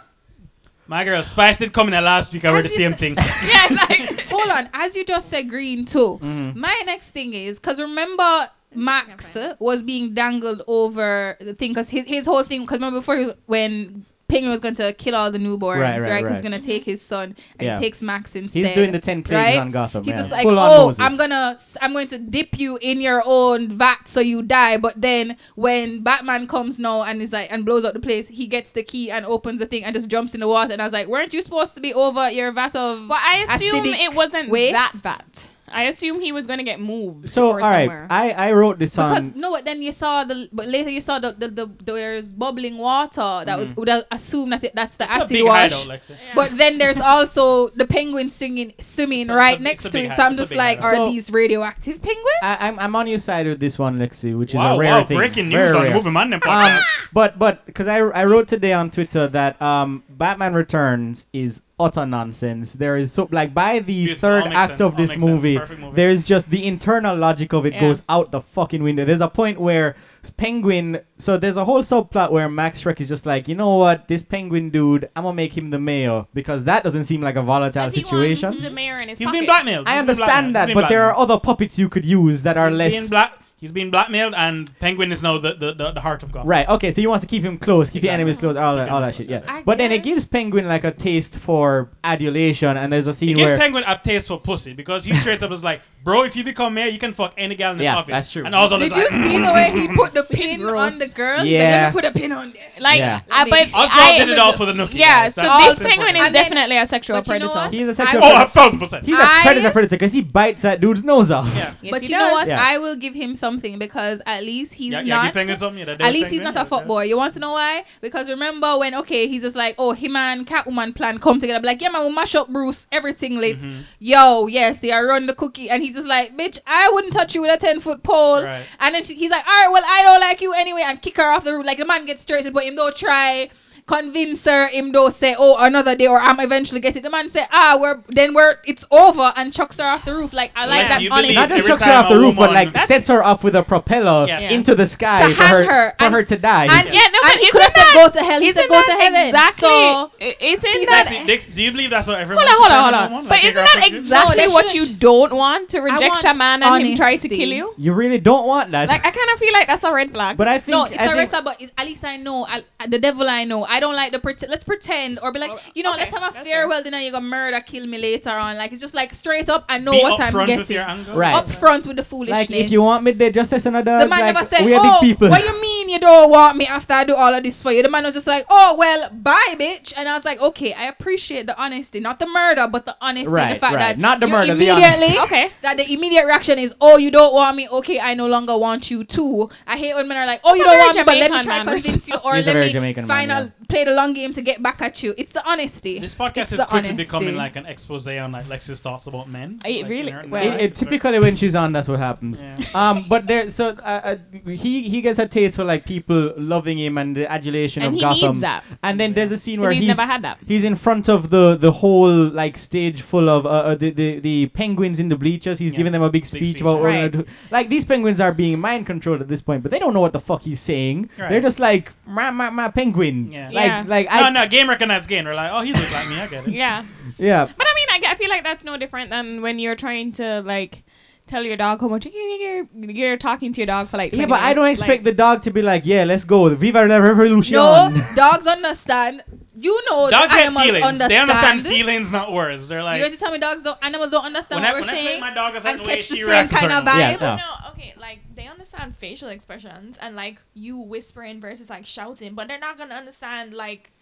[SPEAKER 4] my girl Spice did come in that last week I wear the
[SPEAKER 3] As you
[SPEAKER 4] same
[SPEAKER 3] s-
[SPEAKER 4] thing
[SPEAKER 1] yeah, like,
[SPEAKER 3] Hold on, as you just said green too.
[SPEAKER 2] Mhm.
[SPEAKER 3] My next thing is because remember Max
[SPEAKER 1] Yeah,
[SPEAKER 3] was being dangled over the thing because his, his whole thing. Because remember before he- when Penguin was going to kill all the newborns,
[SPEAKER 2] Right,
[SPEAKER 3] right?
[SPEAKER 2] right,
[SPEAKER 3] 'Cause
[SPEAKER 2] right.
[SPEAKER 3] He's going to take his son, and
[SPEAKER 2] Yeah.
[SPEAKER 3] he takes Max instead.
[SPEAKER 2] He's doing the ten plagues
[SPEAKER 3] right?
[SPEAKER 2] on Gotham.
[SPEAKER 3] He's
[SPEAKER 2] yeah.
[SPEAKER 3] just like,
[SPEAKER 2] Full on
[SPEAKER 3] oh,
[SPEAKER 2] Moses.
[SPEAKER 3] I'm gonna, I'm going to dip you in your own vat so you die. But then when Batman comes now and is like and blows up the place, he gets the key and opens the thing and just jumps in the water. And I was like, weren't you supposed to be over your vat of?
[SPEAKER 1] Well, I assume
[SPEAKER 3] Acidic
[SPEAKER 1] it wasn't
[SPEAKER 3] waste.
[SPEAKER 1] that bad. I assume he was going to get moved.
[SPEAKER 2] So all
[SPEAKER 1] or
[SPEAKER 2] right,
[SPEAKER 1] somewhere.
[SPEAKER 2] I I wrote this
[SPEAKER 3] Because
[SPEAKER 2] on.
[SPEAKER 3] no, but then you saw the, but later you saw the the, the, the there's bubbling water that would, would assume that it, that's the
[SPEAKER 4] Mm. It's a
[SPEAKER 3] acid
[SPEAKER 4] big
[SPEAKER 3] wash.
[SPEAKER 4] hideout, Lexi.
[SPEAKER 3] But then there's also the penguin singing swimming
[SPEAKER 4] It's a-
[SPEAKER 3] right
[SPEAKER 4] it's a-
[SPEAKER 3] next
[SPEAKER 4] it's a
[SPEAKER 3] to
[SPEAKER 4] big
[SPEAKER 3] it.
[SPEAKER 4] hideout.
[SPEAKER 3] So I'm
[SPEAKER 4] It's a
[SPEAKER 3] just
[SPEAKER 4] big
[SPEAKER 3] like,
[SPEAKER 4] hideout.
[SPEAKER 3] are
[SPEAKER 2] So-
[SPEAKER 3] these radioactive penguins?
[SPEAKER 2] I, I'm I'm on your side with this one, Lexi, which is
[SPEAKER 4] wow,
[SPEAKER 2] a rare
[SPEAKER 4] wow,
[SPEAKER 2] thing.
[SPEAKER 4] breaking
[SPEAKER 2] Very
[SPEAKER 4] news on
[SPEAKER 2] rare.
[SPEAKER 4] the Movie Monday
[SPEAKER 2] Um,
[SPEAKER 4] podcast.
[SPEAKER 2] but but because I I wrote today on Twitter that um Batman Returns is utter nonsense. There is so like by the
[SPEAKER 4] Beautiful.
[SPEAKER 2] third
[SPEAKER 4] All makes
[SPEAKER 2] act
[SPEAKER 4] sense.
[SPEAKER 2] of
[SPEAKER 4] All
[SPEAKER 2] this
[SPEAKER 4] makes sense.
[SPEAKER 2] movie,
[SPEAKER 4] Perfect movie.
[SPEAKER 2] there's just the internal logic of it
[SPEAKER 1] Yeah.
[SPEAKER 2] goes out the fucking window. There's a point where s- Penguin. So there's a whole subplot where Max Shrek is just like, you know what, this Penguin dude, I'm gonna make him the mayor because that doesn't seem like a volatile
[SPEAKER 1] 'Cause he
[SPEAKER 2] situation.
[SPEAKER 1] wants the mayor in his
[SPEAKER 4] He's
[SPEAKER 1] pocket.
[SPEAKER 4] been blackmailed.
[SPEAKER 2] I
[SPEAKER 4] He's been
[SPEAKER 2] understand that,
[SPEAKER 4] blackmailed. He's been
[SPEAKER 2] but there are
[SPEAKER 4] blackmailed.
[SPEAKER 2] other puppets you could use that are
[SPEAKER 4] He's
[SPEAKER 2] less
[SPEAKER 4] being black. He's been blackmailed, and Penguin is now the, the, the, the heart of God.
[SPEAKER 2] Right. Okay. So he wants to keep him close, keep the
[SPEAKER 4] Exactly.
[SPEAKER 2] enemies close, all
[SPEAKER 4] Keep
[SPEAKER 2] that, all that
[SPEAKER 4] enemies
[SPEAKER 2] shit. Yeah.
[SPEAKER 4] close, yes,
[SPEAKER 1] yes.
[SPEAKER 2] But then
[SPEAKER 1] I
[SPEAKER 2] it gives Penguin like a taste for adulation, and there's a scene
[SPEAKER 4] It gives
[SPEAKER 2] where
[SPEAKER 4] Penguin a taste for pussy because he straight up is like, bro, if you become mayor, you can fuck any gal in this
[SPEAKER 2] Yeah,
[SPEAKER 4] office.
[SPEAKER 2] that's true.
[SPEAKER 4] And also,
[SPEAKER 3] Did
[SPEAKER 4] like, "Hmm."
[SPEAKER 3] you see
[SPEAKER 2] "Mm,
[SPEAKER 3] the way he put the
[SPEAKER 5] is
[SPEAKER 3] pin on
[SPEAKER 5] gross.
[SPEAKER 3] the girl?
[SPEAKER 2] Yeah.
[SPEAKER 3] Yeah. Put a pin on there.
[SPEAKER 1] Like,
[SPEAKER 2] Yeah.
[SPEAKER 1] I, but
[SPEAKER 4] Oswald
[SPEAKER 1] I,
[SPEAKER 4] did it all for the nookie.
[SPEAKER 1] Yeah,
[SPEAKER 4] guys.
[SPEAKER 1] so
[SPEAKER 4] That's-
[SPEAKER 1] this
[SPEAKER 4] that's
[SPEAKER 1] penguin
[SPEAKER 4] important.
[SPEAKER 1] is
[SPEAKER 3] And then-
[SPEAKER 1] definitely a sexual
[SPEAKER 3] but you know
[SPEAKER 1] predator.
[SPEAKER 3] what?
[SPEAKER 2] he's a
[SPEAKER 3] I
[SPEAKER 2] sexual.
[SPEAKER 3] will-
[SPEAKER 4] Oh, a
[SPEAKER 2] predator.
[SPEAKER 4] thousand percent.
[SPEAKER 2] he's
[SPEAKER 3] I-
[SPEAKER 2] a predator predator because he bites that dude's nose off.
[SPEAKER 4] Yeah.
[SPEAKER 1] Yes,
[SPEAKER 3] but
[SPEAKER 1] he
[SPEAKER 3] you know
[SPEAKER 1] does.
[SPEAKER 3] what?
[SPEAKER 2] Yeah.
[SPEAKER 3] I will give him something because at least he's
[SPEAKER 4] yeah, yeah, give
[SPEAKER 3] not.
[SPEAKER 4] Penguin something. Yeah, that
[SPEAKER 3] at
[SPEAKER 4] dude
[SPEAKER 3] least he's
[SPEAKER 4] Penguin,
[SPEAKER 3] not a
[SPEAKER 4] yeah, yeah.
[SPEAKER 3] fuckboy. You want to know why? Because remember when okay, he's just like, oh, him and Catwoman plan come together. Be Like, yeah, man, we'll mash up Bruce, everything late.
[SPEAKER 4] Mm-hmm.
[SPEAKER 3] Yo, yes, they are run the cookie, and he's just like, bitch, I wouldn't touch you with a ten foot pole.
[SPEAKER 4] Right.
[SPEAKER 3] And then she, he's like, all right, well, I don't like you anyway, and kick her off the roof. Like the man gets straight, but him don't try. Convince her, him though say, Oh, another day, or I'm eventually get it. The man say, Ah, we're then we're it's over and chucks her off the roof. Like I
[SPEAKER 4] So
[SPEAKER 3] like
[SPEAKER 4] yes,
[SPEAKER 3] that
[SPEAKER 4] you
[SPEAKER 3] honest.
[SPEAKER 4] believe
[SPEAKER 2] Not just
[SPEAKER 4] Every
[SPEAKER 2] chucks her
[SPEAKER 4] time
[SPEAKER 2] off the
[SPEAKER 4] a
[SPEAKER 2] roof, but
[SPEAKER 4] woman-
[SPEAKER 2] like
[SPEAKER 4] That's-
[SPEAKER 2] sets her up with a propeller
[SPEAKER 4] Yes.
[SPEAKER 2] into the sky
[SPEAKER 3] To
[SPEAKER 2] for
[SPEAKER 3] hang
[SPEAKER 2] her,
[SPEAKER 3] her
[SPEAKER 2] for
[SPEAKER 3] and-
[SPEAKER 2] her to die.
[SPEAKER 3] and-
[SPEAKER 1] Yeah, no,
[SPEAKER 3] And
[SPEAKER 1] but
[SPEAKER 3] he
[SPEAKER 1] isn't
[SPEAKER 3] could have said
[SPEAKER 1] that-
[SPEAKER 3] go to hell. He
[SPEAKER 1] isn't
[SPEAKER 3] said go
[SPEAKER 1] that
[SPEAKER 3] to heaven.
[SPEAKER 1] Exactly.
[SPEAKER 3] So-
[SPEAKER 1] i- isn't
[SPEAKER 3] He's
[SPEAKER 1] that?
[SPEAKER 3] like-
[SPEAKER 4] See, Dix, do you believe that's how everyone?
[SPEAKER 1] Hold on, hold
[SPEAKER 4] should
[SPEAKER 1] on,
[SPEAKER 4] try
[SPEAKER 1] hold
[SPEAKER 4] to
[SPEAKER 1] on.
[SPEAKER 4] do
[SPEAKER 1] But
[SPEAKER 4] one?
[SPEAKER 1] isn't
[SPEAKER 4] Like,
[SPEAKER 1] that
[SPEAKER 4] they grab her-
[SPEAKER 1] exactly
[SPEAKER 3] No, they
[SPEAKER 1] what you
[SPEAKER 3] shouldn't.
[SPEAKER 1] don't want to reject
[SPEAKER 3] want
[SPEAKER 1] a man and him try to
[SPEAKER 3] honesty.
[SPEAKER 1] kill you?
[SPEAKER 2] you really don't want that.
[SPEAKER 1] Like I kind of feel like that's a red flag.
[SPEAKER 2] but I think
[SPEAKER 3] No, it's
[SPEAKER 2] I
[SPEAKER 3] a red
[SPEAKER 2] think,
[SPEAKER 3] flag, but it- at least I know I, I- the devil I know. I don't like the pretend. Let's pretend or be like,
[SPEAKER 1] Well,
[SPEAKER 3] you know,
[SPEAKER 1] okay,
[SPEAKER 3] let's have a
[SPEAKER 1] that's
[SPEAKER 3] farewell dinner. You're gonna murder, kill me later on. Like it's just like straight up. I know
[SPEAKER 4] Be
[SPEAKER 3] what I'm
[SPEAKER 4] upfront
[SPEAKER 3] getting.
[SPEAKER 4] with your anger.
[SPEAKER 2] Right.
[SPEAKER 3] Up front with the foolishness.
[SPEAKER 2] like if you want me there, just as another.
[SPEAKER 3] The man
[SPEAKER 2] like,
[SPEAKER 3] never said,
[SPEAKER 2] we are
[SPEAKER 3] "Oh,
[SPEAKER 2] big people.
[SPEAKER 3] what you mean you don't want me after I do all of this for you?" The man was just like, "Oh well, bye, bitch." And I was like, "Okay, I appreciate the honesty, not the murder, but the honesty,
[SPEAKER 2] Right,
[SPEAKER 3] the fact
[SPEAKER 2] right.
[SPEAKER 3] that
[SPEAKER 2] Not the
[SPEAKER 3] you
[SPEAKER 2] murder, the
[SPEAKER 3] immediately-
[SPEAKER 2] honesty.
[SPEAKER 1] Okay.
[SPEAKER 3] That the immediate reaction is, "Oh, you don't want me? Okay, I no longer want you too." I hate when men are like, "Oh,
[SPEAKER 1] He's
[SPEAKER 3] you
[SPEAKER 1] a
[SPEAKER 3] don't
[SPEAKER 1] very
[SPEAKER 3] want me, but let me
[SPEAKER 1] Jamaican
[SPEAKER 3] try to
[SPEAKER 1] man or
[SPEAKER 3] convince you, or
[SPEAKER 2] He's a very
[SPEAKER 3] let me
[SPEAKER 2] Jamaican man,
[SPEAKER 3] find
[SPEAKER 2] yeah.
[SPEAKER 3] out, play the long game to get back at you." It's the honesty.
[SPEAKER 4] This
[SPEAKER 3] It's
[SPEAKER 4] podcast is
[SPEAKER 3] the
[SPEAKER 4] quickly
[SPEAKER 3] honesty.
[SPEAKER 4] becoming like an expose on like Lexi's thoughts about men.
[SPEAKER 1] It
[SPEAKER 4] Like,
[SPEAKER 1] really-
[SPEAKER 4] inherent in
[SPEAKER 1] well-
[SPEAKER 4] their
[SPEAKER 2] It,
[SPEAKER 4] life.
[SPEAKER 2] it typically when she's on, that's what happens.
[SPEAKER 4] Yeah.
[SPEAKER 2] Um, but there, so uh, uh, he he gets a taste for like people loving him and the adulation
[SPEAKER 1] and
[SPEAKER 2] of
[SPEAKER 1] he
[SPEAKER 2] Gotham.
[SPEAKER 1] needs that.
[SPEAKER 2] And then there's a scene where
[SPEAKER 1] He's,
[SPEAKER 2] he's
[SPEAKER 1] never had that.
[SPEAKER 2] he's in front of the the whole like stage full of uh, uh, the, the the penguins in the bleachers. He's giving
[SPEAKER 4] Yes.
[SPEAKER 2] them a big
[SPEAKER 4] Big
[SPEAKER 2] speech,
[SPEAKER 4] speech,
[SPEAKER 2] about what we're
[SPEAKER 1] Right.
[SPEAKER 2] gonna do. Like these penguins are being mind controlled at this point, but they don't know what the fuck he's saying.
[SPEAKER 4] Right.
[SPEAKER 2] They're just like my my my penguin.
[SPEAKER 4] Yeah.
[SPEAKER 2] Like
[SPEAKER 1] Yeah.
[SPEAKER 2] like I
[SPEAKER 4] No, no, game recognized game. We're like, oh, he looks like me. I get it.
[SPEAKER 1] Yeah,
[SPEAKER 2] yeah.
[SPEAKER 1] but I mean, I, get- I feel like that's no different than when you're trying to like tell your dog how much you're, you're talking to your dog for like.
[SPEAKER 2] Yeah,
[SPEAKER 1] 20
[SPEAKER 2] but I don't
[SPEAKER 1] minutes,
[SPEAKER 2] expect
[SPEAKER 1] like,
[SPEAKER 2] the dog to be like, yeah, let's go, viva la revolution.
[SPEAKER 3] No, dogs understand. You know,
[SPEAKER 4] Dogs
[SPEAKER 3] the
[SPEAKER 4] get
[SPEAKER 3] animals
[SPEAKER 4] feelings.
[SPEAKER 3] understand.
[SPEAKER 4] They understand feelings, not words. They're like,
[SPEAKER 3] you going to tell me dogs don't animals don't understand
[SPEAKER 4] when I,
[SPEAKER 3] what
[SPEAKER 4] when
[SPEAKER 3] we're
[SPEAKER 4] I play
[SPEAKER 3] saying?
[SPEAKER 4] my dog, I said
[SPEAKER 3] and
[SPEAKER 4] the way
[SPEAKER 3] catch the
[SPEAKER 4] she
[SPEAKER 3] same
[SPEAKER 4] reacts. a
[SPEAKER 3] kind
[SPEAKER 4] certain
[SPEAKER 3] of
[SPEAKER 4] way.
[SPEAKER 2] Yeah,
[SPEAKER 3] vibe.
[SPEAKER 2] no.
[SPEAKER 5] Oh, No, okay, like they understand facial expressions and like you whispering versus like shouting, but they're not gonna understand like,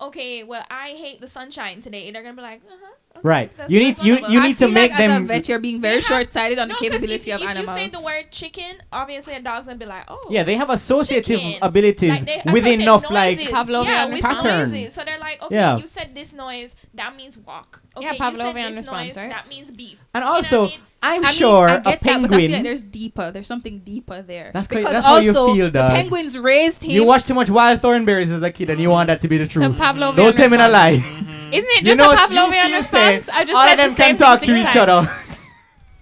[SPEAKER 5] okay, well I hate the sunshine today. They're gonna be like, uh huh. Okay,
[SPEAKER 2] Right.
[SPEAKER 5] that's-
[SPEAKER 2] You need
[SPEAKER 5] that's
[SPEAKER 2] you
[SPEAKER 5] whatever.
[SPEAKER 2] you
[SPEAKER 3] I
[SPEAKER 2] need to
[SPEAKER 3] feel
[SPEAKER 2] make
[SPEAKER 3] like As a
[SPEAKER 2] them.
[SPEAKER 3] vet, you're being very
[SPEAKER 5] You have-
[SPEAKER 3] short-sighted on the
[SPEAKER 5] No, 'cause if,
[SPEAKER 3] capability
[SPEAKER 5] you-
[SPEAKER 3] of
[SPEAKER 5] if
[SPEAKER 3] animals.
[SPEAKER 5] you say the word chicken, obviously a dog's gonna be like, oh.
[SPEAKER 2] Yeah, they have associative
[SPEAKER 5] Chicken.
[SPEAKER 2] abilities
[SPEAKER 5] Like, they
[SPEAKER 2] with
[SPEAKER 5] associate
[SPEAKER 2] enough
[SPEAKER 5] noises.
[SPEAKER 2] like.
[SPEAKER 1] Pavlovian
[SPEAKER 5] yeah, with
[SPEAKER 2] response.
[SPEAKER 5] noises. So they're like, okay,
[SPEAKER 2] Yeah.
[SPEAKER 5] you said this noise, that means walk. Okay,
[SPEAKER 1] Yeah,
[SPEAKER 5] you said
[SPEAKER 1] Pavlovian
[SPEAKER 5] this
[SPEAKER 1] response,
[SPEAKER 5] noise,
[SPEAKER 1] right?
[SPEAKER 5] that means beef.
[SPEAKER 2] And
[SPEAKER 5] You know what I
[SPEAKER 2] also,
[SPEAKER 5] mean?
[SPEAKER 2] I'm
[SPEAKER 3] I mean,
[SPEAKER 2] sure
[SPEAKER 3] I get
[SPEAKER 2] a penguin.
[SPEAKER 3] That, but I feel like there's deeper. There's something deeper there.
[SPEAKER 2] That's cra-
[SPEAKER 3] because
[SPEAKER 2] that's how you
[SPEAKER 3] also
[SPEAKER 2] feel,
[SPEAKER 3] the
[SPEAKER 2] dog.
[SPEAKER 3] penguins raised him.
[SPEAKER 2] You watched too much Wild Thornberries as a kid, and you want that to be the
[SPEAKER 1] Some
[SPEAKER 2] truth.
[SPEAKER 1] Pavlovian
[SPEAKER 2] Don't tell me a
[SPEAKER 1] response.
[SPEAKER 2] lie.
[SPEAKER 4] Mm-hmm.
[SPEAKER 1] Isn't it just
[SPEAKER 2] you know,
[SPEAKER 1] a
[SPEAKER 2] you
[SPEAKER 1] Pavlovian
[SPEAKER 2] feel safe.
[SPEAKER 1] response? I just
[SPEAKER 2] All
[SPEAKER 1] said
[SPEAKER 2] of them
[SPEAKER 1] the
[SPEAKER 2] can
[SPEAKER 1] same
[SPEAKER 2] talk
[SPEAKER 1] thing
[SPEAKER 2] to
[SPEAKER 1] six
[SPEAKER 2] each
[SPEAKER 1] times.
[SPEAKER 2] other.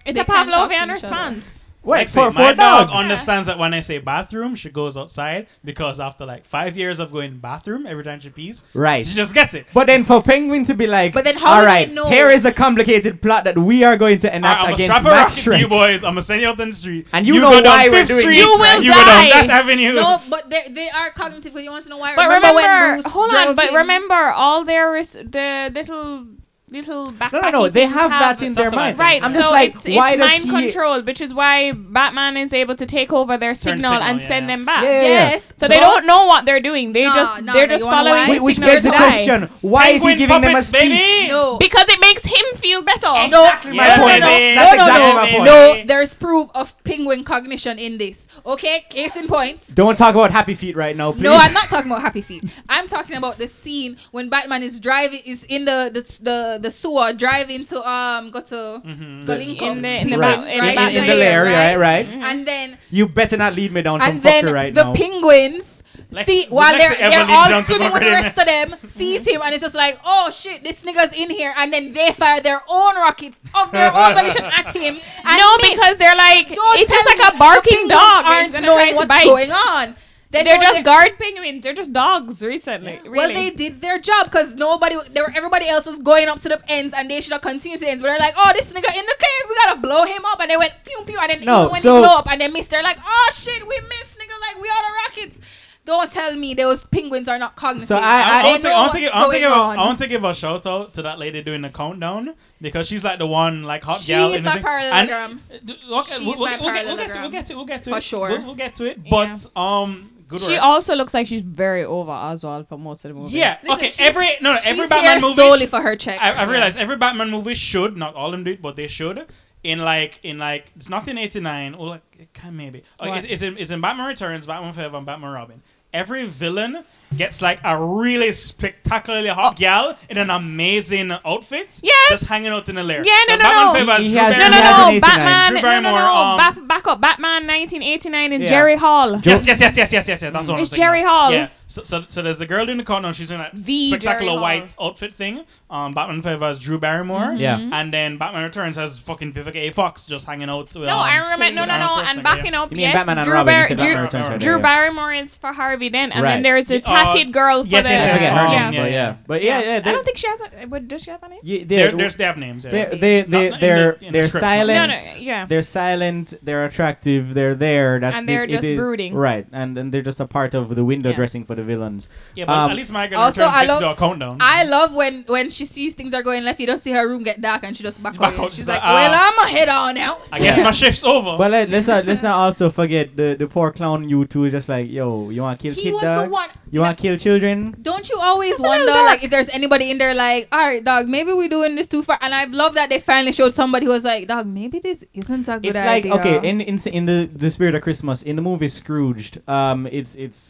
[SPEAKER 1] It's
[SPEAKER 3] They
[SPEAKER 1] a
[SPEAKER 3] can talk to
[SPEAKER 1] Pavlovian
[SPEAKER 3] each other.
[SPEAKER 1] response.
[SPEAKER 2] Wait
[SPEAKER 4] Next
[SPEAKER 2] for
[SPEAKER 4] thing, my
[SPEAKER 2] four
[SPEAKER 4] dog
[SPEAKER 2] dogs.
[SPEAKER 4] understands that when I say bathroom, she goes outside because after like five years of going bathroom every time she pees,
[SPEAKER 2] right.
[SPEAKER 4] she just gets it.
[SPEAKER 2] But then for Penguin to be like,
[SPEAKER 3] But then how
[SPEAKER 2] all
[SPEAKER 3] do they
[SPEAKER 2] right,
[SPEAKER 3] know?"
[SPEAKER 2] here is the complicated plot that we are going to
[SPEAKER 4] Alright,
[SPEAKER 2] enact
[SPEAKER 4] I'm gonna
[SPEAKER 2] against
[SPEAKER 4] strap a rocket
[SPEAKER 2] Max
[SPEAKER 4] to you
[SPEAKER 2] Shrek.
[SPEAKER 4] boys. I'm gonna send you up the street.
[SPEAKER 2] And you know
[SPEAKER 4] go down
[SPEAKER 2] why we're
[SPEAKER 4] Fifth
[SPEAKER 2] doing
[SPEAKER 4] Street.
[SPEAKER 2] this,
[SPEAKER 1] You right? will
[SPEAKER 4] you go
[SPEAKER 1] die.
[SPEAKER 4] down that avenue.
[SPEAKER 3] No, but they, they are cognitive. But you want to know why?
[SPEAKER 1] But remember,
[SPEAKER 3] remember, when Bruce
[SPEAKER 1] hold
[SPEAKER 3] drove
[SPEAKER 1] on. But
[SPEAKER 3] in-
[SPEAKER 1] remember, all their res- the little little backpack.
[SPEAKER 2] No, no, no. They have that in their mind.
[SPEAKER 4] satellite thing.
[SPEAKER 1] Right,
[SPEAKER 2] I'm
[SPEAKER 1] so
[SPEAKER 2] just like,
[SPEAKER 1] it's,
[SPEAKER 2] why
[SPEAKER 1] it's
[SPEAKER 2] does
[SPEAKER 1] mind
[SPEAKER 2] he?
[SPEAKER 1] controlled, which is why Batman is able to take over their signal,
[SPEAKER 4] signal,
[SPEAKER 1] and
[SPEAKER 4] yeah,
[SPEAKER 1] send
[SPEAKER 4] yeah.
[SPEAKER 1] them back.
[SPEAKER 2] Yeah.
[SPEAKER 3] Yes.
[SPEAKER 1] So they don't know what they're doing. They
[SPEAKER 3] Nah,
[SPEAKER 1] just
[SPEAKER 3] nah,
[SPEAKER 1] they're
[SPEAKER 3] nah,
[SPEAKER 1] just
[SPEAKER 3] you wanna
[SPEAKER 1] following
[SPEAKER 3] know why?
[SPEAKER 2] Wh- Which
[SPEAKER 1] signals
[SPEAKER 2] begs the
[SPEAKER 1] to die.
[SPEAKER 2] question: Why is he
[SPEAKER 4] Penguin
[SPEAKER 2] giving them a
[SPEAKER 4] puppets,
[SPEAKER 2] speech?
[SPEAKER 4] baby!
[SPEAKER 3] No.
[SPEAKER 1] Because it makes him feel better.
[SPEAKER 3] No,
[SPEAKER 4] Exactly
[SPEAKER 2] my
[SPEAKER 3] no, no,
[SPEAKER 2] point,
[SPEAKER 3] no,
[SPEAKER 2] babe.
[SPEAKER 3] no,
[SPEAKER 2] That's
[SPEAKER 3] no,
[SPEAKER 2] exactly
[SPEAKER 3] no,
[SPEAKER 2] my point.
[SPEAKER 3] no. There's proof of penguin cognition in this. Okay, case in point.
[SPEAKER 2] Don't talk about happy feet right now, please.
[SPEAKER 3] No, I'm not talking about Happy Feet. I'm talking about the scene when Batman is driving, is in the the the, the sewer driving to um go to
[SPEAKER 4] Mhm.
[SPEAKER 3] the Lincoln
[SPEAKER 1] In the- in the
[SPEAKER 3] Penguin,
[SPEAKER 1] back- in the
[SPEAKER 3] right?
[SPEAKER 1] back Mm-hmm.
[SPEAKER 2] in the lair, Mm-hmm. right, right.
[SPEAKER 3] And then
[SPEAKER 2] You better not lead me down some
[SPEAKER 3] and then
[SPEAKER 2] fucker right
[SPEAKER 3] the
[SPEAKER 2] now.
[SPEAKER 3] penguins
[SPEAKER 4] Lex-
[SPEAKER 3] see while
[SPEAKER 4] Lex
[SPEAKER 3] they're
[SPEAKER 4] Evans
[SPEAKER 3] they're
[SPEAKER 4] leads
[SPEAKER 3] all
[SPEAKER 4] down to
[SPEAKER 3] swimming with the
[SPEAKER 4] Marine.
[SPEAKER 3] rest of them sees him and it's just like oh shit this nigga's in here and then they fire their own rockets of their own volition at him and
[SPEAKER 1] no,
[SPEAKER 3] miss.
[SPEAKER 1] because they're like
[SPEAKER 3] Don't
[SPEAKER 1] it's just
[SPEAKER 3] tell
[SPEAKER 1] like
[SPEAKER 3] me
[SPEAKER 1] a
[SPEAKER 3] the
[SPEAKER 1] barking
[SPEAKER 3] penguins
[SPEAKER 1] dog.
[SPEAKER 3] aren't
[SPEAKER 1] It's
[SPEAKER 3] knowing what's going
[SPEAKER 1] on.
[SPEAKER 3] on
[SPEAKER 1] They're,
[SPEAKER 3] know
[SPEAKER 1] just
[SPEAKER 3] that-
[SPEAKER 1] guard penguins. They're just dogs. Recently, really.
[SPEAKER 3] well they did their job because nobody they were, everybody else was going up to the ends and they should have continued to the ends but they're like oh this nigga in the cave we gotta blow him up and they went pew pew and then
[SPEAKER 2] No,
[SPEAKER 3] even when
[SPEAKER 2] so-
[SPEAKER 3] they blow up and they missed they're like oh shit we missed nigga like we are the rockets don't tell me those penguins are not cognizant
[SPEAKER 2] So
[SPEAKER 4] I,
[SPEAKER 2] I-
[SPEAKER 4] I,
[SPEAKER 3] They
[SPEAKER 4] want to,
[SPEAKER 3] know
[SPEAKER 4] I, want to give,
[SPEAKER 3] what's
[SPEAKER 4] I, want to
[SPEAKER 3] going
[SPEAKER 4] give a,
[SPEAKER 3] on.
[SPEAKER 4] I want to give a shout out to that lady doing the countdown because she's like the one like hot
[SPEAKER 3] She
[SPEAKER 4] gal.
[SPEAKER 3] is
[SPEAKER 4] in
[SPEAKER 3] my
[SPEAKER 4] the thing.
[SPEAKER 3] parallelogram.
[SPEAKER 4] And, uh, d- okay,
[SPEAKER 3] She's
[SPEAKER 4] we'll, we'll,
[SPEAKER 3] my
[SPEAKER 4] we'll get, we'll, get to,
[SPEAKER 3] parallelogram.
[SPEAKER 4] we'll get to we'll get to
[SPEAKER 3] For
[SPEAKER 4] it.
[SPEAKER 3] sure.
[SPEAKER 4] We'll, we'll get to it.
[SPEAKER 1] Yeah.
[SPEAKER 4] But um, good
[SPEAKER 1] she
[SPEAKER 4] work.
[SPEAKER 1] also looks like she's very over Oswald for most of the movie.
[SPEAKER 4] yeah.
[SPEAKER 3] Listen,
[SPEAKER 4] okay.
[SPEAKER 3] she's-
[SPEAKER 4] Every no, no every
[SPEAKER 3] She's
[SPEAKER 4] Batman
[SPEAKER 3] here
[SPEAKER 4] movie.
[SPEAKER 3] solely for her check.
[SPEAKER 4] I, I realize every Batman movie should not all of them do it, but they should. In like in like it's not in '89 or like it can maybe. Uh,
[SPEAKER 1] What?
[SPEAKER 4] it's, it's in it's in Batman Returns, Batman Forever, and Batman Robin. Every villain gets like a really spectacularly hot gal in an amazing outfit.
[SPEAKER 1] Oh. Yeah.
[SPEAKER 4] just hanging out in the lair.
[SPEAKER 1] Yeah, no,
[SPEAKER 4] Like,
[SPEAKER 1] no,
[SPEAKER 4] Batman
[SPEAKER 1] no.
[SPEAKER 4] Forever
[SPEAKER 2] He-
[SPEAKER 4] Drew
[SPEAKER 2] he has-
[SPEAKER 1] No,
[SPEAKER 2] Drew
[SPEAKER 1] no,
[SPEAKER 2] Barrymore.
[SPEAKER 1] no,
[SPEAKER 4] Barrymore.
[SPEAKER 1] Batman.
[SPEAKER 4] Drew
[SPEAKER 1] No, no,
[SPEAKER 4] Barrymore,
[SPEAKER 1] no.
[SPEAKER 4] um,
[SPEAKER 1] back, back up. Batman 1989 and
[SPEAKER 2] Yeah.
[SPEAKER 1] Jerry Hall.
[SPEAKER 4] Yes, yes, yes, yes, yes, yes, yes. That's what I was
[SPEAKER 1] It's
[SPEAKER 4] thinking
[SPEAKER 1] Jerry
[SPEAKER 4] of.
[SPEAKER 1] Hall.
[SPEAKER 4] Yeah. So, so, so there's the girl in the corner. She's in that
[SPEAKER 1] The Jerry
[SPEAKER 4] spectacular
[SPEAKER 1] Hall. Mm-hmm.
[SPEAKER 4] white outfit thing. Um, Batman Forever has Drew Barrymore.
[SPEAKER 2] Yeah.
[SPEAKER 4] And then Batman Returns has fucking Vivica A. Fox just hanging out. With,
[SPEAKER 1] No,
[SPEAKER 4] um,
[SPEAKER 1] I remember. No, no,
[SPEAKER 4] Arnold
[SPEAKER 1] no.
[SPEAKER 4] Schwarzenegger,
[SPEAKER 1] And
[SPEAKER 4] yeah.
[SPEAKER 1] backing up,
[SPEAKER 2] You mean
[SPEAKER 1] yes,
[SPEAKER 2] Batman and
[SPEAKER 1] Drew,
[SPEAKER 2] Robin? you
[SPEAKER 1] Bar-
[SPEAKER 2] said
[SPEAKER 1] Drew,
[SPEAKER 2] Batman Returns right
[SPEAKER 4] Drew
[SPEAKER 2] there,
[SPEAKER 1] Drew
[SPEAKER 2] yeah.
[SPEAKER 1] Barrymore is for Harvey Dent, and
[SPEAKER 2] Right.
[SPEAKER 1] then there's a
[SPEAKER 4] Uh,
[SPEAKER 1] tatted girl for
[SPEAKER 4] yes,
[SPEAKER 1] the.
[SPEAKER 4] yes,
[SPEAKER 2] I forget her
[SPEAKER 4] Um,
[SPEAKER 2] name,
[SPEAKER 4] yeah,
[SPEAKER 2] but yeah,
[SPEAKER 4] yeah.
[SPEAKER 2] but yeah, yeah.
[SPEAKER 1] I
[SPEAKER 2] They,
[SPEAKER 1] don't think she has. A, what, does she have a name?
[SPEAKER 2] yeah,
[SPEAKER 4] They're,
[SPEAKER 2] they're,
[SPEAKER 4] they're, they have names. Yeah.
[SPEAKER 2] they're, they they
[SPEAKER 4] Not in
[SPEAKER 2] they're
[SPEAKER 4] the- in the
[SPEAKER 2] they're
[SPEAKER 4] script, no. No,
[SPEAKER 1] No,
[SPEAKER 2] silent.
[SPEAKER 1] no, yeah.
[SPEAKER 2] They're silent. They're attractive. They're there. That's
[SPEAKER 1] And they're
[SPEAKER 2] it- it
[SPEAKER 1] just
[SPEAKER 2] is-
[SPEAKER 1] brooding.
[SPEAKER 2] Right, and then they're just a part of the window
[SPEAKER 1] Yeah.
[SPEAKER 2] dressing for the villains.
[SPEAKER 4] yeah, but
[SPEAKER 2] Um,
[SPEAKER 4] at least my girl
[SPEAKER 3] also,
[SPEAKER 4] returns
[SPEAKER 3] I
[SPEAKER 4] I
[SPEAKER 3] love-
[SPEAKER 4] to a countdown.
[SPEAKER 3] I love when when she sees things are going left. You don't see her room get dark, and she just back,
[SPEAKER 4] Back
[SPEAKER 3] away.
[SPEAKER 4] out.
[SPEAKER 3] She's
[SPEAKER 4] She's
[SPEAKER 3] like,
[SPEAKER 4] like, ah.
[SPEAKER 3] "Well, I'ma head on out."
[SPEAKER 4] I guess my shift's over.
[SPEAKER 2] But let, let's not let's not also forget the the poor clown you two is just like yo you want to kill
[SPEAKER 3] He
[SPEAKER 2] kid
[SPEAKER 3] was
[SPEAKER 2] dog?
[SPEAKER 3] the one.
[SPEAKER 2] you want to kill children
[SPEAKER 3] Don't you always
[SPEAKER 1] That's a little
[SPEAKER 3] wonder,
[SPEAKER 1] dark.
[SPEAKER 3] like, if there's anybody in there, like, all right, dog, maybe we're doing this too far. And I love that they finally showed somebody who was like, dog, maybe this isn't a good
[SPEAKER 2] it's like
[SPEAKER 3] idea.
[SPEAKER 2] okay in, in s- in the the spirit of christmas in the movie scrooged um it's it's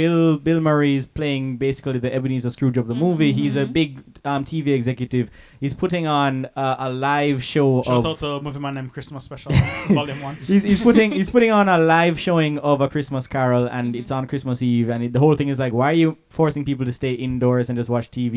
[SPEAKER 2] bill bill murray's playing basically the ebenezer scrooge of the movie he's a
[SPEAKER 3] Mhm.
[SPEAKER 2] big um tv executive he's putting on uh, a live show
[SPEAKER 4] Shout
[SPEAKER 2] of
[SPEAKER 4] out to Movie Man Named Christmas Special, Volume 1.
[SPEAKER 2] He's, he's putting he's putting on a live showing of a Christmas Carol, and it's on Christmas Eve, and it, the whole thing is like, why are you forcing people to stay indoors and just watch TV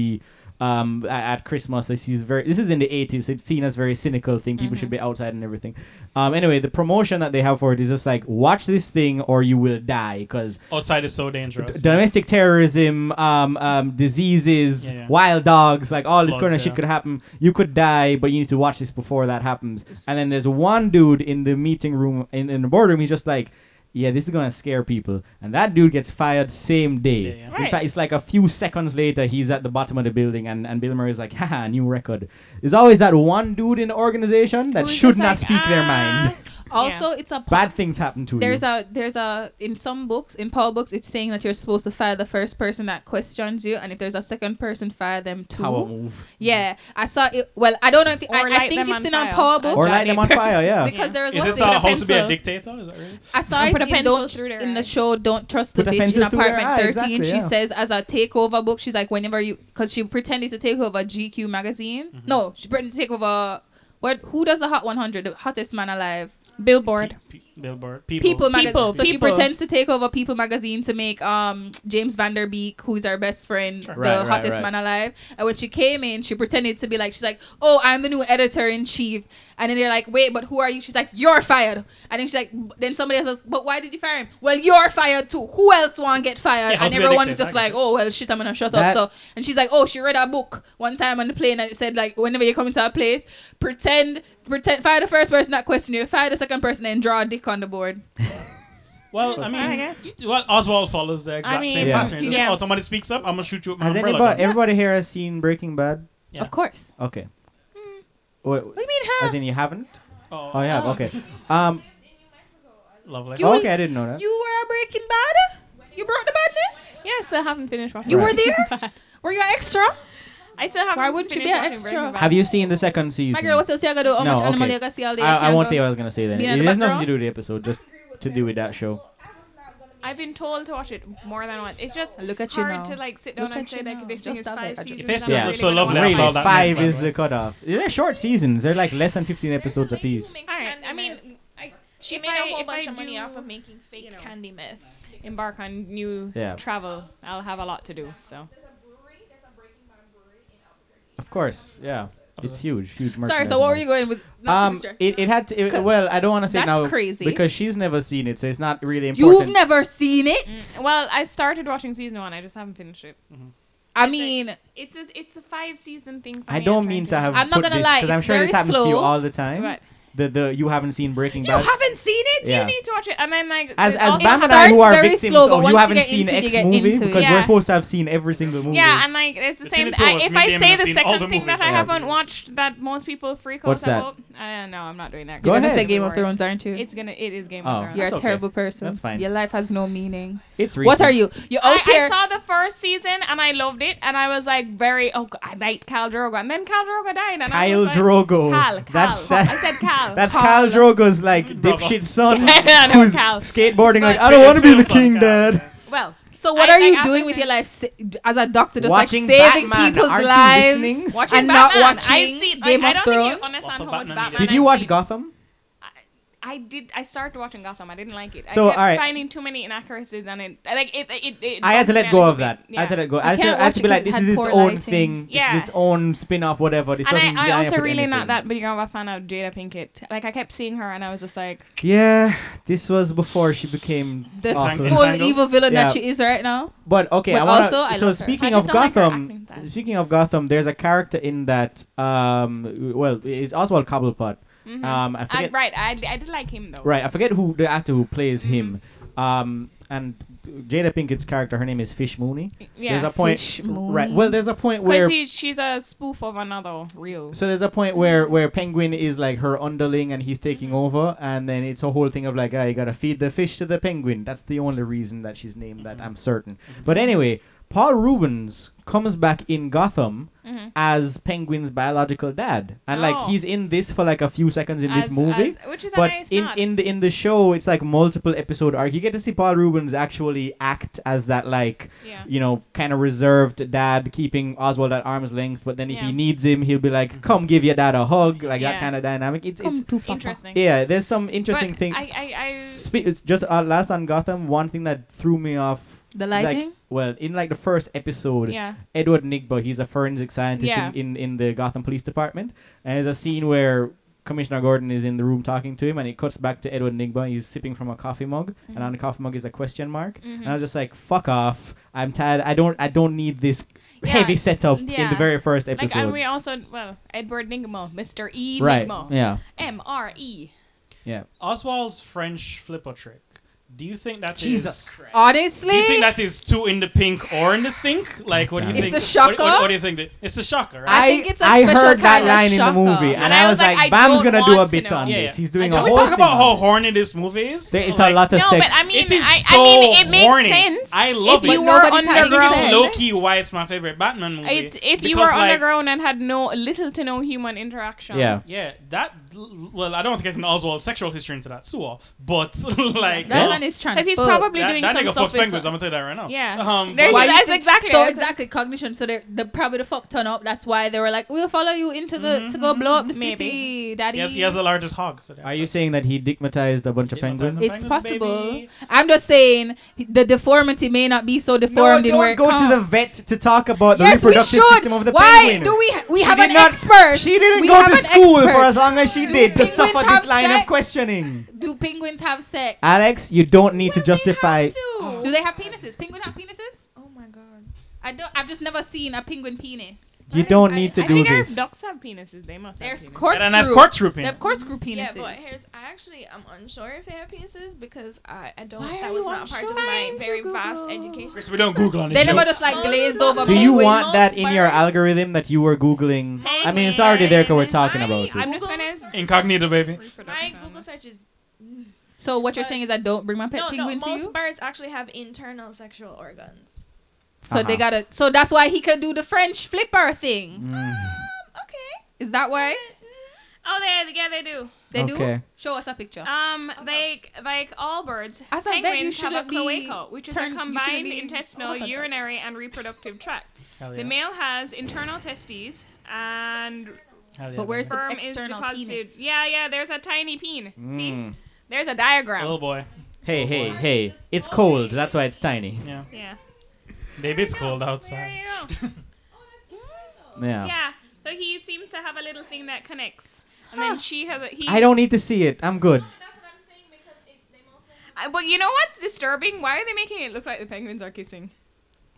[SPEAKER 2] um, a- at Christmas? This is very this is in the eighties. It's seen as very cynical thing. People should be outside and everything. Um, anyway, the promotion that they have for it is just like, watch this thing or you will die, because
[SPEAKER 4] Outside is so dangerous.
[SPEAKER 2] domestic terrorism, um, um, diseases,
[SPEAKER 4] Yeah, yeah.
[SPEAKER 2] wild dogs, like all this
[SPEAKER 4] Floods,
[SPEAKER 2] kind of
[SPEAKER 4] yeah.
[SPEAKER 2] shit could happen. You could die, but you need to watch this before that happens. And then there's one dude in the meeting room, in, in the boardroom, he's just like, yeah, this is gonna scare people, and that dude gets fired same day.
[SPEAKER 4] Yeah, yeah.
[SPEAKER 2] In
[SPEAKER 1] Right.
[SPEAKER 2] fact, it's like a few seconds later, he's at the bottom of the building, and, and Bill Murray's like, haha, new record. There's always that one dude in the organization that
[SPEAKER 1] Who's
[SPEAKER 2] should
[SPEAKER 1] just
[SPEAKER 2] not
[SPEAKER 1] like,
[SPEAKER 2] speak their
[SPEAKER 1] "Ah."
[SPEAKER 2] mind.
[SPEAKER 3] Also, it's a
[SPEAKER 2] Bad things happen to
[SPEAKER 3] there's
[SPEAKER 2] you.
[SPEAKER 3] a there's a in some books in power books it's saying that you're supposed to fire the first person that questions you and if there's a second person fire them too
[SPEAKER 2] power move,
[SPEAKER 3] yeah i saw it well i don't know if it,
[SPEAKER 1] Or
[SPEAKER 3] I, I
[SPEAKER 1] light
[SPEAKER 3] think
[SPEAKER 1] them
[SPEAKER 3] it's
[SPEAKER 1] on
[SPEAKER 3] in a
[SPEAKER 1] fire.
[SPEAKER 3] power book
[SPEAKER 2] or
[SPEAKER 1] Johnny
[SPEAKER 2] light them on
[SPEAKER 1] Depp.
[SPEAKER 2] fire. Yeah,
[SPEAKER 3] because
[SPEAKER 1] Yeah.
[SPEAKER 3] there was
[SPEAKER 4] Is
[SPEAKER 3] one
[SPEAKER 4] this
[SPEAKER 3] thing,
[SPEAKER 4] uh,
[SPEAKER 1] a
[SPEAKER 4] how to be a
[SPEAKER 1] pencil.
[SPEAKER 4] dictator? Is that really?
[SPEAKER 3] i saw
[SPEAKER 1] And
[SPEAKER 3] it
[SPEAKER 1] put a
[SPEAKER 3] in,
[SPEAKER 1] pencil
[SPEAKER 3] don't,
[SPEAKER 1] through their
[SPEAKER 3] in the
[SPEAKER 1] eye.
[SPEAKER 3] show don't trust
[SPEAKER 2] Put
[SPEAKER 3] the
[SPEAKER 2] a
[SPEAKER 3] bitch
[SPEAKER 2] pencil
[SPEAKER 3] in
[SPEAKER 2] through their
[SPEAKER 3] apartment
[SPEAKER 2] eye,
[SPEAKER 3] 13
[SPEAKER 2] exactly,
[SPEAKER 3] she
[SPEAKER 2] yeah.
[SPEAKER 3] says as a takeover book she's like whenever you because she pretended to take over
[SPEAKER 1] Mm-hmm.
[SPEAKER 3] gq magazine no she pretended to take over what who does the hot 100 the hottest man alive
[SPEAKER 1] Billboard.
[SPEAKER 4] Pe- pe- billboard. People.
[SPEAKER 3] People, magazine.
[SPEAKER 1] People,
[SPEAKER 3] So she
[SPEAKER 1] people.
[SPEAKER 3] pretends to take over People magazine to make um James Vanderbeek, who's our best friend,
[SPEAKER 4] Sure.
[SPEAKER 3] the
[SPEAKER 2] Right, right,
[SPEAKER 3] hottest
[SPEAKER 2] right.
[SPEAKER 3] man alive. And when she came in, she pretended to be like, she's like, oh, I'm the new editor in chief. And then they're like, wait, but who are you? She's like, you're fired. And then she's like, then somebody else says, but why did you fire him? Well, you're fired too. Who else want to get fired?
[SPEAKER 4] Yeah, I
[SPEAKER 3] and
[SPEAKER 4] was gonna
[SPEAKER 3] everyone is
[SPEAKER 4] dictate, I
[SPEAKER 3] just
[SPEAKER 4] got
[SPEAKER 3] like,
[SPEAKER 4] you.
[SPEAKER 3] oh well, shit, I'm gonna shut
[SPEAKER 2] That-
[SPEAKER 3] up. So and she's like, oh, she read a book one time on the plane and it said like, whenever you come into a place, pretend, pretend, fire the first person that question you, fire the second person, and draw a dick on the board.
[SPEAKER 4] Well, I mean,
[SPEAKER 1] I guess.
[SPEAKER 4] well, Oswald follows the exact
[SPEAKER 1] mean,
[SPEAKER 4] same
[SPEAKER 2] Yeah.
[SPEAKER 4] pattern. It's
[SPEAKER 1] he
[SPEAKER 4] just,
[SPEAKER 1] just-
[SPEAKER 4] oh, somebody speaks up, I'm gonna shoot you with my
[SPEAKER 2] Has
[SPEAKER 4] umbrella.
[SPEAKER 2] anybody,
[SPEAKER 4] gun.
[SPEAKER 2] everybody here has seen Breaking Bad?
[SPEAKER 4] Yeah.
[SPEAKER 3] Of course.
[SPEAKER 2] Okay.
[SPEAKER 3] Mm.
[SPEAKER 2] What,
[SPEAKER 3] What do you mean, huh?
[SPEAKER 2] as in you haven't?
[SPEAKER 4] Oh,
[SPEAKER 2] Oh, you have. Okay. Um,
[SPEAKER 4] lovely.
[SPEAKER 3] Uh, You-
[SPEAKER 2] okay, I didn't know that.
[SPEAKER 3] You were a Breaking Bad. You brought the badness.
[SPEAKER 1] Yes, I haven't finished watching.
[SPEAKER 3] You were
[SPEAKER 1] Breaking
[SPEAKER 3] there?
[SPEAKER 1] Bad.
[SPEAKER 3] Were you an extra?
[SPEAKER 1] I still haven't.
[SPEAKER 3] Why wouldn't you be
[SPEAKER 1] finished
[SPEAKER 3] an
[SPEAKER 1] watching
[SPEAKER 3] extra?
[SPEAKER 1] Breaking Bad.
[SPEAKER 2] Have you seen the second season?
[SPEAKER 3] My girl, what else you gotta do? How
[SPEAKER 2] No,
[SPEAKER 3] much animal
[SPEAKER 2] okay.
[SPEAKER 3] you gotta see all day?
[SPEAKER 2] I, I
[SPEAKER 3] You
[SPEAKER 2] won't say
[SPEAKER 3] gotta
[SPEAKER 2] what I was gonna say then.
[SPEAKER 3] Being in
[SPEAKER 2] It
[SPEAKER 3] the
[SPEAKER 2] has nothing to
[SPEAKER 3] background?
[SPEAKER 2] do with the episode, just to do with that show.
[SPEAKER 1] I've been told to watch it more than once. It's just
[SPEAKER 3] Look at you
[SPEAKER 1] hard
[SPEAKER 3] now.
[SPEAKER 1] to like sit down
[SPEAKER 3] Look
[SPEAKER 1] and
[SPEAKER 3] at
[SPEAKER 1] say
[SPEAKER 3] you now.
[SPEAKER 1] like this thing
[SPEAKER 3] Just
[SPEAKER 1] is
[SPEAKER 3] stop
[SPEAKER 1] five
[SPEAKER 3] it.
[SPEAKER 1] seasons.
[SPEAKER 4] If they
[SPEAKER 1] and I'm really
[SPEAKER 4] still look so
[SPEAKER 1] gonna
[SPEAKER 4] lovely
[SPEAKER 1] watch
[SPEAKER 4] after
[SPEAKER 1] it.
[SPEAKER 4] all
[SPEAKER 2] Rated
[SPEAKER 4] that
[SPEAKER 2] five
[SPEAKER 4] mess,
[SPEAKER 2] is
[SPEAKER 4] by the
[SPEAKER 2] the
[SPEAKER 4] way.
[SPEAKER 2] cutoff. They're short seasons. They're like less than fifteen episodes apiece.
[SPEAKER 1] All right. I mean, I
[SPEAKER 5] she
[SPEAKER 1] if
[SPEAKER 5] made
[SPEAKER 1] I-
[SPEAKER 5] a whole
[SPEAKER 1] if I
[SPEAKER 5] bunch of money
[SPEAKER 1] do,
[SPEAKER 5] off of making fake
[SPEAKER 1] you know.
[SPEAKER 5] candy myth.
[SPEAKER 1] embark on new
[SPEAKER 2] Yeah.
[SPEAKER 1] travel. I'll have a lot to do. So
[SPEAKER 2] Of course, yeah. It's huge, huge.
[SPEAKER 3] Sorry. So what were you
[SPEAKER 2] merchandising.
[SPEAKER 3] going with? Not to
[SPEAKER 2] Um,
[SPEAKER 3] distract.
[SPEAKER 2] it, it had to. it-
[SPEAKER 3] Co-
[SPEAKER 2] well, I don't want to say
[SPEAKER 3] That's
[SPEAKER 2] now
[SPEAKER 3] crazy.
[SPEAKER 2] because she's never seen it, so it's not really important. Mm.
[SPEAKER 3] You've never seen it.
[SPEAKER 1] well, I started watching season one. I just haven't finished it.
[SPEAKER 3] I mean,
[SPEAKER 1] It's a it's a five season thing.
[SPEAKER 2] I
[SPEAKER 1] Fanny,
[SPEAKER 2] don't
[SPEAKER 1] I'm
[SPEAKER 2] mean to
[SPEAKER 1] trying
[SPEAKER 2] have.
[SPEAKER 3] I'm not
[SPEAKER 2] put
[SPEAKER 3] gonna
[SPEAKER 2] this,
[SPEAKER 3] lie,
[SPEAKER 2] 'cause I'm
[SPEAKER 3] it's
[SPEAKER 2] sure
[SPEAKER 3] very
[SPEAKER 2] this happens to you
[SPEAKER 3] slow.
[SPEAKER 2] all the time.
[SPEAKER 1] What?
[SPEAKER 2] The the you haven't seen Breaking
[SPEAKER 1] You
[SPEAKER 2] Bad.
[SPEAKER 1] haven't seen it.
[SPEAKER 2] Yeah.
[SPEAKER 1] You need to watch it. And then like
[SPEAKER 2] as
[SPEAKER 1] the-
[SPEAKER 2] as
[SPEAKER 1] all the
[SPEAKER 2] Bam
[SPEAKER 1] stuff-
[SPEAKER 2] and I who
[SPEAKER 3] starts
[SPEAKER 2] are
[SPEAKER 3] very
[SPEAKER 2] victims
[SPEAKER 3] slow, but
[SPEAKER 2] of
[SPEAKER 3] once
[SPEAKER 2] you
[SPEAKER 3] you
[SPEAKER 2] haven't
[SPEAKER 3] get
[SPEAKER 2] seen
[SPEAKER 3] into it, you
[SPEAKER 2] X
[SPEAKER 3] get
[SPEAKER 2] movie
[SPEAKER 3] into it.
[SPEAKER 2] because we're
[SPEAKER 1] Yeah.
[SPEAKER 2] supposed to have seen every single movie.
[SPEAKER 1] Yeah, and like it's the
[SPEAKER 4] Between
[SPEAKER 1] same.
[SPEAKER 4] the two of
[SPEAKER 1] I,
[SPEAKER 4] us,
[SPEAKER 1] if
[SPEAKER 4] me and
[SPEAKER 1] I
[SPEAKER 4] Damon
[SPEAKER 1] say
[SPEAKER 4] have
[SPEAKER 1] the
[SPEAKER 4] seen all the
[SPEAKER 1] second thing
[SPEAKER 4] movies
[SPEAKER 1] that I
[SPEAKER 4] I have.
[SPEAKER 1] haven't watched that most people freak out
[SPEAKER 2] What's that?
[SPEAKER 1] about, uh, no, I'm not doing that.
[SPEAKER 2] Go
[SPEAKER 3] you're
[SPEAKER 1] It's
[SPEAKER 3] gonna
[SPEAKER 2] ahead.
[SPEAKER 3] say Game of
[SPEAKER 1] worse.
[SPEAKER 3] Thrones, aren't you?
[SPEAKER 1] It's gonna. It is Game
[SPEAKER 2] Oh.
[SPEAKER 1] of Thrones.
[SPEAKER 3] you're a
[SPEAKER 2] That's okay.
[SPEAKER 3] terrible person.
[SPEAKER 2] That's fine.
[SPEAKER 3] Your life has no meaning.
[SPEAKER 2] it's recent.
[SPEAKER 3] What are you? You're
[SPEAKER 1] I,
[SPEAKER 3] out
[SPEAKER 1] I
[SPEAKER 3] here.
[SPEAKER 1] saw the first season and I loved it, and I was like very oh g- I liked Cal Drogo, and then Cal Drogo died, and I
[SPEAKER 2] Kyle
[SPEAKER 1] was like,
[SPEAKER 2] Drogo.
[SPEAKER 1] Cal, Cal.
[SPEAKER 2] That's that.
[SPEAKER 1] I said Cal.
[SPEAKER 2] That's
[SPEAKER 1] Cal.
[SPEAKER 2] Kyle Drogo's like
[SPEAKER 4] Bravo.
[SPEAKER 2] dipshit son
[SPEAKER 1] I know,
[SPEAKER 2] who's
[SPEAKER 1] Kyle.
[SPEAKER 2] skateboarding. Like I
[SPEAKER 4] That's
[SPEAKER 2] don't want to be
[SPEAKER 4] Vince
[SPEAKER 2] the
[SPEAKER 4] Wilson,
[SPEAKER 2] king,
[SPEAKER 4] God.
[SPEAKER 2] Dad.
[SPEAKER 1] Well,
[SPEAKER 3] So what
[SPEAKER 1] I-
[SPEAKER 3] are you
[SPEAKER 1] like,
[SPEAKER 3] doing
[SPEAKER 1] after
[SPEAKER 3] with
[SPEAKER 1] the-
[SPEAKER 3] your life sa- as a doctor, just
[SPEAKER 2] Watching
[SPEAKER 3] like saving
[SPEAKER 2] Batman,
[SPEAKER 3] people's
[SPEAKER 2] aren't you
[SPEAKER 3] lives
[SPEAKER 2] listening?
[SPEAKER 1] watching
[SPEAKER 3] and
[SPEAKER 1] Batman,
[SPEAKER 3] not watching
[SPEAKER 1] I see,
[SPEAKER 3] Game
[SPEAKER 1] like,
[SPEAKER 3] of
[SPEAKER 1] I don't
[SPEAKER 3] Thrones?
[SPEAKER 1] Think you understand how
[SPEAKER 4] Also
[SPEAKER 1] much
[SPEAKER 4] Batman
[SPEAKER 1] Batman
[SPEAKER 4] again.
[SPEAKER 2] Did
[SPEAKER 1] I've
[SPEAKER 2] you watch
[SPEAKER 1] seen.
[SPEAKER 2] Gotham?
[SPEAKER 1] I did. I started watching Gotham. I didn't like it.
[SPEAKER 2] So,
[SPEAKER 1] I kept
[SPEAKER 2] alright.
[SPEAKER 1] finding too many inaccuracies, and it like it. it, it
[SPEAKER 2] I had to
[SPEAKER 1] bugged me
[SPEAKER 2] let go
[SPEAKER 1] a
[SPEAKER 2] of
[SPEAKER 1] little
[SPEAKER 2] that.
[SPEAKER 1] bit.
[SPEAKER 2] I had to
[SPEAKER 1] Yeah.
[SPEAKER 2] let go.
[SPEAKER 3] I
[SPEAKER 2] I, had
[SPEAKER 3] can't
[SPEAKER 2] to, I had
[SPEAKER 3] watch
[SPEAKER 2] to be
[SPEAKER 3] it 'cause
[SPEAKER 2] like,
[SPEAKER 3] it
[SPEAKER 2] this
[SPEAKER 3] had
[SPEAKER 2] is its
[SPEAKER 3] poor
[SPEAKER 2] own
[SPEAKER 3] lighting.
[SPEAKER 2] thing. This
[SPEAKER 1] Yeah.
[SPEAKER 2] is its own spin-off, whatever. This doesn't.
[SPEAKER 1] And I, I
[SPEAKER 2] line up
[SPEAKER 1] also
[SPEAKER 2] with
[SPEAKER 1] really
[SPEAKER 2] anything.
[SPEAKER 1] not that big of a fan of Jada Pinkett. Like I kept seeing her, and I was just like,
[SPEAKER 2] Yeah, this was before she became
[SPEAKER 3] The
[SPEAKER 2] awful.
[SPEAKER 3] full
[SPEAKER 4] Entangled?
[SPEAKER 3] evil villain
[SPEAKER 2] Oh, Yeah.
[SPEAKER 3] that she is right now.
[SPEAKER 2] But okay,
[SPEAKER 3] But
[SPEAKER 2] I wanna,
[SPEAKER 3] also, I
[SPEAKER 2] so
[SPEAKER 3] love her.
[SPEAKER 2] speaking
[SPEAKER 1] I
[SPEAKER 2] of
[SPEAKER 1] just don't like her
[SPEAKER 2] Gotham,
[SPEAKER 1] acting style.
[SPEAKER 2] speaking of Gotham, there's a character in that. Um, well, it's Oswald Cobblepot. Um, I
[SPEAKER 1] I,
[SPEAKER 2] forget.
[SPEAKER 1] right. I, I did like him though.
[SPEAKER 2] right, I forget who the actor who plays him. Um, and Jada Pinkett's character, her name is Fish Mooney.
[SPEAKER 1] Yeah.
[SPEAKER 2] There's a point.
[SPEAKER 3] Fish
[SPEAKER 2] Right.
[SPEAKER 3] Mooney.
[SPEAKER 2] Well, there's a point where.
[SPEAKER 1] Because she's a spoof of another real.
[SPEAKER 2] So there's a point where where Penguin is like her underling and he's taking over, and then it's a whole thing of like, ah, you gotta feed the fish to the penguin. That's the only reason that she's named that, I'm certain. But anyway, Paul Rubens comes back in Gotham
[SPEAKER 1] Mhm.
[SPEAKER 2] as Penguin's biological dad, and like
[SPEAKER 1] Oh.
[SPEAKER 2] he's in this for like a few seconds in
[SPEAKER 1] As-
[SPEAKER 2] this movie.
[SPEAKER 1] as- which is a
[SPEAKER 2] but
[SPEAKER 1] nice
[SPEAKER 2] in,
[SPEAKER 1] nod.
[SPEAKER 2] in the in the show, it's like multiple episode arc. You get to see Paul Rubens actually act as that like
[SPEAKER 1] yeah.
[SPEAKER 2] you know, kind of reserved dad, keeping Oswald at arm's length. But then if
[SPEAKER 1] Yeah.
[SPEAKER 2] he needs him, he'll be like, "Come, give your dad a hug," like that
[SPEAKER 1] Yeah.
[SPEAKER 2] kind of dynamic. It's,
[SPEAKER 3] Come
[SPEAKER 2] it's
[SPEAKER 3] to Papa.
[SPEAKER 1] Interesting.
[SPEAKER 2] yeah. There's some interesting
[SPEAKER 1] But
[SPEAKER 2] thing.
[SPEAKER 1] I, I, I,
[SPEAKER 2] Spe- it's just uh, last on Gotham, one thing that threw me off.
[SPEAKER 3] The
[SPEAKER 2] like-
[SPEAKER 3] lighting.
[SPEAKER 2] well, in like the first episode,
[SPEAKER 1] yeah.
[SPEAKER 2] Edward Nigba, he's a forensic scientist
[SPEAKER 1] Yeah.
[SPEAKER 2] in, in, in the Gotham Police Department. And there's a scene where Commissioner Gordon is in the room talking to him and it cuts back to Edward Nigba. He's sipping from a coffee mug and
[SPEAKER 1] Mm-hmm.
[SPEAKER 2] on the coffee mug is a question mark. And I'm just like, fuck off. I'm tired. I don't I don't need this
[SPEAKER 1] Yeah.
[SPEAKER 2] heavy setup in the
[SPEAKER 1] Yeah.
[SPEAKER 2] very first episode.
[SPEAKER 1] Like, and we also, well, Edward Nigmo, Mr. E.
[SPEAKER 2] right.
[SPEAKER 1] Nigmo.
[SPEAKER 2] Yeah.
[SPEAKER 1] M R E.
[SPEAKER 2] Yeah.
[SPEAKER 4] Oswald's French flipper trick. Do you think that is?
[SPEAKER 2] Jesus
[SPEAKER 3] Honestly,
[SPEAKER 4] Do you think that is too in the pink or in the stink? Like, what do you
[SPEAKER 2] It's
[SPEAKER 4] think?
[SPEAKER 3] a
[SPEAKER 4] what-
[SPEAKER 3] shocker?
[SPEAKER 4] What, what do you think? It's a shocker, right?
[SPEAKER 3] I think it's a
[SPEAKER 2] I
[SPEAKER 3] special
[SPEAKER 2] heard that
[SPEAKER 3] kind of
[SPEAKER 2] line in the
[SPEAKER 3] shocker.
[SPEAKER 2] movie and, I was like,
[SPEAKER 1] I
[SPEAKER 2] Bam's
[SPEAKER 1] don't
[SPEAKER 2] gonna do a
[SPEAKER 1] want to
[SPEAKER 2] bit
[SPEAKER 1] know.
[SPEAKER 2] on
[SPEAKER 4] Yeah,
[SPEAKER 2] this.
[SPEAKER 4] yeah.
[SPEAKER 2] He's doing a
[SPEAKER 4] Can we
[SPEAKER 2] whole
[SPEAKER 4] talk
[SPEAKER 2] thing
[SPEAKER 4] about
[SPEAKER 2] on
[SPEAKER 4] how
[SPEAKER 2] this.
[SPEAKER 4] horny this movie is?
[SPEAKER 2] There is
[SPEAKER 4] Like,
[SPEAKER 2] a lot of
[SPEAKER 1] No,
[SPEAKER 2] sex.
[SPEAKER 1] but I mean,
[SPEAKER 4] It is
[SPEAKER 1] I,
[SPEAKER 4] so
[SPEAKER 1] I mean, it makes
[SPEAKER 4] horny.
[SPEAKER 1] sense.
[SPEAKER 4] I love
[SPEAKER 1] if
[SPEAKER 4] it.
[SPEAKER 1] you
[SPEAKER 3] But
[SPEAKER 1] were
[SPEAKER 3] nobody's having
[SPEAKER 1] underground.
[SPEAKER 3] sex.
[SPEAKER 4] low key why it's my favorite Batman movie.
[SPEAKER 1] It's if you
[SPEAKER 4] Because,
[SPEAKER 1] were
[SPEAKER 4] like,
[SPEAKER 1] underground and had no little to no human interaction.
[SPEAKER 2] yeah.
[SPEAKER 4] Yeah, that. Well, I don't want to get into Oswald's sexual history into that, so, but like,
[SPEAKER 3] That
[SPEAKER 4] those
[SPEAKER 3] man is trying
[SPEAKER 1] Because
[SPEAKER 3] to
[SPEAKER 1] he's
[SPEAKER 3] fuck.
[SPEAKER 1] probably
[SPEAKER 4] that,
[SPEAKER 1] doing
[SPEAKER 4] that
[SPEAKER 1] some
[SPEAKER 4] nigga
[SPEAKER 1] stuff.
[SPEAKER 4] fucks
[SPEAKER 1] with
[SPEAKER 4] penguins.
[SPEAKER 1] some-
[SPEAKER 4] I'm gonna tell you that right now.
[SPEAKER 1] Yeah.
[SPEAKER 4] Um,
[SPEAKER 1] There
[SPEAKER 4] but-
[SPEAKER 1] you
[SPEAKER 3] Why
[SPEAKER 1] go.
[SPEAKER 3] you
[SPEAKER 1] That's
[SPEAKER 3] think-
[SPEAKER 1] exactly
[SPEAKER 3] So
[SPEAKER 1] it.
[SPEAKER 3] exactly cognition. So they the probably the fuck turn up. That's why they were like, we'll follow you into the
[SPEAKER 2] Mm-hmm,
[SPEAKER 3] to go blow up the
[SPEAKER 1] Maybe.
[SPEAKER 3] city, daddy.
[SPEAKER 4] He has, he has the largest hog. So they have
[SPEAKER 2] Are
[SPEAKER 4] to-
[SPEAKER 2] you saying that he digmatized a bunch of
[SPEAKER 4] Digmatized them
[SPEAKER 2] penguins?
[SPEAKER 3] It's
[SPEAKER 4] penguins,
[SPEAKER 3] possible.
[SPEAKER 4] baby.
[SPEAKER 3] I'm just saying the deformity may not be so
[SPEAKER 2] No,
[SPEAKER 3] deformed in where
[SPEAKER 2] don't
[SPEAKER 3] it
[SPEAKER 2] go
[SPEAKER 3] comes.
[SPEAKER 2] to the vet to talk about the
[SPEAKER 3] yes, we
[SPEAKER 2] reproductive
[SPEAKER 3] should.
[SPEAKER 2] system of the
[SPEAKER 3] Why
[SPEAKER 2] penguin.
[SPEAKER 3] do we? We
[SPEAKER 2] She
[SPEAKER 3] have
[SPEAKER 2] did
[SPEAKER 3] an
[SPEAKER 2] not-
[SPEAKER 3] expert.
[SPEAKER 2] She didn't
[SPEAKER 3] We
[SPEAKER 2] go
[SPEAKER 3] have
[SPEAKER 2] to
[SPEAKER 3] an
[SPEAKER 2] school
[SPEAKER 3] expert.
[SPEAKER 2] for as long as she did
[SPEAKER 3] Do
[SPEAKER 2] to
[SPEAKER 3] penguins
[SPEAKER 2] suffer
[SPEAKER 3] have
[SPEAKER 2] this line of
[SPEAKER 3] sex?
[SPEAKER 2] questioning.
[SPEAKER 3] Do penguins have sex?
[SPEAKER 2] Alex, you don't need to
[SPEAKER 5] Well, they have
[SPEAKER 2] justify.
[SPEAKER 5] to.
[SPEAKER 3] Do they have penises? Penguin have penises?
[SPEAKER 5] Oh my god.
[SPEAKER 3] I don't. I've just never seen a penguin penis.
[SPEAKER 2] You
[SPEAKER 5] I-
[SPEAKER 2] don't
[SPEAKER 5] I-
[SPEAKER 2] need to
[SPEAKER 1] I
[SPEAKER 2] do
[SPEAKER 1] think our
[SPEAKER 2] this.
[SPEAKER 1] ducks have penises. They must. have
[SPEAKER 3] There's
[SPEAKER 1] penises.
[SPEAKER 4] And
[SPEAKER 3] corkscrew.
[SPEAKER 4] a nice corkscrew
[SPEAKER 3] They
[SPEAKER 4] penis.
[SPEAKER 3] have corkscrew penises.
[SPEAKER 5] Yeah, but here's I actually I'm unsure if they have penises because I, I don't
[SPEAKER 3] Why are
[SPEAKER 5] that was
[SPEAKER 3] you
[SPEAKER 5] not part of
[SPEAKER 3] unsure?
[SPEAKER 5] my
[SPEAKER 3] Time to
[SPEAKER 5] very vast
[SPEAKER 3] Google.
[SPEAKER 5] education.
[SPEAKER 4] Chris, we don't Google on
[SPEAKER 3] they
[SPEAKER 4] this
[SPEAKER 3] never
[SPEAKER 4] show.
[SPEAKER 3] just like
[SPEAKER 5] Oh,
[SPEAKER 3] glazed
[SPEAKER 5] no.
[SPEAKER 3] over.
[SPEAKER 2] Do you
[SPEAKER 5] Most-
[SPEAKER 2] want that in your
[SPEAKER 5] most
[SPEAKER 2] algorithm that you were googling? I mean, it's already there 'cause we're talking about it.
[SPEAKER 1] I'm just gonna.
[SPEAKER 4] Incognito, baby.
[SPEAKER 5] My
[SPEAKER 1] reproduction.
[SPEAKER 5] Google search is
[SPEAKER 3] So what you're saying is I don't bring my pet
[SPEAKER 5] no, no.
[SPEAKER 3] penguin to
[SPEAKER 5] Most
[SPEAKER 3] you.
[SPEAKER 5] birds actually have internal sexual organs.
[SPEAKER 3] So
[SPEAKER 2] Uh-huh.
[SPEAKER 3] they gotta. So that's why he can do the French flipper thing. Um,
[SPEAKER 2] Mm,
[SPEAKER 5] Okay.
[SPEAKER 3] Is that why
[SPEAKER 1] Oh, they yeah they do.
[SPEAKER 3] they
[SPEAKER 2] Mm, Okay.
[SPEAKER 3] do? Show us a picture.
[SPEAKER 1] Um, like like all birds,
[SPEAKER 3] As I bet you
[SPEAKER 1] penguins have a
[SPEAKER 3] shouldn't be
[SPEAKER 1] cloaca, which is
[SPEAKER 3] turned-
[SPEAKER 1] a
[SPEAKER 3] you shouldn't
[SPEAKER 1] combined
[SPEAKER 3] be-
[SPEAKER 1] intestinal,
[SPEAKER 3] Oh, but-
[SPEAKER 1] urinary, and reproductive tract.
[SPEAKER 4] Hell
[SPEAKER 2] Oh,
[SPEAKER 1] The
[SPEAKER 4] yeah.
[SPEAKER 1] male has internal testes and
[SPEAKER 4] Hell yeah,
[SPEAKER 3] But where's
[SPEAKER 4] baby.
[SPEAKER 3] the
[SPEAKER 1] sperm is
[SPEAKER 3] external
[SPEAKER 1] deposited.
[SPEAKER 3] penis?
[SPEAKER 1] Yeah, yeah. There's a tiny peen. See,
[SPEAKER 2] mm.
[SPEAKER 1] there's a diagram.
[SPEAKER 4] Oh boy.
[SPEAKER 2] Hey, hey, hey! It's cold. That's why it's tiny.
[SPEAKER 4] Yeah.
[SPEAKER 1] Yeah.
[SPEAKER 4] Baby, it's cold
[SPEAKER 1] Yeah,
[SPEAKER 4] outside.
[SPEAKER 1] yeah,
[SPEAKER 2] Yeah.
[SPEAKER 1] yeah. Yeah, So he seems to have a little thing that connects, and then she has a he.
[SPEAKER 2] I don't need to see it. I'm good.
[SPEAKER 5] that's what I'm saying because it's they mostly
[SPEAKER 1] I- but you know what's disturbing? Why are they making it look like the penguins are kissing?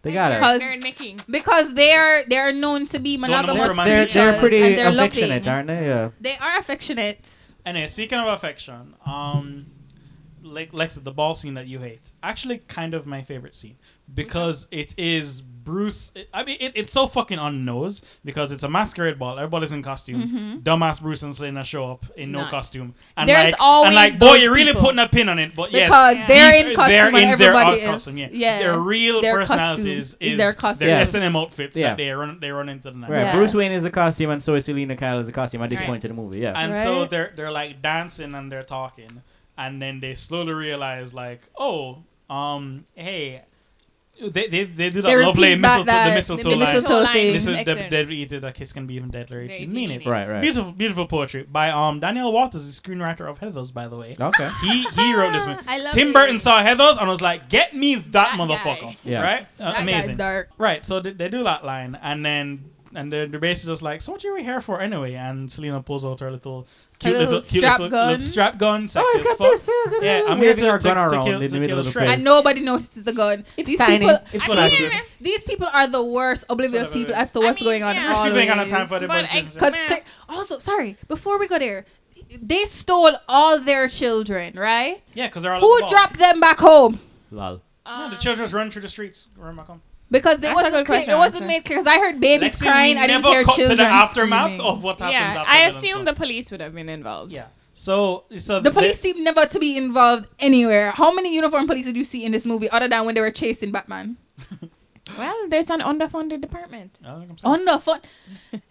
[SPEAKER 2] They got
[SPEAKER 1] They're-
[SPEAKER 2] it.
[SPEAKER 3] Because-
[SPEAKER 1] they're nicking.
[SPEAKER 3] Because they are they are known to be
[SPEAKER 4] Don't know most
[SPEAKER 3] monogamous
[SPEAKER 4] romantic
[SPEAKER 2] They're,
[SPEAKER 3] creatures
[SPEAKER 2] they're pretty
[SPEAKER 3] and they're
[SPEAKER 2] affectionate,
[SPEAKER 3] loving.
[SPEAKER 2] aren't they? Yeah.
[SPEAKER 3] They are affectionate.
[SPEAKER 4] Anyway, speaking of affection, um, like Lex, the ball scene that you hate, actually kind of my favorite scene because it is Bruce. I mean, it, it's so fucking on the nose because it's a masquerade ball. Everybody's in costume.
[SPEAKER 3] Mm-hmm.
[SPEAKER 4] Dumbass Bruce and Selena show up in no
[SPEAKER 1] None.
[SPEAKER 4] costume, and
[SPEAKER 1] There's
[SPEAKER 4] like,
[SPEAKER 1] always
[SPEAKER 3] Oh,
[SPEAKER 4] and like, boy,
[SPEAKER 1] those
[SPEAKER 4] you're really
[SPEAKER 1] people.
[SPEAKER 4] putting a pin on it. But yes,
[SPEAKER 3] Because
[SPEAKER 1] Yeah.
[SPEAKER 3] they're
[SPEAKER 4] These-
[SPEAKER 3] in costume and everybody
[SPEAKER 4] art
[SPEAKER 3] is.
[SPEAKER 4] costume, yeah.
[SPEAKER 3] yeah.
[SPEAKER 4] Their real
[SPEAKER 3] Their
[SPEAKER 4] personalities
[SPEAKER 3] costume is
[SPEAKER 4] is
[SPEAKER 3] their
[SPEAKER 4] their
[SPEAKER 3] costume.
[SPEAKER 2] Yeah.
[SPEAKER 4] Their S&M outfits
[SPEAKER 2] Yeah.
[SPEAKER 4] that they run they run into the night.
[SPEAKER 2] Right.
[SPEAKER 3] Yeah.
[SPEAKER 2] Bruce Wayne is a costume, and so is Selena Kyle is a costume at this
[SPEAKER 1] Right.
[SPEAKER 2] point in the movie. Yeah.
[SPEAKER 4] And so
[SPEAKER 3] Right.
[SPEAKER 4] they're they're like dancing and they're talking, and then they slowly realize like, oh, um, hey, they they, they do that
[SPEAKER 3] They
[SPEAKER 4] lovely
[SPEAKER 3] repeat back
[SPEAKER 4] mistletoe,
[SPEAKER 3] that-
[SPEAKER 4] the mistletoe
[SPEAKER 3] the
[SPEAKER 4] line.
[SPEAKER 3] mistletoe thing.
[SPEAKER 4] This is
[SPEAKER 1] Excellent.
[SPEAKER 4] the dead eater that kiss can be even deadlier if
[SPEAKER 1] They
[SPEAKER 4] you
[SPEAKER 1] do
[SPEAKER 4] mean
[SPEAKER 1] need
[SPEAKER 4] it.
[SPEAKER 1] it.
[SPEAKER 2] Right. Right.
[SPEAKER 4] Beautiful, beautiful poetry by um Daniel Walters, the screenwriter of Heather's, by the way.
[SPEAKER 2] Okay.
[SPEAKER 4] He he wrote this one.
[SPEAKER 3] I love
[SPEAKER 4] Tim
[SPEAKER 3] it.
[SPEAKER 4] Burton saw Heather's and was like, "Get me that,
[SPEAKER 1] That
[SPEAKER 4] motherfucker!"
[SPEAKER 1] guy.
[SPEAKER 2] Yeah.
[SPEAKER 4] Right? Uh,
[SPEAKER 3] That
[SPEAKER 4] amazing.
[SPEAKER 3] guy's dark.
[SPEAKER 4] Right, so they, they do that line, and then and they're, they're basically just like, "So what are we here for anyway?" And Selena pulls out her little cute
[SPEAKER 3] little
[SPEAKER 4] little, cute
[SPEAKER 3] strap
[SPEAKER 4] little,
[SPEAKER 3] gun.
[SPEAKER 4] little strap gun. Sexy
[SPEAKER 2] Oh, it's
[SPEAKER 4] as
[SPEAKER 2] got
[SPEAKER 4] fuck.
[SPEAKER 2] this. Yeah,
[SPEAKER 4] Yeah, I'm here
[SPEAKER 2] waving
[SPEAKER 4] to,
[SPEAKER 2] our
[SPEAKER 4] to,
[SPEAKER 2] gun
[SPEAKER 4] to
[SPEAKER 2] around in
[SPEAKER 4] kill, to
[SPEAKER 2] the middle
[SPEAKER 4] kill
[SPEAKER 2] of the
[SPEAKER 4] Shrek.
[SPEAKER 2] place.
[SPEAKER 3] And nobody notices the gun. These people
[SPEAKER 2] It's
[SPEAKER 4] It's
[SPEAKER 1] I
[SPEAKER 4] what I
[SPEAKER 1] mean,
[SPEAKER 4] do.
[SPEAKER 3] these people are the worst oblivious
[SPEAKER 4] Whatever,
[SPEAKER 3] people
[SPEAKER 4] whatever.
[SPEAKER 3] as to what's
[SPEAKER 1] I mean,
[SPEAKER 3] going on.
[SPEAKER 1] yeah.
[SPEAKER 4] Rich people ain't got no
[SPEAKER 3] always.
[SPEAKER 4] time for their
[SPEAKER 1] But
[SPEAKER 4] boys'
[SPEAKER 1] I-
[SPEAKER 4] business.
[SPEAKER 3] Cause
[SPEAKER 1] Meh.
[SPEAKER 3] they- also, sorry, before we go there, they stole all their children, right?
[SPEAKER 4] Yeah, because they're all
[SPEAKER 3] Who
[SPEAKER 4] involved.
[SPEAKER 3] dropped them back home?
[SPEAKER 2] Lol.
[SPEAKER 4] No, the
[SPEAKER 1] Um,
[SPEAKER 4] children just run through the streets. Run back home.
[SPEAKER 3] Because it
[SPEAKER 1] That's a
[SPEAKER 3] wasn't
[SPEAKER 1] good
[SPEAKER 3] clear,
[SPEAKER 1] question,
[SPEAKER 3] it wasn't
[SPEAKER 1] honestly.
[SPEAKER 3] made clear. Because I heard babies
[SPEAKER 4] Lexi,
[SPEAKER 3] crying.
[SPEAKER 4] we
[SPEAKER 3] I didn't
[SPEAKER 4] never
[SPEAKER 3] hear
[SPEAKER 4] cut
[SPEAKER 3] children
[SPEAKER 4] to the aftermath
[SPEAKER 3] screaming.
[SPEAKER 4] of what happened.
[SPEAKER 1] yeah,
[SPEAKER 4] after
[SPEAKER 1] I
[SPEAKER 4] that and
[SPEAKER 1] assume the
[SPEAKER 4] stuff.
[SPEAKER 1] police would have been involved.
[SPEAKER 4] Yeah. So so
[SPEAKER 3] The
[SPEAKER 4] they-
[SPEAKER 3] police seem never to be involved anywhere. How many uniformed police did you see in this movie other than when they were chasing Batman?
[SPEAKER 1] Well, there's an underfunded department.
[SPEAKER 4] I think I'm saying-
[SPEAKER 3] On the fun,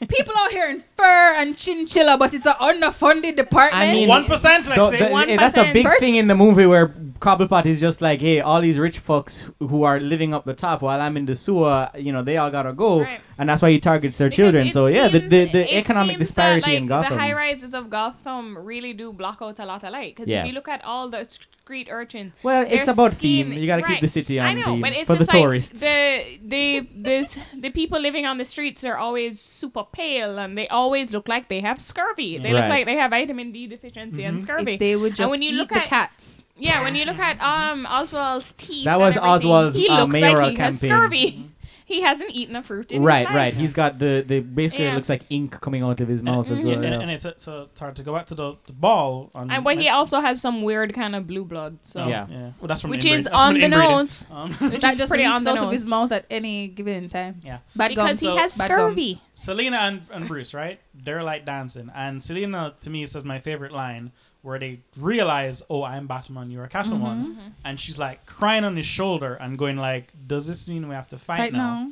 [SPEAKER 3] people out here in fur and chinchilla, but it's an underfunded department.
[SPEAKER 2] I mean-
[SPEAKER 4] One percent,
[SPEAKER 2] Though-
[SPEAKER 4] Lexi.
[SPEAKER 2] th- eh, that's a
[SPEAKER 1] 1%
[SPEAKER 2] big
[SPEAKER 3] first-
[SPEAKER 2] thing in the movie where Cobblepot is just like, hey, all these rich folks who are living up the top while I'm in the sewer, you know, they all gotta go,
[SPEAKER 1] Right.
[SPEAKER 2] and that's why he targets their
[SPEAKER 1] Because
[SPEAKER 2] children.
[SPEAKER 1] it
[SPEAKER 2] So yeah, the
[SPEAKER 1] seems-
[SPEAKER 2] the,
[SPEAKER 1] it
[SPEAKER 2] the economic
[SPEAKER 1] seems
[SPEAKER 2] disparity
[SPEAKER 1] that, like,
[SPEAKER 2] in Gotham.
[SPEAKER 1] The high rises of Gotham really do block out a lot of light. Because
[SPEAKER 2] Yeah.
[SPEAKER 1] if you look at all the street urchins,
[SPEAKER 2] well,
[SPEAKER 1] their
[SPEAKER 2] it's about
[SPEAKER 1] skin-
[SPEAKER 2] theme. You gotta keep
[SPEAKER 1] right.
[SPEAKER 2] the city on
[SPEAKER 1] I know,
[SPEAKER 2] theme
[SPEAKER 1] but it's
[SPEAKER 2] for the
[SPEAKER 1] just
[SPEAKER 2] tourists.
[SPEAKER 1] like the the this the people living on the streets. They're always super pale, and they always look like they have scurvy. They
[SPEAKER 2] Right. Mm-hmm.
[SPEAKER 1] look like they have vitamin D deficiency and scurvy.
[SPEAKER 3] if they would just
[SPEAKER 1] when you
[SPEAKER 3] eat
[SPEAKER 1] look
[SPEAKER 3] the
[SPEAKER 1] at-
[SPEAKER 3] cats.
[SPEAKER 1] yeah, when you look at um Oswald's teeth,
[SPEAKER 2] That
[SPEAKER 1] and
[SPEAKER 2] was
[SPEAKER 1] everything,
[SPEAKER 2] Oswald's,
[SPEAKER 1] He
[SPEAKER 2] uh,
[SPEAKER 1] looks
[SPEAKER 2] mayoral
[SPEAKER 1] like he has
[SPEAKER 2] campaign.
[SPEAKER 1] scurvy. He hasn't eaten a fruit in
[SPEAKER 2] right,
[SPEAKER 1] his life.
[SPEAKER 2] right. He's got the the basically it
[SPEAKER 1] Yeah. Mm-hmm.
[SPEAKER 2] looks like ink coming out of his
[SPEAKER 4] And-
[SPEAKER 2] mouth as
[SPEAKER 4] Yeah,
[SPEAKER 2] well.
[SPEAKER 4] and,
[SPEAKER 2] yeah.
[SPEAKER 4] and it's, it's, uh, it's hard to go back to the, the ball. On oh,
[SPEAKER 1] And but he also has some weird kind of blue blood. So
[SPEAKER 2] Yeah.
[SPEAKER 4] yeah. Well, that's from
[SPEAKER 1] which
[SPEAKER 4] the
[SPEAKER 1] is
[SPEAKER 4] inbreeding. That's from
[SPEAKER 1] on the
[SPEAKER 4] inbreeding.
[SPEAKER 1] notes
[SPEAKER 4] Um,
[SPEAKER 1] which
[SPEAKER 3] That
[SPEAKER 1] is
[SPEAKER 3] just
[SPEAKER 1] pretty
[SPEAKER 3] leaks
[SPEAKER 1] on the
[SPEAKER 3] out of
[SPEAKER 1] nose.
[SPEAKER 3] his mouth at any given time.
[SPEAKER 4] yeah.
[SPEAKER 3] Bad
[SPEAKER 1] because
[SPEAKER 3] gums.
[SPEAKER 1] he
[SPEAKER 4] So-
[SPEAKER 1] has
[SPEAKER 3] Bad gums.
[SPEAKER 1] scurvy.
[SPEAKER 4] Selena and, and Bruce, right? They're like dancing, and Selena to me says my favorite line where they realize, "Oh, I'm Batman, you're a
[SPEAKER 1] Mm-hmm.
[SPEAKER 4] Catwoman," and she's like crying on his shoulder and going like, "Does this mean we have to fight
[SPEAKER 3] Right
[SPEAKER 4] now?"
[SPEAKER 3] now.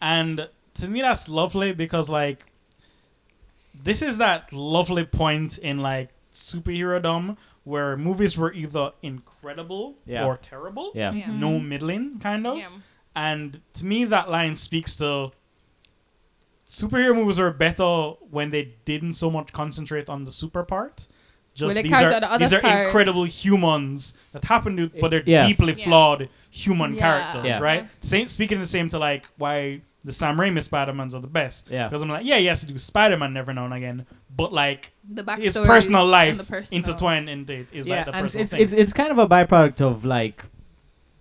[SPEAKER 4] And to me, that's lovely because like this is that lovely point in like superhero dom where movies were either incredible
[SPEAKER 6] Yeah.
[SPEAKER 4] or terrible,
[SPEAKER 6] Yeah.
[SPEAKER 1] Yeah.
[SPEAKER 4] no middling kind of.
[SPEAKER 1] Yeah.
[SPEAKER 4] And to me, that line speaks to superhero movies were better when they didn't so much concentrate on the super part.
[SPEAKER 3] Where
[SPEAKER 4] Just
[SPEAKER 3] they
[SPEAKER 4] these
[SPEAKER 3] character
[SPEAKER 4] are,
[SPEAKER 3] the other
[SPEAKER 4] these are
[SPEAKER 3] parts.
[SPEAKER 4] incredible humans that happen to, but they're
[SPEAKER 6] Yeah.
[SPEAKER 4] deeply
[SPEAKER 1] Yeah.
[SPEAKER 4] flawed human
[SPEAKER 3] Yeah.
[SPEAKER 4] characters,
[SPEAKER 6] Yeah.
[SPEAKER 4] right? Same, speaking the same to like why the Sam Raimi Spider-Mans are the best.
[SPEAKER 6] Yeah.
[SPEAKER 4] Because I'm like, yeah, he has to do Spider-Man every now and again, but like
[SPEAKER 3] the backstory.
[SPEAKER 4] his personal life intertwined in it is
[SPEAKER 2] yeah,
[SPEAKER 4] like the
[SPEAKER 2] and
[SPEAKER 4] personal
[SPEAKER 2] it's,
[SPEAKER 4] thing.
[SPEAKER 2] it's it's kind of a byproduct of like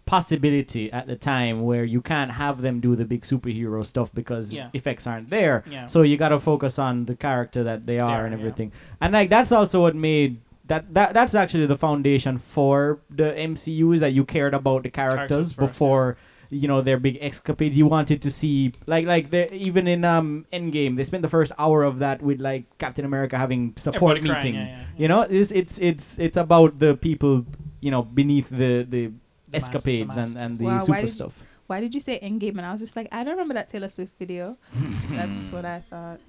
[SPEAKER 2] possibility at the time where you can't have them do the big superhero stuff because
[SPEAKER 4] Yeah.
[SPEAKER 2] effects aren't there.
[SPEAKER 4] Yeah.
[SPEAKER 2] So you got to focus on the character that they are
[SPEAKER 4] are,
[SPEAKER 2] and
[SPEAKER 4] yeah.
[SPEAKER 2] everything. And like that's also what made that, that that's actually the foundation for the MCU is that you cared about the characters,
[SPEAKER 4] Characters first,
[SPEAKER 2] before you know their big escapades. You wanted to see like like they even in um Endgame they spent the first hour of that with like Captain America having support
[SPEAKER 4] Everybody
[SPEAKER 2] meeting.
[SPEAKER 4] crying, yeah, yeah, yeah.
[SPEAKER 2] You know, it's it's it's it's about the people, you know, beneath the the,
[SPEAKER 4] The mask, the
[SPEAKER 2] escapades
[SPEAKER 4] mask.
[SPEAKER 2] and and the
[SPEAKER 3] Wow, why
[SPEAKER 2] super
[SPEAKER 3] did you-
[SPEAKER 2] stuff.
[SPEAKER 3] Why did you say Endgame? And I was just like, I don't remember that Taylor Swift video. That's what I thought.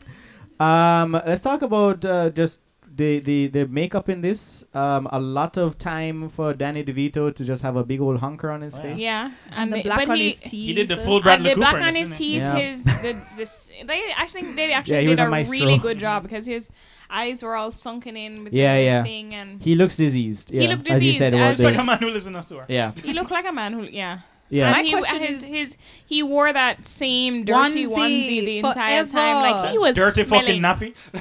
[SPEAKER 2] Um, let's talk about uh, just the the the makeup in this. Um, a lot of time for Danny DeVito to just have a big old honker on his
[SPEAKER 4] Oh, yeah.
[SPEAKER 2] face.
[SPEAKER 1] Yeah.
[SPEAKER 3] And
[SPEAKER 1] And
[SPEAKER 3] the
[SPEAKER 1] they-
[SPEAKER 3] black
[SPEAKER 1] but
[SPEAKER 3] on
[SPEAKER 1] he-
[SPEAKER 3] his teeth.
[SPEAKER 4] He did the full Bradley
[SPEAKER 1] and the
[SPEAKER 4] Cooper.
[SPEAKER 1] black on
[SPEAKER 4] in this,
[SPEAKER 1] his
[SPEAKER 4] didn't he?
[SPEAKER 1] teeth,
[SPEAKER 2] Yeah.
[SPEAKER 1] his the this they actually they actually
[SPEAKER 2] Yeah, he was
[SPEAKER 1] did
[SPEAKER 2] a
[SPEAKER 1] a,
[SPEAKER 2] maestro.
[SPEAKER 1] really good job because his eyes were all sunken in with
[SPEAKER 2] Yeah,
[SPEAKER 1] the
[SPEAKER 2] yeah.
[SPEAKER 1] thing and he,
[SPEAKER 2] He looks diseased.
[SPEAKER 1] He
[SPEAKER 2] Yeah,
[SPEAKER 1] looked
[SPEAKER 2] as you
[SPEAKER 1] diseased,
[SPEAKER 2] said.
[SPEAKER 1] as-
[SPEAKER 2] about
[SPEAKER 4] It's like
[SPEAKER 2] the-
[SPEAKER 4] a man who lives in a sewer.
[SPEAKER 2] yeah,
[SPEAKER 1] looked like a man who yeah.
[SPEAKER 2] yeah.
[SPEAKER 3] My
[SPEAKER 1] and he,
[SPEAKER 3] question
[SPEAKER 1] his,
[SPEAKER 3] is-
[SPEAKER 1] his he wore that same dirty
[SPEAKER 3] Onesie
[SPEAKER 1] onesie, the entire
[SPEAKER 3] forever.
[SPEAKER 1] time. Like he
[SPEAKER 4] That
[SPEAKER 1] was
[SPEAKER 4] dirty
[SPEAKER 1] smelling.
[SPEAKER 4] fucking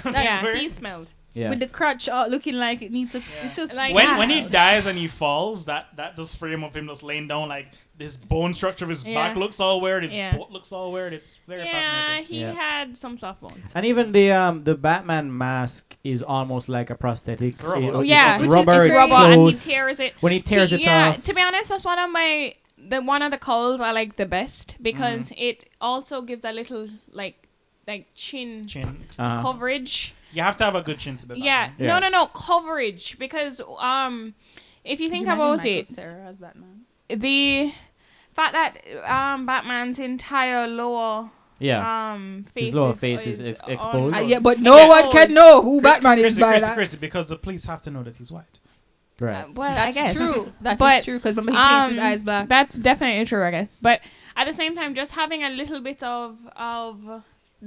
[SPEAKER 4] nappy.
[SPEAKER 1] Yeah,
[SPEAKER 4] Where-
[SPEAKER 1] he smelled.
[SPEAKER 2] yeah.
[SPEAKER 3] With the crutch out looking like it needs to. It's just.
[SPEAKER 1] Like-
[SPEAKER 4] when
[SPEAKER 1] Yeah.
[SPEAKER 4] when he dies and he falls, that that just frame of him just laying down like this bone structure of his back
[SPEAKER 1] Yeah.
[SPEAKER 4] looks all weird, his
[SPEAKER 1] Yeah.
[SPEAKER 4] butt looks all weird. It's very
[SPEAKER 1] Yeah,
[SPEAKER 4] fascinating.
[SPEAKER 1] he
[SPEAKER 2] Yeah.
[SPEAKER 1] had some soft bones.
[SPEAKER 2] and even the um the Batman mask is almost like a prosthetic.
[SPEAKER 4] It's rubber.
[SPEAKER 2] It-
[SPEAKER 4] Oh,
[SPEAKER 1] yeah,
[SPEAKER 2] it's
[SPEAKER 3] which is
[SPEAKER 2] rubber.
[SPEAKER 3] just
[SPEAKER 2] It's
[SPEAKER 3] rubber
[SPEAKER 1] robot and
[SPEAKER 2] close.
[SPEAKER 1] he tears it.
[SPEAKER 2] when he tears
[SPEAKER 1] to,
[SPEAKER 2] it
[SPEAKER 1] yeah,
[SPEAKER 2] off.
[SPEAKER 1] to be honest, that's one of my the one of the calls I like the best because
[SPEAKER 2] Mm-hmm.
[SPEAKER 1] it also gives a little like like chin,
[SPEAKER 4] Chin.
[SPEAKER 2] Uh-huh.
[SPEAKER 1] coverage.
[SPEAKER 4] You have to have a good chin to be.
[SPEAKER 1] Yeah.
[SPEAKER 4] Batman.
[SPEAKER 2] Yeah.
[SPEAKER 1] no, no, no coverage because um, if you think about it,
[SPEAKER 3] Sarah as Batman.
[SPEAKER 1] the fact that um Batman's entire lower
[SPEAKER 2] Yeah.
[SPEAKER 1] um face
[SPEAKER 2] His lower
[SPEAKER 1] is,
[SPEAKER 2] face is
[SPEAKER 1] is
[SPEAKER 2] ex-
[SPEAKER 1] on-
[SPEAKER 2] exposed. Uh,
[SPEAKER 3] yeah, but no
[SPEAKER 1] Yeah.
[SPEAKER 3] one can know who Batman is
[SPEAKER 4] Chrissy,
[SPEAKER 3] by
[SPEAKER 4] Chrissy,
[SPEAKER 3] that.
[SPEAKER 4] Chrissy, because the police have to know that he's white.
[SPEAKER 2] right.
[SPEAKER 1] well, I
[SPEAKER 3] That's
[SPEAKER 1] guess
[SPEAKER 3] true. That's
[SPEAKER 1] But,
[SPEAKER 3] true. Because remember, he paints his
[SPEAKER 1] um,
[SPEAKER 3] eyes black.
[SPEAKER 1] That's definitely true, I guess. But at the same time, just having a little bit of of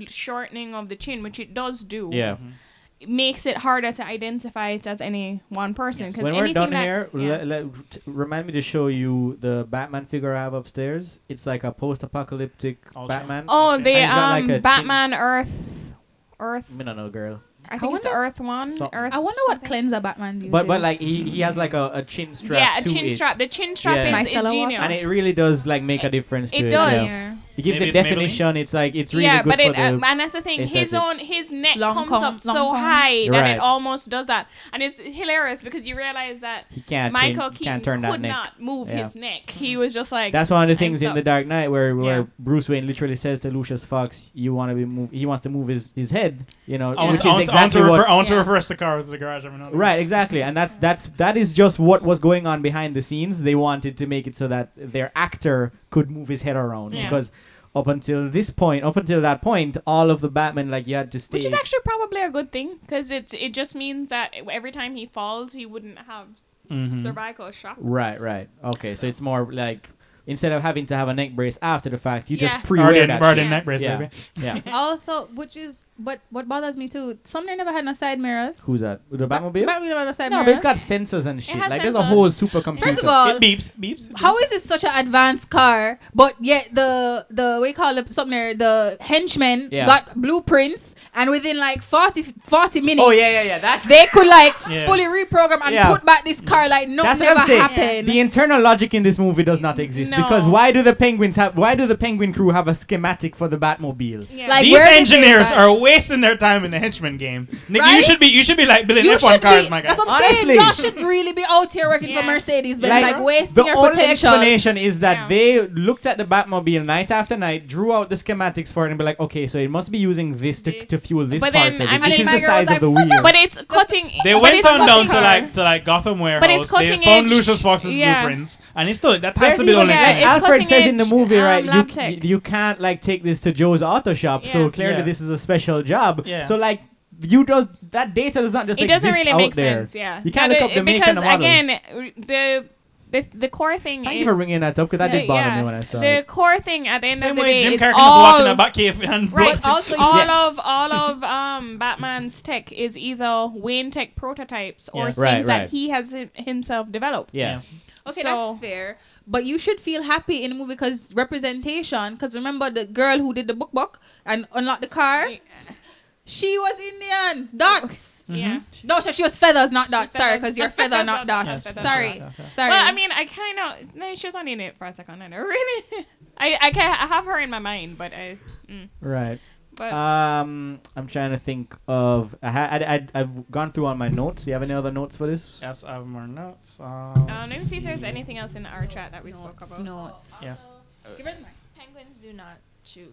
[SPEAKER 1] shortening of the chin, which it does do,
[SPEAKER 2] Yeah.
[SPEAKER 4] Mm-hmm.
[SPEAKER 1] makes it harder to identify it as any one person.
[SPEAKER 4] Yes.
[SPEAKER 1] Because
[SPEAKER 2] when we're done here,
[SPEAKER 1] yeah.
[SPEAKER 2] le- le- t- remind me to show you the Batman figure I have upstairs. It's like a post-apocalyptic
[SPEAKER 4] Ultra.
[SPEAKER 2] Batman.
[SPEAKER 1] oh,
[SPEAKER 4] And
[SPEAKER 1] the
[SPEAKER 2] he's got, like,
[SPEAKER 1] um,
[SPEAKER 2] a chin-
[SPEAKER 1] Batman Earth, Earth.
[SPEAKER 2] I don't know, girl.
[SPEAKER 1] I think it's
[SPEAKER 3] wonder-
[SPEAKER 1] Earth One.
[SPEAKER 2] Something.
[SPEAKER 1] Earth.
[SPEAKER 3] I wonder what
[SPEAKER 1] something.
[SPEAKER 3] cleanser Batman uses.
[SPEAKER 2] But but like he, he has like a, a chin strap.
[SPEAKER 1] Yeah, a
[SPEAKER 2] to
[SPEAKER 1] chin
[SPEAKER 2] it,
[SPEAKER 1] strap. The chin strap
[SPEAKER 2] Yeah.
[SPEAKER 1] is, is
[SPEAKER 3] Micellar water.
[SPEAKER 1] genius.
[SPEAKER 2] and it really does like make a difference. to
[SPEAKER 1] It
[SPEAKER 2] it
[SPEAKER 1] does.
[SPEAKER 2] yeah.
[SPEAKER 3] Yeah.
[SPEAKER 2] It gives
[SPEAKER 4] Maybe
[SPEAKER 2] it
[SPEAKER 4] it's Maybelline?
[SPEAKER 2] definition. It's like it's really
[SPEAKER 1] yeah,
[SPEAKER 2] good
[SPEAKER 1] but
[SPEAKER 2] for
[SPEAKER 1] it
[SPEAKER 2] the.
[SPEAKER 1] um, and that's the thing. His
[SPEAKER 2] aesthetic.
[SPEAKER 1] own his neck
[SPEAKER 3] Long
[SPEAKER 1] comes
[SPEAKER 3] con-
[SPEAKER 1] up
[SPEAKER 3] long
[SPEAKER 1] so
[SPEAKER 3] con.
[SPEAKER 1] high that
[SPEAKER 2] Right.
[SPEAKER 1] it almost does that, and it's hilarious because you realize that
[SPEAKER 2] he can't change-
[SPEAKER 1] Michael Keaton
[SPEAKER 2] can't turn that
[SPEAKER 1] could
[SPEAKER 2] neck.
[SPEAKER 1] not move
[SPEAKER 2] Yeah. Mm-hmm.
[SPEAKER 1] his neck. He was just like
[SPEAKER 2] That's one of the
[SPEAKER 1] and
[SPEAKER 2] things in
[SPEAKER 1] so-
[SPEAKER 2] the Dark Knight where, where
[SPEAKER 1] Yeah.
[SPEAKER 2] Bruce Wayne literally says to Lucius Fox, "You want to be move. He wants to move his, his head. You know,
[SPEAKER 4] I want,
[SPEAKER 2] which
[SPEAKER 4] I
[SPEAKER 2] is
[SPEAKER 4] want,
[SPEAKER 2] exactly
[SPEAKER 4] I want, to,
[SPEAKER 2] what
[SPEAKER 4] refer, I want to
[SPEAKER 1] Yeah.
[SPEAKER 4] reverse the car to the garage every now and again.
[SPEAKER 2] Right, exactly, and that's that's that is just what was going on behind the scenes. They wanted to make it so that their actor could move his head around
[SPEAKER 1] Yeah.
[SPEAKER 2] because up until this point, up until that point, all of the Batman like you had to stay.
[SPEAKER 1] which is actually probably a good thing because it it just means that every time he falls, he wouldn't have
[SPEAKER 2] Mm-hmm.
[SPEAKER 4] Mhm.
[SPEAKER 1] cervical shock.
[SPEAKER 2] right, right, okay. So it's more like instead of having to have a neck brace after the fact, you
[SPEAKER 1] Yeah.
[SPEAKER 2] just pre-wear
[SPEAKER 4] Already,
[SPEAKER 2] that.
[SPEAKER 4] already
[SPEAKER 1] shit.
[SPEAKER 4] neck brace,
[SPEAKER 2] Yeah.
[SPEAKER 4] baby.
[SPEAKER 2] shit. Yeah,
[SPEAKER 3] also, which is but what bothers me too. Sumner never had no side mirrors.
[SPEAKER 2] who's that? The Batmobile?
[SPEAKER 3] Batman never had no side
[SPEAKER 2] no, but
[SPEAKER 3] mirrors.
[SPEAKER 2] it's got sensors and shit.
[SPEAKER 1] has
[SPEAKER 2] Like there's a
[SPEAKER 1] sensors.
[SPEAKER 2] whole supercomputer.
[SPEAKER 3] First of
[SPEAKER 1] Uh,
[SPEAKER 3] all,
[SPEAKER 4] It beeps, beeps.
[SPEAKER 3] how is it such an advanced car, but yet the the what you call it Sumner the henchmen
[SPEAKER 2] Yeah.
[SPEAKER 3] got blueprints and within like 40, 40 minutes.
[SPEAKER 2] oh yeah, yeah, yeah. That's
[SPEAKER 3] They could like
[SPEAKER 4] Yeah.
[SPEAKER 3] fully reprogram and
[SPEAKER 2] Yeah.
[SPEAKER 3] put back this car like no
[SPEAKER 2] That's what
[SPEAKER 3] never
[SPEAKER 2] I'm saying.
[SPEAKER 3] happened.
[SPEAKER 2] The internal logic in this movie does not exist because
[SPEAKER 1] No.
[SPEAKER 2] why do the penguins have? Why do the penguin crew have a schematic for the Batmobile?
[SPEAKER 1] Yeah.
[SPEAKER 3] Like-
[SPEAKER 4] These
[SPEAKER 3] where did they
[SPEAKER 4] engineers
[SPEAKER 3] find-
[SPEAKER 4] are wasting their time in the henchman game. Nigga, you
[SPEAKER 3] Right?
[SPEAKER 4] should be you should be like building
[SPEAKER 3] You
[SPEAKER 4] F1
[SPEAKER 3] should
[SPEAKER 4] cars,
[SPEAKER 3] be,
[SPEAKER 4] my guy.
[SPEAKER 3] that's what I'm
[SPEAKER 2] Honestly.
[SPEAKER 3] saying. Y'all should really be out here working
[SPEAKER 1] Yeah.
[SPEAKER 3] for Mercedes, but
[SPEAKER 2] Like,
[SPEAKER 3] like wasting
[SPEAKER 2] the
[SPEAKER 3] your
[SPEAKER 2] only
[SPEAKER 3] potential.
[SPEAKER 2] explanation is that
[SPEAKER 1] Yeah.
[SPEAKER 2] they looked at the Batmobile night after night, drew out the schematics for it, and be like, okay, so it must be using this to,
[SPEAKER 1] This.
[SPEAKER 2] to fuel this
[SPEAKER 1] But
[SPEAKER 2] part
[SPEAKER 1] then,
[SPEAKER 2] of it.
[SPEAKER 1] I
[SPEAKER 2] This
[SPEAKER 1] mean,
[SPEAKER 2] is
[SPEAKER 1] my
[SPEAKER 2] the
[SPEAKER 3] girl
[SPEAKER 2] size
[SPEAKER 3] was
[SPEAKER 2] of the
[SPEAKER 3] like,
[SPEAKER 2] wheel.
[SPEAKER 1] but it's cutting.
[SPEAKER 4] They
[SPEAKER 1] but
[SPEAKER 4] went
[SPEAKER 1] it's
[SPEAKER 4] on down
[SPEAKER 1] cutting
[SPEAKER 4] to
[SPEAKER 1] her.
[SPEAKER 4] like to like Gotham warehouse.
[SPEAKER 1] it's cutting
[SPEAKER 4] they found
[SPEAKER 1] edge.
[SPEAKER 4] Lucius Fox's
[SPEAKER 1] Yeah.
[SPEAKER 4] blueprints, and it's still that's has to be the
[SPEAKER 1] even-
[SPEAKER 4] only
[SPEAKER 1] yeah,
[SPEAKER 2] Like
[SPEAKER 4] thing.
[SPEAKER 1] it's
[SPEAKER 2] Alfred
[SPEAKER 1] cutting
[SPEAKER 2] says in the
[SPEAKER 1] edge,
[SPEAKER 2] movie,
[SPEAKER 1] um,
[SPEAKER 2] right? You,
[SPEAKER 1] lab
[SPEAKER 2] y-
[SPEAKER 1] tech.
[SPEAKER 2] you can't like take this to Joe's auto shop, so
[SPEAKER 1] Yeah.
[SPEAKER 2] clearly
[SPEAKER 4] Yeah.
[SPEAKER 2] this is a special job.
[SPEAKER 4] Yeah.
[SPEAKER 2] So like you do that data does not just
[SPEAKER 1] it doesn't
[SPEAKER 2] exist
[SPEAKER 1] really
[SPEAKER 2] out
[SPEAKER 1] make
[SPEAKER 2] there.
[SPEAKER 1] sense. Yeah,
[SPEAKER 2] You can't
[SPEAKER 1] No,
[SPEAKER 2] look
[SPEAKER 1] but-
[SPEAKER 2] up the make
[SPEAKER 1] because
[SPEAKER 2] and the model.
[SPEAKER 1] again, the the the core thing
[SPEAKER 2] Thank
[SPEAKER 1] is
[SPEAKER 2] you for bringing that up because that
[SPEAKER 3] Yeah,
[SPEAKER 2] did bother
[SPEAKER 1] yeah,
[SPEAKER 2] me when I saw
[SPEAKER 1] the
[SPEAKER 2] it.
[SPEAKER 1] core thing at the end
[SPEAKER 4] Same
[SPEAKER 1] of the
[SPEAKER 4] way
[SPEAKER 1] day
[SPEAKER 4] Jim
[SPEAKER 1] is
[SPEAKER 4] Carrey was
[SPEAKER 1] all
[SPEAKER 4] walking a Batcave and
[SPEAKER 1] Right.
[SPEAKER 4] broke
[SPEAKER 5] But also, you
[SPEAKER 1] all
[SPEAKER 5] yes.
[SPEAKER 1] of all of um Batman's tech is either Wayne Tech prototypes or
[SPEAKER 4] Yes.
[SPEAKER 1] things
[SPEAKER 2] Right, right.
[SPEAKER 1] that he has hi- himself developed.
[SPEAKER 2] Yeah.
[SPEAKER 3] Okay,
[SPEAKER 1] So-
[SPEAKER 3] that's fair. But you should feel happy in the movie because representation. Because remember the girl who did the book book and unlocked the car? She was Indian. Dots.
[SPEAKER 1] Yeah.
[SPEAKER 3] No, she, she was feathers, not dots.
[SPEAKER 1] feathers.
[SPEAKER 3] Sorry, because you're feather, not dots.
[SPEAKER 1] Yes, feathers,
[SPEAKER 3] Sorry.
[SPEAKER 1] yes,
[SPEAKER 3] Sorry.
[SPEAKER 1] Well, I mean, I kind of no, she was on in it for a second. I know, really. I I, can, I have her in my mind, but I mm,
[SPEAKER 2] Right.
[SPEAKER 1] but
[SPEAKER 2] Um, I'm trying to think of. I, ha- I, I I've gone through all my notes. Do you have any other notes for this?
[SPEAKER 4] Yes, I have more notes. Uh,
[SPEAKER 1] um, let
[SPEAKER 4] let's
[SPEAKER 1] me see if there's
[SPEAKER 4] see.
[SPEAKER 1] anything else in our chat that we spoke
[SPEAKER 3] Notes,
[SPEAKER 1] about.
[SPEAKER 3] notes.
[SPEAKER 4] Yes.
[SPEAKER 3] Give her the mic.
[SPEAKER 5] Penguins do not chew;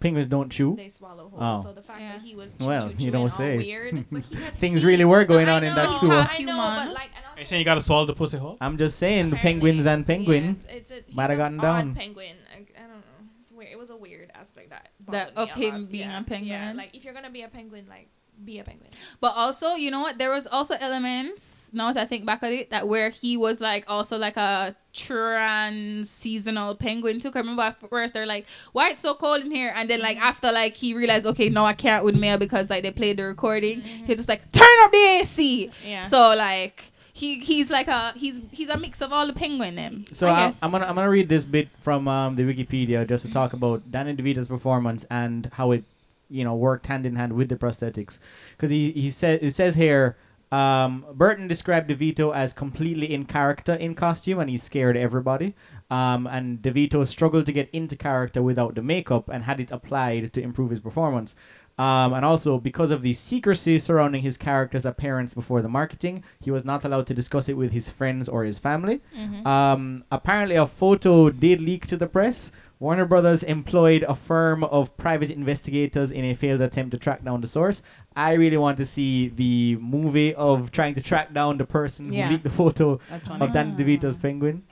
[SPEAKER 2] Penguins don't chew.
[SPEAKER 5] they swallow whole.
[SPEAKER 2] Oh.
[SPEAKER 5] So the fact
[SPEAKER 1] Yeah.
[SPEAKER 5] that he was
[SPEAKER 2] Well,
[SPEAKER 5] choo
[SPEAKER 2] you
[SPEAKER 5] choo chewing
[SPEAKER 2] don't
[SPEAKER 5] all
[SPEAKER 2] say.
[SPEAKER 5] weird.
[SPEAKER 3] But he has
[SPEAKER 2] Things
[SPEAKER 3] teeth.
[SPEAKER 2] really were going
[SPEAKER 5] I
[SPEAKER 2] on in that
[SPEAKER 5] know,
[SPEAKER 2] sewer.
[SPEAKER 5] I know,
[SPEAKER 3] Human.
[SPEAKER 5] but like, and also
[SPEAKER 4] Are you saying you gotta swallow the pussy whole?
[SPEAKER 2] I'm just saying the
[SPEAKER 5] Apparently,
[SPEAKER 2] penguins and penguin.
[SPEAKER 5] yeah, it's a, he's
[SPEAKER 2] might have
[SPEAKER 5] an
[SPEAKER 2] gotten
[SPEAKER 5] odd
[SPEAKER 2] down.
[SPEAKER 5] Penguin, I, I don't know. It's weird. It was a weird aspect that
[SPEAKER 3] That-
[SPEAKER 5] bothered me
[SPEAKER 3] of
[SPEAKER 5] a lot.
[SPEAKER 3] him being
[SPEAKER 5] yeah.
[SPEAKER 3] a penguin.
[SPEAKER 5] Yeah, like if you're gonna be a penguin, like be a penguin.
[SPEAKER 3] But also, you know what? There was also elements. Now that I think back at it, that where he was like also like a trans seasonal penguin too. 'Cause I remember at first they're like, "Why it's so cold in here?" And then
[SPEAKER 1] Mm-hmm.
[SPEAKER 3] like after like he realized, okay, no, I can't with Mel because like they played the recording. He's just like, "Turn up the AC."
[SPEAKER 1] Mm-hmm. Yeah.
[SPEAKER 3] So like he he's like a he's he's a mix of all the penguin them.
[SPEAKER 2] So
[SPEAKER 1] I
[SPEAKER 2] I
[SPEAKER 1] guess. Mm.
[SPEAKER 2] I'm gonna I'm gonna read this bit from um, the Wikipedia just to talk about Danny DeVito's performance and how it, you know, worked hand in hand with the prosthetics, because he he said it says here. Um, Burton described DeVito as completely in character in costume, and he scared everybody. Um, and DeVito struggled to get into character without the makeup and had it applied to improve his performance. Um, and also, because of the secrecy surrounding his character's appearance before the marketing, he was not allowed to discuss it with his friends or his family.
[SPEAKER 1] Mm-hmm.
[SPEAKER 2] Um, apparently, a photo did leak to the press. Warner Brothers employed a firm of private investigators in a failed attempt to track down the source. I really want to see the movie of trying to track down the person
[SPEAKER 1] Yeah.
[SPEAKER 2] who leaked the photo
[SPEAKER 3] That's
[SPEAKER 2] of Danny DeVito's penguin.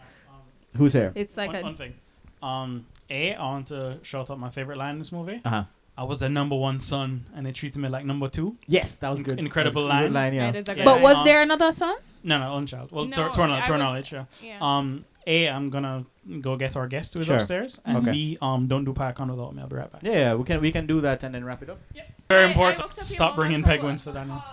[SPEAKER 2] Who's here?
[SPEAKER 3] It's like
[SPEAKER 4] one,
[SPEAKER 3] a
[SPEAKER 4] one thing. Um, a, I want to shout out my favorite line in this movie.
[SPEAKER 2] Uh huh.
[SPEAKER 4] I was the number one son, and they treated me like number two.
[SPEAKER 2] Yes, that was
[SPEAKER 4] Inc-
[SPEAKER 2] good. That was
[SPEAKER 4] incredible
[SPEAKER 2] a good
[SPEAKER 4] line.
[SPEAKER 2] yeah.
[SPEAKER 1] That is a good
[SPEAKER 4] Yeah.
[SPEAKER 3] But
[SPEAKER 1] idea.
[SPEAKER 3] was there another son?
[SPEAKER 4] No, no, own child. Well,
[SPEAKER 1] No,
[SPEAKER 4] to, to, our,
[SPEAKER 1] I
[SPEAKER 4] to our
[SPEAKER 1] was-
[SPEAKER 4] knowledge, yeah.
[SPEAKER 1] yeah.
[SPEAKER 4] Um, A, I'm gonna go get our guest who is
[SPEAKER 2] Sure.
[SPEAKER 4] upstairs, and
[SPEAKER 2] Okay.
[SPEAKER 4] B, um, don't do PyCon without me. I'll be right back.
[SPEAKER 2] yeah, yeah, we can we can do that and then wrap it up.
[SPEAKER 4] Very
[SPEAKER 1] I- I
[SPEAKER 4] important.
[SPEAKER 1] looked up your
[SPEAKER 4] Stop
[SPEAKER 1] mom
[SPEAKER 4] bringing
[SPEAKER 1] and her
[SPEAKER 4] penguins to Daniel.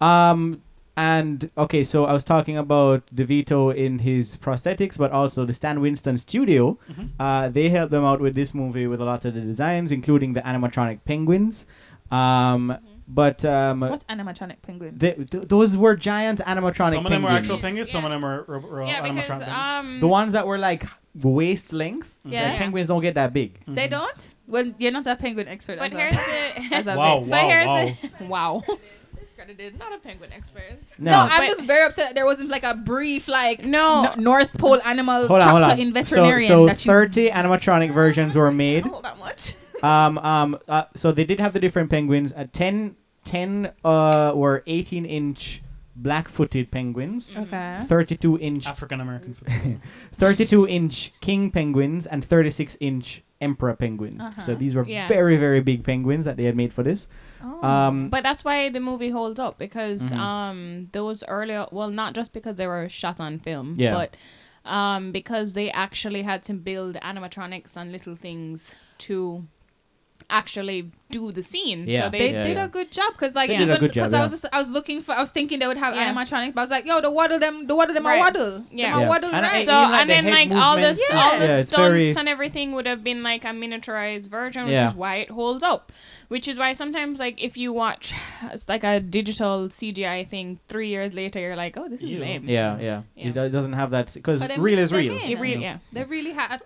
[SPEAKER 2] Um, and okay, so I was talking about DeVito in his prosthetics, but also the Stan Winston studio.
[SPEAKER 4] Mhm.
[SPEAKER 2] Uh, they helped them out with this movie with a lot of the designs, including the animatronic penguins. Um,
[SPEAKER 4] Mm-hmm.
[SPEAKER 2] but um,
[SPEAKER 3] What animatronic penguin?
[SPEAKER 2] the, th- those were giant animatronic.
[SPEAKER 4] Some of them were actual
[SPEAKER 2] penguins.
[SPEAKER 4] penguins. Some of them were, were, were
[SPEAKER 1] yeah,
[SPEAKER 4] animatronic
[SPEAKER 1] because
[SPEAKER 4] penguins.
[SPEAKER 3] uh,
[SPEAKER 1] um,
[SPEAKER 2] The ones that were like waist length.
[SPEAKER 3] Yeah.
[SPEAKER 2] Like, penguins don't get that big.
[SPEAKER 4] Mm-hmm.
[SPEAKER 3] They don't. Well, you're not a penguin expert.
[SPEAKER 1] but
[SPEAKER 3] as a-
[SPEAKER 1] here's the
[SPEAKER 3] as a
[SPEAKER 4] Wow,
[SPEAKER 3] vet.
[SPEAKER 1] but
[SPEAKER 4] wow,
[SPEAKER 1] here's
[SPEAKER 4] wow.
[SPEAKER 1] the wow.
[SPEAKER 5] Discredited, discredited, not a penguin expert.
[SPEAKER 2] No,
[SPEAKER 3] No, I'm
[SPEAKER 1] But-
[SPEAKER 3] just very upset that there wasn't like a brief like
[SPEAKER 1] No.
[SPEAKER 3] N- North Pole animal
[SPEAKER 2] hold on,
[SPEAKER 3] chapter
[SPEAKER 2] hold on.
[SPEAKER 3] in
[SPEAKER 2] so,
[SPEAKER 3] veterinarian
[SPEAKER 2] so
[SPEAKER 3] that you
[SPEAKER 2] 30 animatronic versions were made.
[SPEAKER 5] Not that much.
[SPEAKER 2] um, um, uh, so they did have the different penguins. Uh, 10, 10 uh, were 18 inch black footed penguins,
[SPEAKER 3] okay.
[SPEAKER 2] 32 inch
[SPEAKER 3] Ah.
[SPEAKER 4] African American food.
[SPEAKER 2] 32 inch king penguins, and 36 inch emperor penguins. So
[SPEAKER 3] Uh-huh.
[SPEAKER 2] these were
[SPEAKER 1] Yeah.
[SPEAKER 2] very, very big penguins that they had made for this.
[SPEAKER 3] Oh,
[SPEAKER 1] Oh.
[SPEAKER 2] Um,
[SPEAKER 1] But that's why the movie holds up because
[SPEAKER 2] Mhm.
[SPEAKER 1] um those earlier well not just because they were shot on film
[SPEAKER 2] Yeah.
[SPEAKER 1] but um because they actually had to build animatronics and little things to actually do the scene.
[SPEAKER 2] Yeah.
[SPEAKER 1] So they
[SPEAKER 3] They
[SPEAKER 2] Yeah,
[SPEAKER 3] did
[SPEAKER 2] yeah.
[SPEAKER 3] a good job because like
[SPEAKER 2] They did a
[SPEAKER 3] even
[SPEAKER 2] good job,
[SPEAKER 3] because I was just, I was looking for I was thinking they would have
[SPEAKER 1] Yeah.
[SPEAKER 3] animatronic but I was like yo the waddle them the waddle them
[SPEAKER 1] Right.
[SPEAKER 3] a waddle
[SPEAKER 1] Yeah.
[SPEAKER 3] them a
[SPEAKER 2] Yeah.
[SPEAKER 3] waddle
[SPEAKER 2] And I-
[SPEAKER 3] right
[SPEAKER 1] so
[SPEAKER 2] Even, like,
[SPEAKER 1] and
[SPEAKER 2] the
[SPEAKER 1] then
[SPEAKER 2] head
[SPEAKER 1] like all the
[SPEAKER 2] movements
[SPEAKER 1] s-
[SPEAKER 2] is-
[SPEAKER 1] all the
[SPEAKER 2] Yeah, it's
[SPEAKER 1] stunts
[SPEAKER 2] very-
[SPEAKER 1] and everything would have been like a miniaturized version, which
[SPEAKER 2] Yeah.
[SPEAKER 1] is why it holds up. Which is why sometimes like if you watch it's like a digital CGI thing, three years later you're like, oh, this is
[SPEAKER 4] Ew.
[SPEAKER 1] lame.
[SPEAKER 2] yeah, yeah,
[SPEAKER 1] Yeah.
[SPEAKER 2] It do- doesn't have that because
[SPEAKER 3] But it
[SPEAKER 2] real
[SPEAKER 3] mixed
[SPEAKER 2] is
[SPEAKER 3] them
[SPEAKER 2] real.
[SPEAKER 3] in.
[SPEAKER 1] It really, yeah.
[SPEAKER 3] they really had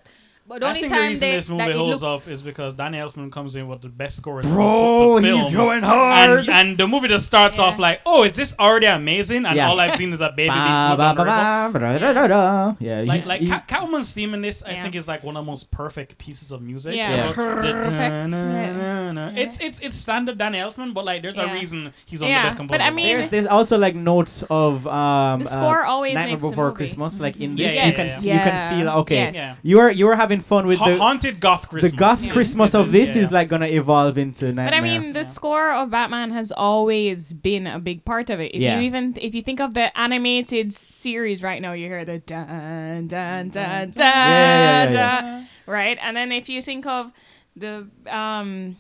[SPEAKER 3] but the
[SPEAKER 4] I
[SPEAKER 3] only
[SPEAKER 4] think the
[SPEAKER 3] time
[SPEAKER 4] reason
[SPEAKER 3] they
[SPEAKER 4] this
[SPEAKER 3] that
[SPEAKER 4] movie
[SPEAKER 3] it
[SPEAKER 4] holds
[SPEAKER 3] looks
[SPEAKER 4] up is because Danny Elfman comes in with the best scores.
[SPEAKER 2] Bro,
[SPEAKER 4] to film.
[SPEAKER 2] he's going hard.
[SPEAKER 4] And, and the movie just starts
[SPEAKER 1] Yeah.
[SPEAKER 4] off like, oh, is this already amazing? And
[SPEAKER 2] Yeah.
[SPEAKER 4] all I've seen is a baby being
[SPEAKER 2] Ba,
[SPEAKER 4] flipped
[SPEAKER 2] ba,
[SPEAKER 4] on the
[SPEAKER 2] ba,
[SPEAKER 4] river.
[SPEAKER 2] ba, da, da, da, da. Yeah, he-
[SPEAKER 4] Like, like
[SPEAKER 2] he-
[SPEAKER 4] Cat- Catwoman's theme in this, I
[SPEAKER 1] Yeah.
[SPEAKER 4] think, is like one of the most perfect pieces of music.
[SPEAKER 1] Yeah.
[SPEAKER 4] You
[SPEAKER 2] Yeah.
[SPEAKER 4] know, the
[SPEAKER 3] Perfect.
[SPEAKER 4] da-na-na-na. It's it's it's standard Danny Elfman, but like, there's
[SPEAKER 1] Yeah.
[SPEAKER 4] a reason he's one
[SPEAKER 1] Yeah,
[SPEAKER 4] of the best
[SPEAKER 1] but
[SPEAKER 4] composers.
[SPEAKER 1] I
[SPEAKER 4] of all
[SPEAKER 1] mean-
[SPEAKER 4] time.
[SPEAKER 2] There's, there's also like notes of um
[SPEAKER 1] The score
[SPEAKER 2] uh,
[SPEAKER 1] always
[SPEAKER 2] Nightmare
[SPEAKER 1] makes the
[SPEAKER 2] Before
[SPEAKER 1] movie.
[SPEAKER 2] Christmas. Like in
[SPEAKER 4] Yeah,
[SPEAKER 2] this,
[SPEAKER 4] yeah,
[SPEAKER 2] you
[SPEAKER 4] yeah,
[SPEAKER 2] can
[SPEAKER 4] yeah.
[SPEAKER 2] see you can
[SPEAKER 1] Yeah.
[SPEAKER 2] feel okay.
[SPEAKER 1] Yes.
[SPEAKER 4] yeah.
[SPEAKER 2] You are you are having having fun with
[SPEAKER 4] Ha-
[SPEAKER 2] the
[SPEAKER 4] haunted goth Christmas.
[SPEAKER 2] the goth
[SPEAKER 1] Yeah.
[SPEAKER 2] Christmas
[SPEAKER 4] This
[SPEAKER 2] of
[SPEAKER 4] is-
[SPEAKER 2] this
[SPEAKER 4] yeah.
[SPEAKER 2] is like gonna evolve into nightmare.
[SPEAKER 1] But I mean, the
[SPEAKER 4] Yeah.
[SPEAKER 1] score of Batman has always been a big part of it. If
[SPEAKER 2] Yeah.
[SPEAKER 1] you even if you think of the animated series right now, you hear the dun dun dun dun
[SPEAKER 2] yeah, yeah.
[SPEAKER 1] dun, right? And then if you think of the um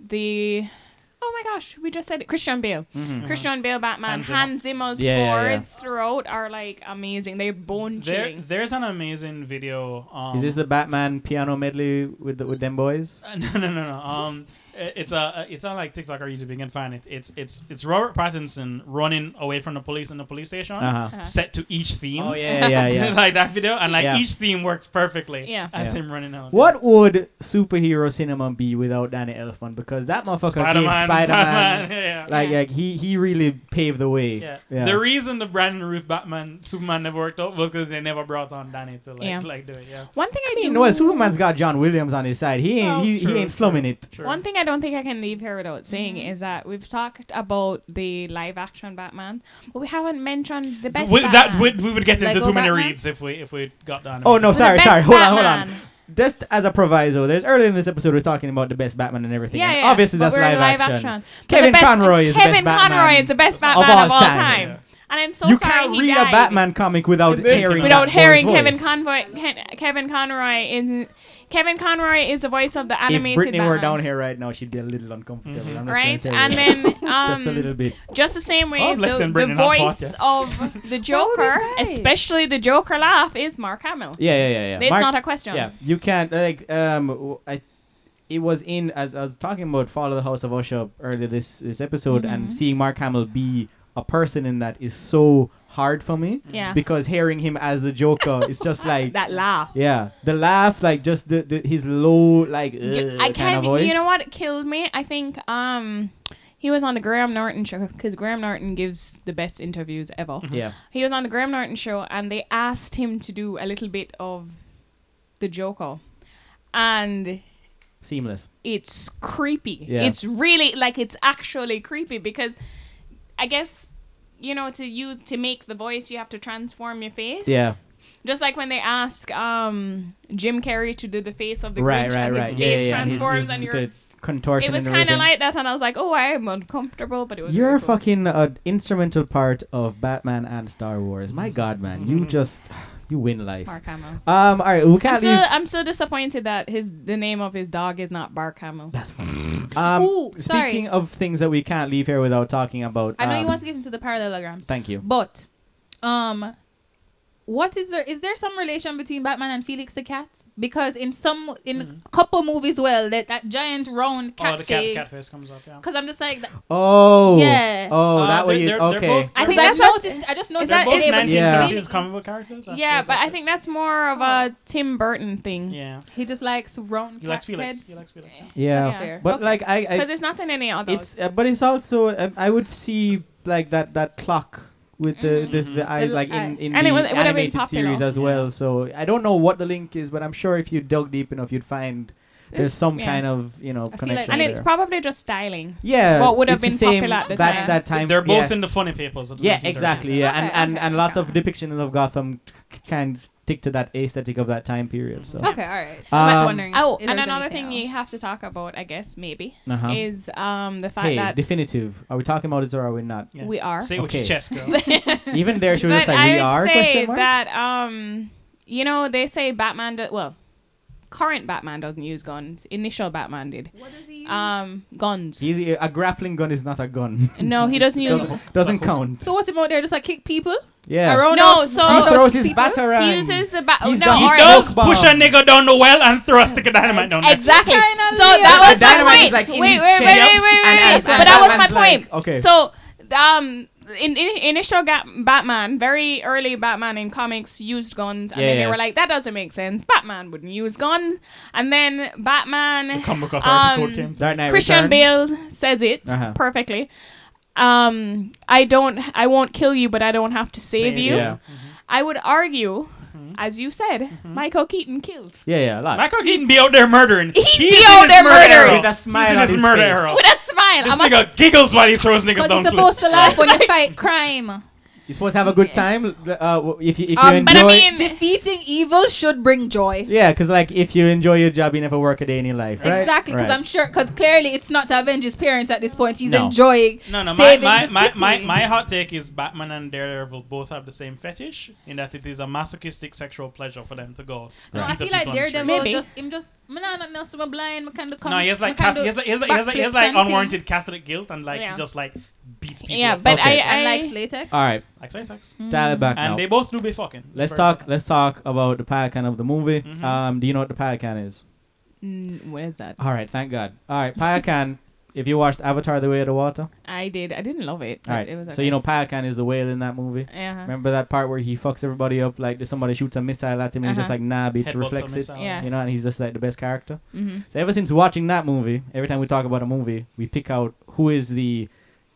[SPEAKER 1] the oh my gosh, we just said it, Christian Bale,
[SPEAKER 2] Uh-huh. Mm-hmm.
[SPEAKER 1] Christian Bale Batman,
[SPEAKER 4] Hans Zimmer.
[SPEAKER 1] Hans Zimmer's
[SPEAKER 2] Yeah, yeah, yeah.
[SPEAKER 1] scores throughout are like amazing. They're bone
[SPEAKER 4] There,
[SPEAKER 1] chilling.
[SPEAKER 4] there's an amazing video. Um,
[SPEAKER 2] is this the Batman piano medley with the, with them boys?
[SPEAKER 4] Uh, no, no, no, no. Um, i- it's a, it's on like TikTok or YouTube. You can find it. It's, it's, it's Robert Pattinson running away from the police in the police station,
[SPEAKER 2] Uh-huh.
[SPEAKER 4] set to each theme.
[SPEAKER 2] Oh yeah, yeah, yeah.
[SPEAKER 4] like that video, and like
[SPEAKER 2] Yeah.
[SPEAKER 4] each theme works perfectly.
[SPEAKER 1] Yeah.
[SPEAKER 4] as
[SPEAKER 2] Yeah.
[SPEAKER 4] him running out.
[SPEAKER 2] What would superhero cinema be without Danny Elfman? Because that motherfucker
[SPEAKER 4] Spider-Man,
[SPEAKER 2] gave Spider-Man,
[SPEAKER 4] Batman, yeah.
[SPEAKER 2] like,
[SPEAKER 1] Yeah.
[SPEAKER 2] like he he really paved the way.
[SPEAKER 4] yeah. The reason the Brandon Ruth Batman Superman never worked out was because they never brought on Danny to like,
[SPEAKER 1] Yeah.
[SPEAKER 4] like do it. Yeah,
[SPEAKER 1] One thing I,
[SPEAKER 2] I mean,
[SPEAKER 1] do.
[SPEAKER 2] well, Superman's got John Williams on his side. He ain't
[SPEAKER 4] Oh,
[SPEAKER 2] he,
[SPEAKER 4] true,
[SPEAKER 2] he ain't slumming it.
[SPEAKER 4] sure. Mm-hmm.
[SPEAKER 1] One thing I don't think I can leave here without saying is that we've talked about the live action Batman, but we haven't mentioned the best.
[SPEAKER 4] we, that
[SPEAKER 1] Batman.
[SPEAKER 4] we, we would get into
[SPEAKER 3] Lego
[SPEAKER 4] too many
[SPEAKER 3] Batman?
[SPEAKER 4] reads if we if we got down.
[SPEAKER 2] Oh, no,
[SPEAKER 1] The
[SPEAKER 4] everything.
[SPEAKER 2] sorry,
[SPEAKER 1] best
[SPEAKER 2] sorry, hold on, hold on.
[SPEAKER 1] Batman.
[SPEAKER 2] Just as a proviso, there's earlier in this episode we're talking about the best Batman and everything.
[SPEAKER 1] Yeah,
[SPEAKER 2] and
[SPEAKER 1] yeah.
[SPEAKER 2] obviously
[SPEAKER 1] but
[SPEAKER 2] that's
[SPEAKER 1] we're in
[SPEAKER 2] live, action.
[SPEAKER 1] But the
[SPEAKER 2] Kevin
[SPEAKER 1] best-
[SPEAKER 2] Conroy is the best
[SPEAKER 1] Kevin
[SPEAKER 2] Batman.
[SPEAKER 1] Conroy is the best Batman of all, time.
[SPEAKER 2] Yeah.
[SPEAKER 1] And I'm so
[SPEAKER 2] you
[SPEAKER 1] sorry
[SPEAKER 2] can't
[SPEAKER 1] he
[SPEAKER 2] read
[SPEAKER 1] died.
[SPEAKER 2] a Batman comic without
[SPEAKER 4] Without
[SPEAKER 2] hearing
[SPEAKER 1] Without
[SPEAKER 2] that
[SPEAKER 1] hearing
[SPEAKER 2] boy's
[SPEAKER 1] Kevin
[SPEAKER 2] voice.
[SPEAKER 1] Conroy, Ken- Kevin Conroy is Kevin Conroy is the voice of the
[SPEAKER 2] If
[SPEAKER 1] animated
[SPEAKER 2] Brittany
[SPEAKER 1] Batman,
[SPEAKER 2] were down here right now, she'd be a little uncomfortable. I'm just
[SPEAKER 1] Mm-hmm. right?
[SPEAKER 2] gonna tell
[SPEAKER 1] And
[SPEAKER 2] you.
[SPEAKER 1] then um,
[SPEAKER 2] just a little bit.
[SPEAKER 1] Just the same way,
[SPEAKER 4] Oh, Lex
[SPEAKER 1] the,
[SPEAKER 4] and
[SPEAKER 1] the
[SPEAKER 4] Brendan on
[SPEAKER 1] voice of the Joker, especially the Joker laugh, is Mark Hamill.
[SPEAKER 2] Yeah, yeah, yeah, yeah.
[SPEAKER 1] It's
[SPEAKER 2] Mark-
[SPEAKER 1] not a question.
[SPEAKER 2] Yeah, you can't like um. w- I, it was in as I was talking about Follow the House of Usher earlier this this episode,
[SPEAKER 1] Mm-hmm.
[SPEAKER 2] and seeing Mark Hamill be a person in that is so hard for me
[SPEAKER 1] Yeah.
[SPEAKER 2] because hearing him as the Joker is just like
[SPEAKER 1] that laugh.
[SPEAKER 2] yeah, the laugh, like just the, the his low like
[SPEAKER 1] Ju-
[SPEAKER 2] "Ugh" kind
[SPEAKER 1] I
[SPEAKER 2] of
[SPEAKER 1] can't.
[SPEAKER 2] uh, voice.
[SPEAKER 1] you know what it killed me? I think um, he was on the Graham Norton show because Graham Norton gives the best interviews ever.
[SPEAKER 2] Yeah,
[SPEAKER 1] He was on the Graham Norton show, and they asked him to do a little bit of the Joker, and
[SPEAKER 2] seamless.
[SPEAKER 1] it's creepy.
[SPEAKER 2] Yeah.
[SPEAKER 1] It's really like it's actually creepy because I guess you know to use to make the voice you have to transform your face.
[SPEAKER 2] Yeah,
[SPEAKER 1] Just like when they ask um Jim Carrey to do the face of the
[SPEAKER 2] right,
[SPEAKER 1] Grinch
[SPEAKER 2] right,
[SPEAKER 1] and his
[SPEAKER 2] right. Yeah, yeah,
[SPEAKER 1] face
[SPEAKER 2] yeah. His-
[SPEAKER 1] transforms
[SPEAKER 2] his-
[SPEAKER 1] and you're
[SPEAKER 2] the contortion.
[SPEAKER 1] it was
[SPEAKER 2] kind of
[SPEAKER 1] like that and I was like, "Oh, I'm uncomfortable," but it was
[SPEAKER 2] You're
[SPEAKER 1] really cool.
[SPEAKER 2] fucking an instrumental part of Batman and Star Wars.
[SPEAKER 4] Mm-hmm.
[SPEAKER 2] My God, man, you just you win life.
[SPEAKER 1] Mark Hamill.
[SPEAKER 2] Um, all right, we
[SPEAKER 1] I'm
[SPEAKER 2] can't
[SPEAKER 1] so,
[SPEAKER 2] leave.
[SPEAKER 1] I'm so disappointed that his the name of his dog is not Bark Hamill.
[SPEAKER 2] That's fine. Um,
[SPEAKER 3] Ooh, sorry.
[SPEAKER 2] speaking of things that we can't leave here without talking about,
[SPEAKER 3] I know you
[SPEAKER 2] um,
[SPEAKER 3] want to get into the parallelograms.
[SPEAKER 2] Thank you.
[SPEAKER 3] But, um, what is there? Is there some relation between Batman and Felix the cat? Because in some, in a couple movies, well, that that giant round cat
[SPEAKER 4] Mm-hmm. oh, the
[SPEAKER 3] face.
[SPEAKER 4] Cat, cat face comes up. Yeah.
[SPEAKER 3] Because I'm just like, th-
[SPEAKER 2] Oh,
[SPEAKER 3] Yeah.
[SPEAKER 2] Oh,
[SPEAKER 4] Uh,
[SPEAKER 2] that way you
[SPEAKER 4] they're- they're-
[SPEAKER 2] okay.
[SPEAKER 4] they're both-
[SPEAKER 1] I think
[SPEAKER 3] 'cause
[SPEAKER 1] that's
[SPEAKER 3] I
[SPEAKER 1] what-
[SPEAKER 3] noticed. I just noticed
[SPEAKER 4] They're
[SPEAKER 1] that
[SPEAKER 3] that
[SPEAKER 4] both
[SPEAKER 1] it-
[SPEAKER 3] today, but
[SPEAKER 4] 19th
[SPEAKER 3] just
[SPEAKER 2] Yeah.
[SPEAKER 4] century comic book characters. I
[SPEAKER 1] yeah, but
[SPEAKER 4] suppose that's Oh.
[SPEAKER 1] I
[SPEAKER 4] it.
[SPEAKER 1] think that's more of a Tim Burton thing.
[SPEAKER 4] yeah,
[SPEAKER 3] he just likes round
[SPEAKER 4] he
[SPEAKER 3] cat
[SPEAKER 4] likes Felix.
[SPEAKER 3] heads.
[SPEAKER 4] He likes Felix. Yeah.
[SPEAKER 2] yeah,
[SPEAKER 1] That's
[SPEAKER 3] fair.
[SPEAKER 2] but
[SPEAKER 3] Okay.
[SPEAKER 2] like I, I
[SPEAKER 1] Because it's not in any other.
[SPEAKER 2] it's uh, but it's also um, I would see like that that clock with the the,
[SPEAKER 4] Mhm.
[SPEAKER 2] the eyes
[SPEAKER 3] The
[SPEAKER 2] like in
[SPEAKER 3] eye.
[SPEAKER 2] in
[SPEAKER 1] And
[SPEAKER 2] the
[SPEAKER 1] Mm-hmm. it was- it would've been
[SPEAKER 2] animated
[SPEAKER 1] popular.
[SPEAKER 2] series as
[SPEAKER 4] Yeah.
[SPEAKER 2] well. So I don't know what the link is, but I'm sure if you dug deep enough, you'd find there's
[SPEAKER 1] It's-
[SPEAKER 2] some
[SPEAKER 1] yeah.
[SPEAKER 2] kind of you know
[SPEAKER 3] like-
[SPEAKER 2] connection.
[SPEAKER 1] and it's
[SPEAKER 2] there.
[SPEAKER 1] probably just styling.
[SPEAKER 2] yeah,
[SPEAKER 1] what would have
[SPEAKER 2] it's the
[SPEAKER 1] been
[SPEAKER 2] same
[SPEAKER 1] popular at the
[SPEAKER 2] that,
[SPEAKER 1] time.
[SPEAKER 2] That time
[SPEAKER 4] They're both
[SPEAKER 2] yeah.
[SPEAKER 4] in the funny papers. of the
[SPEAKER 2] Yeah,
[SPEAKER 4] 1930s,
[SPEAKER 2] exactly. Yeah, and
[SPEAKER 1] Okay,
[SPEAKER 2] and,
[SPEAKER 1] okay,
[SPEAKER 2] and lots
[SPEAKER 1] okay.
[SPEAKER 2] of depictions of Gotham can stick to that aesthetic of that time period. So
[SPEAKER 3] Okay, all right. I was
[SPEAKER 2] Um,
[SPEAKER 3] just wondering.
[SPEAKER 1] Oh,
[SPEAKER 3] if there
[SPEAKER 1] and
[SPEAKER 3] was
[SPEAKER 1] another
[SPEAKER 3] anything
[SPEAKER 1] thing you
[SPEAKER 3] else.
[SPEAKER 1] have to talk about, I guess, maybe,
[SPEAKER 2] Uh-huh.
[SPEAKER 1] is um, the fact
[SPEAKER 2] hey,
[SPEAKER 1] that
[SPEAKER 2] definitive. Are we talking about it or are we not?
[SPEAKER 4] Yeah.
[SPEAKER 1] we are.
[SPEAKER 4] Say it with your
[SPEAKER 2] Okay.
[SPEAKER 4] chest, girl.
[SPEAKER 2] Even there, she was
[SPEAKER 1] but
[SPEAKER 2] just like,
[SPEAKER 1] I
[SPEAKER 2] "We
[SPEAKER 1] would
[SPEAKER 2] are?"
[SPEAKER 1] say
[SPEAKER 2] question mark?
[SPEAKER 1] that um, you know they say Batman. Do- well, current Batman doesn't use guns. Initial Batman did.
[SPEAKER 3] What does he use?
[SPEAKER 1] Um, guns.
[SPEAKER 2] He's- a grappling gun is not a gun.
[SPEAKER 1] no, he doesn't use.
[SPEAKER 2] doesn't doesn't count.
[SPEAKER 3] so what's him out there? Just like kick people
[SPEAKER 2] yeah.
[SPEAKER 3] around
[SPEAKER 1] No,
[SPEAKER 3] us,
[SPEAKER 1] so-
[SPEAKER 2] he
[SPEAKER 3] around us,
[SPEAKER 2] throws his
[SPEAKER 3] people?
[SPEAKER 2] batarang.
[SPEAKER 1] He uses the ba- oh,
[SPEAKER 2] He's
[SPEAKER 1] no,
[SPEAKER 2] got
[SPEAKER 4] he
[SPEAKER 1] alright.
[SPEAKER 2] smoke
[SPEAKER 4] does push a
[SPEAKER 2] bombs.
[SPEAKER 4] nigga down the well and throw a stick of dynamite down there.
[SPEAKER 1] Exactly. So
[SPEAKER 3] Finally.
[SPEAKER 1] that was
[SPEAKER 2] The dynamite is,
[SPEAKER 1] my
[SPEAKER 2] like,
[SPEAKER 1] point.
[SPEAKER 2] in
[SPEAKER 1] Wait, wait, wait,
[SPEAKER 2] his
[SPEAKER 1] wait,
[SPEAKER 2] chest.
[SPEAKER 1] wait,
[SPEAKER 2] And-
[SPEAKER 1] wait, wait.
[SPEAKER 2] and-
[SPEAKER 1] But
[SPEAKER 2] and
[SPEAKER 1] that was my
[SPEAKER 2] Batman's
[SPEAKER 1] point.
[SPEAKER 2] like- Okay.
[SPEAKER 1] So, um, in, in initial Ga- Batman, very early Batman in comics used guns, and
[SPEAKER 2] Yeah,
[SPEAKER 1] then they
[SPEAKER 2] yeah.
[SPEAKER 1] were like, that doesn't make sense. Batman wouldn't use guns, and then
[SPEAKER 4] The
[SPEAKER 1] Batman,
[SPEAKER 4] comic book authority
[SPEAKER 1] Um,
[SPEAKER 4] code came. through.
[SPEAKER 2] Dark Knight
[SPEAKER 1] Christian
[SPEAKER 2] Returns.
[SPEAKER 1] Bale says it
[SPEAKER 2] Uh-huh.
[SPEAKER 1] perfectly. Um, I don't, I won't kill you, but I don't have to save
[SPEAKER 4] Save
[SPEAKER 1] you.
[SPEAKER 2] Yeah.
[SPEAKER 1] I would argue, as you said, Michael Keaton kills
[SPEAKER 2] Yeah, yeah, a lot.
[SPEAKER 4] Michael Keaton be out there murdering. He'd
[SPEAKER 1] be out there murdering.
[SPEAKER 2] With a smile
[SPEAKER 4] He's in
[SPEAKER 2] on
[SPEAKER 4] his
[SPEAKER 2] his
[SPEAKER 4] murder
[SPEAKER 2] face.
[SPEAKER 4] arrow.
[SPEAKER 1] with a smile.
[SPEAKER 4] This
[SPEAKER 1] I'm a-
[SPEAKER 4] nigga giggles while he throws niggas
[SPEAKER 3] Because you're
[SPEAKER 4] down
[SPEAKER 3] supposed
[SPEAKER 4] cliffs.
[SPEAKER 3] to laugh when you fight crime.
[SPEAKER 2] You're supposed to have a good
[SPEAKER 3] Yeah.
[SPEAKER 2] time. l- Uh, w- if you if you
[SPEAKER 3] Um,
[SPEAKER 1] but I
[SPEAKER 2] enjoy,
[SPEAKER 1] mean-
[SPEAKER 3] Defeating evil should bring joy.
[SPEAKER 2] yeah, because like if you enjoy your job, you never work a day in your life, right?
[SPEAKER 3] Exactly, because
[SPEAKER 2] Right.
[SPEAKER 3] I'm sure, because clearly it's not to avenge his parents at this point. He's
[SPEAKER 2] No.
[SPEAKER 3] enjoying
[SPEAKER 4] No, no, my,
[SPEAKER 3] saving
[SPEAKER 4] my,
[SPEAKER 3] the
[SPEAKER 4] my,
[SPEAKER 3] city.
[SPEAKER 4] my, my hot take is Batman and Daredevil both have the same fetish in that it is a masochistic sexual pleasure for them to go.
[SPEAKER 3] no,
[SPEAKER 4] and
[SPEAKER 3] I
[SPEAKER 4] beat up
[SPEAKER 3] feel
[SPEAKER 4] people
[SPEAKER 3] like
[SPEAKER 4] on the street.
[SPEAKER 3] Daredevil
[SPEAKER 1] Maybe.
[SPEAKER 3] just him just man, I don't know, so I'm blind. I kind of
[SPEAKER 4] No, he has like Catholic, he has like, he has like, he has like, he has
[SPEAKER 3] backflips
[SPEAKER 4] like
[SPEAKER 3] and
[SPEAKER 4] unwarranted Catholic guilt and like
[SPEAKER 1] Yeah.
[SPEAKER 4] he just like beats people.
[SPEAKER 1] yeah,
[SPEAKER 4] up.
[SPEAKER 1] but
[SPEAKER 2] Okay.
[SPEAKER 1] I, I
[SPEAKER 3] and likes latex.
[SPEAKER 2] All right,
[SPEAKER 4] like side attacks.
[SPEAKER 2] dial it back
[SPEAKER 4] And
[SPEAKER 2] now.
[SPEAKER 4] they both do be fucking.
[SPEAKER 2] let's
[SPEAKER 4] Very
[SPEAKER 2] talk.
[SPEAKER 4] fucking.
[SPEAKER 2] Let's talk about the Pycan of the movie.
[SPEAKER 4] Mhm.
[SPEAKER 2] Um, do you know what the Pycan is?
[SPEAKER 1] Mm, what is that?
[SPEAKER 2] All right, thank God. All right, Pycan. if you watched Avatar: The Way of the Water,
[SPEAKER 1] I did. I didn't love it. but
[SPEAKER 2] all right.
[SPEAKER 1] It was okay. Uh-huh.
[SPEAKER 2] So you know Pycan is the whale in that movie.
[SPEAKER 1] Yeah.
[SPEAKER 2] Remember that part where he fucks everybody up? Like there's somebody shoots a missile at him, and he's just
[SPEAKER 1] Uh-huh.
[SPEAKER 2] like, "Nah, bitch,
[SPEAKER 4] Headbutts a
[SPEAKER 2] reflects it."
[SPEAKER 4] missile.
[SPEAKER 1] Yeah.
[SPEAKER 2] You know, and he's just like the best character.
[SPEAKER 1] Mm-hmm.
[SPEAKER 3] hmm
[SPEAKER 2] So ever since watching that movie, every time we talk about a movie, we pick out who is the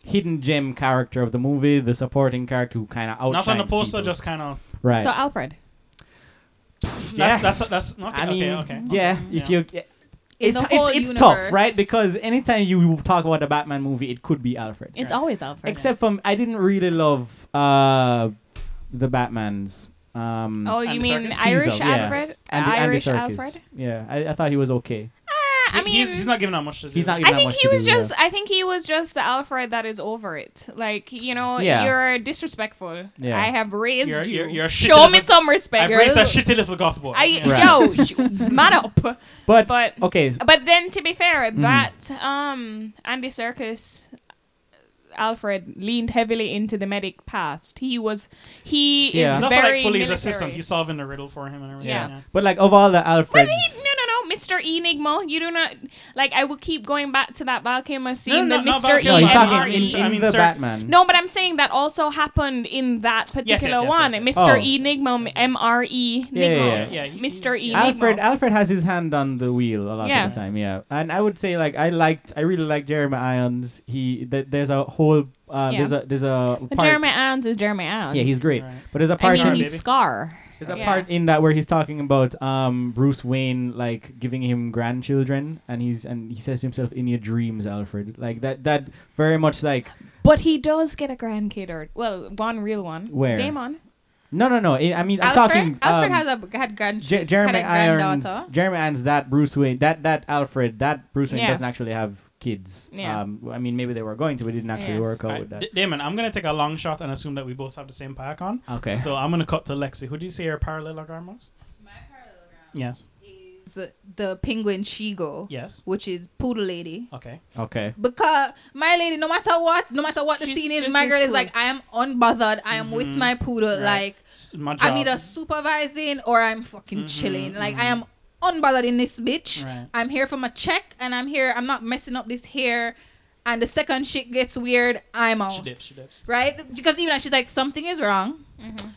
[SPEAKER 2] hidden gem character of the movie, the supporting character who kind of outshines.
[SPEAKER 4] Not on the poster,
[SPEAKER 2] people.
[SPEAKER 4] just kind of.
[SPEAKER 2] right.
[SPEAKER 1] So Alfred.
[SPEAKER 2] yeah.
[SPEAKER 4] That's, that's, that's, okay,
[SPEAKER 2] I mean,
[SPEAKER 4] okay, okay.
[SPEAKER 2] yeah. If you,
[SPEAKER 3] In
[SPEAKER 2] it's
[SPEAKER 3] the
[SPEAKER 2] it's,
[SPEAKER 3] whole
[SPEAKER 2] it's
[SPEAKER 3] universe.
[SPEAKER 2] tough, right? Because anytime you talk about the Batman movie, it could be Alfred.
[SPEAKER 1] It's
[SPEAKER 4] Yeah.
[SPEAKER 1] always Alfred.
[SPEAKER 2] Except from I didn't really love uh, the Batmans. Um,
[SPEAKER 1] Oh, you
[SPEAKER 4] And
[SPEAKER 1] mean
[SPEAKER 4] Circus.
[SPEAKER 2] Caesar,
[SPEAKER 1] Irish
[SPEAKER 2] yeah.
[SPEAKER 1] Alfred?
[SPEAKER 2] and the- and the
[SPEAKER 1] Irish
[SPEAKER 2] Circus.
[SPEAKER 1] Alfred?
[SPEAKER 2] Yeah, I, I thought he was okay.
[SPEAKER 1] Ah, I
[SPEAKER 4] He-
[SPEAKER 1] mean,
[SPEAKER 4] he's, he's not giving that much to do.
[SPEAKER 2] He's not giving
[SPEAKER 1] I
[SPEAKER 2] that
[SPEAKER 1] think
[SPEAKER 2] much
[SPEAKER 1] he
[SPEAKER 2] to
[SPEAKER 1] was
[SPEAKER 2] do, yeah.
[SPEAKER 1] just. I think he was just the Alfred that is over it. Like you know,
[SPEAKER 2] Yeah.
[SPEAKER 1] you're disrespectful.
[SPEAKER 2] Yeah.
[SPEAKER 1] I have raised
[SPEAKER 4] You're-
[SPEAKER 1] you.
[SPEAKER 4] you're- you're a shitty
[SPEAKER 1] Show me
[SPEAKER 4] little-
[SPEAKER 1] some respect.
[SPEAKER 4] I've
[SPEAKER 1] You're a
[SPEAKER 4] raised a
[SPEAKER 1] little-
[SPEAKER 4] shitty little goth boy.
[SPEAKER 1] I
[SPEAKER 2] Right.
[SPEAKER 1] yo, sh- man up.
[SPEAKER 2] But,
[SPEAKER 1] But
[SPEAKER 2] okay, s-
[SPEAKER 1] but then to be fair,
[SPEAKER 4] Mm.
[SPEAKER 2] Mhm.
[SPEAKER 1] that um Andy Circus. Alfred leaned heavily into the medic past. He was, he
[SPEAKER 2] Yeah.
[SPEAKER 1] is
[SPEAKER 4] He's also
[SPEAKER 1] very
[SPEAKER 4] like fully his
[SPEAKER 1] military.
[SPEAKER 4] assistant. He's solving the riddle for him and everything.
[SPEAKER 1] Yeah.
[SPEAKER 4] yeah.
[SPEAKER 2] but like of all the
[SPEAKER 1] But
[SPEAKER 2] Alfreds,
[SPEAKER 1] he, no, no, no, Mr. Enigma. You do not like. I will keep going back to that Val Kilmer scene.
[SPEAKER 4] no,
[SPEAKER 1] the
[SPEAKER 4] not
[SPEAKER 1] Mr. Enigma.
[SPEAKER 4] Val
[SPEAKER 1] Um,
[SPEAKER 2] no,
[SPEAKER 4] Kilmer.
[SPEAKER 2] he's
[SPEAKER 4] Ian
[SPEAKER 2] talking
[SPEAKER 4] Ian
[SPEAKER 2] in,
[SPEAKER 4] Ian
[SPEAKER 2] in
[SPEAKER 4] I mean,
[SPEAKER 2] the
[SPEAKER 4] Sir-
[SPEAKER 2] Batman.
[SPEAKER 1] No, but I'm saying that also happened in that
[SPEAKER 4] yes,
[SPEAKER 1] particular
[SPEAKER 4] yes, yes,
[SPEAKER 1] one.
[SPEAKER 4] yes, yes.
[SPEAKER 1] Mr.
[SPEAKER 2] Oh.
[SPEAKER 1] Enigma, M R E,
[SPEAKER 2] Yeah, yeah, yeah.
[SPEAKER 1] Enigma.
[SPEAKER 4] Yeah, he-
[SPEAKER 1] Mr.
[SPEAKER 4] he's-
[SPEAKER 1] Enigma.
[SPEAKER 2] Alfred Alfred has his hand on the wheel a lot
[SPEAKER 1] Yeah.
[SPEAKER 2] of the time, yeah. And I would say like I liked I really like Jeremy Irons. He th- there's a whole uh,
[SPEAKER 1] Yeah.
[SPEAKER 2] there's a there's a
[SPEAKER 1] But
[SPEAKER 2] part,
[SPEAKER 1] Jeremy Irons is Jeremy Irons.
[SPEAKER 2] yeah he's great.
[SPEAKER 4] Right.
[SPEAKER 2] But there's a
[SPEAKER 1] I
[SPEAKER 2] part
[SPEAKER 1] mean,
[SPEAKER 2] in,
[SPEAKER 1] he's
[SPEAKER 4] baby.
[SPEAKER 1] Scar.
[SPEAKER 2] there's a
[SPEAKER 1] Yeah.
[SPEAKER 2] part in that where he's talking about um Bruce Wayne like giving him grandchildren and he's and he says to himself in your dreams Alfred like that that very much like
[SPEAKER 1] But he does get a grandkid or well, one real one.
[SPEAKER 2] Where?
[SPEAKER 1] Damon.
[SPEAKER 2] no no no I I mean I'm
[SPEAKER 3] Alfred,
[SPEAKER 2] talking
[SPEAKER 3] Alfred
[SPEAKER 2] um,
[SPEAKER 3] has a had grand
[SPEAKER 2] J- Jeremy
[SPEAKER 3] had a
[SPEAKER 2] Irons,
[SPEAKER 3] granddaughter.
[SPEAKER 2] Jeremy Irons, that Bruce Wayne, that that Alfred, that Bruce Wayne
[SPEAKER 1] Yeah.
[SPEAKER 2] doesn't actually have kids.
[SPEAKER 1] Yeah.
[SPEAKER 2] Um, I mean, maybe they were going to, but it didn't actually
[SPEAKER 1] Yeah.
[SPEAKER 2] work out
[SPEAKER 4] Alright,
[SPEAKER 2] with that.
[SPEAKER 4] D- Damon, I'm gonna take a long shot and assume that we both have the same pack on.
[SPEAKER 2] Okay.
[SPEAKER 4] So I'm gonna cut to Lexi. Who do you say your parallelogram was? Yes.
[SPEAKER 3] is the penguin Shigo,
[SPEAKER 4] Yes.
[SPEAKER 3] which is Poodle Lady.
[SPEAKER 4] Okay.
[SPEAKER 2] Okay.
[SPEAKER 3] Because my lady, no matter what, no matter what the
[SPEAKER 1] She's
[SPEAKER 3] scene is,
[SPEAKER 1] just
[SPEAKER 3] my
[SPEAKER 1] as
[SPEAKER 3] girl is
[SPEAKER 1] cool.
[SPEAKER 3] like, I am unbothered. I am with
[SPEAKER 4] Mhm.
[SPEAKER 3] my poodle.
[SPEAKER 4] Right.
[SPEAKER 3] Like
[SPEAKER 4] S- My job.
[SPEAKER 3] I'm either supervising or I'm fucking
[SPEAKER 4] Mhm,
[SPEAKER 3] chilling. Like I am unbothered in this bitch.
[SPEAKER 4] Right.
[SPEAKER 3] I'm here for my check, and I'm here. I'm not messing up this hair. And the second shit gets weird, I'm out.
[SPEAKER 4] She dips. She dips.
[SPEAKER 3] Right? Because even she's like, something is wrong.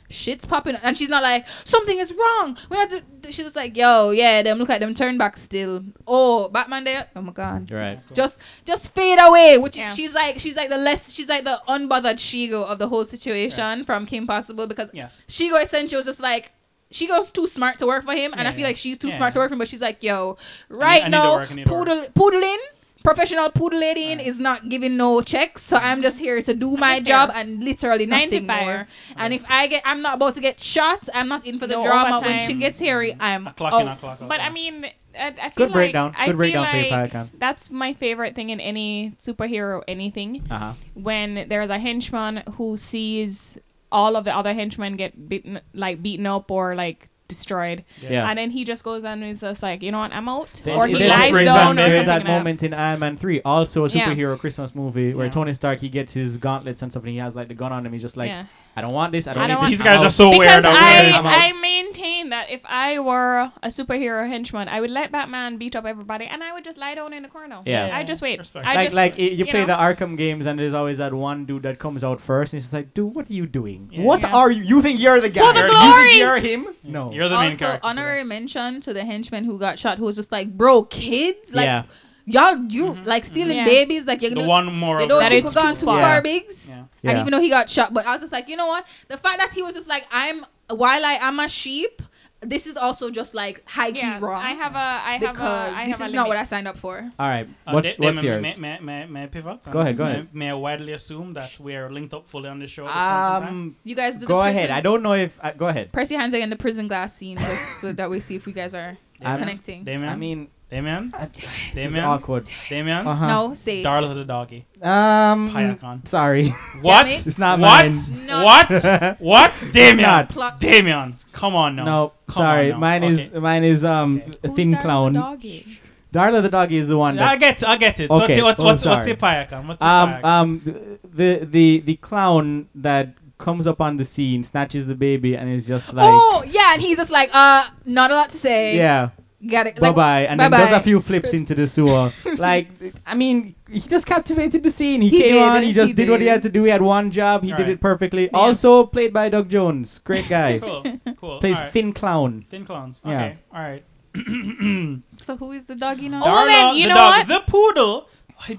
[SPEAKER 3] Shit's popping, and she's not like something is wrong. We have to. She's just like, yo, yeah, them look at them turn back still. Oh, Batman there. Oh my god.
[SPEAKER 2] You're right.
[SPEAKER 4] Cool.
[SPEAKER 3] Just, just fade away. Which
[SPEAKER 1] Yeah.
[SPEAKER 3] she's like, she's like the less, she's like the unbothered Shigo of the whole situation from Kim Possible because
[SPEAKER 4] yes.
[SPEAKER 3] Shigo essentially was just like she goes too smart to work for him, and
[SPEAKER 4] Yeah,
[SPEAKER 3] I feel
[SPEAKER 4] yeah.
[SPEAKER 3] like she's too
[SPEAKER 4] Yeah,
[SPEAKER 3] smart to
[SPEAKER 4] yeah.
[SPEAKER 3] work for him. But she's like, yo,
[SPEAKER 4] I
[SPEAKER 3] right
[SPEAKER 4] need to
[SPEAKER 3] now,
[SPEAKER 4] work, I need to work.
[SPEAKER 3] poodle, poodling, professional poodling
[SPEAKER 4] Right.
[SPEAKER 3] is not giving no checks, so I'm just here to do my
[SPEAKER 1] just
[SPEAKER 3] job
[SPEAKER 1] here.
[SPEAKER 3] and literally
[SPEAKER 1] Nine to
[SPEAKER 3] nothing
[SPEAKER 1] five.
[SPEAKER 3] more. And if I get, I'm not about to get shot. I'm not in for the
[SPEAKER 1] No
[SPEAKER 3] drama. When
[SPEAKER 1] overtime.
[SPEAKER 3] she gets hairy, I'm
[SPEAKER 4] Mm-hmm. A clock in, a
[SPEAKER 3] out.
[SPEAKER 4] clock out.
[SPEAKER 1] But I mean, I, I feel
[SPEAKER 2] Good
[SPEAKER 1] like,
[SPEAKER 2] breakdown.
[SPEAKER 1] I
[SPEAKER 2] Good breakdown
[SPEAKER 1] feel
[SPEAKER 2] for your
[SPEAKER 1] like
[SPEAKER 2] Pycan.
[SPEAKER 1] That's my favorite thing in any superhero anything.
[SPEAKER 2] Uh huh.
[SPEAKER 1] when there's a henchman who sees all of the other henchmen get beaten like beaten up or like destroyed
[SPEAKER 2] Yeah.
[SPEAKER 1] and then he just goes and is just like you know what i'm out
[SPEAKER 2] There's,
[SPEAKER 1] or he
[SPEAKER 2] there's-
[SPEAKER 1] lies
[SPEAKER 2] there's
[SPEAKER 1] down
[SPEAKER 2] that,
[SPEAKER 1] or something
[SPEAKER 2] there's that
[SPEAKER 1] like that.
[SPEAKER 2] moment in Iron Man 3, also a
[SPEAKER 1] Yeah.
[SPEAKER 2] superhero Christmas movie, where
[SPEAKER 4] Yeah.
[SPEAKER 2] Tony Stark, he gets his gauntlets and something. He has like the gun on him. He's just like,
[SPEAKER 1] yeah.
[SPEAKER 2] I don't want this. I don't,
[SPEAKER 1] I don't
[SPEAKER 2] need
[SPEAKER 1] want-
[SPEAKER 2] this.
[SPEAKER 4] These guys
[SPEAKER 2] I'm
[SPEAKER 4] are
[SPEAKER 2] out."
[SPEAKER 4] so weird.
[SPEAKER 1] because
[SPEAKER 4] I'm
[SPEAKER 2] wearing
[SPEAKER 1] I,
[SPEAKER 2] them out.
[SPEAKER 1] I maintain that if I were a superhero henchman, I would let Batman beat up everybody, and I would just lie down in a corner.
[SPEAKER 2] Yeah.
[SPEAKER 1] I just wait.
[SPEAKER 4] Respect.
[SPEAKER 1] I
[SPEAKER 2] Like,
[SPEAKER 1] just,
[SPEAKER 2] like it, you,
[SPEAKER 1] you
[SPEAKER 2] play
[SPEAKER 1] know.
[SPEAKER 2] the Arkham games, and there's always that one dude that comes out first, and he's just like, "Dude, what are you doing?
[SPEAKER 4] Yeah.
[SPEAKER 2] What
[SPEAKER 1] Yeah.
[SPEAKER 2] are you? You think you're the guy?
[SPEAKER 1] For the
[SPEAKER 2] you
[SPEAKER 1] glory!"
[SPEAKER 2] think you're him? No,
[SPEAKER 4] You're the main
[SPEAKER 3] Also,
[SPEAKER 4] character.
[SPEAKER 3] honorary mention to the henchman who got shot, who was just like, bro, kids, like
[SPEAKER 2] yeah,
[SPEAKER 3] y'all, you like stealing
[SPEAKER 1] Yeah.
[SPEAKER 3] babies, like you're
[SPEAKER 4] today.
[SPEAKER 3] gonna
[SPEAKER 4] Mm-hmm. The one more.
[SPEAKER 3] They
[SPEAKER 4] of
[SPEAKER 3] don't
[SPEAKER 1] That
[SPEAKER 4] them.
[SPEAKER 3] think
[SPEAKER 1] it's
[SPEAKER 3] we're going
[SPEAKER 1] too
[SPEAKER 3] too
[SPEAKER 2] far.
[SPEAKER 3] far, Biggs.
[SPEAKER 4] Yeah.
[SPEAKER 2] Yeah.
[SPEAKER 3] And even though he got shot, but I was just like, you know what? The fact that he was just like, I'm while I am a sheep, this is also just like high key
[SPEAKER 1] yeah,
[SPEAKER 3] wrong
[SPEAKER 1] I have a. I have
[SPEAKER 3] because
[SPEAKER 1] a. I
[SPEAKER 3] this
[SPEAKER 1] have
[SPEAKER 3] is
[SPEAKER 1] a
[SPEAKER 3] not what I
[SPEAKER 1] limit.
[SPEAKER 3] signed up for.
[SPEAKER 2] All right.
[SPEAKER 4] Uh,
[SPEAKER 2] What's,
[SPEAKER 4] they- they
[SPEAKER 2] what's
[SPEAKER 4] may,
[SPEAKER 2] yours?
[SPEAKER 4] May, may, may, may I pivot?
[SPEAKER 2] Go ahead, go
[SPEAKER 4] May-
[SPEAKER 2] ahead.
[SPEAKER 4] May, I widely assume that we're linked up fully on the show at this point in time?
[SPEAKER 2] Um,
[SPEAKER 3] You guys do
[SPEAKER 2] go
[SPEAKER 3] the
[SPEAKER 2] ahead.
[SPEAKER 3] prison-
[SPEAKER 2] I don't know if. Uh, go ahead.
[SPEAKER 3] Press your hands again the prison glass scene just so that we see if you guys are
[SPEAKER 2] I'm-
[SPEAKER 3] connecting.
[SPEAKER 4] Damien?
[SPEAKER 2] I mean,
[SPEAKER 4] Damien?
[SPEAKER 2] uh, this is
[SPEAKER 4] Damien?
[SPEAKER 2] awkward.
[SPEAKER 4] Damien?
[SPEAKER 2] Uh-huh.
[SPEAKER 3] No, say it.
[SPEAKER 4] Darla the doggy.
[SPEAKER 2] Um,
[SPEAKER 4] Payakon.
[SPEAKER 2] sorry.
[SPEAKER 4] What?
[SPEAKER 3] Damn it.
[SPEAKER 2] It's not
[SPEAKER 4] what?
[SPEAKER 2] mine.
[SPEAKER 3] No.
[SPEAKER 4] What? what? Damien.
[SPEAKER 2] not.
[SPEAKER 3] Pluck.
[SPEAKER 4] Damien. Come on now.
[SPEAKER 2] No,
[SPEAKER 4] Come
[SPEAKER 2] sorry.
[SPEAKER 4] on now.
[SPEAKER 2] Mine is
[SPEAKER 4] Okay.
[SPEAKER 2] mine is um
[SPEAKER 4] Okay.
[SPEAKER 2] a
[SPEAKER 3] Who's
[SPEAKER 2] thin
[SPEAKER 3] Darla the
[SPEAKER 2] clown.
[SPEAKER 3] doggy?
[SPEAKER 2] Darla the doggy is the one.
[SPEAKER 4] I
[SPEAKER 2] That,
[SPEAKER 4] get I get it.
[SPEAKER 2] Okay.
[SPEAKER 4] So t- what's
[SPEAKER 2] Oh,
[SPEAKER 4] what's what's
[SPEAKER 2] sorry.
[SPEAKER 4] your Payakon? What's your
[SPEAKER 2] um
[SPEAKER 4] Payakon?
[SPEAKER 2] um the the the clown that comes up on the scene, snatches the baby, and is just like
[SPEAKER 3] oh yeah, and he's just like, uh, not a lot to say.
[SPEAKER 2] yeah,
[SPEAKER 3] got it.
[SPEAKER 2] bye
[SPEAKER 3] Like,
[SPEAKER 2] bye, and then
[SPEAKER 3] bye-bye.
[SPEAKER 2] does a few flips into the sewer. like I mean, he just captivated the scene. He,
[SPEAKER 3] He
[SPEAKER 2] came
[SPEAKER 3] did,
[SPEAKER 2] on. He just
[SPEAKER 3] he
[SPEAKER 2] did. what he
[SPEAKER 3] did.
[SPEAKER 2] had to do. He had one job. He
[SPEAKER 4] All
[SPEAKER 2] did
[SPEAKER 4] right.
[SPEAKER 2] it perfectly. Also played by Doug Jones, great guy.
[SPEAKER 4] cool. Cool.
[SPEAKER 2] Plays
[SPEAKER 4] All right.
[SPEAKER 2] thin clown.
[SPEAKER 4] Thin clowns.
[SPEAKER 2] Yeah.
[SPEAKER 4] Okay. All right.
[SPEAKER 3] So who is the doggy now?
[SPEAKER 1] Oh, man, you
[SPEAKER 4] the
[SPEAKER 1] know what?
[SPEAKER 4] dog, The poodle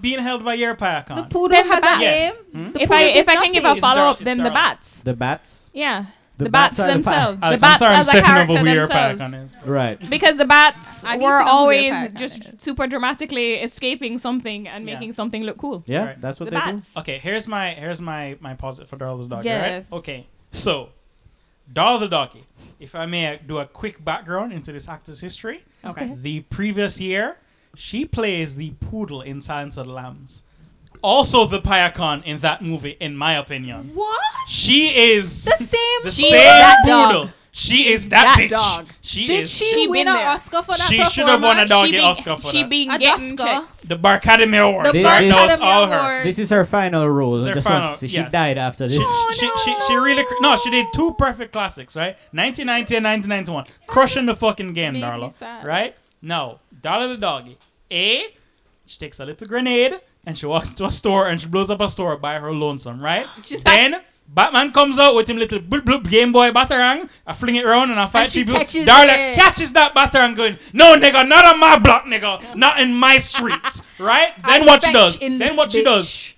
[SPEAKER 4] being held by your Payakon.
[SPEAKER 3] the poodle
[SPEAKER 1] Then the
[SPEAKER 3] has a
[SPEAKER 1] bat.
[SPEAKER 3] name.
[SPEAKER 2] Hmm?
[SPEAKER 3] The
[SPEAKER 1] If I
[SPEAKER 3] poodle
[SPEAKER 1] if
[SPEAKER 3] did
[SPEAKER 1] I can give
[SPEAKER 3] nothing.
[SPEAKER 1] a
[SPEAKER 4] It's Dar-
[SPEAKER 1] follow up,
[SPEAKER 4] it's
[SPEAKER 1] then the
[SPEAKER 4] Darla.
[SPEAKER 1] bats.
[SPEAKER 2] The bats.
[SPEAKER 1] Yeah,
[SPEAKER 2] The
[SPEAKER 1] the, bats,
[SPEAKER 2] are the pa-
[SPEAKER 1] themselves. The,
[SPEAKER 4] Alex, I'm
[SPEAKER 1] bats
[SPEAKER 4] sorry, I'm
[SPEAKER 1] as a
[SPEAKER 4] stepping over
[SPEAKER 1] character
[SPEAKER 4] who your
[SPEAKER 1] themselves.
[SPEAKER 4] Payakon is.
[SPEAKER 2] Right.
[SPEAKER 1] Because the bats
[SPEAKER 3] I need to
[SPEAKER 1] were
[SPEAKER 3] know who your
[SPEAKER 1] always
[SPEAKER 3] parent
[SPEAKER 1] just
[SPEAKER 3] is.
[SPEAKER 1] super dramatically escaping something and
[SPEAKER 4] Yeah.
[SPEAKER 1] making something look cool.
[SPEAKER 2] Yeah,
[SPEAKER 4] Right.
[SPEAKER 2] that's what
[SPEAKER 1] The
[SPEAKER 2] they do.
[SPEAKER 1] bats.
[SPEAKER 4] Okay, here's my here's my my posit for Darla the Doggy,
[SPEAKER 3] Yeah.
[SPEAKER 4] right? Okay. So Darla the Doggy, if I may do a quick background into this actor's history.
[SPEAKER 3] Okay.
[SPEAKER 4] The previous year, she plays the poodle in Silence of the Lambs. Also the Payakon in that movie, in my opinion.
[SPEAKER 3] What?
[SPEAKER 4] She is
[SPEAKER 3] The same.
[SPEAKER 4] the
[SPEAKER 3] she
[SPEAKER 4] same
[SPEAKER 3] is that dog.
[SPEAKER 4] poodle. She is that,
[SPEAKER 1] that
[SPEAKER 4] bitch.
[SPEAKER 1] dog.
[SPEAKER 4] She
[SPEAKER 3] Did
[SPEAKER 4] is
[SPEAKER 3] she,
[SPEAKER 1] she
[SPEAKER 3] win
[SPEAKER 1] been
[SPEAKER 3] an
[SPEAKER 1] there.
[SPEAKER 3] Oscar for that
[SPEAKER 4] She
[SPEAKER 3] performance?
[SPEAKER 4] should have won a doggy
[SPEAKER 1] being-
[SPEAKER 4] Oscar for
[SPEAKER 1] she
[SPEAKER 4] that.
[SPEAKER 1] being
[SPEAKER 3] An
[SPEAKER 1] getting
[SPEAKER 3] Oscar?
[SPEAKER 1] checked.
[SPEAKER 4] the Barcademy Award.
[SPEAKER 3] The
[SPEAKER 2] This-
[SPEAKER 4] that
[SPEAKER 2] this-
[SPEAKER 4] was
[SPEAKER 3] Academy
[SPEAKER 4] all her.
[SPEAKER 3] Award.
[SPEAKER 2] This is her final role.
[SPEAKER 4] It's her
[SPEAKER 2] Just want to
[SPEAKER 4] final-
[SPEAKER 2] say She
[SPEAKER 4] yes.
[SPEAKER 2] died after this.
[SPEAKER 3] Oh.
[SPEAKER 4] She, she, she, she really cr- no she did two perfect classics right 1990 and 1991 crushing the fucking game
[SPEAKER 3] made me
[SPEAKER 4] Darla
[SPEAKER 3] sad.
[SPEAKER 4] right no Darla the doggy eh she takes a little grenade and she walks to a store and she blows up a store by her lonesome right
[SPEAKER 3] She's
[SPEAKER 4] then Batman comes out with him little bloop bloop Game Boy Batarang. I fling it around and I fight
[SPEAKER 3] she
[SPEAKER 4] people.
[SPEAKER 3] catches
[SPEAKER 4] Darla
[SPEAKER 3] it.
[SPEAKER 4] catches that Batarang going, No nigga, not on my block, nigga. Not in my streets. right? Then
[SPEAKER 3] I
[SPEAKER 4] what she
[SPEAKER 3] fetch
[SPEAKER 4] does.
[SPEAKER 3] in
[SPEAKER 4] Then
[SPEAKER 3] this
[SPEAKER 4] what she does.
[SPEAKER 3] bitch.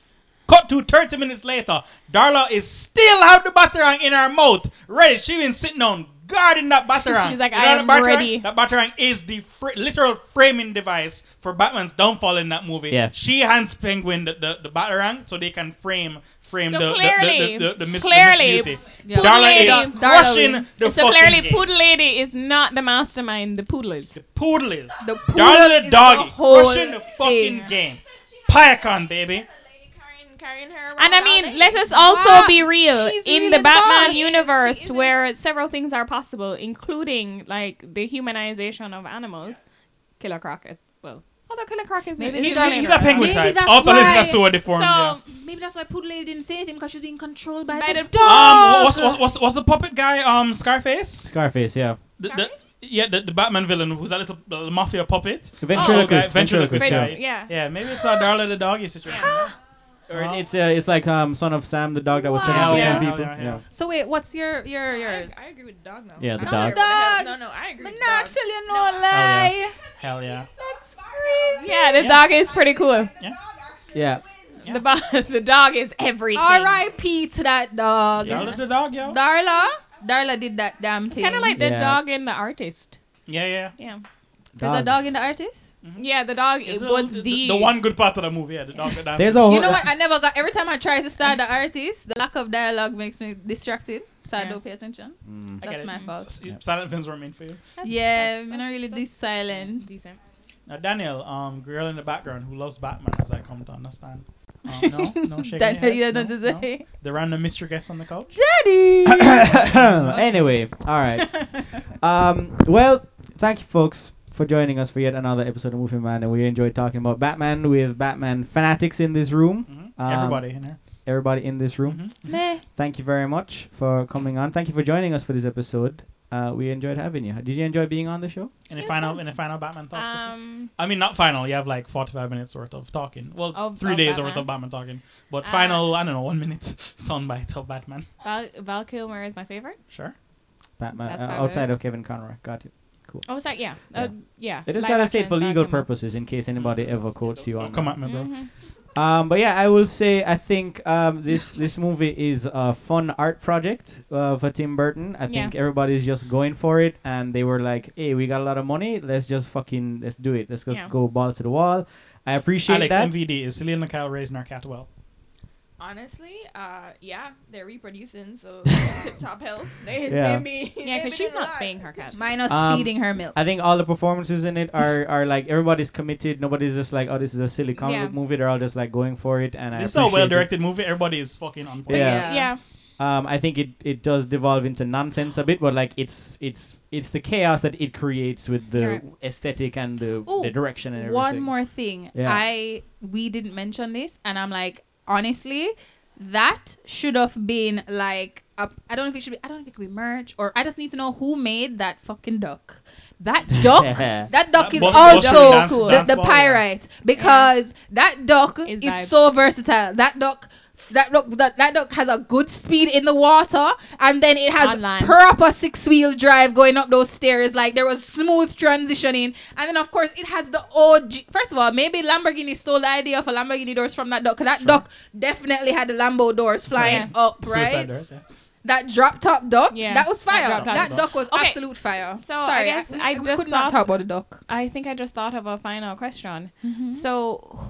[SPEAKER 4] Cut to 30 minutes later, Darla is still have the batarang in her mouth. Ready? She been sitting down guarding that batarang.
[SPEAKER 1] She's like,
[SPEAKER 4] You
[SPEAKER 1] "I
[SPEAKER 4] know
[SPEAKER 1] am
[SPEAKER 4] that batarang?
[SPEAKER 1] ready."
[SPEAKER 4] That batarang is the fr- literal framing device for Batman's downfall in that movie.
[SPEAKER 2] Yeah.
[SPEAKER 4] She hands Penguin the, the, the batarang so they can frame frame
[SPEAKER 1] So
[SPEAKER 4] the, the-
[SPEAKER 1] clearly-
[SPEAKER 4] the, the, the, the, Miss,
[SPEAKER 1] clearly,
[SPEAKER 4] the Miss Beauty.
[SPEAKER 3] Yeah.
[SPEAKER 4] Darla
[SPEAKER 1] Poodle
[SPEAKER 4] is
[SPEAKER 1] lady.
[SPEAKER 4] crushing
[SPEAKER 3] Darla
[SPEAKER 4] the
[SPEAKER 3] wins.
[SPEAKER 1] so
[SPEAKER 4] fucking
[SPEAKER 1] clearly,
[SPEAKER 4] game.
[SPEAKER 1] Poodle Lady is not the mastermind. The poodle is.
[SPEAKER 4] Poodle is.
[SPEAKER 3] The poodle
[SPEAKER 4] Darla
[SPEAKER 3] is
[SPEAKER 4] the
[SPEAKER 3] the
[SPEAKER 4] doggy
[SPEAKER 3] whole
[SPEAKER 4] crushing the fucking
[SPEAKER 3] thing.
[SPEAKER 4] game. Pyacon, baby.
[SPEAKER 1] And I mean, let us also be real.
[SPEAKER 3] She's
[SPEAKER 1] in
[SPEAKER 3] really
[SPEAKER 1] the
[SPEAKER 3] the
[SPEAKER 1] Batman
[SPEAKER 3] boss.
[SPEAKER 5] She
[SPEAKER 1] universe,
[SPEAKER 5] is a-
[SPEAKER 1] where several things are possible, including like the humanization of animals, Killer Croc. is- Well, although Killer Croc is
[SPEAKER 3] Maybe
[SPEAKER 1] is
[SPEAKER 4] He's,
[SPEAKER 3] Darla
[SPEAKER 1] done
[SPEAKER 4] he's
[SPEAKER 1] it
[SPEAKER 4] a
[SPEAKER 1] right.
[SPEAKER 4] penguin
[SPEAKER 3] Maybe
[SPEAKER 4] type.
[SPEAKER 3] that's
[SPEAKER 4] Also, this is a
[SPEAKER 3] why-
[SPEAKER 4] sewer deform.
[SPEAKER 1] So
[SPEAKER 4] yeah.
[SPEAKER 3] Um, Maybe that's why Poodle Lady didn't say anything because she was being controlled by,
[SPEAKER 1] By
[SPEAKER 3] the,
[SPEAKER 1] the-
[SPEAKER 3] dog.
[SPEAKER 4] Um, what's, what's, what's, what's the puppet guy? Um, Scarface.
[SPEAKER 2] Scarface, yeah.
[SPEAKER 4] The, the, yeah, the, the Batman villain who's that little uh, mafia puppet.
[SPEAKER 2] Ventriloquist.
[SPEAKER 4] Oh, guy-
[SPEAKER 2] ventriloquist,
[SPEAKER 4] ventriloquist,
[SPEAKER 2] yeah.
[SPEAKER 1] Ven- yeah.
[SPEAKER 4] Yeah, maybe it's not Darla the doggy situation.
[SPEAKER 2] Or it- it's uh, it's like um, son of Sam, the dog that was turned
[SPEAKER 3] Wow.
[SPEAKER 2] into
[SPEAKER 3] Yeah,
[SPEAKER 2] some
[SPEAKER 4] yeah, Oh,
[SPEAKER 2] people.
[SPEAKER 4] yeah,
[SPEAKER 2] Yeah,
[SPEAKER 4] yeah.
[SPEAKER 3] So wait, what's your your yours?
[SPEAKER 5] I, I agree with the dog now.
[SPEAKER 2] Yeah, the
[SPEAKER 5] I
[SPEAKER 2] dog.
[SPEAKER 5] don't care what the
[SPEAKER 3] Dog.
[SPEAKER 5] hell- No, no, I agree
[SPEAKER 3] But
[SPEAKER 5] with
[SPEAKER 3] not
[SPEAKER 5] the dog.
[SPEAKER 3] telling you no,
[SPEAKER 5] No,
[SPEAKER 3] lie.
[SPEAKER 4] Hell Oh, yeah.
[SPEAKER 3] That's crazy.
[SPEAKER 1] Yeah, the
[SPEAKER 4] Yeah.
[SPEAKER 1] dog is pretty cool.
[SPEAKER 2] yeah.
[SPEAKER 4] Yeah.
[SPEAKER 1] The bo- the dog is everything.
[SPEAKER 3] R.I.P. to that dog.
[SPEAKER 4] Darla the dog, yo.
[SPEAKER 3] Darla. Darla did that damn thing.
[SPEAKER 1] Kind of like the
[SPEAKER 2] Yeah.
[SPEAKER 1] dog in the artist.
[SPEAKER 4] Yeah, yeah.
[SPEAKER 1] Yeah.
[SPEAKER 3] There's a
[SPEAKER 2] Dogs.
[SPEAKER 3] dog in the artist.
[SPEAKER 5] Mm-hmm.
[SPEAKER 1] Yeah, the dog
[SPEAKER 4] It's
[SPEAKER 1] is
[SPEAKER 4] a-
[SPEAKER 1] was
[SPEAKER 4] the,
[SPEAKER 1] the,
[SPEAKER 4] the one good part of the movie. Yeah, the dog that
[SPEAKER 2] There's
[SPEAKER 4] dances.
[SPEAKER 2] a whole,
[SPEAKER 3] You know what? I never got. Every time I try to start the artist, the lack of dialogue makes me distracted, so I
[SPEAKER 1] Yeah.
[SPEAKER 3] don't pay attention.
[SPEAKER 2] Mm.
[SPEAKER 4] I get
[SPEAKER 3] That's
[SPEAKER 4] it.
[SPEAKER 3] my fault.
[SPEAKER 4] S- s- Silent films were meant for you.
[SPEAKER 1] That's-
[SPEAKER 3] Yeah,
[SPEAKER 1] that's-
[SPEAKER 3] I'm not really do
[SPEAKER 1] that's
[SPEAKER 3] silent.
[SPEAKER 1] decent.
[SPEAKER 4] Now, Daniel, um, girl in the background who loves Batman, as I come to understand. Um, no, no, shaking your
[SPEAKER 3] Daniel,
[SPEAKER 4] head.
[SPEAKER 3] you don't know
[SPEAKER 4] no,
[SPEAKER 3] to
[SPEAKER 4] no.
[SPEAKER 3] say.
[SPEAKER 4] The random mystery guest on the couch.
[SPEAKER 3] Daddy.
[SPEAKER 2] anyway, all right. Um, well, thank you, folks, for joining us for yet another episode of Movie Man, and we enjoyed talking about Batman with Batman fanatics in this room.
[SPEAKER 4] hmm
[SPEAKER 2] Um,
[SPEAKER 4] Everybody in here.
[SPEAKER 2] Everybody in this room,
[SPEAKER 4] Mhm.
[SPEAKER 3] Meh.
[SPEAKER 2] thank you very much for coming on. Thank you for joining us for this episode. Uh, we enjoyed having you. Did you enjoy being on the show?
[SPEAKER 4] Any
[SPEAKER 1] It's
[SPEAKER 4] final,
[SPEAKER 1] fine.
[SPEAKER 4] any final Batman thoughts? Chrissy?
[SPEAKER 1] Um,
[SPEAKER 4] I mean, not final. You have like forty-five minutes worth of talking. Well,
[SPEAKER 1] Of-
[SPEAKER 4] three
[SPEAKER 1] of
[SPEAKER 4] days
[SPEAKER 1] Batman.
[SPEAKER 4] worth of Batman talking, but
[SPEAKER 1] Uh,
[SPEAKER 4] final, I don't know, one minute soundbite of Batman.
[SPEAKER 1] Val, Val Kilmer is my favorite.
[SPEAKER 4] Sure.
[SPEAKER 2] Batman
[SPEAKER 1] That's
[SPEAKER 2] uh,
[SPEAKER 1] about
[SPEAKER 2] outside
[SPEAKER 1] it.
[SPEAKER 2] of Kevin Conroy. Got you.
[SPEAKER 1] Oh, was that? Yeah.
[SPEAKER 2] Yeah.
[SPEAKER 1] Uh, yeah.
[SPEAKER 2] I just
[SPEAKER 1] Live
[SPEAKER 2] gotta
[SPEAKER 1] action
[SPEAKER 2] say it for
[SPEAKER 1] Val
[SPEAKER 2] legal
[SPEAKER 1] Kilmer.
[SPEAKER 2] purposes in case anybody ever quotes you
[SPEAKER 4] Don't
[SPEAKER 2] on.
[SPEAKER 4] Oh, come
[SPEAKER 2] that.
[SPEAKER 4] at me, bro.
[SPEAKER 1] Mhm.
[SPEAKER 2] Um, but yeah, I will say I think um, this this movie is a fun art project uh, for Tim Burton. I
[SPEAKER 1] Yeah.
[SPEAKER 2] think everybody's just going for it, and they were like, "Hey, we got a lot of money. Let's just fucking let's do it. Let's just
[SPEAKER 1] Yeah.
[SPEAKER 2] go balls to the wall." I appreciate
[SPEAKER 4] Alex
[SPEAKER 2] that.
[SPEAKER 4] MVD is Selena Kyle raising our Catwell.
[SPEAKER 5] Honestly, uh, yeah, they're reproducing, so tip top health. They,
[SPEAKER 2] Yeah.
[SPEAKER 5] they be,
[SPEAKER 1] Yeah,
[SPEAKER 5] they
[SPEAKER 1] because
[SPEAKER 5] be
[SPEAKER 1] she's
[SPEAKER 5] doing a
[SPEAKER 1] not
[SPEAKER 5] lot.
[SPEAKER 1] spaying her cat.
[SPEAKER 3] Minus
[SPEAKER 2] Um,
[SPEAKER 3] feeding her milk.
[SPEAKER 2] I think all the performances in it are, are like everybody's committed. Nobody's just like, "Oh, this is a silly comic
[SPEAKER 1] Yeah.
[SPEAKER 2] book movie." They're all just like going for it, and I
[SPEAKER 4] This is a
[SPEAKER 2] appreciate
[SPEAKER 4] well
[SPEAKER 2] it.
[SPEAKER 4] directed movie. Everybody is fucking on point.
[SPEAKER 2] Yeah.
[SPEAKER 1] Yeah.
[SPEAKER 2] Um, I think it, it does devolve into nonsense a bit, but like it's it's it's the chaos that it creates with the
[SPEAKER 1] Correct.
[SPEAKER 2] aesthetic and the,
[SPEAKER 3] Ooh,
[SPEAKER 2] the direction and everything.
[SPEAKER 3] One more thing.
[SPEAKER 2] Yeah.
[SPEAKER 3] I we didn't mention this, and I'm like, honestly, that should have been like I I don't know if it should be I don't know if it could be merch or I just need to know who made that fucking duck. That duck
[SPEAKER 1] Oh.
[SPEAKER 3] that duck
[SPEAKER 4] That
[SPEAKER 3] is
[SPEAKER 4] bus-
[SPEAKER 3] also
[SPEAKER 4] bus dance-
[SPEAKER 3] the,
[SPEAKER 4] dance
[SPEAKER 3] the
[SPEAKER 4] ball,
[SPEAKER 3] pyrite because that duck
[SPEAKER 1] Is
[SPEAKER 3] is,
[SPEAKER 1] vibe.
[SPEAKER 3] so versatile. That duck that duck that, that duck has a good speed in the water and then it has
[SPEAKER 1] Online.
[SPEAKER 3] proper six wheel drive going up those stairs. Like there was smooth transitioning. And then of course it has the OG first of all, maybe Lamborghini stole the idea for Lamborghini doors from that duck. 'cause that duck definitely had the Lambo doors flying up,
[SPEAKER 4] Suicide
[SPEAKER 3] right?
[SPEAKER 4] Doors, yeah.
[SPEAKER 3] That drop top duck,
[SPEAKER 1] Yeah.
[SPEAKER 3] that was fire.
[SPEAKER 1] That
[SPEAKER 3] That,
[SPEAKER 1] drop-top duck.
[SPEAKER 3] duck was
[SPEAKER 1] Okay,
[SPEAKER 3] absolute fire.
[SPEAKER 1] so I
[SPEAKER 3] Sorry,
[SPEAKER 1] guess
[SPEAKER 3] we,
[SPEAKER 1] I
[SPEAKER 3] we
[SPEAKER 1] just
[SPEAKER 3] could
[SPEAKER 1] thought-
[SPEAKER 3] not talk about the duck.
[SPEAKER 1] I think I just thought of a final question.
[SPEAKER 2] Hmm?
[SPEAKER 1] So,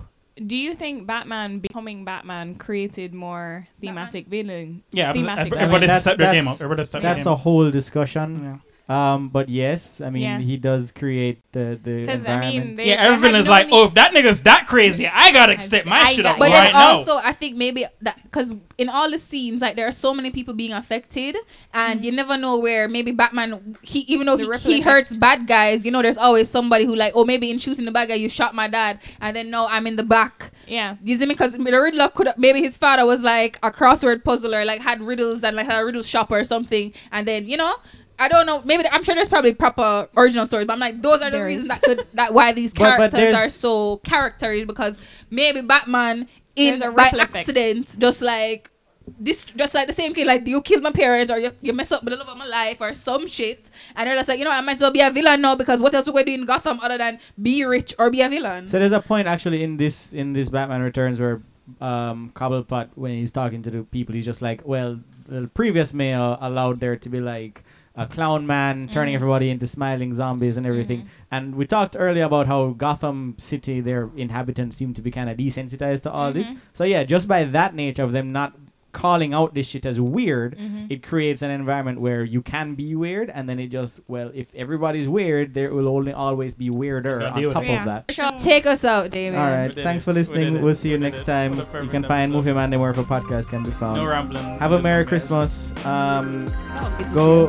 [SPEAKER 1] do you think Batman becoming Batman created more thematic
[SPEAKER 3] Batman's-
[SPEAKER 1] villain?
[SPEAKER 4] Yeah,
[SPEAKER 1] Thematic
[SPEAKER 4] everybody-
[SPEAKER 1] villain?
[SPEAKER 4] everybody
[SPEAKER 2] That's-
[SPEAKER 4] stepped their game
[SPEAKER 2] that's-
[SPEAKER 4] up. Everybody stepped their
[SPEAKER 2] That's
[SPEAKER 4] game
[SPEAKER 2] a
[SPEAKER 4] up.
[SPEAKER 2] whole discussion.
[SPEAKER 4] Yeah.
[SPEAKER 2] Um, but yes, I mean
[SPEAKER 1] Yeah.
[SPEAKER 2] he does create the the
[SPEAKER 1] Because I mean,
[SPEAKER 2] environment.
[SPEAKER 1] they,
[SPEAKER 4] Yeah,
[SPEAKER 1] they had
[SPEAKER 4] everyone is
[SPEAKER 1] no
[SPEAKER 4] like,
[SPEAKER 1] need-
[SPEAKER 4] oh, if that nigga's that crazy, I gotta step my
[SPEAKER 1] I
[SPEAKER 4] shit
[SPEAKER 1] got-
[SPEAKER 4] up
[SPEAKER 3] But
[SPEAKER 1] Why
[SPEAKER 4] right
[SPEAKER 3] then
[SPEAKER 4] now.
[SPEAKER 3] also, I think maybe that because in all the scenes, like there are so many people being affected, and you never know where maybe Batman. He even though
[SPEAKER 1] The
[SPEAKER 3] he,
[SPEAKER 1] ripple
[SPEAKER 3] he
[SPEAKER 1] effect.
[SPEAKER 3] hurts bad guys, you know, there's always somebody who like, oh, maybe in shooting the bad guy, you shot my dad, and then no, I'm in the back.
[SPEAKER 1] yeah,
[SPEAKER 3] You see me? Because the Riddler could maybe his father was like a crossword puzzler, like had riddles and like had a riddle shop or something, and then you know. I don't know. Maybe I'm sure there's probably proper original stories, but I'm like those are the
[SPEAKER 1] There is.
[SPEAKER 3] reasons that could that why these
[SPEAKER 2] But- but
[SPEAKER 3] characters
[SPEAKER 2] there's-
[SPEAKER 3] are so characters because maybe Batman in
[SPEAKER 1] There's a
[SPEAKER 3] by
[SPEAKER 1] ripple effect.
[SPEAKER 3] accident just like this just like the same thing like you killed my parents or you, you mess up with the love of my life or some shit and they're just like you know I might as well be a villain now because what else we gonna do in Gotham other than be rich or be a villain?
[SPEAKER 2] So there's a point actually in this in this Batman Returns where um, Cobblepot, when he's talking to the people, he's just like, well, the previous mayor allowed there to be like a clown man turning everybody into smiling zombies and everything. And we talked earlier about how Gotham City, their inhabitants seem to be kind of desensitized to all this.
[SPEAKER 1] Mhm.
[SPEAKER 2] So yeah, just by that nature of them not calling out this shit as weird, it creates an environment where you can be weird, and then it just well, if everybody's weird, there will only always be weirder
[SPEAKER 4] gotta
[SPEAKER 2] on
[SPEAKER 4] deal with
[SPEAKER 2] top
[SPEAKER 1] it. Yeah.
[SPEAKER 2] of that.
[SPEAKER 3] Take us out, David.
[SPEAKER 2] All
[SPEAKER 4] We
[SPEAKER 2] right.
[SPEAKER 4] did
[SPEAKER 2] Thanks
[SPEAKER 4] it.
[SPEAKER 2] for
[SPEAKER 4] We
[SPEAKER 2] listening.
[SPEAKER 4] did it.
[SPEAKER 2] we'll see you
[SPEAKER 4] We did
[SPEAKER 2] next
[SPEAKER 4] it.
[SPEAKER 2] time.
[SPEAKER 4] What a
[SPEAKER 2] You can
[SPEAKER 4] perfect
[SPEAKER 2] find Movie
[SPEAKER 4] episode.
[SPEAKER 2] Man where podcast can be found.
[SPEAKER 4] No rambling.
[SPEAKER 2] Have a
[SPEAKER 4] Just
[SPEAKER 2] Merry
[SPEAKER 4] guys.
[SPEAKER 2] Christmas. Um,
[SPEAKER 3] Oh, good to see you.
[SPEAKER 2] go,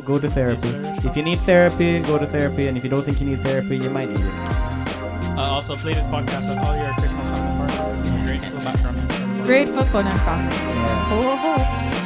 [SPEAKER 2] go, go to therapy.
[SPEAKER 4] Yes, sir.
[SPEAKER 2] If you need therapy, go to therapy, and if you don't think you need therapy, you might need it.
[SPEAKER 4] Uh, also, play this podcast on all your Christmas family parties. It's a Great little background. music.
[SPEAKER 3] Great for fun and family.
[SPEAKER 2] Yeah.
[SPEAKER 3] Ho ho ho.